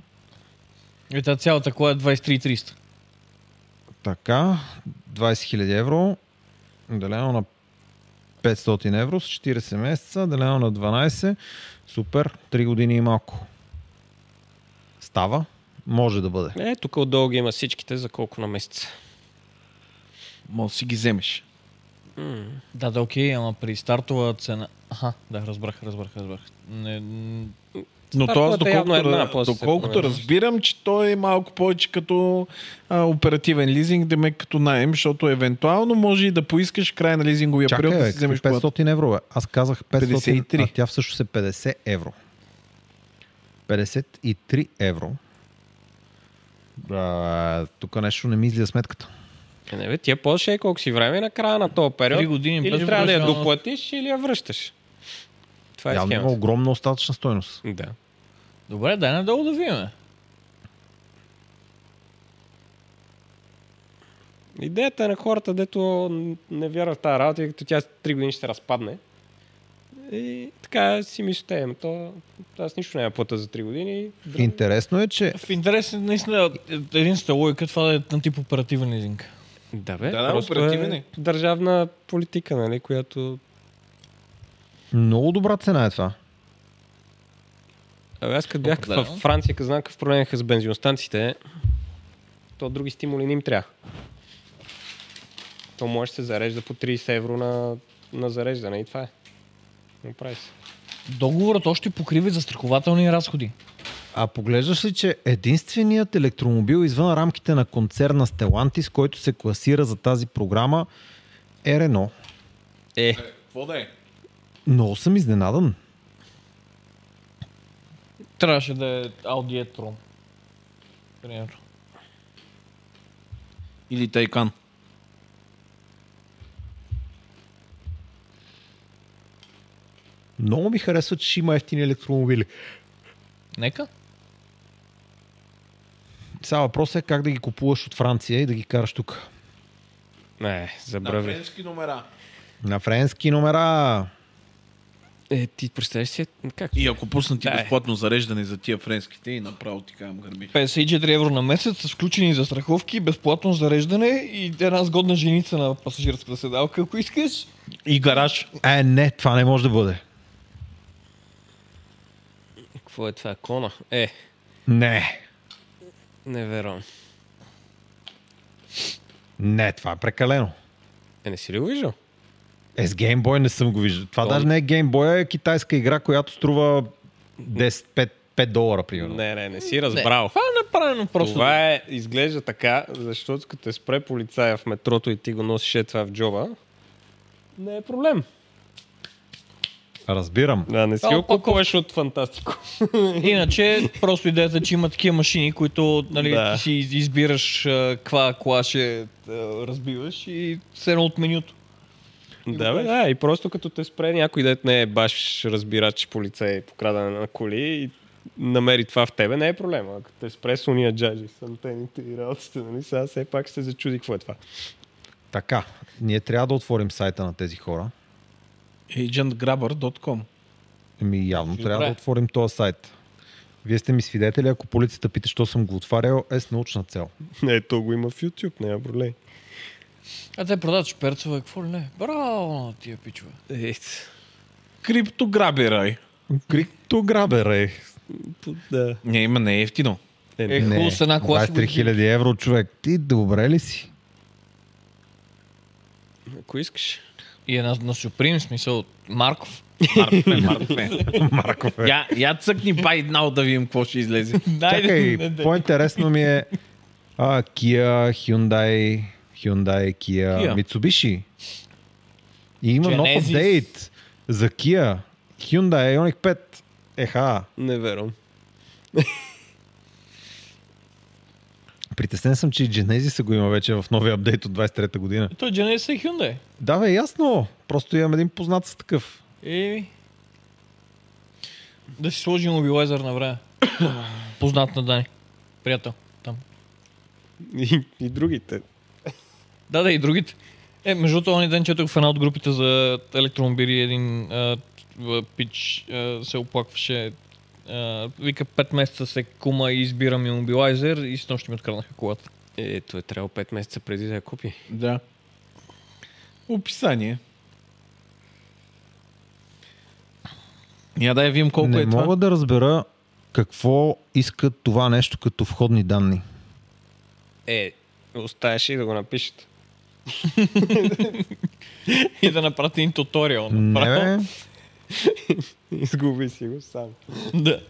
Speaker 8: Е, тази цялата кола е 23-300.
Speaker 3: Така, 20 000 евро, делено на 500 евро с 40 месеца, делено на 12, супер, 3 години и малко. Става? Може да бъде.
Speaker 10: Е, тук отдолу ги има всичките за колко на месец.
Speaker 4: Може да си ги вземеш.
Speaker 10: М.
Speaker 8: Да, да, окей, ама при стартова цена... Аха, да, разбрах, разбрах, разбрах. Не, м,
Speaker 4: Но
Speaker 10: Да,
Speaker 4: то аз
Speaker 10: първата явно
Speaker 4: доколкото,
Speaker 10: е една,
Speaker 4: една,
Speaker 10: после се
Speaker 4: доколкото
Speaker 10: променя.
Speaker 4: разбирам, че той е малко повече като а, оперативен лизинг, да ме като найем, защото евентуално може и да поискаш край на лизинговия
Speaker 3: Чакай,
Speaker 4: период да
Speaker 3: бе,
Speaker 4: Е, си вземеш
Speaker 3: какви
Speaker 4: колата.
Speaker 3: 500 евро, бе. Аз казах 500,
Speaker 4: 53.
Speaker 3: а тя всъщност е 50 евро. 53 евро. А, тук нещо не ми излиза сметката.
Speaker 10: Е, не бе, тия Польша е колко си време на края на този период.
Speaker 8: Три години без
Speaker 10: или трябва да я
Speaker 8: връщане.
Speaker 10: доплатиш, или я връщаш. Това е
Speaker 3: Явно има
Speaker 10: схемата.
Speaker 3: огромна остатъчна стойност.
Speaker 10: Да.
Speaker 8: Добре, дай надолу да видим.
Speaker 10: Идеята е на хората, дето не вярват в тази работа, и като тя с 3 години ще се разпадне. И така си мислите, ама то аз нищо няма плата за 3 години.
Speaker 3: Интересно е, че
Speaker 8: В интерес е наистина единствената логика това да е на тип оперативен лизинг.
Speaker 10: Да, бе,
Speaker 4: Да, да,
Speaker 10: просто
Speaker 4: оперативен
Speaker 10: е
Speaker 4: е.
Speaker 10: държавна политика, нали, която...
Speaker 3: много добра цена е това.
Speaker 10: Абе, аз като бях в
Speaker 8: Определено.
Speaker 10: Франция, като знам какъв проблем имаха с бензиностанциите, то други стимули не им трябва. То може да се зарежда по 30 евро на, на зареждане и това е. Направи се.
Speaker 8: Договорът още покрива и застрахователни разходи.
Speaker 3: А поглеждаш ли, че единственият електромобил извън рамките на концерна Stellantis, който се класира за тази програма, е Рено.
Speaker 10: Е,
Speaker 4: Какво да е?
Speaker 3: Много съм изненадан.
Speaker 8: Трябваше да е Audi e-tron. Примерно.
Speaker 4: Или Тайкан.
Speaker 3: Много ми харесва, че ще има ефтини електромобили.
Speaker 8: Нека.
Speaker 3: Сега въпросът е как да ги купуваш от Франция и да ги караш тук.
Speaker 10: не, забрави.
Speaker 4: френски номера.
Speaker 3: На френски номера.
Speaker 10: Е, ти представяш си, как?
Speaker 14: И ако пуснат ти
Speaker 10: Да, е.
Speaker 14: безплатно зареждане за тия френските и направо ти кам гърми.
Speaker 8: 54 евро на месец с включени застраховки, безплатно зареждане и една сгодна женица на пасажирската седалка, ако искаш.
Speaker 4: И гараж.
Speaker 3: Е, не, това не може да бъде.
Speaker 10: Какво е това? Кона? Е,
Speaker 3: Не,
Speaker 10: не верам.
Speaker 3: не, това е прекалено.
Speaker 10: Е, не си ли го виждал?
Speaker 3: Е, с геймбой не съм го виждал. Това даже не е геймбой, а е китайска игра, която струва 10-5 5 долара, примерно.
Speaker 10: Не, не, не си разбрал.
Speaker 8: Това е направено просто.
Speaker 10: Това е, изглежда така, защото като те спре полицая в метрото и ти го носиш е това в джоба, не е проблем.
Speaker 3: Разбирам.
Speaker 10: Да, не си
Speaker 8: Само
Speaker 10: го купуваш от Фантастико.
Speaker 8: Иначе, просто идеята, е, че има такива машини, които нали,
Speaker 10: Да.
Speaker 8: ти си избираш а, каква кола ще а, разбиваш и се едно от менюто.
Speaker 10: Да, бе, да, и просто като те спре някой дет не е баш разбирач полицай по крадане на коли и намери това в тебе, не е проблема. Ако те спре с уния джаджи, с антените и работите, нали, сега все пак ще се зачуди какво е това.
Speaker 3: Така, ние трябва да отворим сайта на тези хора.
Speaker 14: agentgrabber.com
Speaker 3: Ами явно трябва да отворим този сайт. Вие сте ми свидетели, ако полицията пита, що съм го отварял, е с научна цел.
Speaker 10: Не, Е, то го има в YouTube, няма проблем.
Speaker 8: А те продават шперцове, какво ли не? Браво, на тия пичове.
Speaker 10: Ейт,
Speaker 14: Криптограберай.
Speaker 3: Криптограбера е.
Speaker 10: да.
Speaker 14: Не, има не е ефтино.
Speaker 10: Е,
Speaker 8: Е, хубаво с една кола.
Speaker 3: 23 000 евро, човек. Ти добре ли си?
Speaker 10: Ако искаш.
Speaker 8: И една на Сюприм, в смисъл от Марков.
Speaker 14: Марпе, марпе.
Speaker 3: Марков е.
Speaker 14: я, я цъкни байднал да видим какво ще излезе.
Speaker 8: Дайде, не,
Speaker 3: Чакай,
Speaker 8: не.
Speaker 3: по-интересно ми е а, Kia, Hyundai, Hyundai, Kia,
Speaker 14: Kia.
Speaker 3: Mitsubishi. И има
Speaker 8: Genesis.
Speaker 3: нов апдейт за Kia. Hyundai Ioniq 5. Еха,
Speaker 10: Не верам.
Speaker 3: притеснен съм, че и Genesis го има вече в новия апдейт от 23-та година.
Speaker 8: Той Genesis е Hyundai.
Speaker 3: Да, бе, ясно. Просто имам един познат с такъв.
Speaker 8: Еми. Е, Да си сложим мобилайзър на време. Познат на Дани. Приятел. Там.
Speaker 10: И, и другите.
Speaker 8: Да, да, и другите. Е, между другото, оня ден четох в една от групите за електромобили един а, в- пич а, се оплакваше. А, вика, 5 месеца се кума и избирам имобилайзер и с нощи ми откраднаха колата.
Speaker 10: Е, той е трябвало 5 месеца преди да я купи.
Speaker 14: Да. Описание. Я да я видим колко
Speaker 3: не
Speaker 14: е
Speaker 3: мога
Speaker 14: това.
Speaker 3: да разбера какво иска това нещо като входни данни.
Speaker 10: Е, оставяше и да го напишат.
Speaker 8: И да направи един туториал. направо.
Speaker 3: Не, бе.
Speaker 10: Изгуби си го сам.
Speaker 8: Да.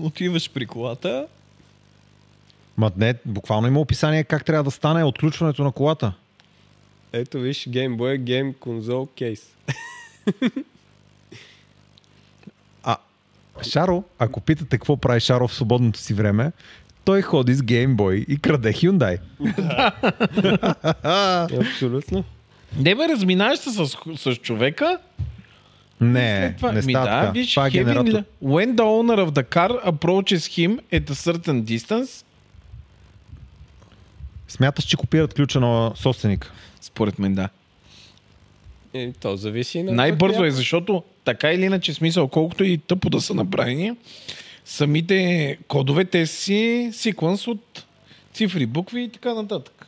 Speaker 8: Отиваш при колата.
Speaker 3: Ма не, буквално има описание как трябва да стане отключването на колата.
Speaker 10: Ето виж, Game Boy, Game Console Case.
Speaker 3: Шаро, ако питате какво прави Шаро в свободното си време, той ходи с геймбой и краде Hyundai.
Speaker 10: Абсолютно.
Speaker 4: Не бе, разминаваш се с, с човека.
Speaker 3: Не,
Speaker 4: след това-
Speaker 3: не
Speaker 4: Ми
Speaker 3: става
Speaker 4: да,
Speaker 3: така.
Speaker 4: виж,
Speaker 3: Това е
Speaker 4: having
Speaker 3: генератор.
Speaker 4: the- When the owner of the car approaches him at a certain distance,
Speaker 3: Смяташ, че копират ключа на собственика.
Speaker 14: Според мен да.
Speaker 10: Е, то зависи на...
Speaker 4: Най-бързо е, защото така или иначе смисъл, колкото и тъпо да са направени, самите кодове те си секвенс от цифри, букви и така нататък.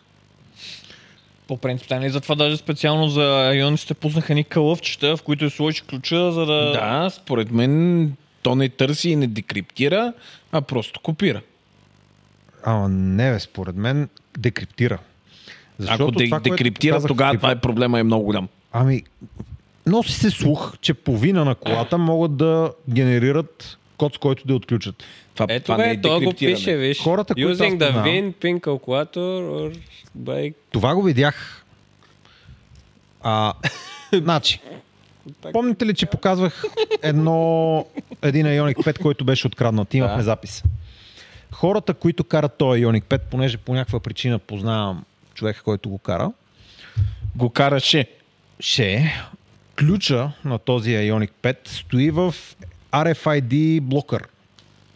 Speaker 8: По принцип, те нали затова даже специално за ионите пуснаха ни кълъвчета, в които е сложиш ключа, за да...
Speaker 4: Да, според мен то не търси и не декриптира, а просто копира.
Speaker 3: Ама не, бе, според мен декриптира. Защото
Speaker 4: Ако де,
Speaker 3: това, което
Speaker 4: декриптира,
Speaker 3: казах
Speaker 4: тогава
Speaker 3: ти,
Speaker 4: това е проблема е много голям.
Speaker 3: Ами, носи се слух, че половина на колата могат да генерират код, с който да я отключат.
Speaker 4: Това,
Speaker 10: Ето
Speaker 4: това не е
Speaker 10: бе, то го
Speaker 4: декриптиране.
Speaker 10: пише, виж.
Speaker 3: Хората, които аз
Speaker 10: Using the
Speaker 3: познавам-
Speaker 10: VIN, PIN calculator or by...
Speaker 3: Това го видях. А, значи, помните ли, че показвах едно, един Ioniq 5, който беше откраднат? Имахме запис. Хората, които карат този Ioniq 5, понеже по някаква причина познавам човека, който го кара,
Speaker 4: Го караше.
Speaker 3: ще е. ключа на този Ioniq 5 стои в RFID блокър.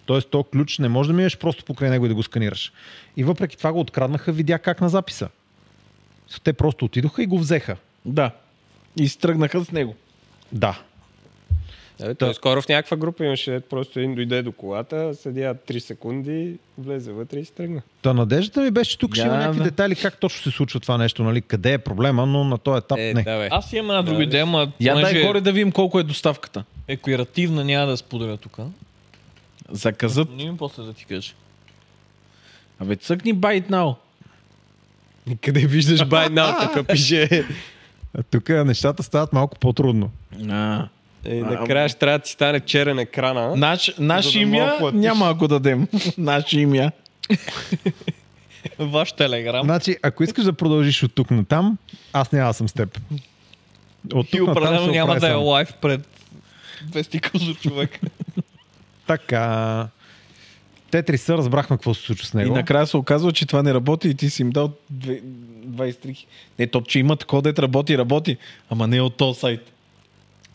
Speaker 3: Тоест, то ключ не може да минеш просто покрай него и да го сканираш. И въпреки това го откраднаха, видя как на записа. Те просто отидоха и го взеха.
Speaker 4: Да. И стръгнаха с него.
Speaker 3: Да.
Speaker 10: Да, той скоро в някаква група имаше, дето просто един дойде до колата, седя 3 секунди, влезе вътре и си тръгна.
Speaker 3: Та надеждата ми беше, че тук ще има
Speaker 4: Да,
Speaker 3: някакви
Speaker 4: да.
Speaker 3: детайли как точно се случва това нещо, нали? Къде е проблема, но на този етап
Speaker 10: Е,
Speaker 3: не.
Speaker 10: да, бе.
Speaker 8: Аз имам една друга идея, ама
Speaker 4: Я дай
Speaker 8: понеже
Speaker 4: горе да видим колко е доставката.
Speaker 8: е креативна, няма да я споделя тук.
Speaker 4: Заказът.
Speaker 8: Не ми после да ти кажа.
Speaker 4: Абе, цъкни байт now.
Speaker 10: Къде виждаш buy now, така пише.
Speaker 3: Тук нещата стават малко по-трудно.
Speaker 4: А.
Speaker 10: Е, накрая ще трябва да ти стане черен екрана.
Speaker 4: Наш, наш
Speaker 10: да
Speaker 4: имя
Speaker 10: мога платиш.
Speaker 4: няма ако дадем. Наше имя.
Speaker 8: Ваш телеграм.
Speaker 3: Значи, ако искаш да продължиш от тук на там, аз няма да съм с теб. От
Speaker 8: И
Speaker 3: тук натам
Speaker 8: определено
Speaker 3: се
Speaker 8: няма
Speaker 3: оправя
Speaker 8: да е
Speaker 3: сам.
Speaker 8: лайв пред 200 козо човек.
Speaker 3: Така. Тетриса, разбрахме какво се случва с
Speaker 4: И
Speaker 3: него.
Speaker 4: накрая се оказва, че това не работи и ти си им дал две- 23. хи- Не, то, че има такова, дет работи, работи. Ама не от този сайт.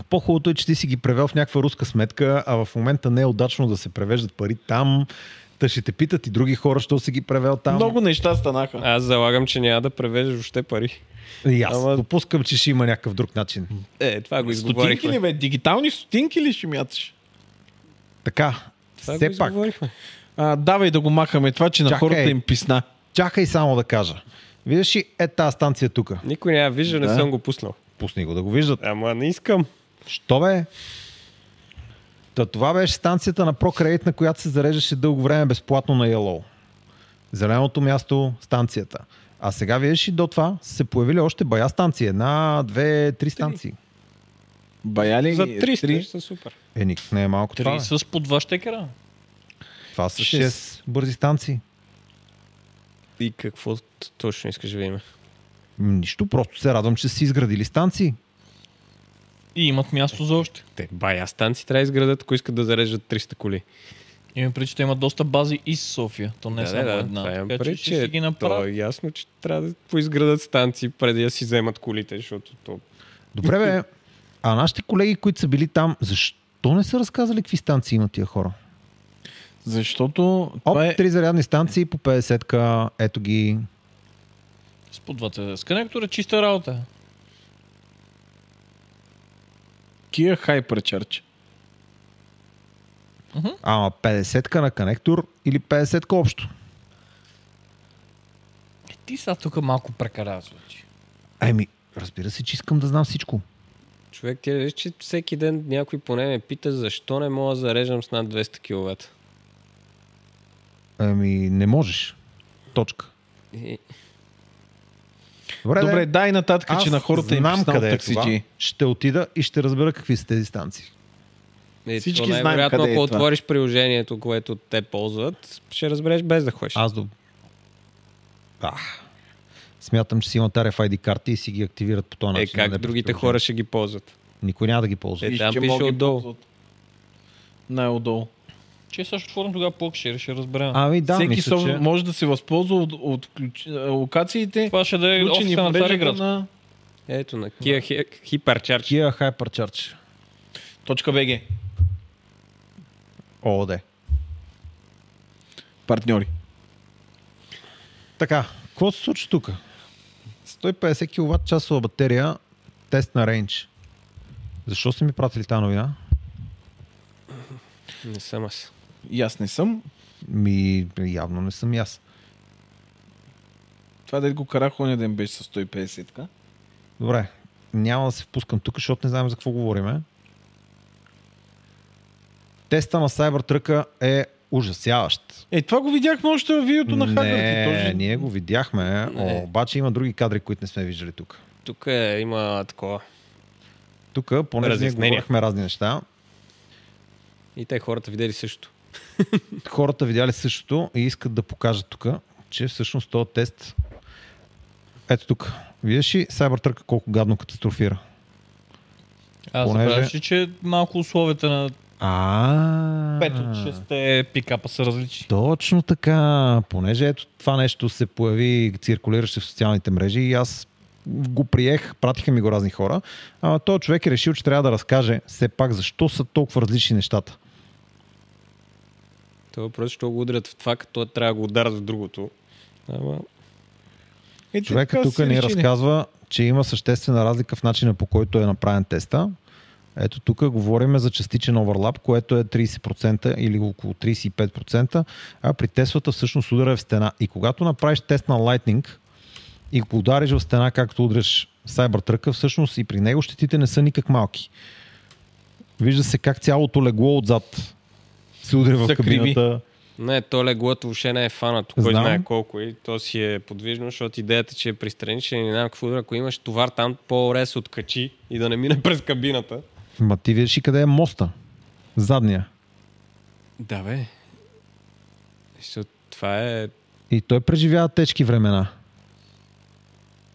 Speaker 3: По-хубавото е, че ти си ги превел в някаква руска сметка, а в момента не е удачно да се превеждат пари там. Та ще те питат и други хора, що си ги превел там.
Speaker 4: Много неща станаха.
Speaker 10: Аз залагам, че няма да превеждаш въобще пари.
Speaker 3: И аз
Speaker 10: Ама-
Speaker 3: допускам, че ще има някакъв друг начин.
Speaker 10: Е, това го
Speaker 4: Стотинки ли
Speaker 10: изговорихме.
Speaker 4: бе? Дигитални стотинки ли ще мяташ?
Speaker 3: Така,
Speaker 10: Това
Speaker 3: все
Speaker 10: го
Speaker 3: пак,
Speaker 10: изговорихме.
Speaker 4: А, давай да го махаме това, че на
Speaker 3: Чакай.
Speaker 4: хората им писна.
Speaker 3: чакай само да кажа. Виждаш ли, е тази станция тук.
Speaker 10: Никой няма вижда, не
Speaker 4: Да.
Speaker 10: съм го пуснал.
Speaker 3: Пусни го да го виждат.
Speaker 10: Ама не искам.
Speaker 3: Що бе? Та това беше станцията на ProCredit, на която се зареждаше дълго време безплатно на Yellow. Зеленото място, станцията. А сега виждаш и до това са се появили още бая станции. Една, две, три станции.
Speaker 4: Баяли
Speaker 10: За 300 ще са супер.
Speaker 3: Е, ник, не е малко това.
Speaker 8: Три
Speaker 3: бе.
Speaker 8: с по два щекера.
Speaker 3: Това са
Speaker 10: Шест.
Speaker 3: 6 бързи станции.
Speaker 10: И какво т- точно искаш да видим?
Speaker 3: М, Нищо, просто се радвам, че са си изградили станции.
Speaker 8: И имат място за още.
Speaker 10: Те бая станци трябва да изградат, ако искат да зареждат 300 коли.
Speaker 8: Имам преди, че те имат доста бази из София. То не е
Speaker 10: да,
Speaker 8: само
Speaker 10: да, да,
Speaker 8: една.
Speaker 10: това имам
Speaker 8: Така че
Speaker 10: предвид,
Speaker 8: ще си
Speaker 10: че
Speaker 8: ги
Speaker 10: то
Speaker 8: направят.
Speaker 10: е ясно, че трябва да поизградат станции преди да си вземат колите, защото то...
Speaker 3: Добре, бе. А нашите колеги, които са били там, защо не са разказали какви станции имат тия хора?
Speaker 4: Защото
Speaker 3: Оп,
Speaker 4: това е...
Speaker 3: три зарядни станции по 50-ка. Ето ги.
Speaker 8: С по два ТЗ. С конектора чиста работа.
Speaker 4: Kia Hypercharge.
Speaker 3: Ама 50-ка на конектор или 50-ка общо?
Speaker 8: Е, ти сега тук малко прекараш вече.
Speaker 3: Ами, разбира се, че искам да знам всичко.
Speaker 10: Човек, ти виж, че всеки ден някой поне ме пита, защо не мога да зареждам с над 200 кВт.
Speaker 3: Ами, не можеш. Точка.
Speaker 10: И-
Speaker 3: Добре,
Speaker 4: Добре,
Speaker 3: де.
Speaker 4: дай нататък, че на хората им
Speaker 3: знам
Speaker 4: писна от
Speaker 3: къде е
Speaker 4: таксиджи.
Speaker 3: това. Ще отида и ще разбера какви са тези станции.
Speaker 10: Е,
Speaker 4: Всички
Speaker 10: Всички
Speaker 4: знаем
Speaker 10: знаем вероятно,
Speaker 4: къде е
Speaker 10: ако
Speaker 4: това.
Speaker 10: отвориш приложението, което те ползват, ще разбереш без да ходиш.
Speaker 3: Аз до... Ах. Смятам, че си имат RFID карти и си ги активират по този
Speaker 10: е,
Speaker 3: начин.
Speaker 10: как
Speaker 3: значи да не
Speaker 10: другите
Speaker 3: през
Speaker 10: хора ще ги ползват?
Speaker 3: приложение. Никой няма да ги ползва.
Speaker 10: Е,
Speaker 4: И
Speaker 10: там
Speaker 4: ще
Speaker 10: пише
Speaker 4: мога ги
Speaker 10: отдолу.
Speaker 4: ползват. Най-отдолу.
Speaker 8: Че сега ще отворим тогава блокшер, ще разберем.
Speaker 3: Ами да,
Speaker 4: Да, Всеки
Speaker 3: мисля,
Speaker 4: мисля,
Speaker 3: че...
Speaker 4: може да се възползва от, от ключ... а, локациите,
Speaker 8: Това ще да е
Speaker 4: включени
Speaker 8: офиса
Speaker 4: в
Speaker 8: на
Speaker 4: мрежата
Speaker 8: Цариград.
Speaker 4: на
Speaker 10: Ето на Kia Hi- Hypercharge.
Speaker 3: Kia Hypercharge.
Speaker 4: .bg.
Speaker 3: ООД.
Speaker 4: Партньори.
Speaker 3: Така, какво се случва тук? 150 кВт часова батерия, тест на рейндж. Защо сте ми пратили тази новина?
Speaker 10: Не съм аз.
Speaker 4: И аз не съм.
Speaker 3: Ми, явно не съм и аз.
Speaker 4: Това дед го карах оня ден беше с 150 така.
Speaker 3: Добре, няма да се впускам тук, защото не знаем за какво говорим. Теста на Cybertruck е ужасяващ.
Speaker 4: Е, това го видяхме още в видеото на
Speaker 3: Не,
Speaker 4: Хагърти. Този... Е,
Speaker 3: ние го видяхме,
Speaker 10: Не.
Speaker 3: обаче има други кадри, които не сме виждали тук.
Speaker 10: Тук е, има такова.
Speaker 3: Тук, понеже ние
Speaker 10: Разяснения.
Speaker 3: говорихме разни неща,
Speaker 10: И те хората видели също.
Speaker 3: хората видяли същото и искат да покажат тук, че всъщност този тест... Ето тук. Виждаш ли Cybertruck колко гадно катастрофира?
Speaker 8: Аз
Speaker 3: понеже-
Speaker 8: забравяш ли, че малко условията на
Speaker 3: А,
Speaker 8: 5 от 6 пикапа са различни.
Speaker 3: Точно така. Понеже ето това нещо се появи, циркулираше в социалните мрежи и аз го приех, пратиха ми го разни хора. Ама този човек е решил, че трябва да разкаже все пак защо са толкова различни нещата.
Speaker 10: Това е просто, що го удрят в това, като трябва да го ударят в другото. Ама,
Speaker 4: Е, те
Speaker 3: Човека
Speaker 4: така
Speaker 3: тук
Speaker 4: си
Speaker 3: ни
Speaker 4: решили.
Speaker 3: разказва, че има съществена разлика в начина по който е направен теста. Ето тук говорим за частичен оверлап, което е 30% или около 35%, а при Теслата всъщност удара е в стена. И когато направиш тест на Lightning и го удариш в стена, както удреш Cybertruck, всъщност и при него щетите не са никак малки. Вижда се как цялото легло отзад се удря в
Speaker 4: Са криви.
Speaker 3: кабината.
Speaker 10: Не, то леглото въобще не е фанато. Кой
Speaker 3: Знам.
Speaker 10: знае колко е. То си е подвижно, защото идеята, че е пристраничен и не знам какво. Ако имаш товар там, по-добре да се откачи и да не мине през кабината.
Speaker 3: Ма ти видиш и къде е моста. Задния.
Speaker 10: Да, бе. Защото това е...
Speaker 3: И той преживява тежки времена.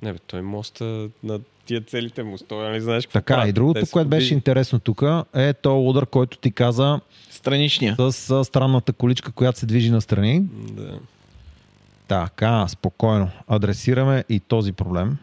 Speaker 10: Не, бе, той е моста на тия целите му стоя, нали знаеш какво
Speaker 3: Така,
Speaker 10: правят?
Speaker 3: и другото,
Speaker 10: Те се
Speaker 3: което беше
Speaker 10: подвижат.
Speaker 3: интересно тук, е то удар, който ти каза
Speaker 14: Страничния.
Speaker 3: с а, странната количка, която се движи настрани.
Speaker 10: Да.
Speaker 3: Така, спокойно. Адресираме и този проблем.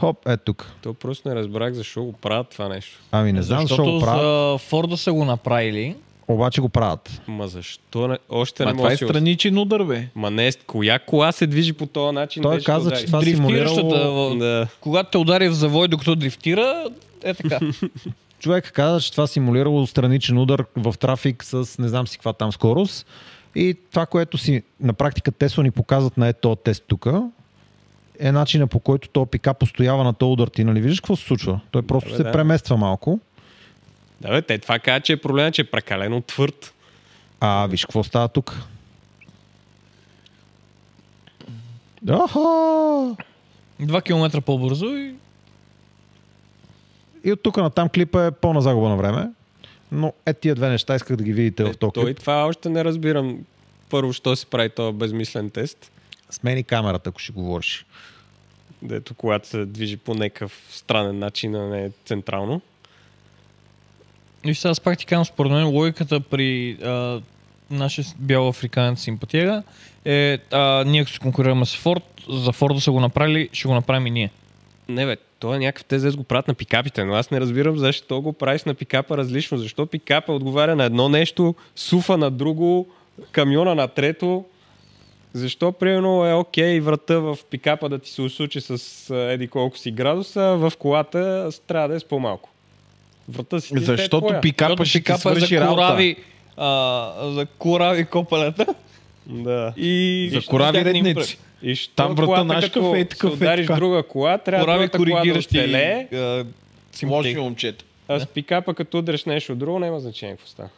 Speaker 3: Хоп, е тук.
Speaker 10: То просто не разбрах защо го правят това нещо.
Speaker 3: Ами не знам защо
Speaker 8: Защото
Speaker 3: го правят,
Speaker 8: за Форда са го направили.
Speaker 3: обаче го правят.
Speaker 10: Ма защо не... Още
Speaker 4: Ма
Speaker 10: не
Speaker 4: това
Speaker 10: мога
Speaker 4: е
Speaker 10: да си го-
Speaker 4: страничен удар, бе.
Speaker 10: Ма не, коя кола се движи по този начин?
Speaker 3: Той
Speaker 10: беше
Speaker 3: каза,
Speaker 10: удари.
Speaker 3: че това
Speaker 8: Дрифтиращата,
Speaker 3: симулирало...
Speaker 8: в-
Speaker 10: Да.
Speaker 8: когато те удари в завой, докато дрифтира, е така.
Speaker 3: Човек каза, че това симулирало страничен удар в трафик с не знам си каква там скорост. И това, което си на практика Тесла ни показват на ето този тест тук, е начина по който този пикап постоява на този удар. Ти нали виждаш какво се случва? Той просто
Speaker 10: бе,
Speaker 3: се
Speaker 10: да.
Speaker 3: премества малко.
Speaker 10: Да, бе, те това каза, че е проблема, че е прекалено твърд.
Speaker 3: А, виж какво става тук. Охо!
Speaker 8: Два километра по-бързо и
Speaker 3: И от тук на там клипа е пълна загуба на време. Но е тия две неща исках да ги видите в този
Speaker 10: Е, Той
Speaker 3: клип.
Speaker 10: това още не разбирам. Първо, що се прави този безмислен тест,
Speaker 3: Смени камерата, ако ще говориш.
Speaker 10: дето когато се движи по някакъв странен начин, а не централно.
Speaker 8: И сега аз пак ти казвам, според мен логиката при а, нашия с- бял африканец симпатия е а, ние ако се конкурираме с Форд, за Форда са го направили, ще го направим и ние.
Speaker 10: Не бе, то е някакъв тези го правят на пикапите, но аз не разбирам защо го правиш на пикапа различно. Защо пикапа отговаря на едно нещо, суфа на друго, камиона на трето. Защо, примерно, е окей врата в пикапа да ти се усучи с а, еди колко си градуса, а в колата трябва да е с по-малко. Врата си ти е
Speaker 14: Защото
Speaker 10: твоя.
Speaker 14: пикапа ще ти
Speaker 8: Пикапа е
Speaker 14: свърши
Speaker 8: за
Speaker 14: работа.
Speaker 8: корави, а, за корави копалета.
Speaker 10: Да.
Speaker 8: И,
Speaker 14: За корави
Speaker 8: и тях не им
Speaker 14: редници.
Speaker 10: И що
Speaker 14: Там врата
Speaker 10: колата,
Speaker 14: наш
Speaker 10: като
Speaker 14: кафе е
Speaker 10: се
Speaker 14: такъв, е
Speaker 10: удариш
Speaker 14: така.
Speaker 10: друга кола,
Speaker 8: пръ-
Speaker 10: трябва
Speaker 8: Корави
Speaker 10: другата кола да
Speaker 8: коригиращи.
Speaker 10: остелее,
Speaker 8: а,
Speaker 14: Лоши момчета.
Speaker 10: а с пикапа като удреш нещо друго, няма значение какво става.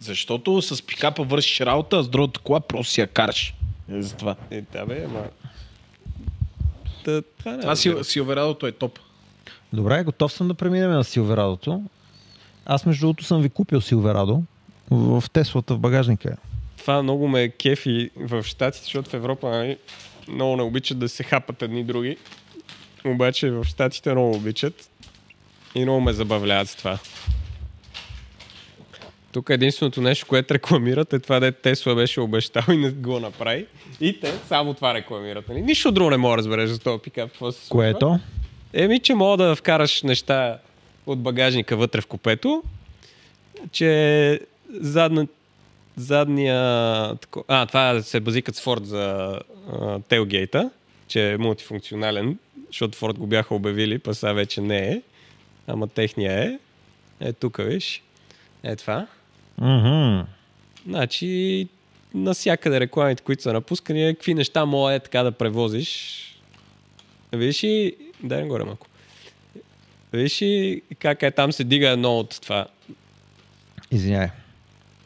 Speaker 14: Защото с пикапа вършиш работа, а с другата кола просто си я караш. Е, Затова.
Speaker 10: Е, да бе, ама... Та, това не
Speaker 14: Това си, Силверадото е топ.
Speaker 3: Добре, готов съм да преминем на Силверадото. Аз между другото съм ви купил Силверадо в Теслата в багажника. е.
Speaker 10: това много ме кефи в Штатите, защото в Европа нали, много не обичат да се хапат едни други. Обаче в Штатите много обичат и много ме забавляват с това. Тук единственото нещо, което рекламират е това, де Тесла беше обещал и не го направи. И те само това рекламират. Нали? Нищо друго не мога да разбереш за този пикап. Какво се случва.
Speaker 3: Кое е то?
Speaker 10: Еми, че мога да вкараш неща от багажника вътре в купето, че задна, задния... тако- А, това се базикат с Форд за а, телгейта, че е мултифункционален, защото Форд го бяха обявили, па сега вече не е. Ама техния е. Е, тук виж. Е това.
Speaker 3: Мгм.
Speaker 10: Значи, насякъде рекламите, които са напускани, е, какви неща мога е така да превозиш. Виж и... Дай горе малко. Виж и как е там се дига едно от това.
Speaker 3: Извинявай.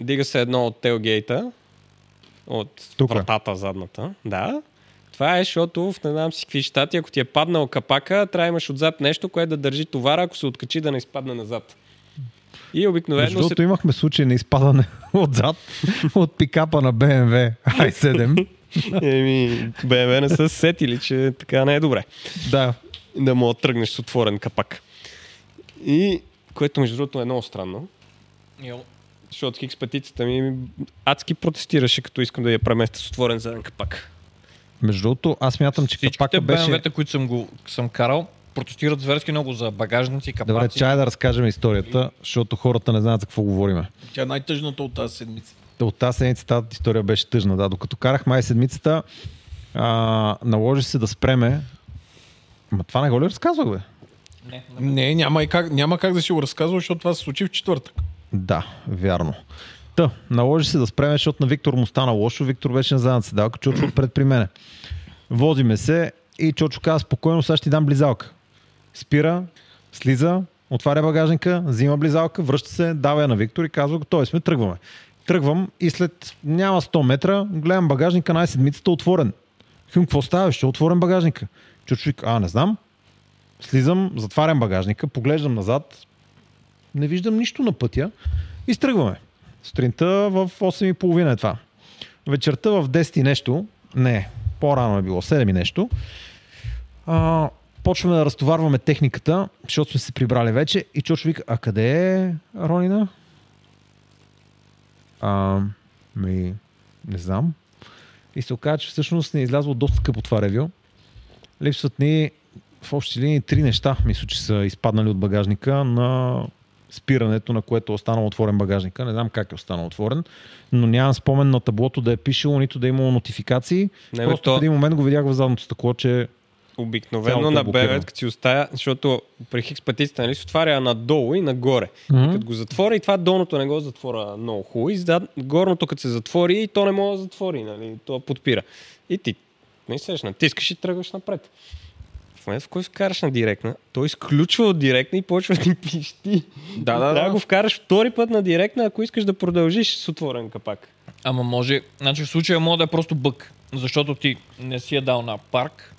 Speaker 10: Дига се едно от телгейта. От
Speaker 3: Тука.
Speaker 10: вратата задната. Да. Това е, защото в не знам си какви щати, ако ти е паднал капака, трябва да имаш отзад нещо, което да държи товара, ако се откачи да не изпадне назад. И
Speaker 3: Между
Speaker 10: обикновено се...
Speaker 3: другото имахме случай на изпадане отзад от пикапа на BMW i7.
Speaker 10: Еми, БМВ не са се сетили, че така не е добре.
Speaker 3: да,
Speaker 10: да му тръгнеш с отворен капак. И, което между другото е много странно,
Speaker 8: Йо.
Speaker 10: защото хикс петицата ми адски протестираше, като искам да я преместя с отворен заден капак.
Speaker 3: между другото аз мятам, че
Speaker 8: Всичките
Speaker 3: капака беше...
Speaker 8: БМВ-та, които съм, го, съм карал, протестират зверски много за багажници, капаци.
Speaker 3: Добре, чай да разкажем историята, защото хората не знаят за какво говориме.
Speaker 14: Тя е най-тъжната от тази седмица.
Speaker 3: Та От тази седмица тази история беше тъжна. Да, докато карах май седмицата, а, наложи се да спреме. Ма това не го ли разказвах, бе?
Speaker 1: Не,
Speaker 14: Не, няма, и как, няма как да си го разказвам, защото това се случи в четвъртък.
Speaker 3: Да, вярно. Та, наложи се да спреме, защото на Виктор му стана лошо. Виктор беше на задната седалка, Чочо отпред при мене. Возиме се и Чочо каза спокойно, сега ще ти дам близалка. Спира, слиза, отваря багажника, взима близалка, връща се, дава я на Виктор и казва, готови сме, тръгваме. Тръгвам и след няма 100 метра гледам багажника, най-седмицата отворен. Хм, какво става? бе? Ще е отворен багажника. Чочо вика, а, не знам. Слизам, затварям багажника, поглеждам назад, не виждам нищо на пътя. И стръгваме. Сутринта в 8.30 е това. Вечерта в 10 и нещо, не, по-рано е било, 7 и нещо, а, почваме да разтоварваме техниката, защото сме се прибрали вече и Чочо вика, а къде е Ронина? А, ми, не знам. И се оказа, че всъщност ни е излязло доста скъпо това ревю. Липсват ни в общи линии три неща, мисля, че са изпаднали от багажника на спирането, на което е останал отворен багажника. Не знам как е останал отворен, но нямам спомен на таблото да е пишело, нито да е имало нотификации.
Speaker 10: Не, бе,
Speaker 3: Просто
Speaker 10: то-
Speaker 3: в един момент го видях в задното стъкло, че
Speaker 10: Обикновено
Speaker 3: Цялото е
Speaker 10: на
Speaker 3: блокирано.
Speaker 10: бебет, като си оставя, защото при хикс пътицата нали, се отваря надолу и нагоре.
Speaker 3: Мгм.
Speaker 10: И като го затворя и това долното не го затворя много хубаво. И зад, горното като се затвори и то не може да затвори, нали, то подпира. И ти не сеш, натискаш и тръгваш напред. В момента, в който вкараш на директна, той изключва от директна и почва да ти пищи.
Speaker 14: Да, да,
Speaker 10: Трябва да
Speaker 14: да.
Speaker 10: го вкараш втори път на директна, ако искаш да продължиш с отворен капак.
Speaker 8: Ама може, значи в случая може да е просто бък, защото ти не си я дал на парк,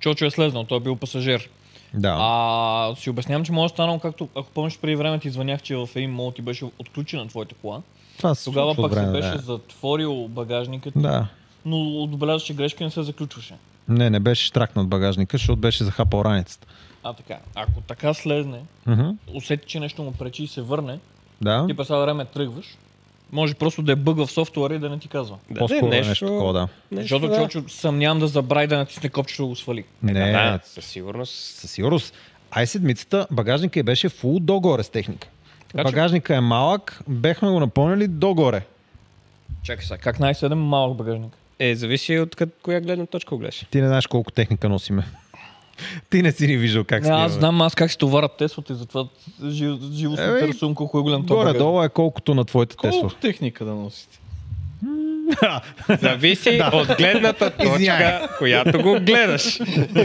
Speaker 8: Чочо е слезнал, той е бил пасажир.
Speaker 3: да.
Speaker 8: А си обяснявам, че може да станало, както ако помниш преди време ти звънях, че в един мол ти беше отключена твоята кола.
Speaker 3: това се
Speaker 8: Тогава
Speaker 3: случва
Speaker 8: пък
Speaker 3: от
Speaker 8: се
Speaker 3: време,
Speaker 8: беше
Speaker 3: да.
Speaker 8: затворил багажникът,
Speaker 3: Да.
Speaker 8: но отбелязваше грешка и не се заключваше.
Speaker 3: Не, не беше штракнат багажника, защото беше захапал раницата.
Speaker 8: А така, ако така слезне,
Speaker 3: Мгм.
Speaker 8: усети, че нещо му пречи и се върне,
Speaker 3: Да.
Speaker 8: ти през това време тръгваш, може просто да е бъг в софтуера и да не е ти казва.
Speaker 10: Да,
Speaker 3: По-скоро е
Speaker 10: да,
Speaker 3: нещо, нещо такова, да.
Speaker 10: нещо
Speaker 8: Защото
Speaker 10: да.
Speaker 8: Чочо съмнявам да забрави да натисне копчето да го свали.
Speaker 3: Не, не,
Speaker 10: Да, със сигурност.
Speaker 3: със сигурност. Ай седмицата, багажника й беше фул догоре с техника.
Speaker 8: Така че-
Speaker 3: багажника е малък, бехме го напълнили догоре.
Speaker 8: Чакай сега, как най-7 малък багажник?
Speaker 10: Е, зависи от кът, коя гледна точка го гледаш.
Speaker 3: Ти не знаеш колко техника носиме. Ти не си ни виждал как
Speaker 8: Не, аз
Speaker 3: снимаме.
Speaker 8: знам аз как се товарят Теслата и затова живо, живо се
Speaker 3: Еми,
Speaker 8: интересувам колко е голям този багажник.
Speaker 3: Горе-долу е колкото на твоите Тесла.
Speaker 14: Колко техника да носите?
Speaker 10: Зависи от гледната точка, която го гледаш.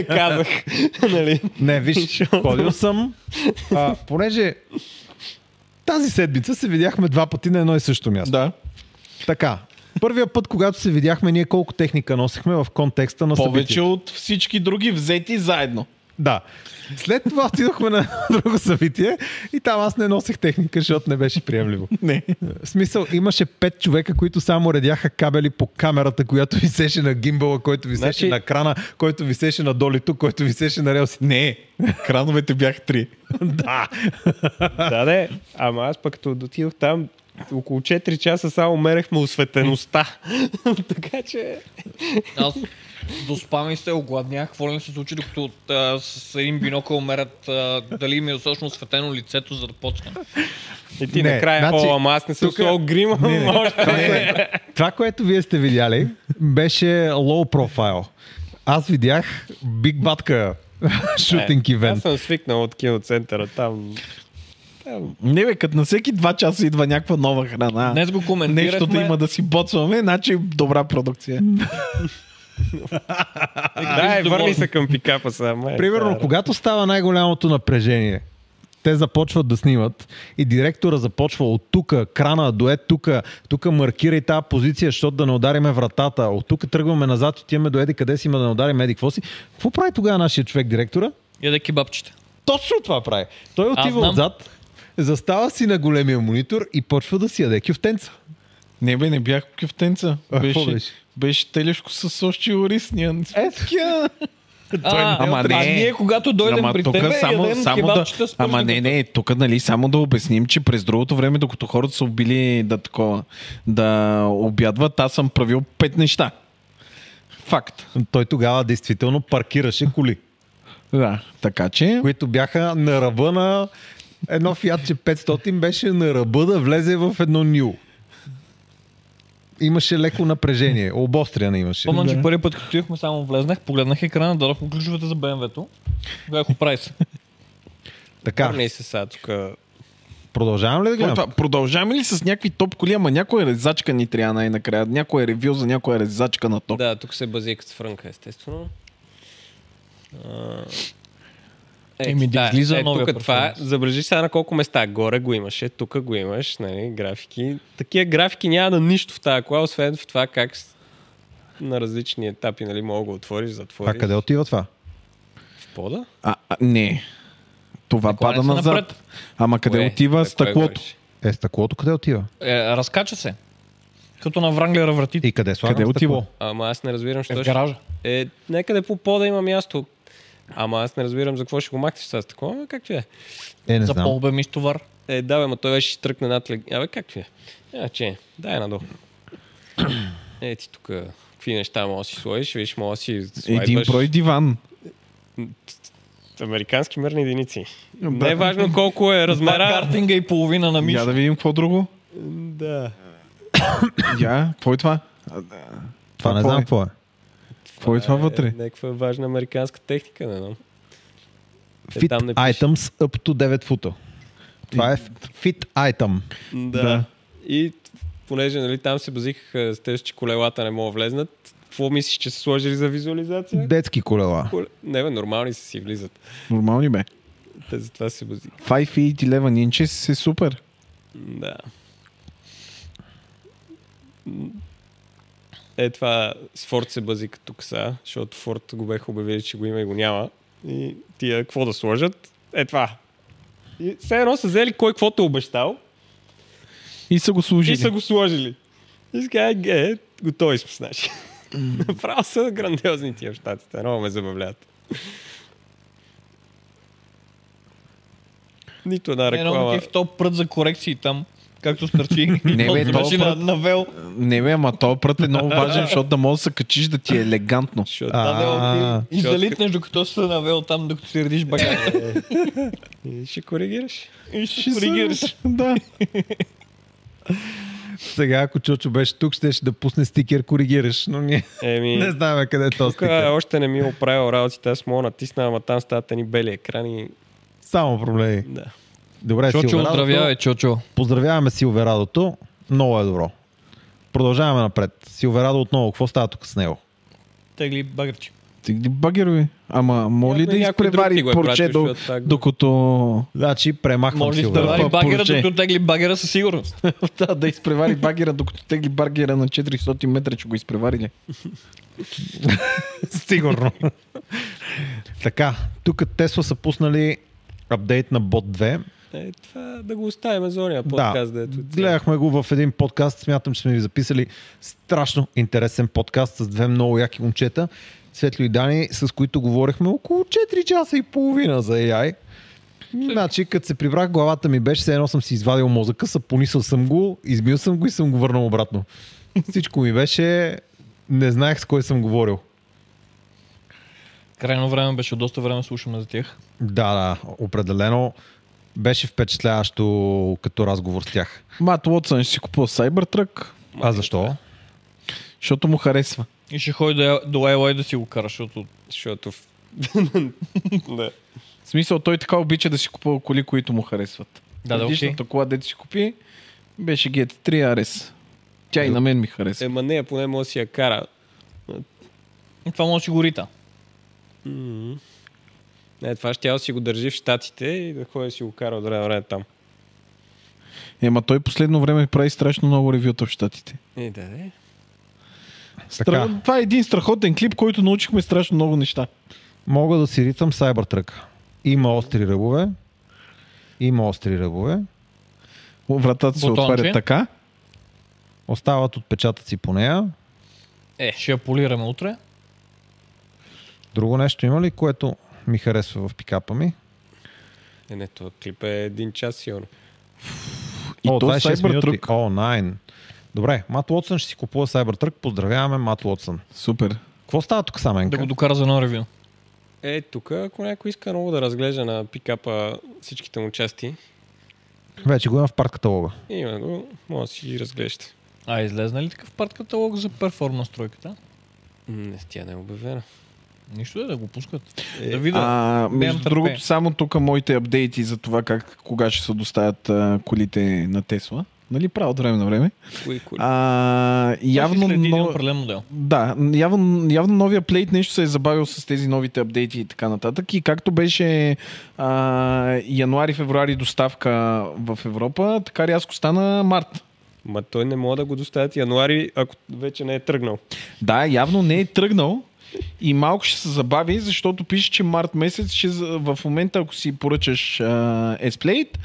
Speaker 10: Казах. нали?
Speaker 3: Не, виж, ходил съм, а, понеже тази седмица се видяхме два пъти на едно и също място.
Speaker 14: Да.
Speaker 3: Така, първия път, когато се видяхме, ние колко техника носихме в контекста на събитието.
Speaker 14: Повече от всички други взети заедно.
Speaker 3: Да. След това отидохме на друго събитие и там аз не носех техника, защото не беше приемливо.
Speaker 14: Не.
Speaker 3: В смисъл, имаше пет човека, които само редяха кабели по камерата, която висеше на гимбала, който висеше
Speaker 10: Значи-
Speaker 3: на крана, който висеше на долито, който висеше на релсите.
Speaker 14: Не. Крановете бяха три.
Speaker 3: Да.
Speaker 10: Да, да. Ама аз пък като дотидох там, около 4 часа само мерехме осветеността. така че...
Speaker 8: Аз доспам и се огладнях. Какво ли не се случи, докато а, с един бинокъл мерят а, дали ми е достатъчно осветено лицето, за да почна.
Speaker 10: И ти
Speaker 3: Не,
Speaker 10: накрая,
Speaker 3: значи,
Speaker 10: о, ама аз не съм
Speaker 3: тука-
Speaker 10: тука... се огримам.
Speaker 3: Не, не. е
Speaker 10: още.
Speaker 3: Това, кое-
Speaker 14: е.
Speaker 3: това, което вие сте видяли, беше low profile. Аз видях Big Батка
Speaker 14: Е.
Speaker 3: шутинг
Speaker 10: Аз
Speaker 3: ивент.
Speaker 10: съм свикнал от киноцентъра там.
Speaker 14: Не бе, като на всеки два часа идва някаква нова храна.
Speaker 8: Днес го коментирахме.
Speaker 14: Нещо да има да си боцваме, значи добра продукция.
Speaker 10: да, е, върни се към пикапа сега. май, е
Speaker 3: Примерно,
Speaker 10: стара.
Speaker 3: когато става най-голямото напрежение, те започват да снимат и директора започва от тук, крана до е тук, тук маркирай тази позиция, защото да не удариме вратата, от тук тръгваме назад, отиваме до еди къде си, ма да не ударим еди какво си. Какво прави тогава нашия човек директора?
Speaker 8: Яде кебабчета.
Speaker 3: Точно това прави. Той отива
Speaker 8: знам.
Speaker 3: отзад, застава си на големия монитор и почва да си яде кюфтенца.
Speaker 14: Не бе, не бях кюфтенца.
Speaker 3: А, какво
Speaker 14: беше,
Speaker 3: беше?
Speaker 14: беше? беше телешко с още ориз. Ние...
Speaker 3: Е, такива.
Speaker 8: А,
Speaker 14: не е
Speaker 8: а,
Speaker 14: отрасъл.
Speaker 8: ние когато дойдем при
Speaker 14: тука
Speaker 8: тебе, ядем кебабчета с
Speaker 14: Ама не,
Speaker 8: пържените.
Speaker 14: не, тук нали само да обясним, че през другото време, докато хората са убили да такова, да обядват, аз съм правил пет неща. Факт.
Speaker 3: Той тогава действително паркираше коли,
Speaker 14: Да, така че...
Speaker 3: които бяха на ръба на едно Фиатче 500 беше на ръба да влезе в едно нил. Имаше леко напрежение, обостряне имаше.
Speaker 8: Помня, че първи път, като отидохме, само влезнах, погледнах екрана, дадох му ключовете за БМВ-то. Гледах, оправи се.
Speaker 3: Така,
Speaker 8: ами,
Speaker 10: Върни се сега тук.
Speaker 3: продължавам ли да
Speaker 4: Кой е
Speaker 3: гледам?
Speaker 4: това? Продължаваме ли с някакви топ коли, ама някоя резачка ни трябва най-накрая. Някоя ревю за някоя резачка на топ.
Speaker 10: Да, тук се базикат с Фрънка, естествено. А, Е,
Speaker 8: Еми, да излиза
Speaker 10: е,
Speaker 8: новия
Speaker 10: тук това е.
Speaker 8: перформанс.
Speaker 10: Забележи сега на колко места. Горе го имаше, тук го имаш, нали, графики. Такива графики няма на нищо в тази кола, освен в това как с- на различни етапи, нали, мога да го отвориш,
Speaker 3: А
Speaker 10: затвориш.
Speaker 8: е
Speaker 3: къде отива това?
Speaker 10: В пода?
Speaker 4: А, а, не. Това
Speaker 8: Накланя
Speaker 4: пада
Speaker 8: се
Speaker 4: назад.
Speaker 8: напред.
Speaker 4: Ама къде
Speaker 10: Кое?
Speaker 4: отива
Speaker 10: За кое
Speaker 4: стъклото?
Speaker 10: говориш?
Speaker 3: Е, стъклото къде отива?
Speaker 8: Е, разкача се. Като на Вранглера вратите.
Speaker 3: И къде слагам
Speaker 4: Къде
Speaker 3: стъкло?
Speaker 4: отива?
Speaker 10: Ама аз не разбирам,
Speaker 8: Е,
Speaker 10: що
Speaker 8: в
Speaker 10: ще...
Speaker 8: гаража.
Speaker 10: Е, някъде по пода има място. Ама аз не разбирам за какво ще го махнеш с такова, ама както е.
Speaker 3: Е, не
Speaker 8: За
Speaker 3: знам.
Speaker 8: по-обемист товар.
Speaker 10: Е, да, бе, ма той беше тръкна над лег... Абе, както е. А, че, дай надолу. Е, ти тук какви неща мога да си сложиш, виж, мога да си
Speaker 4: Един
Speaker 10: слайдваш
Speaker 4: брой диван.
Speaker 10: американски мърни единици. Не е важно колко е размера.
Speaker 8: Картинга и половина на
Speaker 4: Я
Speaker 8: Мишо.
Speaker 4: да видим какво друго.
Speaker 10: да.
Speaker 4: Я, какво е това?
Speaker 3: Това не
Speaker 4: какво
Speaker 3: знам
Speaker 4: е?
Speaker 3: какво е.
Speaker 4: Какво е това вътре?
Speaker 10: Някаква важна американска техника, не знам. Е,
Speaker 3: Fit
Speaker 10: там не пише.
Speaker 3: items up to 9 фута. Това е fit item.
Speaker 10: Да.
Speaker 4: Да.
Speaker 10: И понеже нали, там се базикаха с тези, че колелата не могат да влезнат, какво мислиш, че са сложили за визуализация?
Speaker 3: Детски колела.
Speaker 10: Коле- Не, бе, нормални са си влизат.
Speaker 4: Нормални бе.
Speaker 10: Те затова се базикат.
Speaker 4: 5 feet 11 inches е супер.
Speaker 10: Да. Е, това с Форд се базика тук сега, защото Форд го беха обявили, че го има и го няма. И тия какво да сложат? Е, това. И все едно са взели кой каквото е обещал
Speaker 4: И са го служили.
Speaker 10: и са го сложили. И сега е, готови сме с наши. Направо са грандиозни тия в щатите. Много ме забавляват. Нито една
Speaker 8: Едно
Speaker 10: реклама.
Speaker 8: такив топ прът за корекции там. Както стърчи.
Speaker 4: Не, бе,
Speaker 8: Отзвучи на,
Speaker 4: топ прът.
Speaker 8: на вел.
Speaker 4: Не бе, ама този прът е много важен, защото да можеш да се качиш да ти е елегантно.
Speaker 10: Защото
Speaker 3: А,
Speaker 8: И залитнеш докато се на вел там, докато си редиш багажа.
Speaker 10: И ще коригираш.
Speaker 8: И ще коригираш.
Speaker 4: Да.
Speaker 3: сега, ако Чочо беше тук, щеше да пусне стикер, коригираш, но ние
Speaker 10: Еми,
Speaker 3: не знаем къде е този
Speaker 10: тук
Speaker 3: стикер.
Speaker 10: още не ми е оправил работите. Аз мога да натисна, ама там стават ни бели екрани.
Speaker 3: Само проблеми.
Speaker 10: Да.
Speaker 3: Добре,
Speaker 8: Чочо,
Speaker 3: Силверадото.
Speaker 8: здравявай, Чочо.
Speaker 3: Поздравяваме Силверадото. Много е добро. Продължаваме напред. Силверадо отново. Какво става тук с него?
Speaker 8: Тегли багърче.
Speaker 4: Ти ги багер бе. Ама моли
Speaker 10: Явно
Speaker 4: да
Speaker 10: някой друг ти
Speaker 4: изпревари
Speaker 10: го е
Speaker 4: порче
Speaker 10: пратил,
Speaker 4: до,
Speaker 10: защото това го-
Speaker 4: докато...
Speaker 3: Значи премахвам
Speaker 8: Може да
Speaker 3: Силверадо.
Speaker 8: изтървали багера,
Speaker 4: поръче.
Speaker 8: докато тегли багера със сигурност.
Speaker 4: да, да изпревари багера, докато тегли багера на 400 метра, че го изпреварили.
Speaker 3: Сигурно. така, тук Тесла са пуснали апдейт на Bot 2.
Speaker 10: Е, това да го оставим за ония подкаст, да. дето. е
Speaker 3: гледахме го в един подкаст. Смятам, че сме ви записали страшно интересен подкаст с две много яки момчета. Светло и Дани, с които говорихме около 4 часа и половина за AI. Значи, като се прибрах, главата ми беше, все едно съм си извадил мозъка, съпонисал съм го, измил съм го и съм го върнал обратно. Всичко ми беше... Не знаех с кой съм говорил.
Speaker 8: Крайно време беше, доста време слушаме за тях.
Speaker 3: Да, да, определено беше впечатляващо като разговор с тях.
Speaker 4: Мат Уотсън ще си купува Cybertruck,
Speaker 3: А защо?
Speaker 4: защото му харесва.
Speaker 8: И ще ходи до- до LA да си го кара, защото
Speaker 10: Защото в-
Speaker 4: В смисъл, той така обича да си купува коли, които му харесват.
Speaker 8: Да, да,
Speaker 4: Предишната кола, дето си купи, беше GT3 RS. Тя и на мен ми хареса.
Speaker 10: ема нея поне може да си я кара.
Speaker 8: това може да си го рита.
Speaker 10: Не, това ще тя да си го държи в щатите и да ходи да си го кара от време на време там.
Speaker 4: Ема Е, той последно време прави страшно много ревюта в щатите.
Speaker 10: Е, да, да.
Speaker 3: Така.
Speaker 4: Стра... Това е един страхотен клип, който научихме страшно много неща.
Speaker 3: Мога да си ритам Cybertruck. Има остри ръбове. Има остри ръбове.
Speaker 4: О, Вратата се
Speaker 8: Бутонче.
Speaker 4: отваря така.
Speaker 3: Остават отпечатъци по нея.
Speaker 8: Е, ще я полираме утре.
Speaker 3: Друго нещо има ли, което ми харесва в пикапа ми?
Speaker 10: Е, не, това клип е един час сигурно.
Speaker 4: И
Speaker 3: О,
Speaker 4: то
Speaker 3: 26 минути.
Speaker 4: Cybertruck.
Speaker 3: О, найн. Добре, Мат Уотсън ще си купува Cybertruck. Поздравяваме Мат Уотсън.
Speaker 4: Супер.
Speaker 3: Какво става тук, Саменка?
Speaker 8: Да го докара за едно ревю.
Speaker 10: Е, тук, ако някой иска много да разглежда на пикапа всичките му части,
Speaker 3: Вече го има в парк каталога.
Speaker 10: има го, може да си ги разглежда.
Speaker 8: А, излезна ли такъв парт каталог за перформанс тройката?
Speaker 10: М, Не, тя не е обявена.
Speaker 15: Нищо е да го пускат.
Speaker 4: Да видя. Е,
Speaker 8: Значи
Speaker 4: А, между
Speaker 8: Нямам
Speaker 4: другото,
Speaker 8: търпение.
Speaker 4: само тук моите апдейти за това как, кога ще се доставят а, колите на Тесла. Нали, правят време на време.
Speaker 10: Кои коли?
Speaker 4: А, явно,
Speaker 8: Следи един
Speaker 4: но...
Speaker 8: определен модел.
Speaker 4: Да, явно, явно новия плейт нещо се е забавил с тези новите апдейти и така нататък. И както беше а, януари-февруари доставка в Европа, така рязко стана март.
Speaker 10: Ма той не мога да го доставят януари, ако вече не е тръгнал.
Speaker 4: Да, явно не е тръгнал и малко ще се забави, защото пише, че март месец ще, за- в момента, ако си поръчаш а, S-Plate,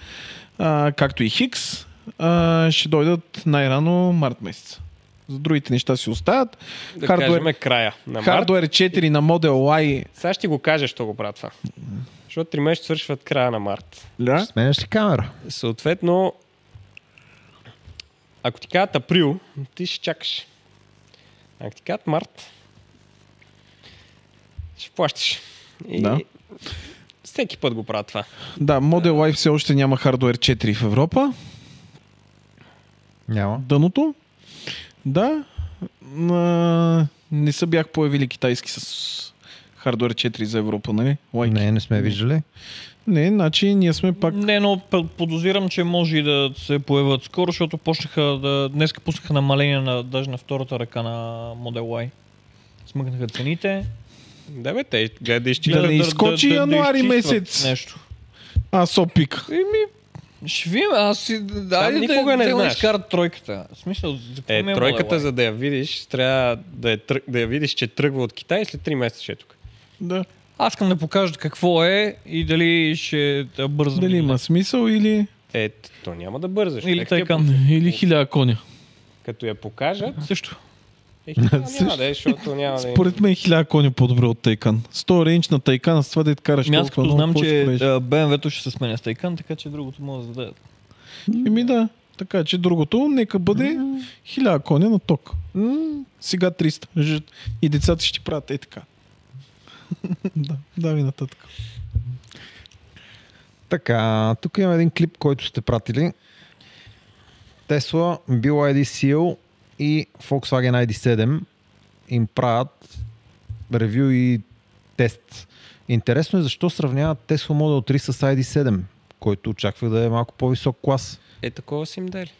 Speaker 4: а, както и Хикс, а, ще дойдат най-рано март месец. За другите неща си остават.
Speaker 10: Да
Speaker 4: Хардуер-
Speaker 10: кажем края на март.
Speaker 4: Hardware 4 на Model Y.
Speaker 10: Сега ще ти го кажа, що го правя това. Защото три месеца свършват края на март.
Speaker 4: Да?
Speaker 3: Сменяш ли камера?
Speaker 10: Съответно, ако ти кажат април, ти ще чакаш. Ако ти кажат март, ще плащаш. И
Speaker 4: Да.
Speaker 10: Всеки път го правя това.
Speaker 4: да, Model Y все още няма Hardware 4 в Европа.
Speaker 3: Няма.
Speaker 4: Дъното. Да. А, не са бях появили китайски с Hardware 4 за Европа, нали? Лайки.
Speaker 3: Не, не сме виждали.
Speaker 4: Не, значи ние сме пак...
Speaker 8: Не, но п- подозирам, че може и да се появят скоро, защото почнаха да... Днеска пуснаха намаление на, даже на втората ръка на Model Y. Смъкнаха цените.
Speaker 10: Да бе, те гледай да
Speaker 4: Да
Speaker 10: изчитат.
Speaker 4: не изскочи януари
Speaker 8: изчистват
Speaker 4: месец.
Speaker 8: Нещо.
Speaker 4: А, сопик.
Speaker 8: Ще видим, аз си... Да, айде
Speaker 10: никога
Speaker 8: да,
Speaker 10: не
Speaker 8: да го
Speaker 10: знаеш.
Speaker 8: изкарат тройката. В смисъл, за какво ми
Speaker 10: Е, тройката,
Speaker 8: Model Y?
Speaker 10: за да я видиш, трябва да я, тръг, да я видиш, че тръгва от Китай и след 3 месеца ще е тук.
Speaker 4: Да.
Speaker 8: Аз искам да покажа какво е и дали ще е да бързам.
Speaker 4: Дали
Speaker 8: или не.
Speaker 4: има смисъл или...
Speaker 10: Е, т- то няма да бързаш.
Speaker 8: Или
Speaker 10: Нека ти я
Speaker 8: Тайкан.
Speaker 4: Или хиляда коня.
Speaker 10: Като я покажат,
Speaker 8: Също.
Speaker 10: е, няма да е, защото няма да е.
Speaker 4: Според мен хиляда коня е по-добре от Тайкан. 100 рейндж на Тайкан, с това да я караш
Speaker 8: Ами аз като
Speaker 4: много,
Speaker 8: знам,
Speaker 4: какво
Speaker 8: че
Speaker 4: ще правиш?
Speaker 8: БМВ-то ще се сменя с Тайкан, така че другото може да зададат. е-
Speaker 4: Еми да. Така че другото, нека бъде хиляда коня на ток. М, Сега 300. Ж- И децата ще ти правят е така. да, дави нататък.
Speaker 3: Така, тук има един клип, който сте пратили. Тесла, BYD Seal и Volkswagen ID7 им правят ревю и тест. Интересно е защо сравняват Tesla Model 3 с ID7, който очаквах да е малко по-висок клас.
Speaker 10: Е, такова си им дали.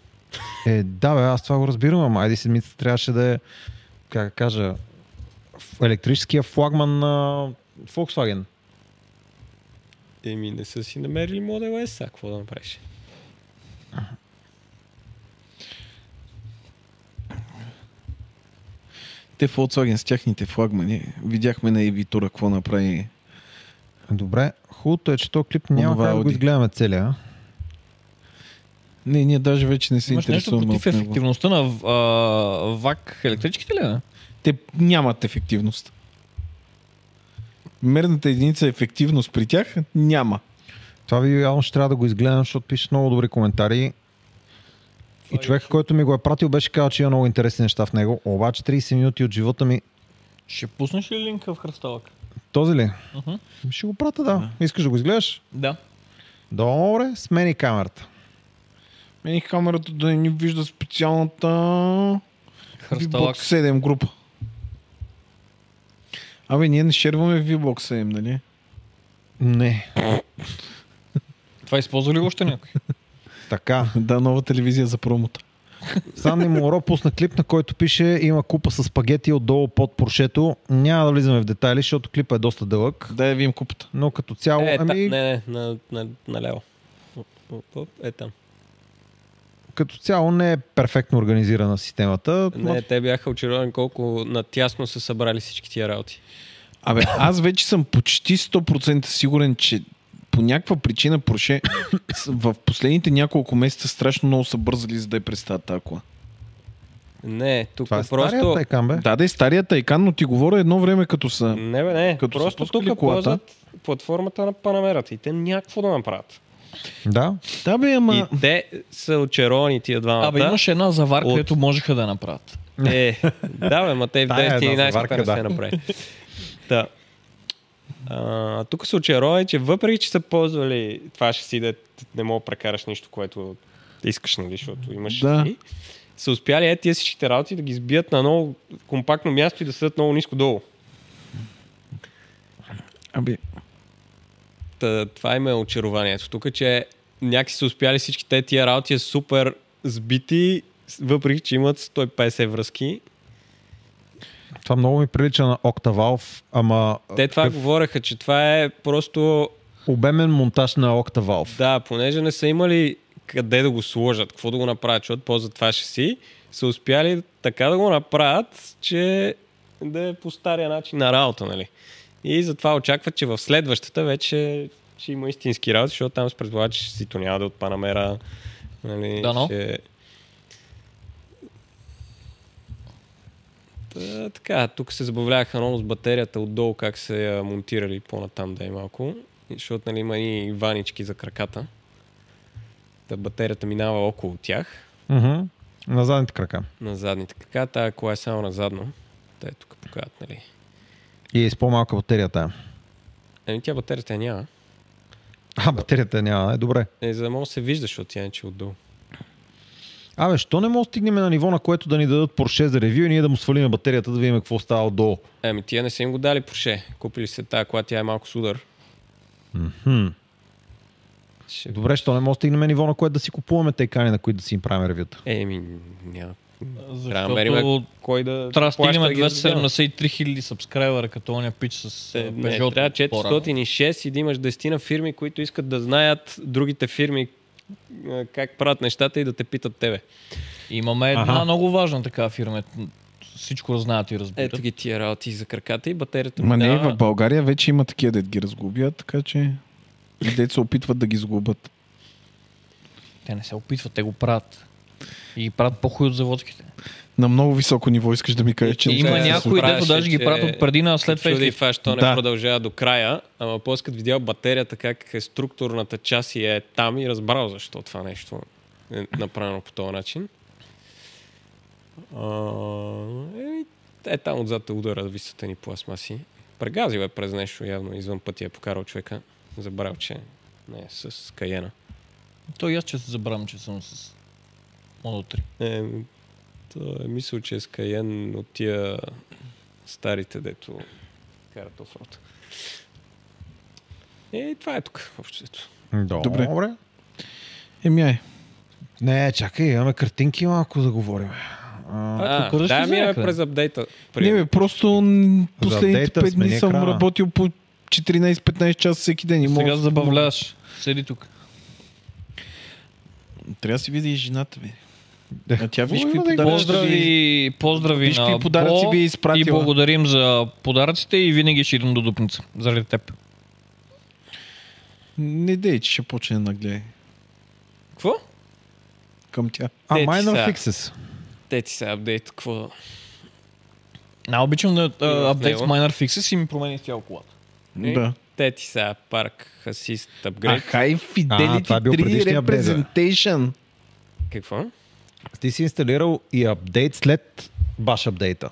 Speaker 3: Е, да бе, аз това го разбирам, ама ID7 трябваше да е, как да кажа, ф- електрическия флагман на Volkswagen.
Speaker 10: Еми, не са си намерили Model S, а какво да направиш?
Speaker 4: Те Volkswagen с тяхните флагмани. Видяхме на Евитура какво направи.
Speaker 3: Добре, хубавото е, че този клип няма
Speaker 4: Онова
Speaker 3: как да го
Speaker 4: Audi.
Speaker 3: изгледаме целия. а?
Speaker 4: Не, ние даже вече не се
Speaker 8: Имаш нещо
Speaker 4: интересуваме
Speaker 8: против
Speaker 4: от него.
Speaker 8: ефективността на а, ВАК електричките ли? не?
Speaker 4: Те нямат ефективност. Мерната единица е ефективност при тях няма.
Speaker 3: Това видео явно ще трябва да го изгледам, защото пише много добри коментари. И човек, който ми го е пратил, беше казал, че има много интересни неща в него. Обаче 30 минути от живота ми...
Speaker 8: Ще пуснеш ли линка в хръсталък?
Speaker 3: Този ли?
Speaker 8: Мгм.
Speaker 3: Ще го пратя, да. Искаш да го изгледаш?
Speaker 8: Да.
Speaker 3: Добре, смени камерата.
Speaker 4: Мени камерата да не ни вижда специалната
Speaker 8: Хръсталак.
Speaker 4: V-Box 7 група. Абе, ние не шерваме V-Box 7, нали?
Speaker 3: Не.
Speaker 8: Това използва ли го още някой?
Speaker 3: Така.
Speaker 4: Да, нова телевизия за промота.
Speaker 3: Санни Моро пусна клип, на който пише има купа с спагети отдолу под поршето. Няма да влизаме в детайли, защото клипа е доста дълъг.
Speaker 4: Да я видим купата.
Speaker 3: Но като цяло...
Speaker 10: Е, та, не,
Speaker 3: ами,
Speaker 10: не, на, на, наляво. Оп, оп, оп, Е там.
Speaker 3: като цяло не е перфектно организирана системата.
Speaker 10: Не, те бяха очаровани колко натясно са събрали всички тия работи.
Speaker 4: Абе, аз вече съм почти 100% сигурен, че по някаква причина Порше с- в последните няколко месеца страшно много са бързали за да я представят тази кола.
Speaker 10: Не, тук
Speaker 3: Това е
Speaker 10: просто...
Speaker 3: стария тайкан, бе.
Speaker 4: Да, да е стария Тайкан, но ти говоря едно време като са...
Speaker 10: Не, бе, не.
Speaker 4: Като
Speaker 10: Като
Speaker 4: са
Speaker 10: просто
Speaker 4: пускали
Speaker 10: тук
Speaker 4: колата.
Speaker 10: ползват платформата на Панамерата и те някакво да направят.
Speaker 3: Да.
Speaker 4: Да бе, ама...
Speaker 10: И те са очаровани тия двамата.
Speaker 8: Абе, имаше една заварка,
Speaker 10: От-
Speaker 8: където можеха да я направят.
Speaker 10: Е, да, бе, ма те в
Speaker 3: Тая е една
Speaker 10: 911
Speaker 3: заварка,
Speaker 10: не се
Speaker 3: да.
Speaker 10: направи. Да. А, тук се очаровани, че въпреки, че са ползвали това ще си да не мога да прекараш нищо, което искаш, нали, защото имаш
Speaker 4: Да.
Speaker 10: и са успяли е, тия всичките работи да ги сбият на много компактно място и да седат много ниско долу.
Speaker 14: Аби,
Speaker 10: Та, това им е очарованието тук, че някакси са успяли всички те тия работи е супер сбити, с- въпреки че имат 150 връзки.
Speaker 3: Това много ми прилича на Octavalve, ама
Speaker 10: Те това говореха, че това е просто
Speaker 3: обемен монтаж на Octavalve.
Speaker 10: Да, понеже не са имали къде да го сложат, какво да го направят, защото ползват това ще си, са успяли така да го направят, че да е по стария начин на работа, нали? И затова очакват, че в следващата вече ще има истински работи, защото там се предполага, че ще си тонява да от Панамера. Нали,
Speaker 8: Дано.
Speaker 10: ще... Та, така, тук се забавляваха много с батерията отдолу, как се я монтирали по-натам да е малко. Защото нали, има и ванички за краката. Та батерията минава около тях,
Speaker 3: Мгм. На задните крака.
Speaker 10: на задните крака. Тая кола е само на задно. Те тук показват, нали.
Speaker 3: И е с по-малка батерия тая.
Speaker 10: Еми Ами тя батерията я няма.
Speaker 3: А, батерията няма, е добре.
Speaker 10: Е, за да може да се вижда, защото тя иначе е отдолу.
Speaker 3: Абе, що не мога да стигнем на ниво, на което да ни дадат Porsche за ревю и ние да му свалим батерията, да видим какво става отдолу.
Speaker 10: Еми Ами, тия не са им го дали Порше. Купили се тая кола, тя е малко с удар.
Speaker 3: Мгм.
Speaker 10: Ще...
Speaker 3: Е, Добре, що не мога да стигнем на ниво, на което да си купуваме тейкани, на които да си им правим ревюта.
Speaker 10: Еми, Е, ами, няма. Трябва да намерим
Speaker 8: Защото
Speaker 10: кой да
Speaker 8: трябва да стигнем
Speaker 10: плаща да ги раздава.
Speaker 8: 273 хиляди сабскрайбера, като оня пич с
Speaker 10: Е,
Speaker 8: а,
Speaker 10: Не,
Speaker 8: Peugeot.
Speaker 10: трябва
Speaker 8: по-рано.
Speaker 10: 406 и да имаш 10 на фирми, които искат да знаят другите фирми е, как правят нещата и да те питат тебе.
Speaker 8: Имаме една много важна така фирма. Всичко знаят и разбират.
Speaker 10: Ето ги тия работи за краката и батерията.
Speaker 14: ма не,
Speaker 10: минава.
Speaker 14: в България вече има такива, дет ги разгубят, така че и дет се опитват да ги сгубят.
Speaker 8: Те не се опитват, те го правят. И ги правят по-хуй от заводските.
Speaker 14: На много високо ниво искаш да ми кажеш, че
Speaker 10: И
Speaker 14: не
Speaker 8: Има
Speaker 14: сте се
Speaker 8: някои,
Speaker 14: справили.
Speaker 8: дето даже ги
Speaker 10: че-
Speaker 8: правят от преди на след
Speaker 10: Се чуди
Speaker 8: фейслифт.
Speaker 10: това, що не
Speaker 14: Да.
Speaker 10: продължава до края, ама после като видял батерията, как е структурната част и е там и разбрал защо това нещо е направено по този начин. А, е, е, там отзад е удара висата ни пластмаси. Прегазил е през нещо, явно извън пътя е покарал човека. Забрал, че не е с Каена.
Speaker 8: Той и аз че се забравям, че съм с Model 3.
Speaker 10: Е, то е мисъл, че е с Каен от тия старите, дето карат офрот. Е, това е тук, общо взето.
Speaker 14: Добре. Еми, ай.
Speaker 3: Не, чакай, имаме картинки малко да говорим.
Speaker 8: А, тук
Speaker 10: да,
Speaker 8: да,
Speaker 10: ми е
Speaker 8: ми
Speaker 10: през апдейта.
Speaker 14: Не, бе, просто м, последните
Speaker 3: апдейта
Speaker 14: 5 дни
Speaker 3: смени
Speaker 14: съм
Speaker 3: екрана.
Speaker 14: работил по 14-15 часа всеки ден. И мога-
Speaker 8: Сега се забавляваш. Седи тук.
Speaker 14: Трябва да си види и жената ми. А тя виж
Speaker 8: Ой,
Speaker 14: какви
Speaker 8: има да
Speaker 14: подаръци ви-
Speaker 8: Поздрави, поздрави
Speaker 14: Виж
Speaker 8: на
Speaker 14: какви подаръци
Speaker 8: Бо
Speaker 14: ви е
Speaker 8: и
Speaker 14: изпратила.
Speaker 8: благодарим за подаръците и винаги ще идем до дупница. Заради теб.
Speaker 14: Не дей, че ще почне да нагледа
Speaker 10: Какво?
Speaker 14: към тя.
Speaker 3: А,
Speaker 10: Те ти
Speaker 3: Minor
Speaker 10: са.
Speaker 3: Fixes.
Speaker 10: Те ти се апдейт, какво?
Speaker 8: А, обичам да
Speaker 10: И в
Speaker 8: апдейт
Speaker 10: него.
Speaker 8: Minor Fixes и ми промени изцяло колата.
Speaker 10: Е,
Speaker 14: Да.
Speaker 10: Те ти са парк, асист,
Speaker 14: А High
Speaker 10: апгрейд.
Speaker 3: А, това е
Speaker 14: Fidelity
Speaker 3: бил
Speaker 14: 3
Speaker 3: предишния апдейт, бе.
Speaker 14: Representation.
Speaker 10: Какво?
Speaker 3: Ти си инсталирал и апдейт след баш апдейта,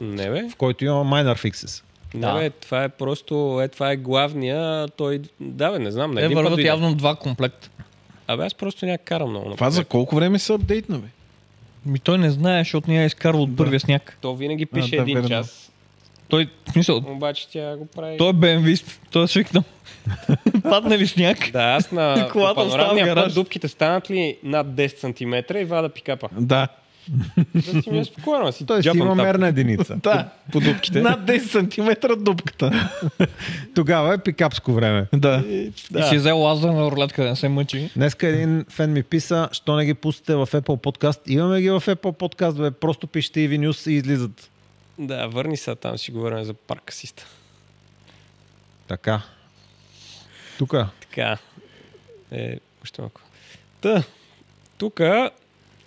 Speaker 10: Не бе,
Speaker 3: в който има Minor Fixes.
Speaker 10: не бе, това е просто, е, това е главния, той, да бе, не знам, на
Speaker 8: Те
Speaker 10: един път
Speaker 8: Е, върват
Speaker 10: дойде.
Speaker 8: явно два комплекта.
Speaker 10: Абе, аз просто няма карам много.
Speaker 14: Това за
Speaker 10: напред.
Speaker 14: колко време се апдейтна, бе?
Speaker 8: Ми той не знае, защото ние е изкарва от първия сняг.
Speaker 10: То винаги пише
Speaker 14: да,
Speaker 10: един
Speaker 14: верно.
Speaker 10: час,
Speaker 8: Той, в смисъл,
Speaker 10: обаче тя го прави.
Speaker 8: той е BMW, той е свикнал. Падна ли сняг?
Speaker 10: Да, аз на
Speaker 8: Колата
Speaker 10: по панорамния
Speaker 8: остава в
Speaker 10: път
Speaker 8: гараж.
Speaker 10: дупките станат ли над 10 см и вада пикапа.
Speaker 14: Да.
Speaker 10: Да си ми е спокойно, аз си
Speaker 3: Тоест
Speaker 10: джапам
Speaker 3: има
Speaker 10: тапка.
Speaker 3: мерна единица.
Speaker 14: Да. По дупките. Над 10 см дупката.
Speaker 3: Тогава е пикапско време.
Speaker 14: Да.
Speaker 8: И си е взел лазер на рулетка, да не се мъчи.
Speaker 3: Днеска един фен ми писа, що не ги пустите в Apple Podcast. Имаме ги в Apple Podcast, бе. Просто пишете EV News и излизат.
Speaker 10: Да, върни се там, си говорим за парк асиста.
Speaker 3: Така. Тук.
Speaker 10: Така. Е, още малко. Та, тук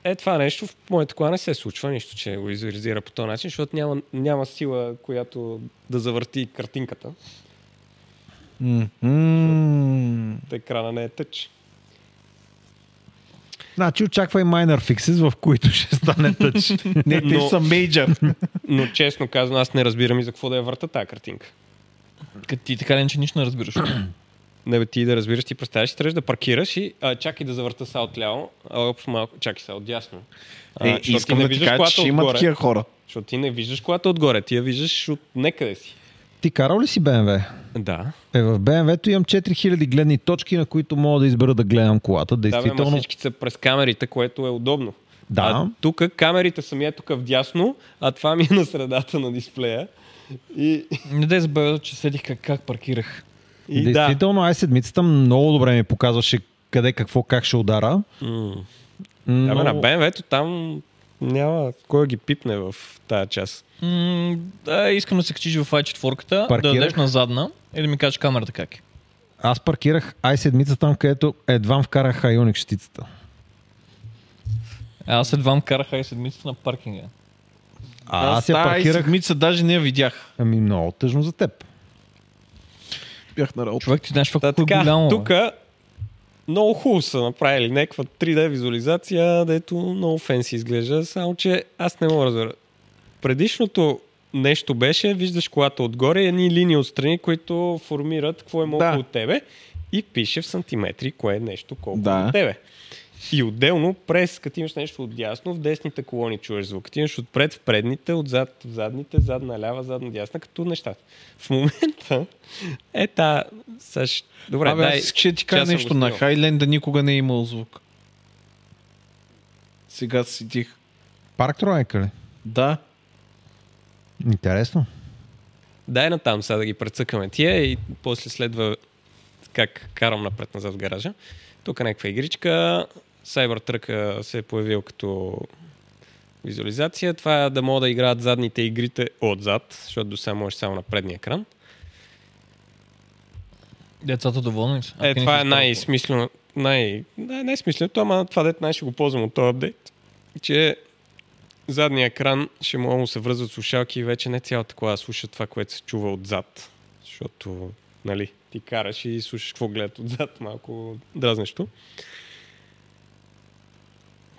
Speaker 10: е това нещо. В моята кола не се случва нищо, че го визуализира по този начин, защото няма, няма сила, която да завърти картинката.
Speaker 14: М.
Speaker 10: Екрана не е тъч.
Speaker 3: Значи очаквай minor fixes, в които ще стане тъч.
Speaker 14: Не, те
Speaker 10: Но-
Speaker 14: са мейджър.
Speaker 10: Но честно казано, аз не разбирам и за какво да я върта тази картинка.
Speaker 8: Като ти така не, че нищо не разбираш.
Speaker 10: Не бе, ти да разбираш, ти представяш, тръгваш да паркираш и а, чакай да завърта са отляво, а общо малко, чакай са отдясно. А,
Speaker 14: Е,
Speaker 10: защото ти
Speaker 14: искам
Speaker 10: не
Speaker 14: да ти
Speaker 10: виждаш
Speaker 14: кажа,
Speaker 10: колата
Speaker 14: че има
Speaker 10: отгоре.
Speaker 14: такива хора.
Speaker 10: Защото ти не виждаш колата отгоре, ти я виждаш от некъде си.
Speaker 3: Ти карал ли си BMW?
Speaker 10: Да.
Speaker 3: Е, в BMW-то имам 4000 гледни точки, на които мога да избера да гледам колата.
Speaker 10: Да, бе, ама
Speaker 3: Действително.
Speaker 10: всички са през камерите, което е удобно.
Speaker 3: Да.
Speaker 10: А тук камерите са ми е тук вдясно, а това ми е на средата на дисплея. И,
Speaker 8: Не дай забеляза, че седих как, как паркирах.
Speaker 10: и да.
Speaker 3: Действително, ай седмицата много добре ми показваше къде, какво, как ще удара.
Speaker 10: М.
Speaker 3: Но...
Speaker 10: Да, бе, на BMW-то там няма кой да ги пипне в тази част.
Speaker 8: М- да, искам да се качиш в i4-ката, да
Speaker 3: Паркирах.
Speaker 8: дадеш на задна и да ми кажеш камерата как е.
Speaker 3: Аз паркирах ай седмица там, където едва вкарах Ioniq щитицата.
Speaker 8: Аз едва карах i седмицата на паркинга.
Speaker 3: А аз я
Speaker 4: паркирах.
Speaker 3: паркирах.
Speaker 4: Седмица даже не я видях.
Speaker 3: Ами много тъжно за теб.
Speaker 4: Бях на работа.
Speaker 8: Човек, ти знаеш това
Speaker 10: Та,
Speaker 8: колко е
Speaker 10: така,
Speaker 8: голямо. бе.
Speaker 10: тук много хубаво са направили някаква 3D визуализация, дето много фенси изглежда, само че аз не мога да разбера. Предишното нещо беше, виждаш колата отгоре и едни линии отстрани, които формират какво е малко
Speaker 4: Да.
Speaker 10: от тебе и пише в сантиметри кое е нещо колко
Speaker 4: Да.
Speaker 10: да. от тебе. И отделно през, като имаш нещо отдясно, в десните колони чуеш звук. Като имаш отпред в предните, отзад в задните, задна лява, задна дясна, като нещата. В момента е та... Саш... Добре,
Speaker 4: Абе,
Speaker 10: дай...
Speaker 4: аз ще ти кажа
Speaker 10: тя съм
Speaker 4: нещо.
Speaker 10: го
Speaker 4: На
Speaker 10: скрил.
Speaker 4: Хайленда никога не е имал звук. Сега сидих.
Speaker 3: Парк Троека ли?
Speaker 4: Да.
Speaker 3: Интересно.
Speaker 10: Дай натам сега да ги прецъкаме тия и после следва как карам напред-назад в гаража. Тук е някаква игричка. Cybertruck се е появил като визуализация. Това е да могат да играят задните игрите отзад, защото до сега можеш само на предния екран.
Speaker 8: Децата доволни ли са?
Speaker 10: Е,
Speaker 8: Ако не
Speaker 10: това
Speaker 8: си
Speaker 10: е
Speaker 8: изкарал
Speaker 10: най-смислено. Най... Да, най-смисленото, ама това дете най- ще го ползвам от този апдейт. Че задния екран ще му му се връзват слушалки и вече не цялата кола слуша това, което се чува отзад. Защото, нали, ти караш и слушаш какво гледат отзад, малко дразнещо.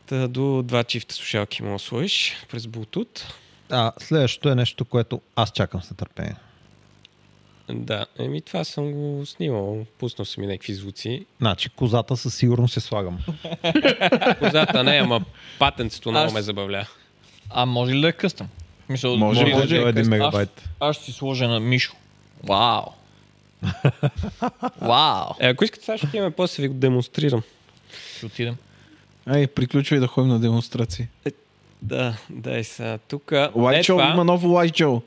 Speaker 10: Та до два чифта слушалки му слоиш през Bluetooth.
Speaker 3: А следващото е нещо, което аз чакам с нетърпение.
Speaker 10: Да, еми това съм го снимал. Пуснал съм и някакви звуци.
Speaker 3: Значи козата със сигурност се слагам.
Speaker 10: Козата не, ама патенцето много
Speaker 8: Аз-
Speaker 10: ме забавля.
Speaker 8: А може ли да е къстъм? Мисъл,
Speaker 4: Може,
Speaker 8: да-
Speaker 4: може.
Speaker 3: да е 1 мегабайт.
Speaker 8: Аз, аз ще си сложа на Мишо. Вау. Вау.
Speaker 10: Е, ако искате, сега ще имаме, после ви го демонстрирам.
Speaker 8: Ще отидем.
Speaker 4: Ай, приключвай да ходим на демонстрации.
Speaker 10: Да, дай сега. Тук е
Speaker 4: Лайчо
Speaker 10: това,
Speaker 4: има ново Лайчо.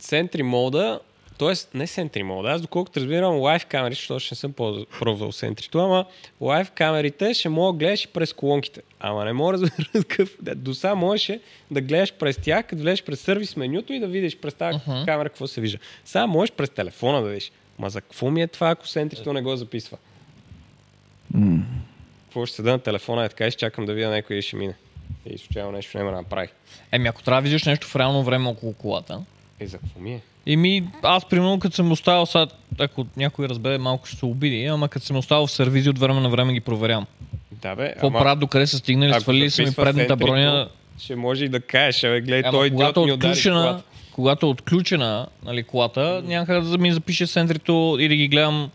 Speaker 10: Sentry мода, т.е. не Sentry мода, аз доколкото разбирам лайв камери, защото ще не съм ползвал- пробвал Sentry, ама лайв камерите ще мога да гледаш и през колонките. Ама не мога да разбера какъв. да, До сега можеше да гледаш през тях, като влезеш през сервис менюто и да видиш през тази
Speaker 8: Мгм.
Speaker 10: uh-huh. камера какво се вижда. Сега можеш през телефона да видиш. Ма за какво ми е това, ако Sentry не го записва? Какво ще седа на телефона и така изчакам да видя някой и ще мине. И случайно нещо не ме направи.
Speaker 8: Еми, ако трябва да виждаш нещо в реално време около колата.
Speaker 10: Е, за какво ми е?
Speaker 8: Еми, аз примерно като съм оставил сега, ако някой разбере, малко ще се обиди, ама като съм оставил в сервизи от време на време ги проверявам.
Speaker 10: Да, бе.
Speaker 8: Какво правят, докъде са стигнали,
Speaker 10: ако
Speaker 8: свалили са ми
Speaker 10: записва
Speaker 8: предната
Speaker 10: Sentry,
Speaker 8: броня.
Speaker 10: Ще може и да кажеш, абе, гледай, той
Speaker 8: Ама
Speaker 10: идиот
Speaker 8: когато
Speaker 10: ми
Speaker 8: е
Speaker 10: удари
Speaker 8: отключена,
Speaker 10: колата.
Speaker 8: когато е отключена нали, колата, някъде да ми запише сентрито и да ги гледам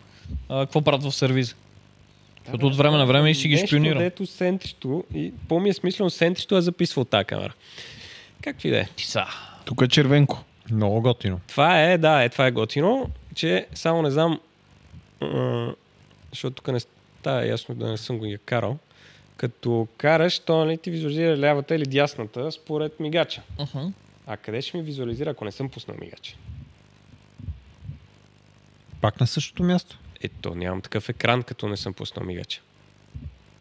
Speaker 8: а, какво правят в сервиза. Като от време на време и си ги
Speaker 10: е Нещо,
Speaker 8: шпионирам.
Speaker 10: Дето сентрито, и по-ми е смислено, сентрито е записвал тази камера. Както и да е.
Speaker 8: Ти са.
Speaker 4: Тук е червенко.
Speaker 3: Много готино.
Speaker 10: Това е, да, е, това е готино, че само не знам, м, защото тук не става ясно да не съм го я карал. Като караш, то нали ти визуализира лявата или дясната според мигача.
Speaker 8: Мгм.
Speaker 10: А къде ще ми визуализира, ако не съм пуснал мигача?
Speaker 3: Пак на същото място.
Speaker 10: Ето, нямам такъв екран, като не съм пуснал мигача.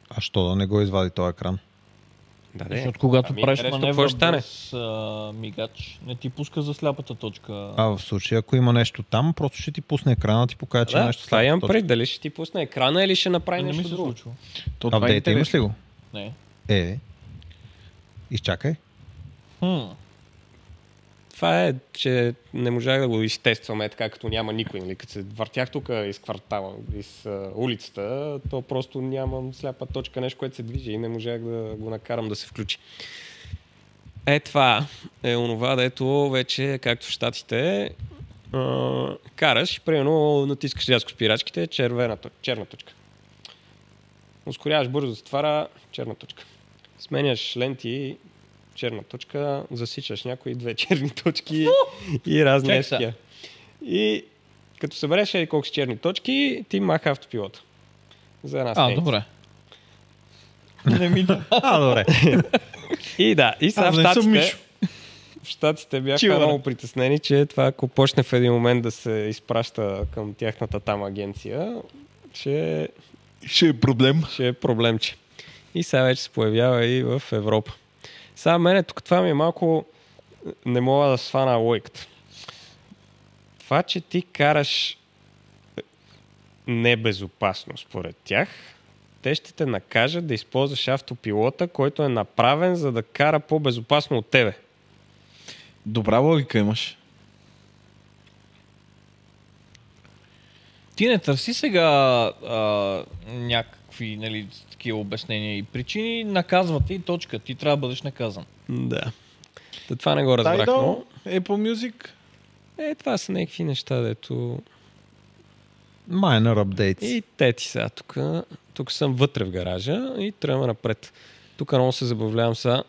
Speaker 3: А що да не го извади този екран?
Speaker 10: Да, да.
Speaker 8: Защото когато
Speaker 10: Ами,
Speaker 8: правиш
Speaker 10: интересно,
Speaker 8: маневра
Speaker 10: какво ще стане?
Speaker 8: без а, мигач, не ти пуска за сляпата точка.
Speaker 3: А в случай, ако има нещо там, просто ще ти пусне екрана, ти покажа, че
Speaker 10: Да,
Speaker 3: нещо
Speaker 10: това
Speaker 3: след
Speaker 10: имам
Speaker 3: точка.
Speaker 10: пред. Дали ще ти пусне екрана или ще направи
Speaker 8: не Ами, ми
Speaker 10: е нещо
Speaker 8: се
Speaker 10: друго?
Speaker 8: случва.
Speaker 4: То това е
Speaker 3: Апдейта
Speaker 4: интересно.
Speaker 3: имаш ли го?
Speaker 8: Не.
Speaker 3: Е, изчакай.
Speaker 8: Хм.
Speaker 10: Това е, че не можах да го изтестваме така, като няма никой. Нали? Като се въртях тук из квартала, из а, улицата, то просто нямам сляпа точка, нещо, което се движи и не можах да го накарам да се включи. Е, това е онова, дето вече, както в Штатите, а, караш и примерно натискаш рязко спирачките, червена, точ- черна точка. Ускоряваш бързо, затвара, черна точка. Сменяш ленти, черна точка, засичаш някои две черни точки и разни
Speaker 8: Чакай сега.
Speaker 10: еския. И като събереш еди колко си черни точки, ти маха автопилота. За една
Speaker 8: А,
Speaker 10: снегица.
Speaker 8: добре.
Speaker 3: А, добре.
Speaker 10: И да, и сега
Speaker 16: Аз
Speaker 10: в
Speaker 16: не съм
Speaker 10: щатите,
Speaker 16: Мишо.
Speaker 10: в щатите бяха
Speaker 8: Чила, бе.
Speaker 10: много притеснени, че това ако почне в един момент да се изпраща към тяхната там агенция, ще,
Speaker 4: Ще е проблем.
Speaker 10: ще е проблемче. И сега вече се появява и в Европа. Сега мене тук това ми е малко... Не мога да свана лойката. Това, че ти караш небезопасно според тях, те ще те накажат да използваш автопилота, който е направен за да кара по-безопасно от тебе.
Speaker 4: Добра логика имаш.
Speaker 8: Ти не търси сега а, някакви нали, такива обяснения и причини, наказвате и точка. Ти трябва да бъдеш наказан.
Speaker 10: Да. Та това не го разбрах,
Speaker 4: Tidal,
Speaker 10: но...
Speaker 4: Apple Music.
Speaker 10: Е, това са някакви неща, дето...
Speaker 3: Minor updates.
Speaker 10: И те ти сега тук. Тук съм вътре в гаража и тръгваме напред. Тук много се забавлявам сега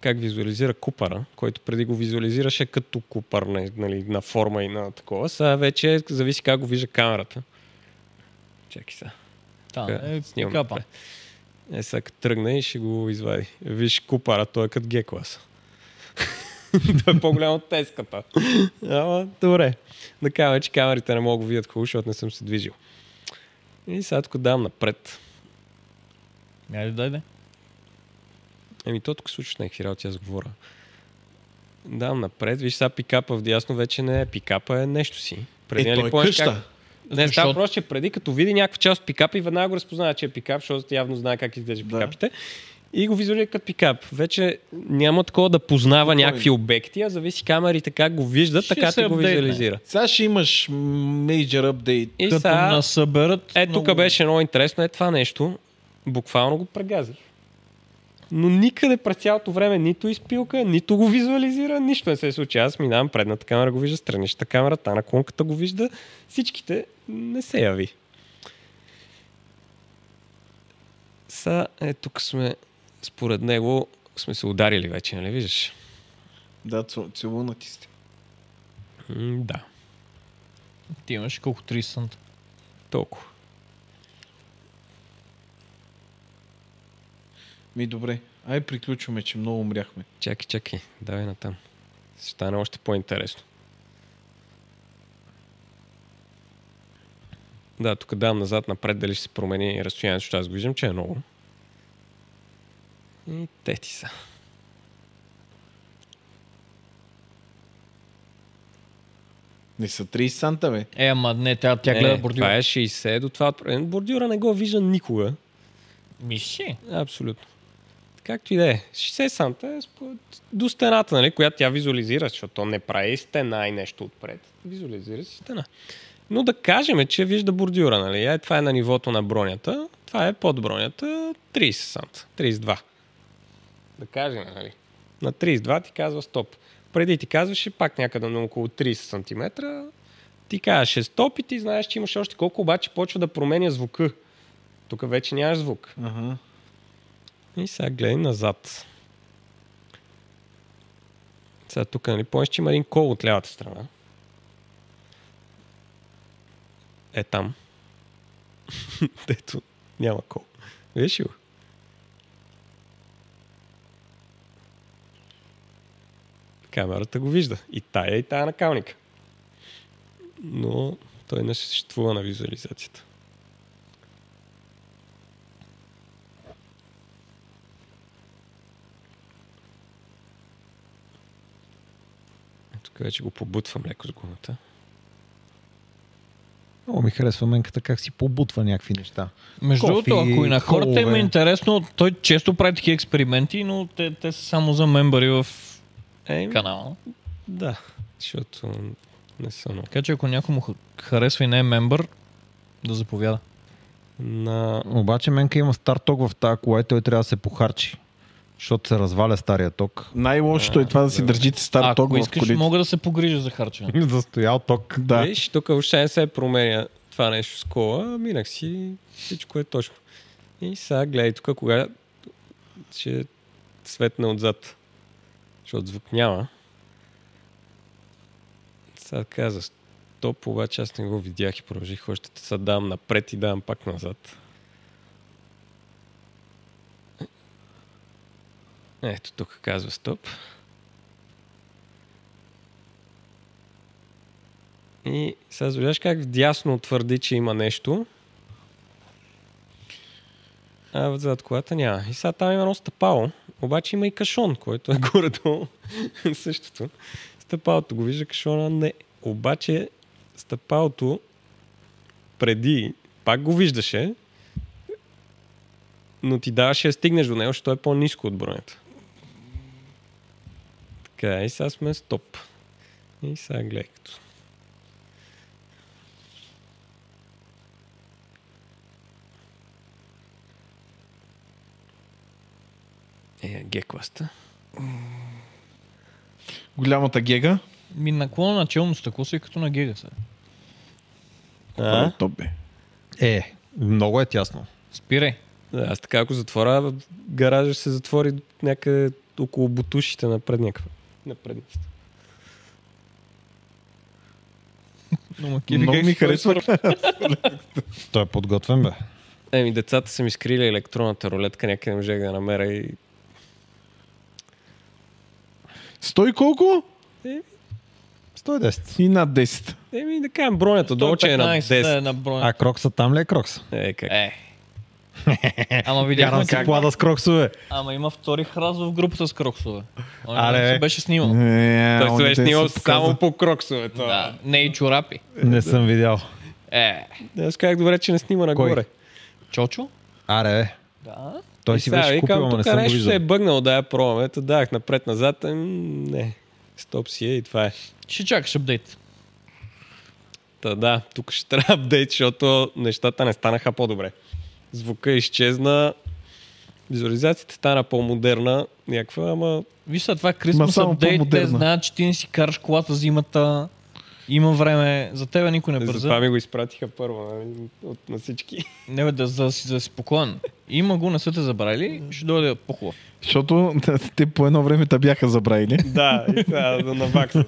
Speaker 10: как визуализира купара, който преди го визуализираше като купар на- нали, на форма и на такова. Сега вече зависи как го вижда камерата. Чакай сега.
Speaker 8: Та,
Speaker 10: Така,
Speaker 8: е,
Speaker 10: снимам
Speaker 8: капа.
Speaker 10: напред. Е, сега като тръгне и ще го извади. Виж купара, той е като Г класа. той е по-голям от теската. Ама, добре. Да кажем, че камерите не могат да го видят хубаво, защото не съм се движил. И сега тук давам напред.
Speaker 8: Айде, дайде.
Speaker 10: Еми, то тук случва някакви работи, аз говоря. Давам напред. Виж, сега пикапа в дясно вече не е пикапа, е нещо си. Преди,
Speaker 4: Е,
Speaker 10: нали
Speaker 4: той е
Speaker 10: помниш
Speaker 4: къща.
Speaker 10: Как... Не,
Speaker 8: Защото-
Speaker 10: става просто, че преди като види някаква част от пикапа и веднага го разпознава, че е пикап, защото явно знае как изглежда пикапите. И го визуализира като пикап. Вече няма такова да познава някакви обекти, а зависи камерите как го виждат,
Speaker 8: Ще
Speaker 10: така
Speaker 8: се
Speaker 10: ти го
Speaker 8: апдейтне.
Speaker 10: визуализира.
Speaker 4: Сега ще имаш мейджър апдейт.
Speaker 10: И
Speaker 8: Като
Speaker 10: сега...
Speaker 8: насъберат...
Speaker 10: Е, тук
Speaker 8: много-
Speaker 10: беше много интересно. Е, това нещо буквално го прегазих. Но никъде през цялото време нито изпилка, нито го визуализира, нищо не се случи. Аз минавам предната камера, го вижда, страничната камера, та на клонката го вижда. Всичките не се яви. Са, е, тук сме, според него, сме се ударили вече, нали виждаш?
Speaker 4: Да, цу- целунати сте.
Speaker 10: М, да,
Speaker 8: Ти имаш колко 30 санта.
Speaker 10: толкова.
Speaker 4: Ми добре. Ай, приключваме, че много умряхме.
Speaker 10: Чакай, чакай, давай натам. Ще стане още по-интересно. Да, тук давам назад, напред, дали ще се промени разстоянието, защото аз го виждам, че е много. И те ти са.
Speaker 4: Не са 30 санта, бе.
Speaker 8: Е, ама не, тя, тя
Speaker 10: Не,
Speaker 8: гледа
Speaker 10: не,
Speaker 8: бордюра.
Speaker 10: Това е 60 до това. отпред. Бордюра не го вижда никога.
Speaker 8: Миши.
Speaker 10: Абсолютно. Както и да е. 60 санта е според... до стената, нали, която тя визуализира, защото то не прави стена и нещо отпред. Визуализира си стена. Но да кажем, че вижда бордюра. Нали? Е, това е на нивото на бронята. Това е под бронята 30 санта. 32. Да кажем, нали? На 32 ти казва стоп. Преди ти казваше пак някъде на около 30 см. Ти казваше стоп и ти знаеш, че имаш още колко, обаче почва да променя звука. Тук вече нямаш звук.
Speaker 4: Ага.
Speaker 10: И сега гледай назад. Сега тук, нали, помниш, че има един кол от лявата страна. Е там. Дето няма кол. Виж ли го? Камерата го вижда. И тая, и тая накалника. Но той не съществува на визуализацията. Тук вече го побутвам леко с гумата.
Speaker 3: Много ми харесва менката как си побутва някакви неща.
Speaker 8: Между
Speaker 3: Кофи,
Speaker 8: другото, ако и на хората им е
Speaker 3: колове.
Speaker 8: интересно, той често прави такива експерименти, но те, те са само за мембари в
Speaker 10: Е,
Speaker 8: канала.
Speaker 10: да. Защото не са много.
Speaker 8: Така че ако някому ха- харесва и не е мембър, да заповяда.
Speaker 10: На...
Speaker 3: Обаче менка има стар ток в тази кола и той трябва да се похарчи. Защото се разваля стария ток.
Speaker 4: Най-лошото е това да си държите стар ток
Speaker 8: ако
Speaker 4: в
Speaker 8: искаш,
Speaker 4: колите.
Speaker 8: мога да се погрижа за харчене.
Speaker 3: Застоял ток.
Speaker 4: Да.
Speaker 10: Виж, тук въобще не се променя това нещо с кола. Минах си, всичко е точно. И сега гледай тук, кога ще светне отзад. Защото звук няма. Сега Сега каза стоп, обаче аз не го видях и продължих още. Сега давам напред и давам пак назад. Ето тук казва стоп. И сега забеляш как вдясно твърди, че има нещо. А зад колата няма. И сега там има едно стъпало. Обаче има и кашон, който е горе-долу. Същото. Стъпалото го вижда, кашона не. Обаче стъпалото преди пак го виждаше, но ти даваше да стигнеш до него, защото е по-низко от бронята. Така, и сега сме стоп. И сега гледай като. Е, Г-класта.
Speaker 14: Голямата гега.
Speaker 8: Ми наклона на челно стъкло си е като на гега сега.
Speaker 10: А?
Speaker 14: Топ бе.
Speaker 3: Е, много е тясно.
Speaker 8: Спирай.
Speaker 10: Да, аз така ако затворя, гаража ще се затвори някъде около бутушите на предния капот. На предницата.
Speaker 8: Но макири
Speaker 14: Много
Speaker 8: гега
Speaker 14: ми
Speaker 8: си той
Speaker 14: харесва.
Speaker 3: Той е подготвен, бе.
Speaker 10: Еми, децата са ми скрили електронната рулетка, някъде не можех да я намеря и...
Speaker 14: Стой колко?
Speaker 3: 110.
Speaker 14: И над 10.
Speaker 10: Еми, да кажем, бронята долу, че е на
Speaker 8: 115 да
Speaker 10: 10.
Speaker 8: е на броня.
Speaker 3: А крокса там ли е крокс?
Speaker 10: Е, как?
Speaker 8: Е. Ама видяхме
Speaker 3: Карам си
Speaker 8: как.
Speaker 3: плада с кроксове.
Speaker 8: Ама има втори храз в групата с кроксове. Той
Speaker 3: Аре,
Speaker 8: не се
Speaker 3: бе.
Speaker 8: беше снимал.
Speaker 14: Е,
Speaker 10: Той се
Speaker 14: оните
Speaker 10: беше снимал
Speaker 14: са показа-
Speaker 10: само по кроксовете.
Speaker 8: Да, не и чорапи.
Speaker 3: Не съм видял.
Speaker 8: Е,
Speaker 10: Аз казах, добре, че не снима нагоре.
Speaker 8: Чочо?
Speaker 3: Аре, бе.
Speaker 8: Да.
Speaker 3: Той
Speaker 10: И
Speaker 3: си
Speaker 10: сега
Speaker 3: беше
Speaker 10: викам,
Speaker 3: купил, ама не
Speaker 10: тук
Speaker 3: съм го
Speaker 10: нещо се е
Speaker 3: виждал.
Speaker 10: бъгнал да я пробваме. Та давах напред-назад. ем, Не, стоп си е и това е.
Speaker 8: Ще чакаш апдейт.
Speaker 10: Та да, тук ще трябва апдейт, защото нещата не станаха по-добре. Звука изчезна, визуализацията стана по-модерна, някаква, ама
Speaker 8: Виж сега, това е
Speaker 14: Ма
Speaker 8: Christmas
Speaker 14: само
Speaker 8: апдейт. Те
Speaker 14: по-модерна.
Speaker 8: знаят, че ти не си караш колата зимата. Има време. За тебе никой не Е, бърза.
Speaker 10: Е, затова ми го изпратиха първо нали, от, на всички.
Speaker 8: Не бе, да, за, да си- за да си спокоен. Има го, не са те забрали, ще дойде по-хубав.
Speaker 14: Защото те по едно време те бяха забравили.
Speaker 10: да, и сега да навакса.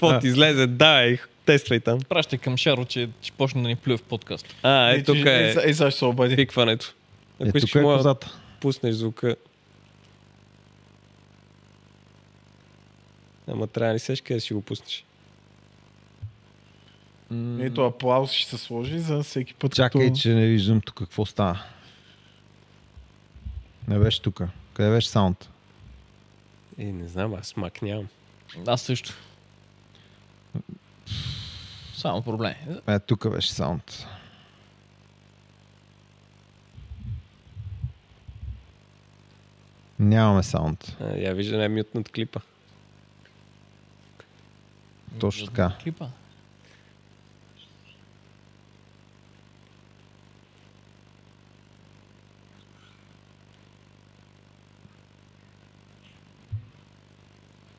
Speaker 10: Пот излезе, да, и Тесла и там.
Speaker 8: Пращай към Шаро, че ще почне да ни плюе в подкаст.
Speaker 10: А,
Speaker 4: Ами,
Speaker 10: е, тук е
Speaker 14: Е, сега ще се обади.
Speaker 10: пикването.
Speaker 3: Е,
Speaker 10: Ако
Speaker 3: тук
Speaker 10: искаш,
Speaker 3: е
Speaker 10: мога да
Speaker 3: козата.
Speaker 10: пуснеш звука. Ама трябва ли сеш къде да си го пуснеш?
Speaker 4: Нали,
Speaker 14: Ето аплаус ще се сложи за всеки път.
Speaker 3: Чакай,
Speaker 14: като-
Speaker 3: че не виждам тук какво става. Не беше тук. Къде беше саунд?
Speaker 10: Е, не знам, аз мак нямам.
Speaker 8: Аз също. Само проблем.
Speaker 3: Е, тук беше саунд. Нямаме саунд.
Speaker 10: А, я вижда, не е мютнат клипа.
Speaker 3: Точно така.
Speaker 8: Клипа.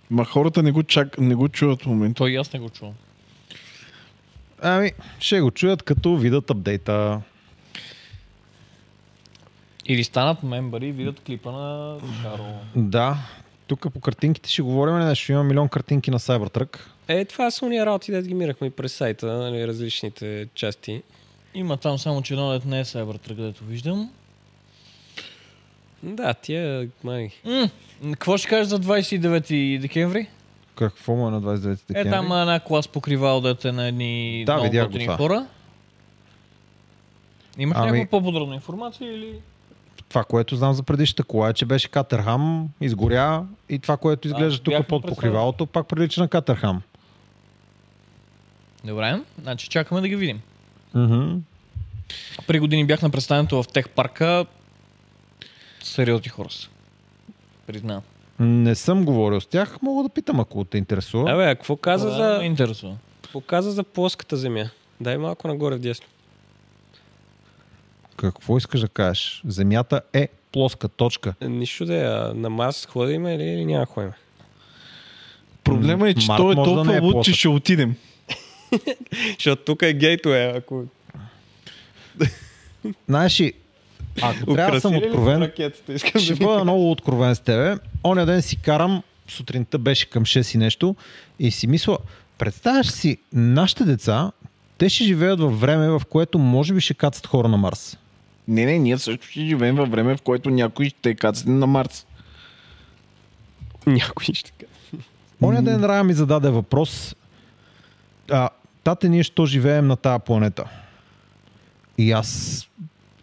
Speaker 14: Ма хората не го, чак... не го чуват в момента.
Speaker 8: Той и аз не го чувам.
Speaker 3: Ами, ще го чуят като видят апдейта.
Speaker 8: Или станат мембари и видят клипа на Шаро.
Speaker 3: Да, тук по картинките ще говорим ли нещо. Има милион картинки на Cybertruck.
Speaker 10: Е, това са уния работи, да ги мирахме и през сайта, нали, различните части.
Speaker 8: Има там само, че едно дет не е Cybertruck, където виждам.
Speaker 10: Да, тия май.
Speaker 8: М, Какво ще кажеш за 29 декември?
Speaker 3: Какво му е на 29 декември?
Speaker 8: Е, там има една клас покривал дете на едни
Speaker 3: Да,
Speaker 8: много
Speaker 3: видях го
Speaker 8: готини
Speaker 3: това.
Speaker 8: хора. Имаш
Speaker 3: Ами-
Speaker 8: някаква по-подробна информация или...
Speaker 3: Това, което знам за предишната кола е, че беше Катерхам, изгоря и това, което изглежда тук
Speaker 8: бяхме
Speaker 3: под
Speaker 8: представили.
Speaker 3: покривалото, пак прилича на Катерхам.
Speaker 8: Добре, значи чакаме да ги видим.
Speaker 3: Мгм.
Speaker 8: При години бях на представянето в Тех парка. Сериозни хора са. Признавам.
Speaker 3: Не съм говорил с тях, мога да питам, ако те интересува.
Speaker 10: Абе, а какво каза,
Speaker 8: ме
Speaker 4: ами-
Speaker 10: за,
Speaker 8: интересува.
Speaker 10: какво каза за плоската земя? Дай малко нагоре вдясно.
Speaker 3: Какво искаш да кажеш? Земята е плоска точка.
Speaker 10: Е, Нищо да е, а на Марс ходиме или, или няма да ходим?
Speaker 14: Проблема е, че
Speaker 3: Март
Speaker 14: той е
Speaker 3: може да
Speaker 14: толкова
Speaker 3: не е
Speaker 14: луд, че
Speaker 3: плосък.
Speaker 14: ще отидем.
Speaker 10: Защото тук е гейтуе, ако
Speaker 3: Знаеш ли, ако трябва да съм
Speaker 10: украсили ли с
Speaker 3: откровен,
Speaker 10: ракетата, искам
Speaker 3: ще
Speaker 10: да
Speaker 3: бъда много откровен с тебе. Оня ден си карам, сутринта беше към 6 и нещо, и си мисля, Представяш си, нашите деца, те ще живеят във време, в което може би ще кацат хора на Марс.
Speaker 4: Не, не, ние също ще живеем във време, в което някой ще кацне на Марс.
Speaker 10: Някой ще така.
Speaker 3: Оня ден Рая ми зададе въпрос. А, тате, ние що живеем на тази планета? И аз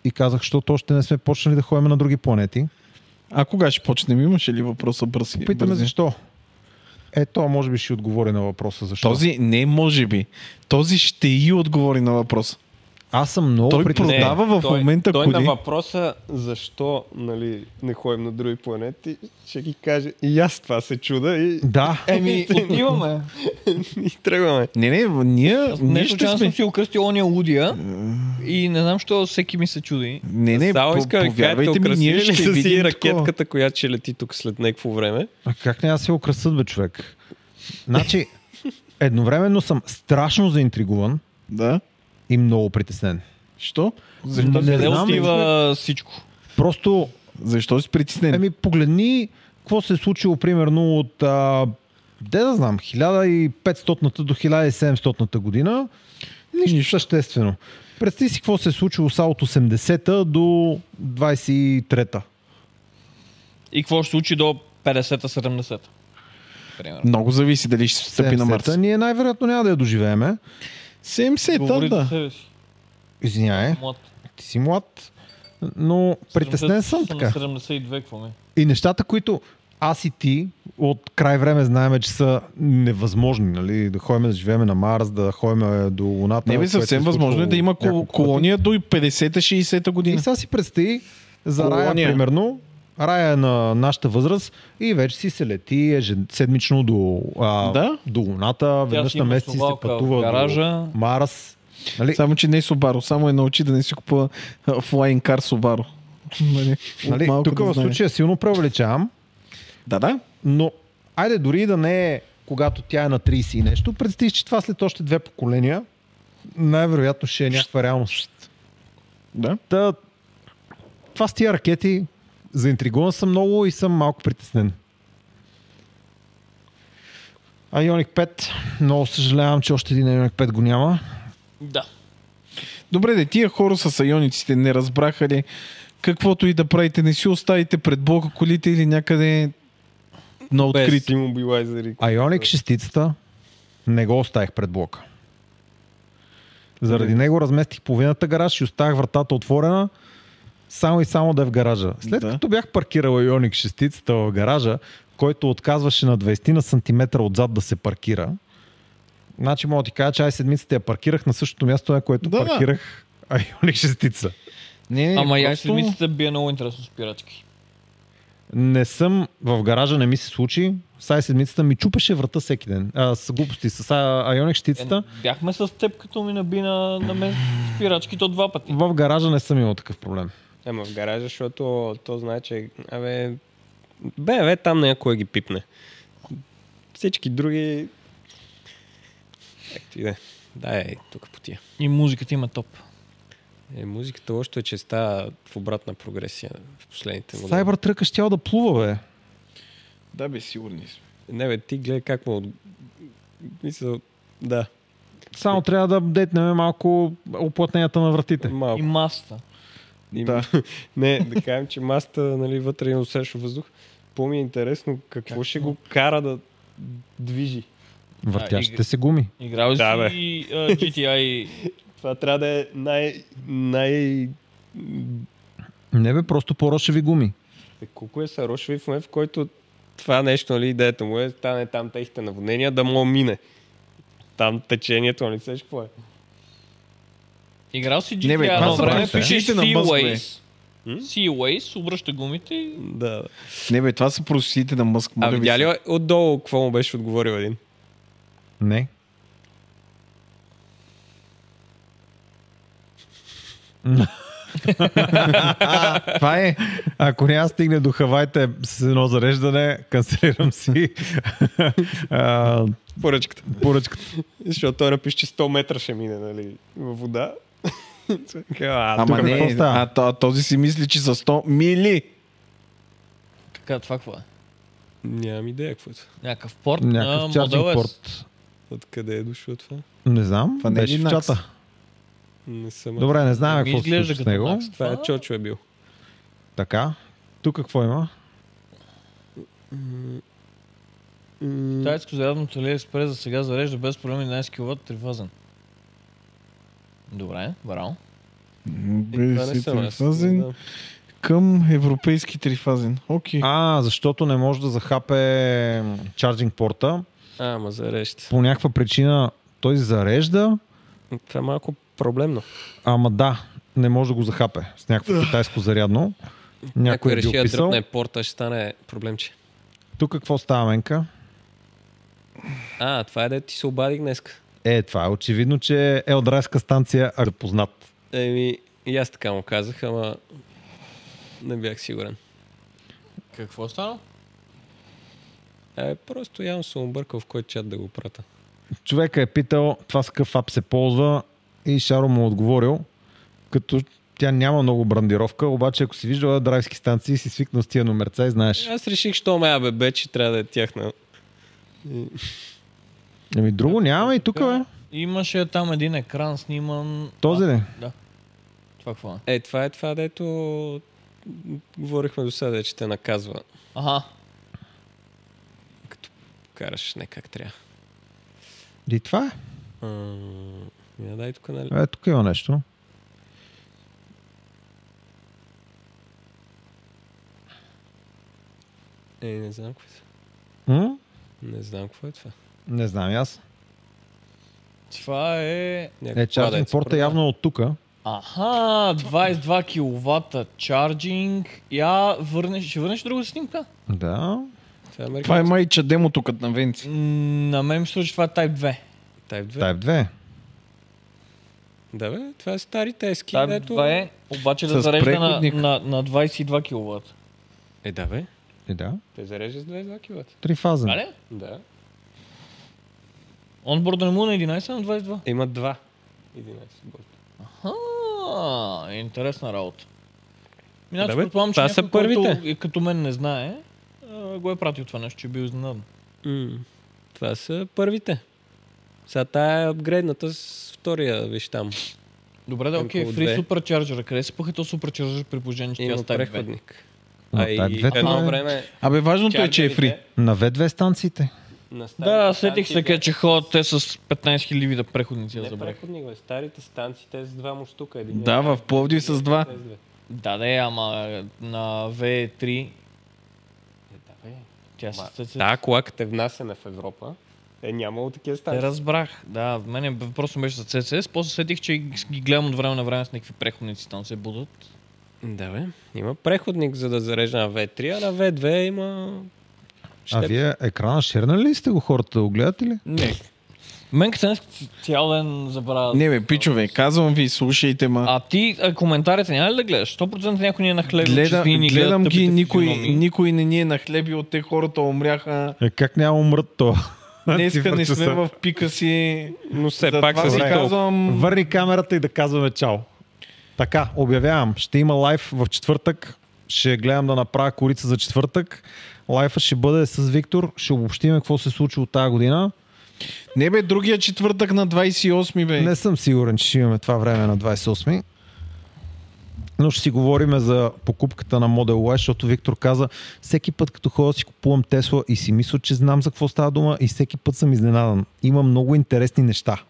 Speaker 3: и казах, защото още не сме почнали да ходим на други планети.
Speaker 4: А кога ще почнем? Имаше ли въпроса бързи?
Speaker 3: Питаме
Speaker 4: бързи?
Speaker 3: защо. Е, то може би ще отговори на въпроса защо.
Speaker 4: Този не може би. Този ще и отговори на въпроса.
Speaker 3: Аз съм много
Speaker 4: Той
Speaker 3: притеснен.
Speaker 4: продава- Дава в
Speaker 10: той,
Speaker 4: момента
Speaker 10: той
Speaker 4: коли.
Speaker 10: на въпроса защо нали, не ходим на други планети, ще ги каже и аз това се чуда и,
Speaker 3: Да.
Speaker 4: Еми,
Speaker 8: Отиваме.
Speaker 10: и тръгваме.
Speaker 4: не, не, ние, ние
Speaker 8: Не
Speaker 4: ще
Speaker 8: случайно съм
Speaker 4: сме...
Speaker 8: си окръстил ония лудия
Speaker 3: Е.
Speaker 8: и не знам, що всеки ми се чуди.
Speaker 4: Не, не,
Speaker 10: Само
Speaker 4: по-
Speaker 10: иска да ви кажа,
Speaker 4: повярвайте ми, ние
Speaker 10: украсили ли
Speaker 4: ще
Speaker 10: са си
Speaker 4: видим такова.
Speaker 10: ракетката, която ще лети тук след някакво време.
Speaker 3: А как не аз се украсът, бе, човек? Значи, едновременно съм страшно заинтригуван
Speaker 4: Да.
Speaker 3: и много притеснен.
Speaker 4: Що?
Speaker 3: Не,
Speaker 4: Защо,
Speaker 8: Не
Speaker 3: знам,
Speaker 8: отива всичко.
Speaker 3: Просто,
Speaker 4: защо си притеснен?
Speaker 3: еми, Е, погледни какво се е случило, примерно, от, а, де да знам, 1500-та до 1700-та година. Нищо, Нищо. съществено. Представи си какво се е случило са от 80-та до 23-та.
Speaker 8: И какво ще се случи до 50-70-та? Примерно.
Speaker 4: Много зависи дали ще стъпи на
Speaker 3: 70-та
Speaker 4: Марс.
Speaker 3: ние най-вероятно няма да я доживееме. Е,
Speaker 4: 70-та,
Speaker 8: за
Speaker 4: да.
Speaker 8: себе си.
Speaker 3: Извинявай,
Speaker 8: Млад.
Speaker 3: ти си млад, но притеснен
Speaker 8: 70
Speaker 3: съм така.
Speaker 8: 72, какво ми? е?
Speaker 3: И нещата, които аз и ти от край време знаем, че са невъзможни, нали? Да ходим да живеем на Марс, да ходим до Луната.
Speaker 4: Не би
Speaker 3: което се
Speaker 4: съвсем
Speaker 3: е случвало
Speaker 4: възможно е да има кол-
Speaker 3: няколко пъти.
Speaker 4: колония до и 50-та, 60-та
Speaker 3: И
Speaker 4: година.
Speaker 3: сега си представи за Рая,
Speaker 4: Колония.
Speaker 3: примерно. Рая е на нашата възраст и вече си се лети ежед- седмично до, а,
Speaker 4: Да.
Speaker 3: до Луната, веднъж
Speaker 8: си
Speaker 3: на
Speaker 8: има
Speaker 3: месец си се
Speaker 8: совалка в
Speaker 3: пътува
Speaker 8: гаража.
Speaker 3: до Марс. Нали?
Speaker 4: Само, че не е Subaru. Само е научи да не си купува а, Flying Car Subaru. Нали?
Speaker 3: нали?
Speaker 4: Малко
Speaker 3: Тук
Speaker 4: да
Speaker 3: в
Speaker 4: знае.
Speaker 3: случая силно преувеличавам,
Speaker 4: Да, да.
Speaker 3: но айде дори да не е когато тя е на 30 и нещо, представи, си, че това след още две поколения най-вероятно ще е някаква реалност.
Speaker 4: Да.
Speaker 3: Та, това с тия ракети, заинтригуван съм много и съм малко притеснен. Ionic 5, много съжалявам, че още един Ionic 5 го няма.
Speaker 8: Да.
Speaker 4: Добре, де, тия хора с айониците не разбраха ли каквото и да правите, не си оставите пред блока колите или някъде на
Speaker 10: Без
Speaker 4: открито.
Speaker 10: имобилайзери.
Speaker 3: Ionic
Speaker 4: Е.
Speaker 3: 6 не го оставих пред блока. Заради него разместих половината гараж и оставях вратата отворена само и само да е в гаража. След
Speaker 4: Да.
Speaker 3: като бях паркирал Ionic 6 в гаража, който отказваше на 20 на сантиметра отзад да се паркира, значи мога да ти кажа, че ай седмицата я паркирах на същото място, на което
Speaker 4: Да, да.
Speaker 3: паркирах Ionic 6.
Speaker 4: Не,
Speaker 3: Е,
Speaker 4: не,
Speaker 8: Ама я
Speaker 4: просто-
Speaker 8: седмицата бие е много интересно спирачки.
Speaker 3: Не съм в гаража, не ми се случи. Сай седмицата ми чупеше врата всеки ден. А, с глупости, с а, Ionic
Speaker 8: Е,
Speaker 3: щицата.
Speaker 8: бяхме с теб, като ми наби на, на мен спирачки то два пъти.
Speaker 3: В гаража не съм имал такъв проблем.
Speaker 10: Ема в гаража, защото то знае, че абе, бе, бе, там някой ги пипне. Всички други... Както и да е. Да, е, тук по тия.
Speaker 8: И музиката има топ.
Speaker 10: Е, музиката още е честа в обратна прогресия в последните години.
Speaker 3: Сайбър тръка щял да плува, бе.
Speaker 4: Да, бе, сигурни сме.
Speaker 10: Не бе, ти гледай как му... от- Мисъл, да,
Speaker 3: Само трябва да апдейтнем малко оплътненията на вратите.
Speaker 8: И
Speaker 10: малко.
Speaker 8: маста.
Speaker 10: Им... Да. не, да кажем, че маста, нали, вътре има усещу въздух. По-ми е интересно какво ще го кара да движи.
Speaker 3: Въртящите се гуми.
Speaker 8: Играл ли
Speaker 10: Да, бе.
Speaker 8: си а, GTA и...
Speaker 10: Това трябва да е най... най...
Speaker 3: Не бе, просто по-рошеви гуми.
Speaker 10: Бе, Колко е са рошеви в момент, в който това нещо, нали, идеята му е, стане там техните наводнения, да му мине. Там течението, нали, сеш какво е?
Speaker 8: Играл си GTA
Speaker 4: Не, бе, това
Speaker 8: едно
Speaker 4: са
Speaker 8: време,
Speaker 4: правите.
Speaker 8: пише
Speaker 4: Пишете на Musk, бе.
Speaker 8: Seaways. Seaways, обръща гумите и...
Speaker 10: Да, да.
Speaker 4: Не, бе, това са просите на Мъск.
Speaker 10: А
Speaker 4: моля ви
Speaker 10: видя
Speaker 4: се.
Speaker 10: ли отдолу какво му беше отговорил един?
Speaker 3: Не. Това е. Ако няма стигне до Хавайте с едно зареждане, канцелирам си а,
Speaker 10: Поръчката.
Speaker 3: поръчката.
Speaker 10: Защото той напише, че 100 метра ще мине, нали, във вода. Така, а,
Speaker 4: Ама
Speaker 3: тук какво
Speaker 4: не,
Speaker 3: става?
Speaker 4: а, то- а този си мисли, че са 100 мили.
Speaker 8: Така, това какво е?
Speaker 10: Нямам идея какво е. това.
Speaker 8: Някакъв порт
Speaker 3: Някакъв
Speaker 8: на
Speaker 3: частен
Speaker 8: Model S.
Speaker 3: порт.
Speaker 10: Откъде е дошло това?
Speaker 3: Не знам,
Speaker 14: Това не е
Speaker 3: беше в
Speaker 14: Linux.
Speaker 3: чата.
Speaker 10: Не съм.
Speaker 3: Добре, не
Speaker 8: Ми
Speaker 3: знаем какво се
Speaker 8: Ами изглежда
Speaker 3: случи с
Speaker 8: като
Speaker 3: него.
Speaker 8: Макс.
Speaker 10: Това е Чочо е бил.
Speaker 3: Така. Тук какво има?
Speaker 8: Тайцко зарядното ли експрес за сега зарежда без проблеми 11 кВт трифазен. Добре, браво.
Speaker 14: Бе,
Speaker 4: Е,
Speaker 14: си трифазен към европейски трифазен. Окей.
Speaker 3: А, защото не може да захапе чарджинг порта.
Speaker 10: А, ма зарежда.
Speaker 3: По някаква причина той зарежда,
Speaker 10: Това е малко проблемно.
Speaker 3: ама да, не може да го захапе с някакво китайско зарядно. Някой е
Speaker 10: Някой
Speaker 3: бил
Speaker 10: реши да
Speaker 3: писал.
Speaker 10: дръпне порта, ще стане проблемче.
Speaker 3: Тук какво става, Менка?
Speaker 10: А, това е да ти се обадих днеска.
Speaker 3: Е, това е очевидно, че е от райска станция е а, познат.
Speaker 10: Еми, и аз така му казах, ама не бях сигурен.
Speaker 1: Какво стана?
Speaker 10: Е, просто явно съм объркал в кой чат да го прата.
Speaker 3: Човека е питал това с какъв ап се ползва и Шаро му е отговорил, като тя няма много брандировка, обаче ако си виждала драйвски станции, си свикнал с тия номерца и знаеш.
Speaker 10: Аз реших, що ме АББ, че трябва да е тяхна.
Speaker 3: Еми друго нямаме и тук, бе.
Speaker 8: Имаше там един екран сниман...
Speaker 3: Този ли?
Speaker 8: Това какво е?
Speaker 10: Е, това е това, дето говорихме до сега, че те наказва.
Speaker 8: Аха,
Speaker 10: Караш не как трябва.
Speaker 3: И това е.
Speaker 10: М, Я дай тук, нали?
Speaker 3: Е, тук има нещо.
Speaker 10: Е, не знам какво е това.
Speaker 3: М?
Speaker 10: Не знам какво е това.
Speaker 3: Не знам и аз.
Speaker 8: това е...
Speaker 10: Някакво
Speaker 3: Е, чарджинг
Speaker 10: кладенце
Speaker 3: порта
Speaker 10: продава.
Speaker 3: явно от тук.
Speaker 8: Аха, 22 кВт чарджинг. Я върнеш... Ще върнеш друга снимка?
Speaker 3: Да.
Speaker 10: Това е Америка.
Speaker 14: Това е майча демото като на Венци.
Speaker 8: М, На мен ми се случи, това е Type 2.
Speaker 10: Type 2.
Speaker 3: Type 2.
Speaker 10: Да, бе, това е старите ески,
Speaker 8: Type
Speaker 10: дето...
Speaker 8: 2 е, обаче да
Speaker 14: С
Speaker 8: зарежда на,
Speaker 14: преходник.
Speaker 8: на, на 22 кВт.
Speaker 10: Е, да, бе.
Speaker 3: И да.
Speaker 10: Те зарежда с 22 кВт.
Speaker 3: Трифазен.
Speaker 8: Нали?
Speaker 10: Да.
Speaker 8: Онборда не му е на 11, а на 22.
Speaker 10: Има два. 11 борта.
Speaker 8: А, интересна работа. Иначе
Speaker 10: Да, бе,
Speaker 8: предполагам, че
Speaker 10: това са
Speaker 8: някой, който
Speaker 10: първите.
Speaker 8: е като мен не знае, а, го е пратил това нещо, че е бил изненадан.
Speaker 10: М, Това са първите. Сега тая е апгрейдната с втория, виж там.
Speaker 8: Добре, да,
Speaker 10: Е,
Speaker 8: окей,
Speaker 10: около
Speaker 8: фри
Speaker 10: две.
Speaker 8: суперчарджера. Къде се пъхата суперчарджер при положение, че тя
Speaker 10: Има
Speaker 8: става две?
Speaker 10: преходник.
Speaker 3: Но
Speaker 10: А и
Speaker 3: Type 2 това
Speaker 10: едно
Speaker 3: е
Speaker 10: време...
Speaker 14: Абе, важното е, че е фри.
Speaker 10: чарджерите
Speaker 3: На V2 станциите.
Speaker 10: на
Speaker 8: Да,
Speaker 10: старите
Speaker 8: сетих се,
Speaker 10: станции
Speaker 8: къде,
Speaker 10: бяха-
Speaker 8: че ходят те с 15 000 вида преходници, аз
Speaker 10: Не
Speaker 8: забравих.
Speaker 10: преходник, бе. Старите станции, те с два му штука. Един
Speaker 14: Да, в Пловдив с два.
Speaker 8: Да, да, ама е, на V3
Speaker 14: Е,
Speaker 8: тя е
Speaker 10: Ма,
Speaker 8: се се...
Speaker 10: Да, кола като е внасяне в Европа, е нямало такива
Speaker 8: Те
Speaker 10: станции.
Speaker 8: разбрах. Да, в мене бе- просто беше за CSS. После сетих, че ги гледам от време на време с някакви преходници там се будат.
Speaker 10: Да, бе. Има преходник, за да зарежда на V3, а на V2 има...
Speaker 3: А
Speaker 10: щеп.
Speaker 3: вие екрана шернали ли сте го хората да го гледат или?
Speaker 14: Не,
Speaker 8: Мен като цял ден забравя.
Speaker 14: не бе, пичове, казвам ви, слушайте ма.
Speaker 8: А ти а, коментарите няма ли да гледаш? 100% някой ни е нахлебил,
Speaker 14: Гледа,
Speaker 8: че
Speaker 14: гледам
Speaker 8: ни гледат
Speaker 14: ги,
Speaker 8: тъпите
Speaker 14: никой,
Speaker 8: физиономии.
Speaker 14: никой не ни е нахлебил, те хората умряха.
Speaker 3: Е, как няма умрат то?
Speaker 14: Днеска не
Speaker 3: Цифрите
Speaker 14: сме
Speaker 3: са.
Speaker 14: в пика си.
Speaker 10: Но все
Speaker 14: Затова
Speaker 10: пак
Speaker 14: ви
Speaker 10: се
Speaker 14: казвам,
Speaker 3: Върни камерата и да казваме чао. Така, обявявам. Ще има лайв в четвъртък. Ще гледам да направя корица за четвъртък. Лайфът ще бъде с Виктор. Ще обобщиме какво се случи от тази година.
Speaker 14: не бе, другия четвъртък на 28
Speaker 4: Е.
Speaker 14: бе.
Speaker 3: Не съм сигурен, че ще имаме това време на 28 но ще си говорим за покупката на Model Y, защото Виктор каза, всеки път като ходя си купувам Тесла и си мисля, че знам за какво става дума и всеки път съм изненадан. Има много интересни неща.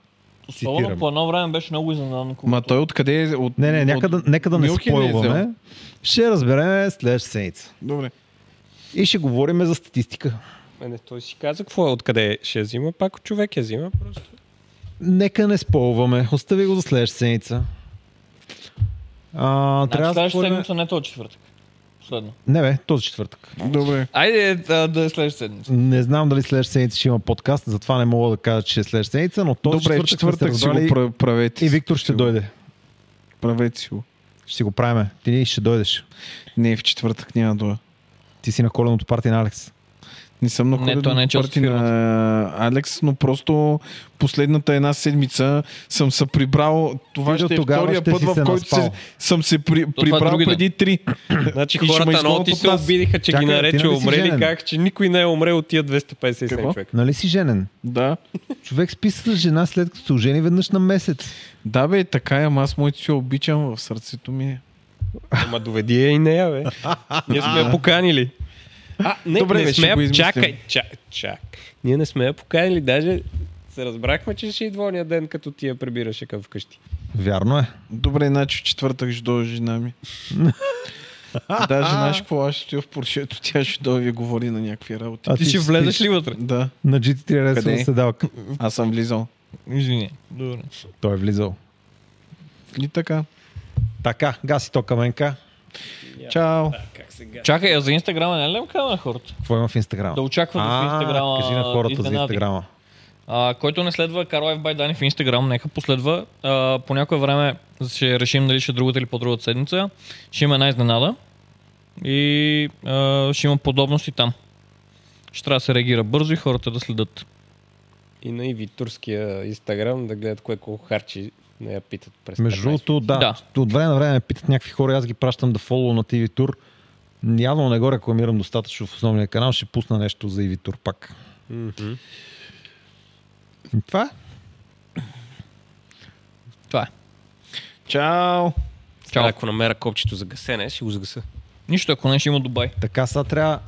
Speaker 8: Особено
Speaker 3: Цитирам.
Speaker 8: по едно време беше много изненадан.
Speaker 14: Ма той откъде е? От...
Speaker 3: Не, не, нека да, нека да не
Speaker 14: Мюнхен ли е взел?
Speaker 3: спойлваме. Ще разберем следващата седмица.
Speaker 14: Добре.
Speaker 3: И ще говорим за статистика.
Speaker 10: Е, Не, той си каза какво е, откъде ще я взима, пак от човек я взима. Просто.
Speaker 3: Нека не спойлваме. Остави го за следващата седмица. А,
Speaker 8: Значи,
Speaker 3: трябва да
Speaker 8: следващата
Speaker 3: спойлваме...
Speaker 8: седмица, не този четвъртък. Последно.
Speaker 3: Не бе, този четвъртък.
Speaker 14: Добре.
Speaker 8: Айде а, да е следващата седмица.
Speaker 3: Не знам дали следващата седмица ще има подкаст, затова не мога да кажа, че е следващата седмица, но този
Speaker 14: Добре,
Speaker 3: четвъртък, сме се
Speaker 14: четвъртък си го
Speaker 3: разбрали
Speaker 14: пра- правете.
Speaker 3: и Виктор ще
Speaker 14: Сигурно.
Speaker 3: дойде.
Speaker 14: Правете си го.
Speaker 3: Ще си го правиме. Ти ни ще дойдеш.
Speaker 14: Не, в четвъртък няма да. дойда.
Speaker 3: Ти си на коленото парти на Алекс.
Speaker 4: Не съм на
Speaker 8: Не,
Speaker 4: ходен
Speaker 8: той не е част от
Speaker 4: парти на Алекс, но просто последната една седмица съм се прибрал. Това
Speaker 3: Ти до
Speaker 4: ще е
Speaker 3: тогава
Speaker 4: втория
Speaker 3: ще
Speaker 4: път,
Speaker 3: си
Speaker 4: в
Speaker 3: се
Speaker 4: който се,
Speaker 3: наспал.
Speaker 4: съм се при,
Speaker 8: е
Speaker 4: прибрал
Speaker 8: други ден.
Speaker 4: преди три.
Speaker 10: Значи
Speaker 4: И ще ме
Speaker 10: хората на
Speaker 4: изгонят
Speaker 10: Оти
Speaker 4: от
Speaker 10: се
Speaker 4: нас.
Speaker 10: обидиха, че
Speaker 3: Чакай,
Speaker 10: ги
Speaker 3: ти
Speaker 10: нарече
Speaker 3: нали си
Speaker 10: умрели,
Speaker 3: женен?
Speaker 10: как, че никой не е умрел от тия 257 човека.
Speaker 3: Нали си женен?
Speaker 4: Да.
Speaker 3: Човек спи с жена след като се ожени веднъж на месец.
Speaker 4: Да бе, така е, ама аз моите си обичам в сърцето ми. е.
Speaker 10: Ама доведи я и нея, бе. Ние сме я поканили. А, не,
Speaker 4: Добре,
Speaker 10: не
Speaker 4: бе,
Speaker 10: сме
Speaker 4: ще го
Speaker 10: я...
Speaker 4: измислим.
Speaker 10: Чакай, чак, чак. Ние не сме я поканили, даже се разбрахме, че ще идва ония ден, като ти я прибираше към вкъщи.
Speaker 3: Вярно е.
Speaker 4: Добре, значи в четвъртък ще дойде жена ми. да, жена ще по аз ще стоя в поршето, тя ще дойде и ви говори на някакви работи.
Speaker 3: А
Speaker 8: Ти ще влезеш ли вътре?
Speaker 4: Да,
Speaker 3: На GT3
Speaker 4: Къде?
Speaker 3: Racing седалка.
Speaker 4: аз съм влизал.
Speaker 8: Извини. Добре.
Speaker 3: Той е влизал.
Speaker 4: И така.
Speaker 3: Така, гаси то каменка.
Speaker 4: Чао.
Speaker 8: Чакай, а за Инстаграма не е ли им казвам на хората?
Speaker 3: Какво има в Инстаграма?
Speaker 8: Да очакват в Инстаграма.
Speaker 3: Кажи на хората за
Speaker 8: изненади.
Speaker 3: Инстаграма.
Speaker 8: А, който не следва Каролев Байдани в Инстаграм, нека последва. А, по някое време ще решим дали ще е другата или по-другата седмица. Ще има една изненада. И а, ще има подобности там. Ще трябва да се реагира бързо и хората да следят.
Speaker 10: И на Иви турския инстаграм да гледат кое колко харчи не я питат през
Speaker 3: Между
Speaker 10: 15.
Speaker 3: другото, да,
Speaker 8: Да.
Speaker 3: От време на време ме питат някакви хора, и аз ги пращам да фоллоу на TV Tour. Явно не го рекламирам достатъчно в основния канал, ще пусна нещо за EV Tour пак. И Това е.
Speaker 8: Това е.
Speaker 4: Чао.
Speaker 8: Чао.
Speaker 10: Ако намеря копчето за гасене, ще го загаса.
Speaker 8: Нищо, ако не ще има Дубай.
Speaker 3: Така сега трябва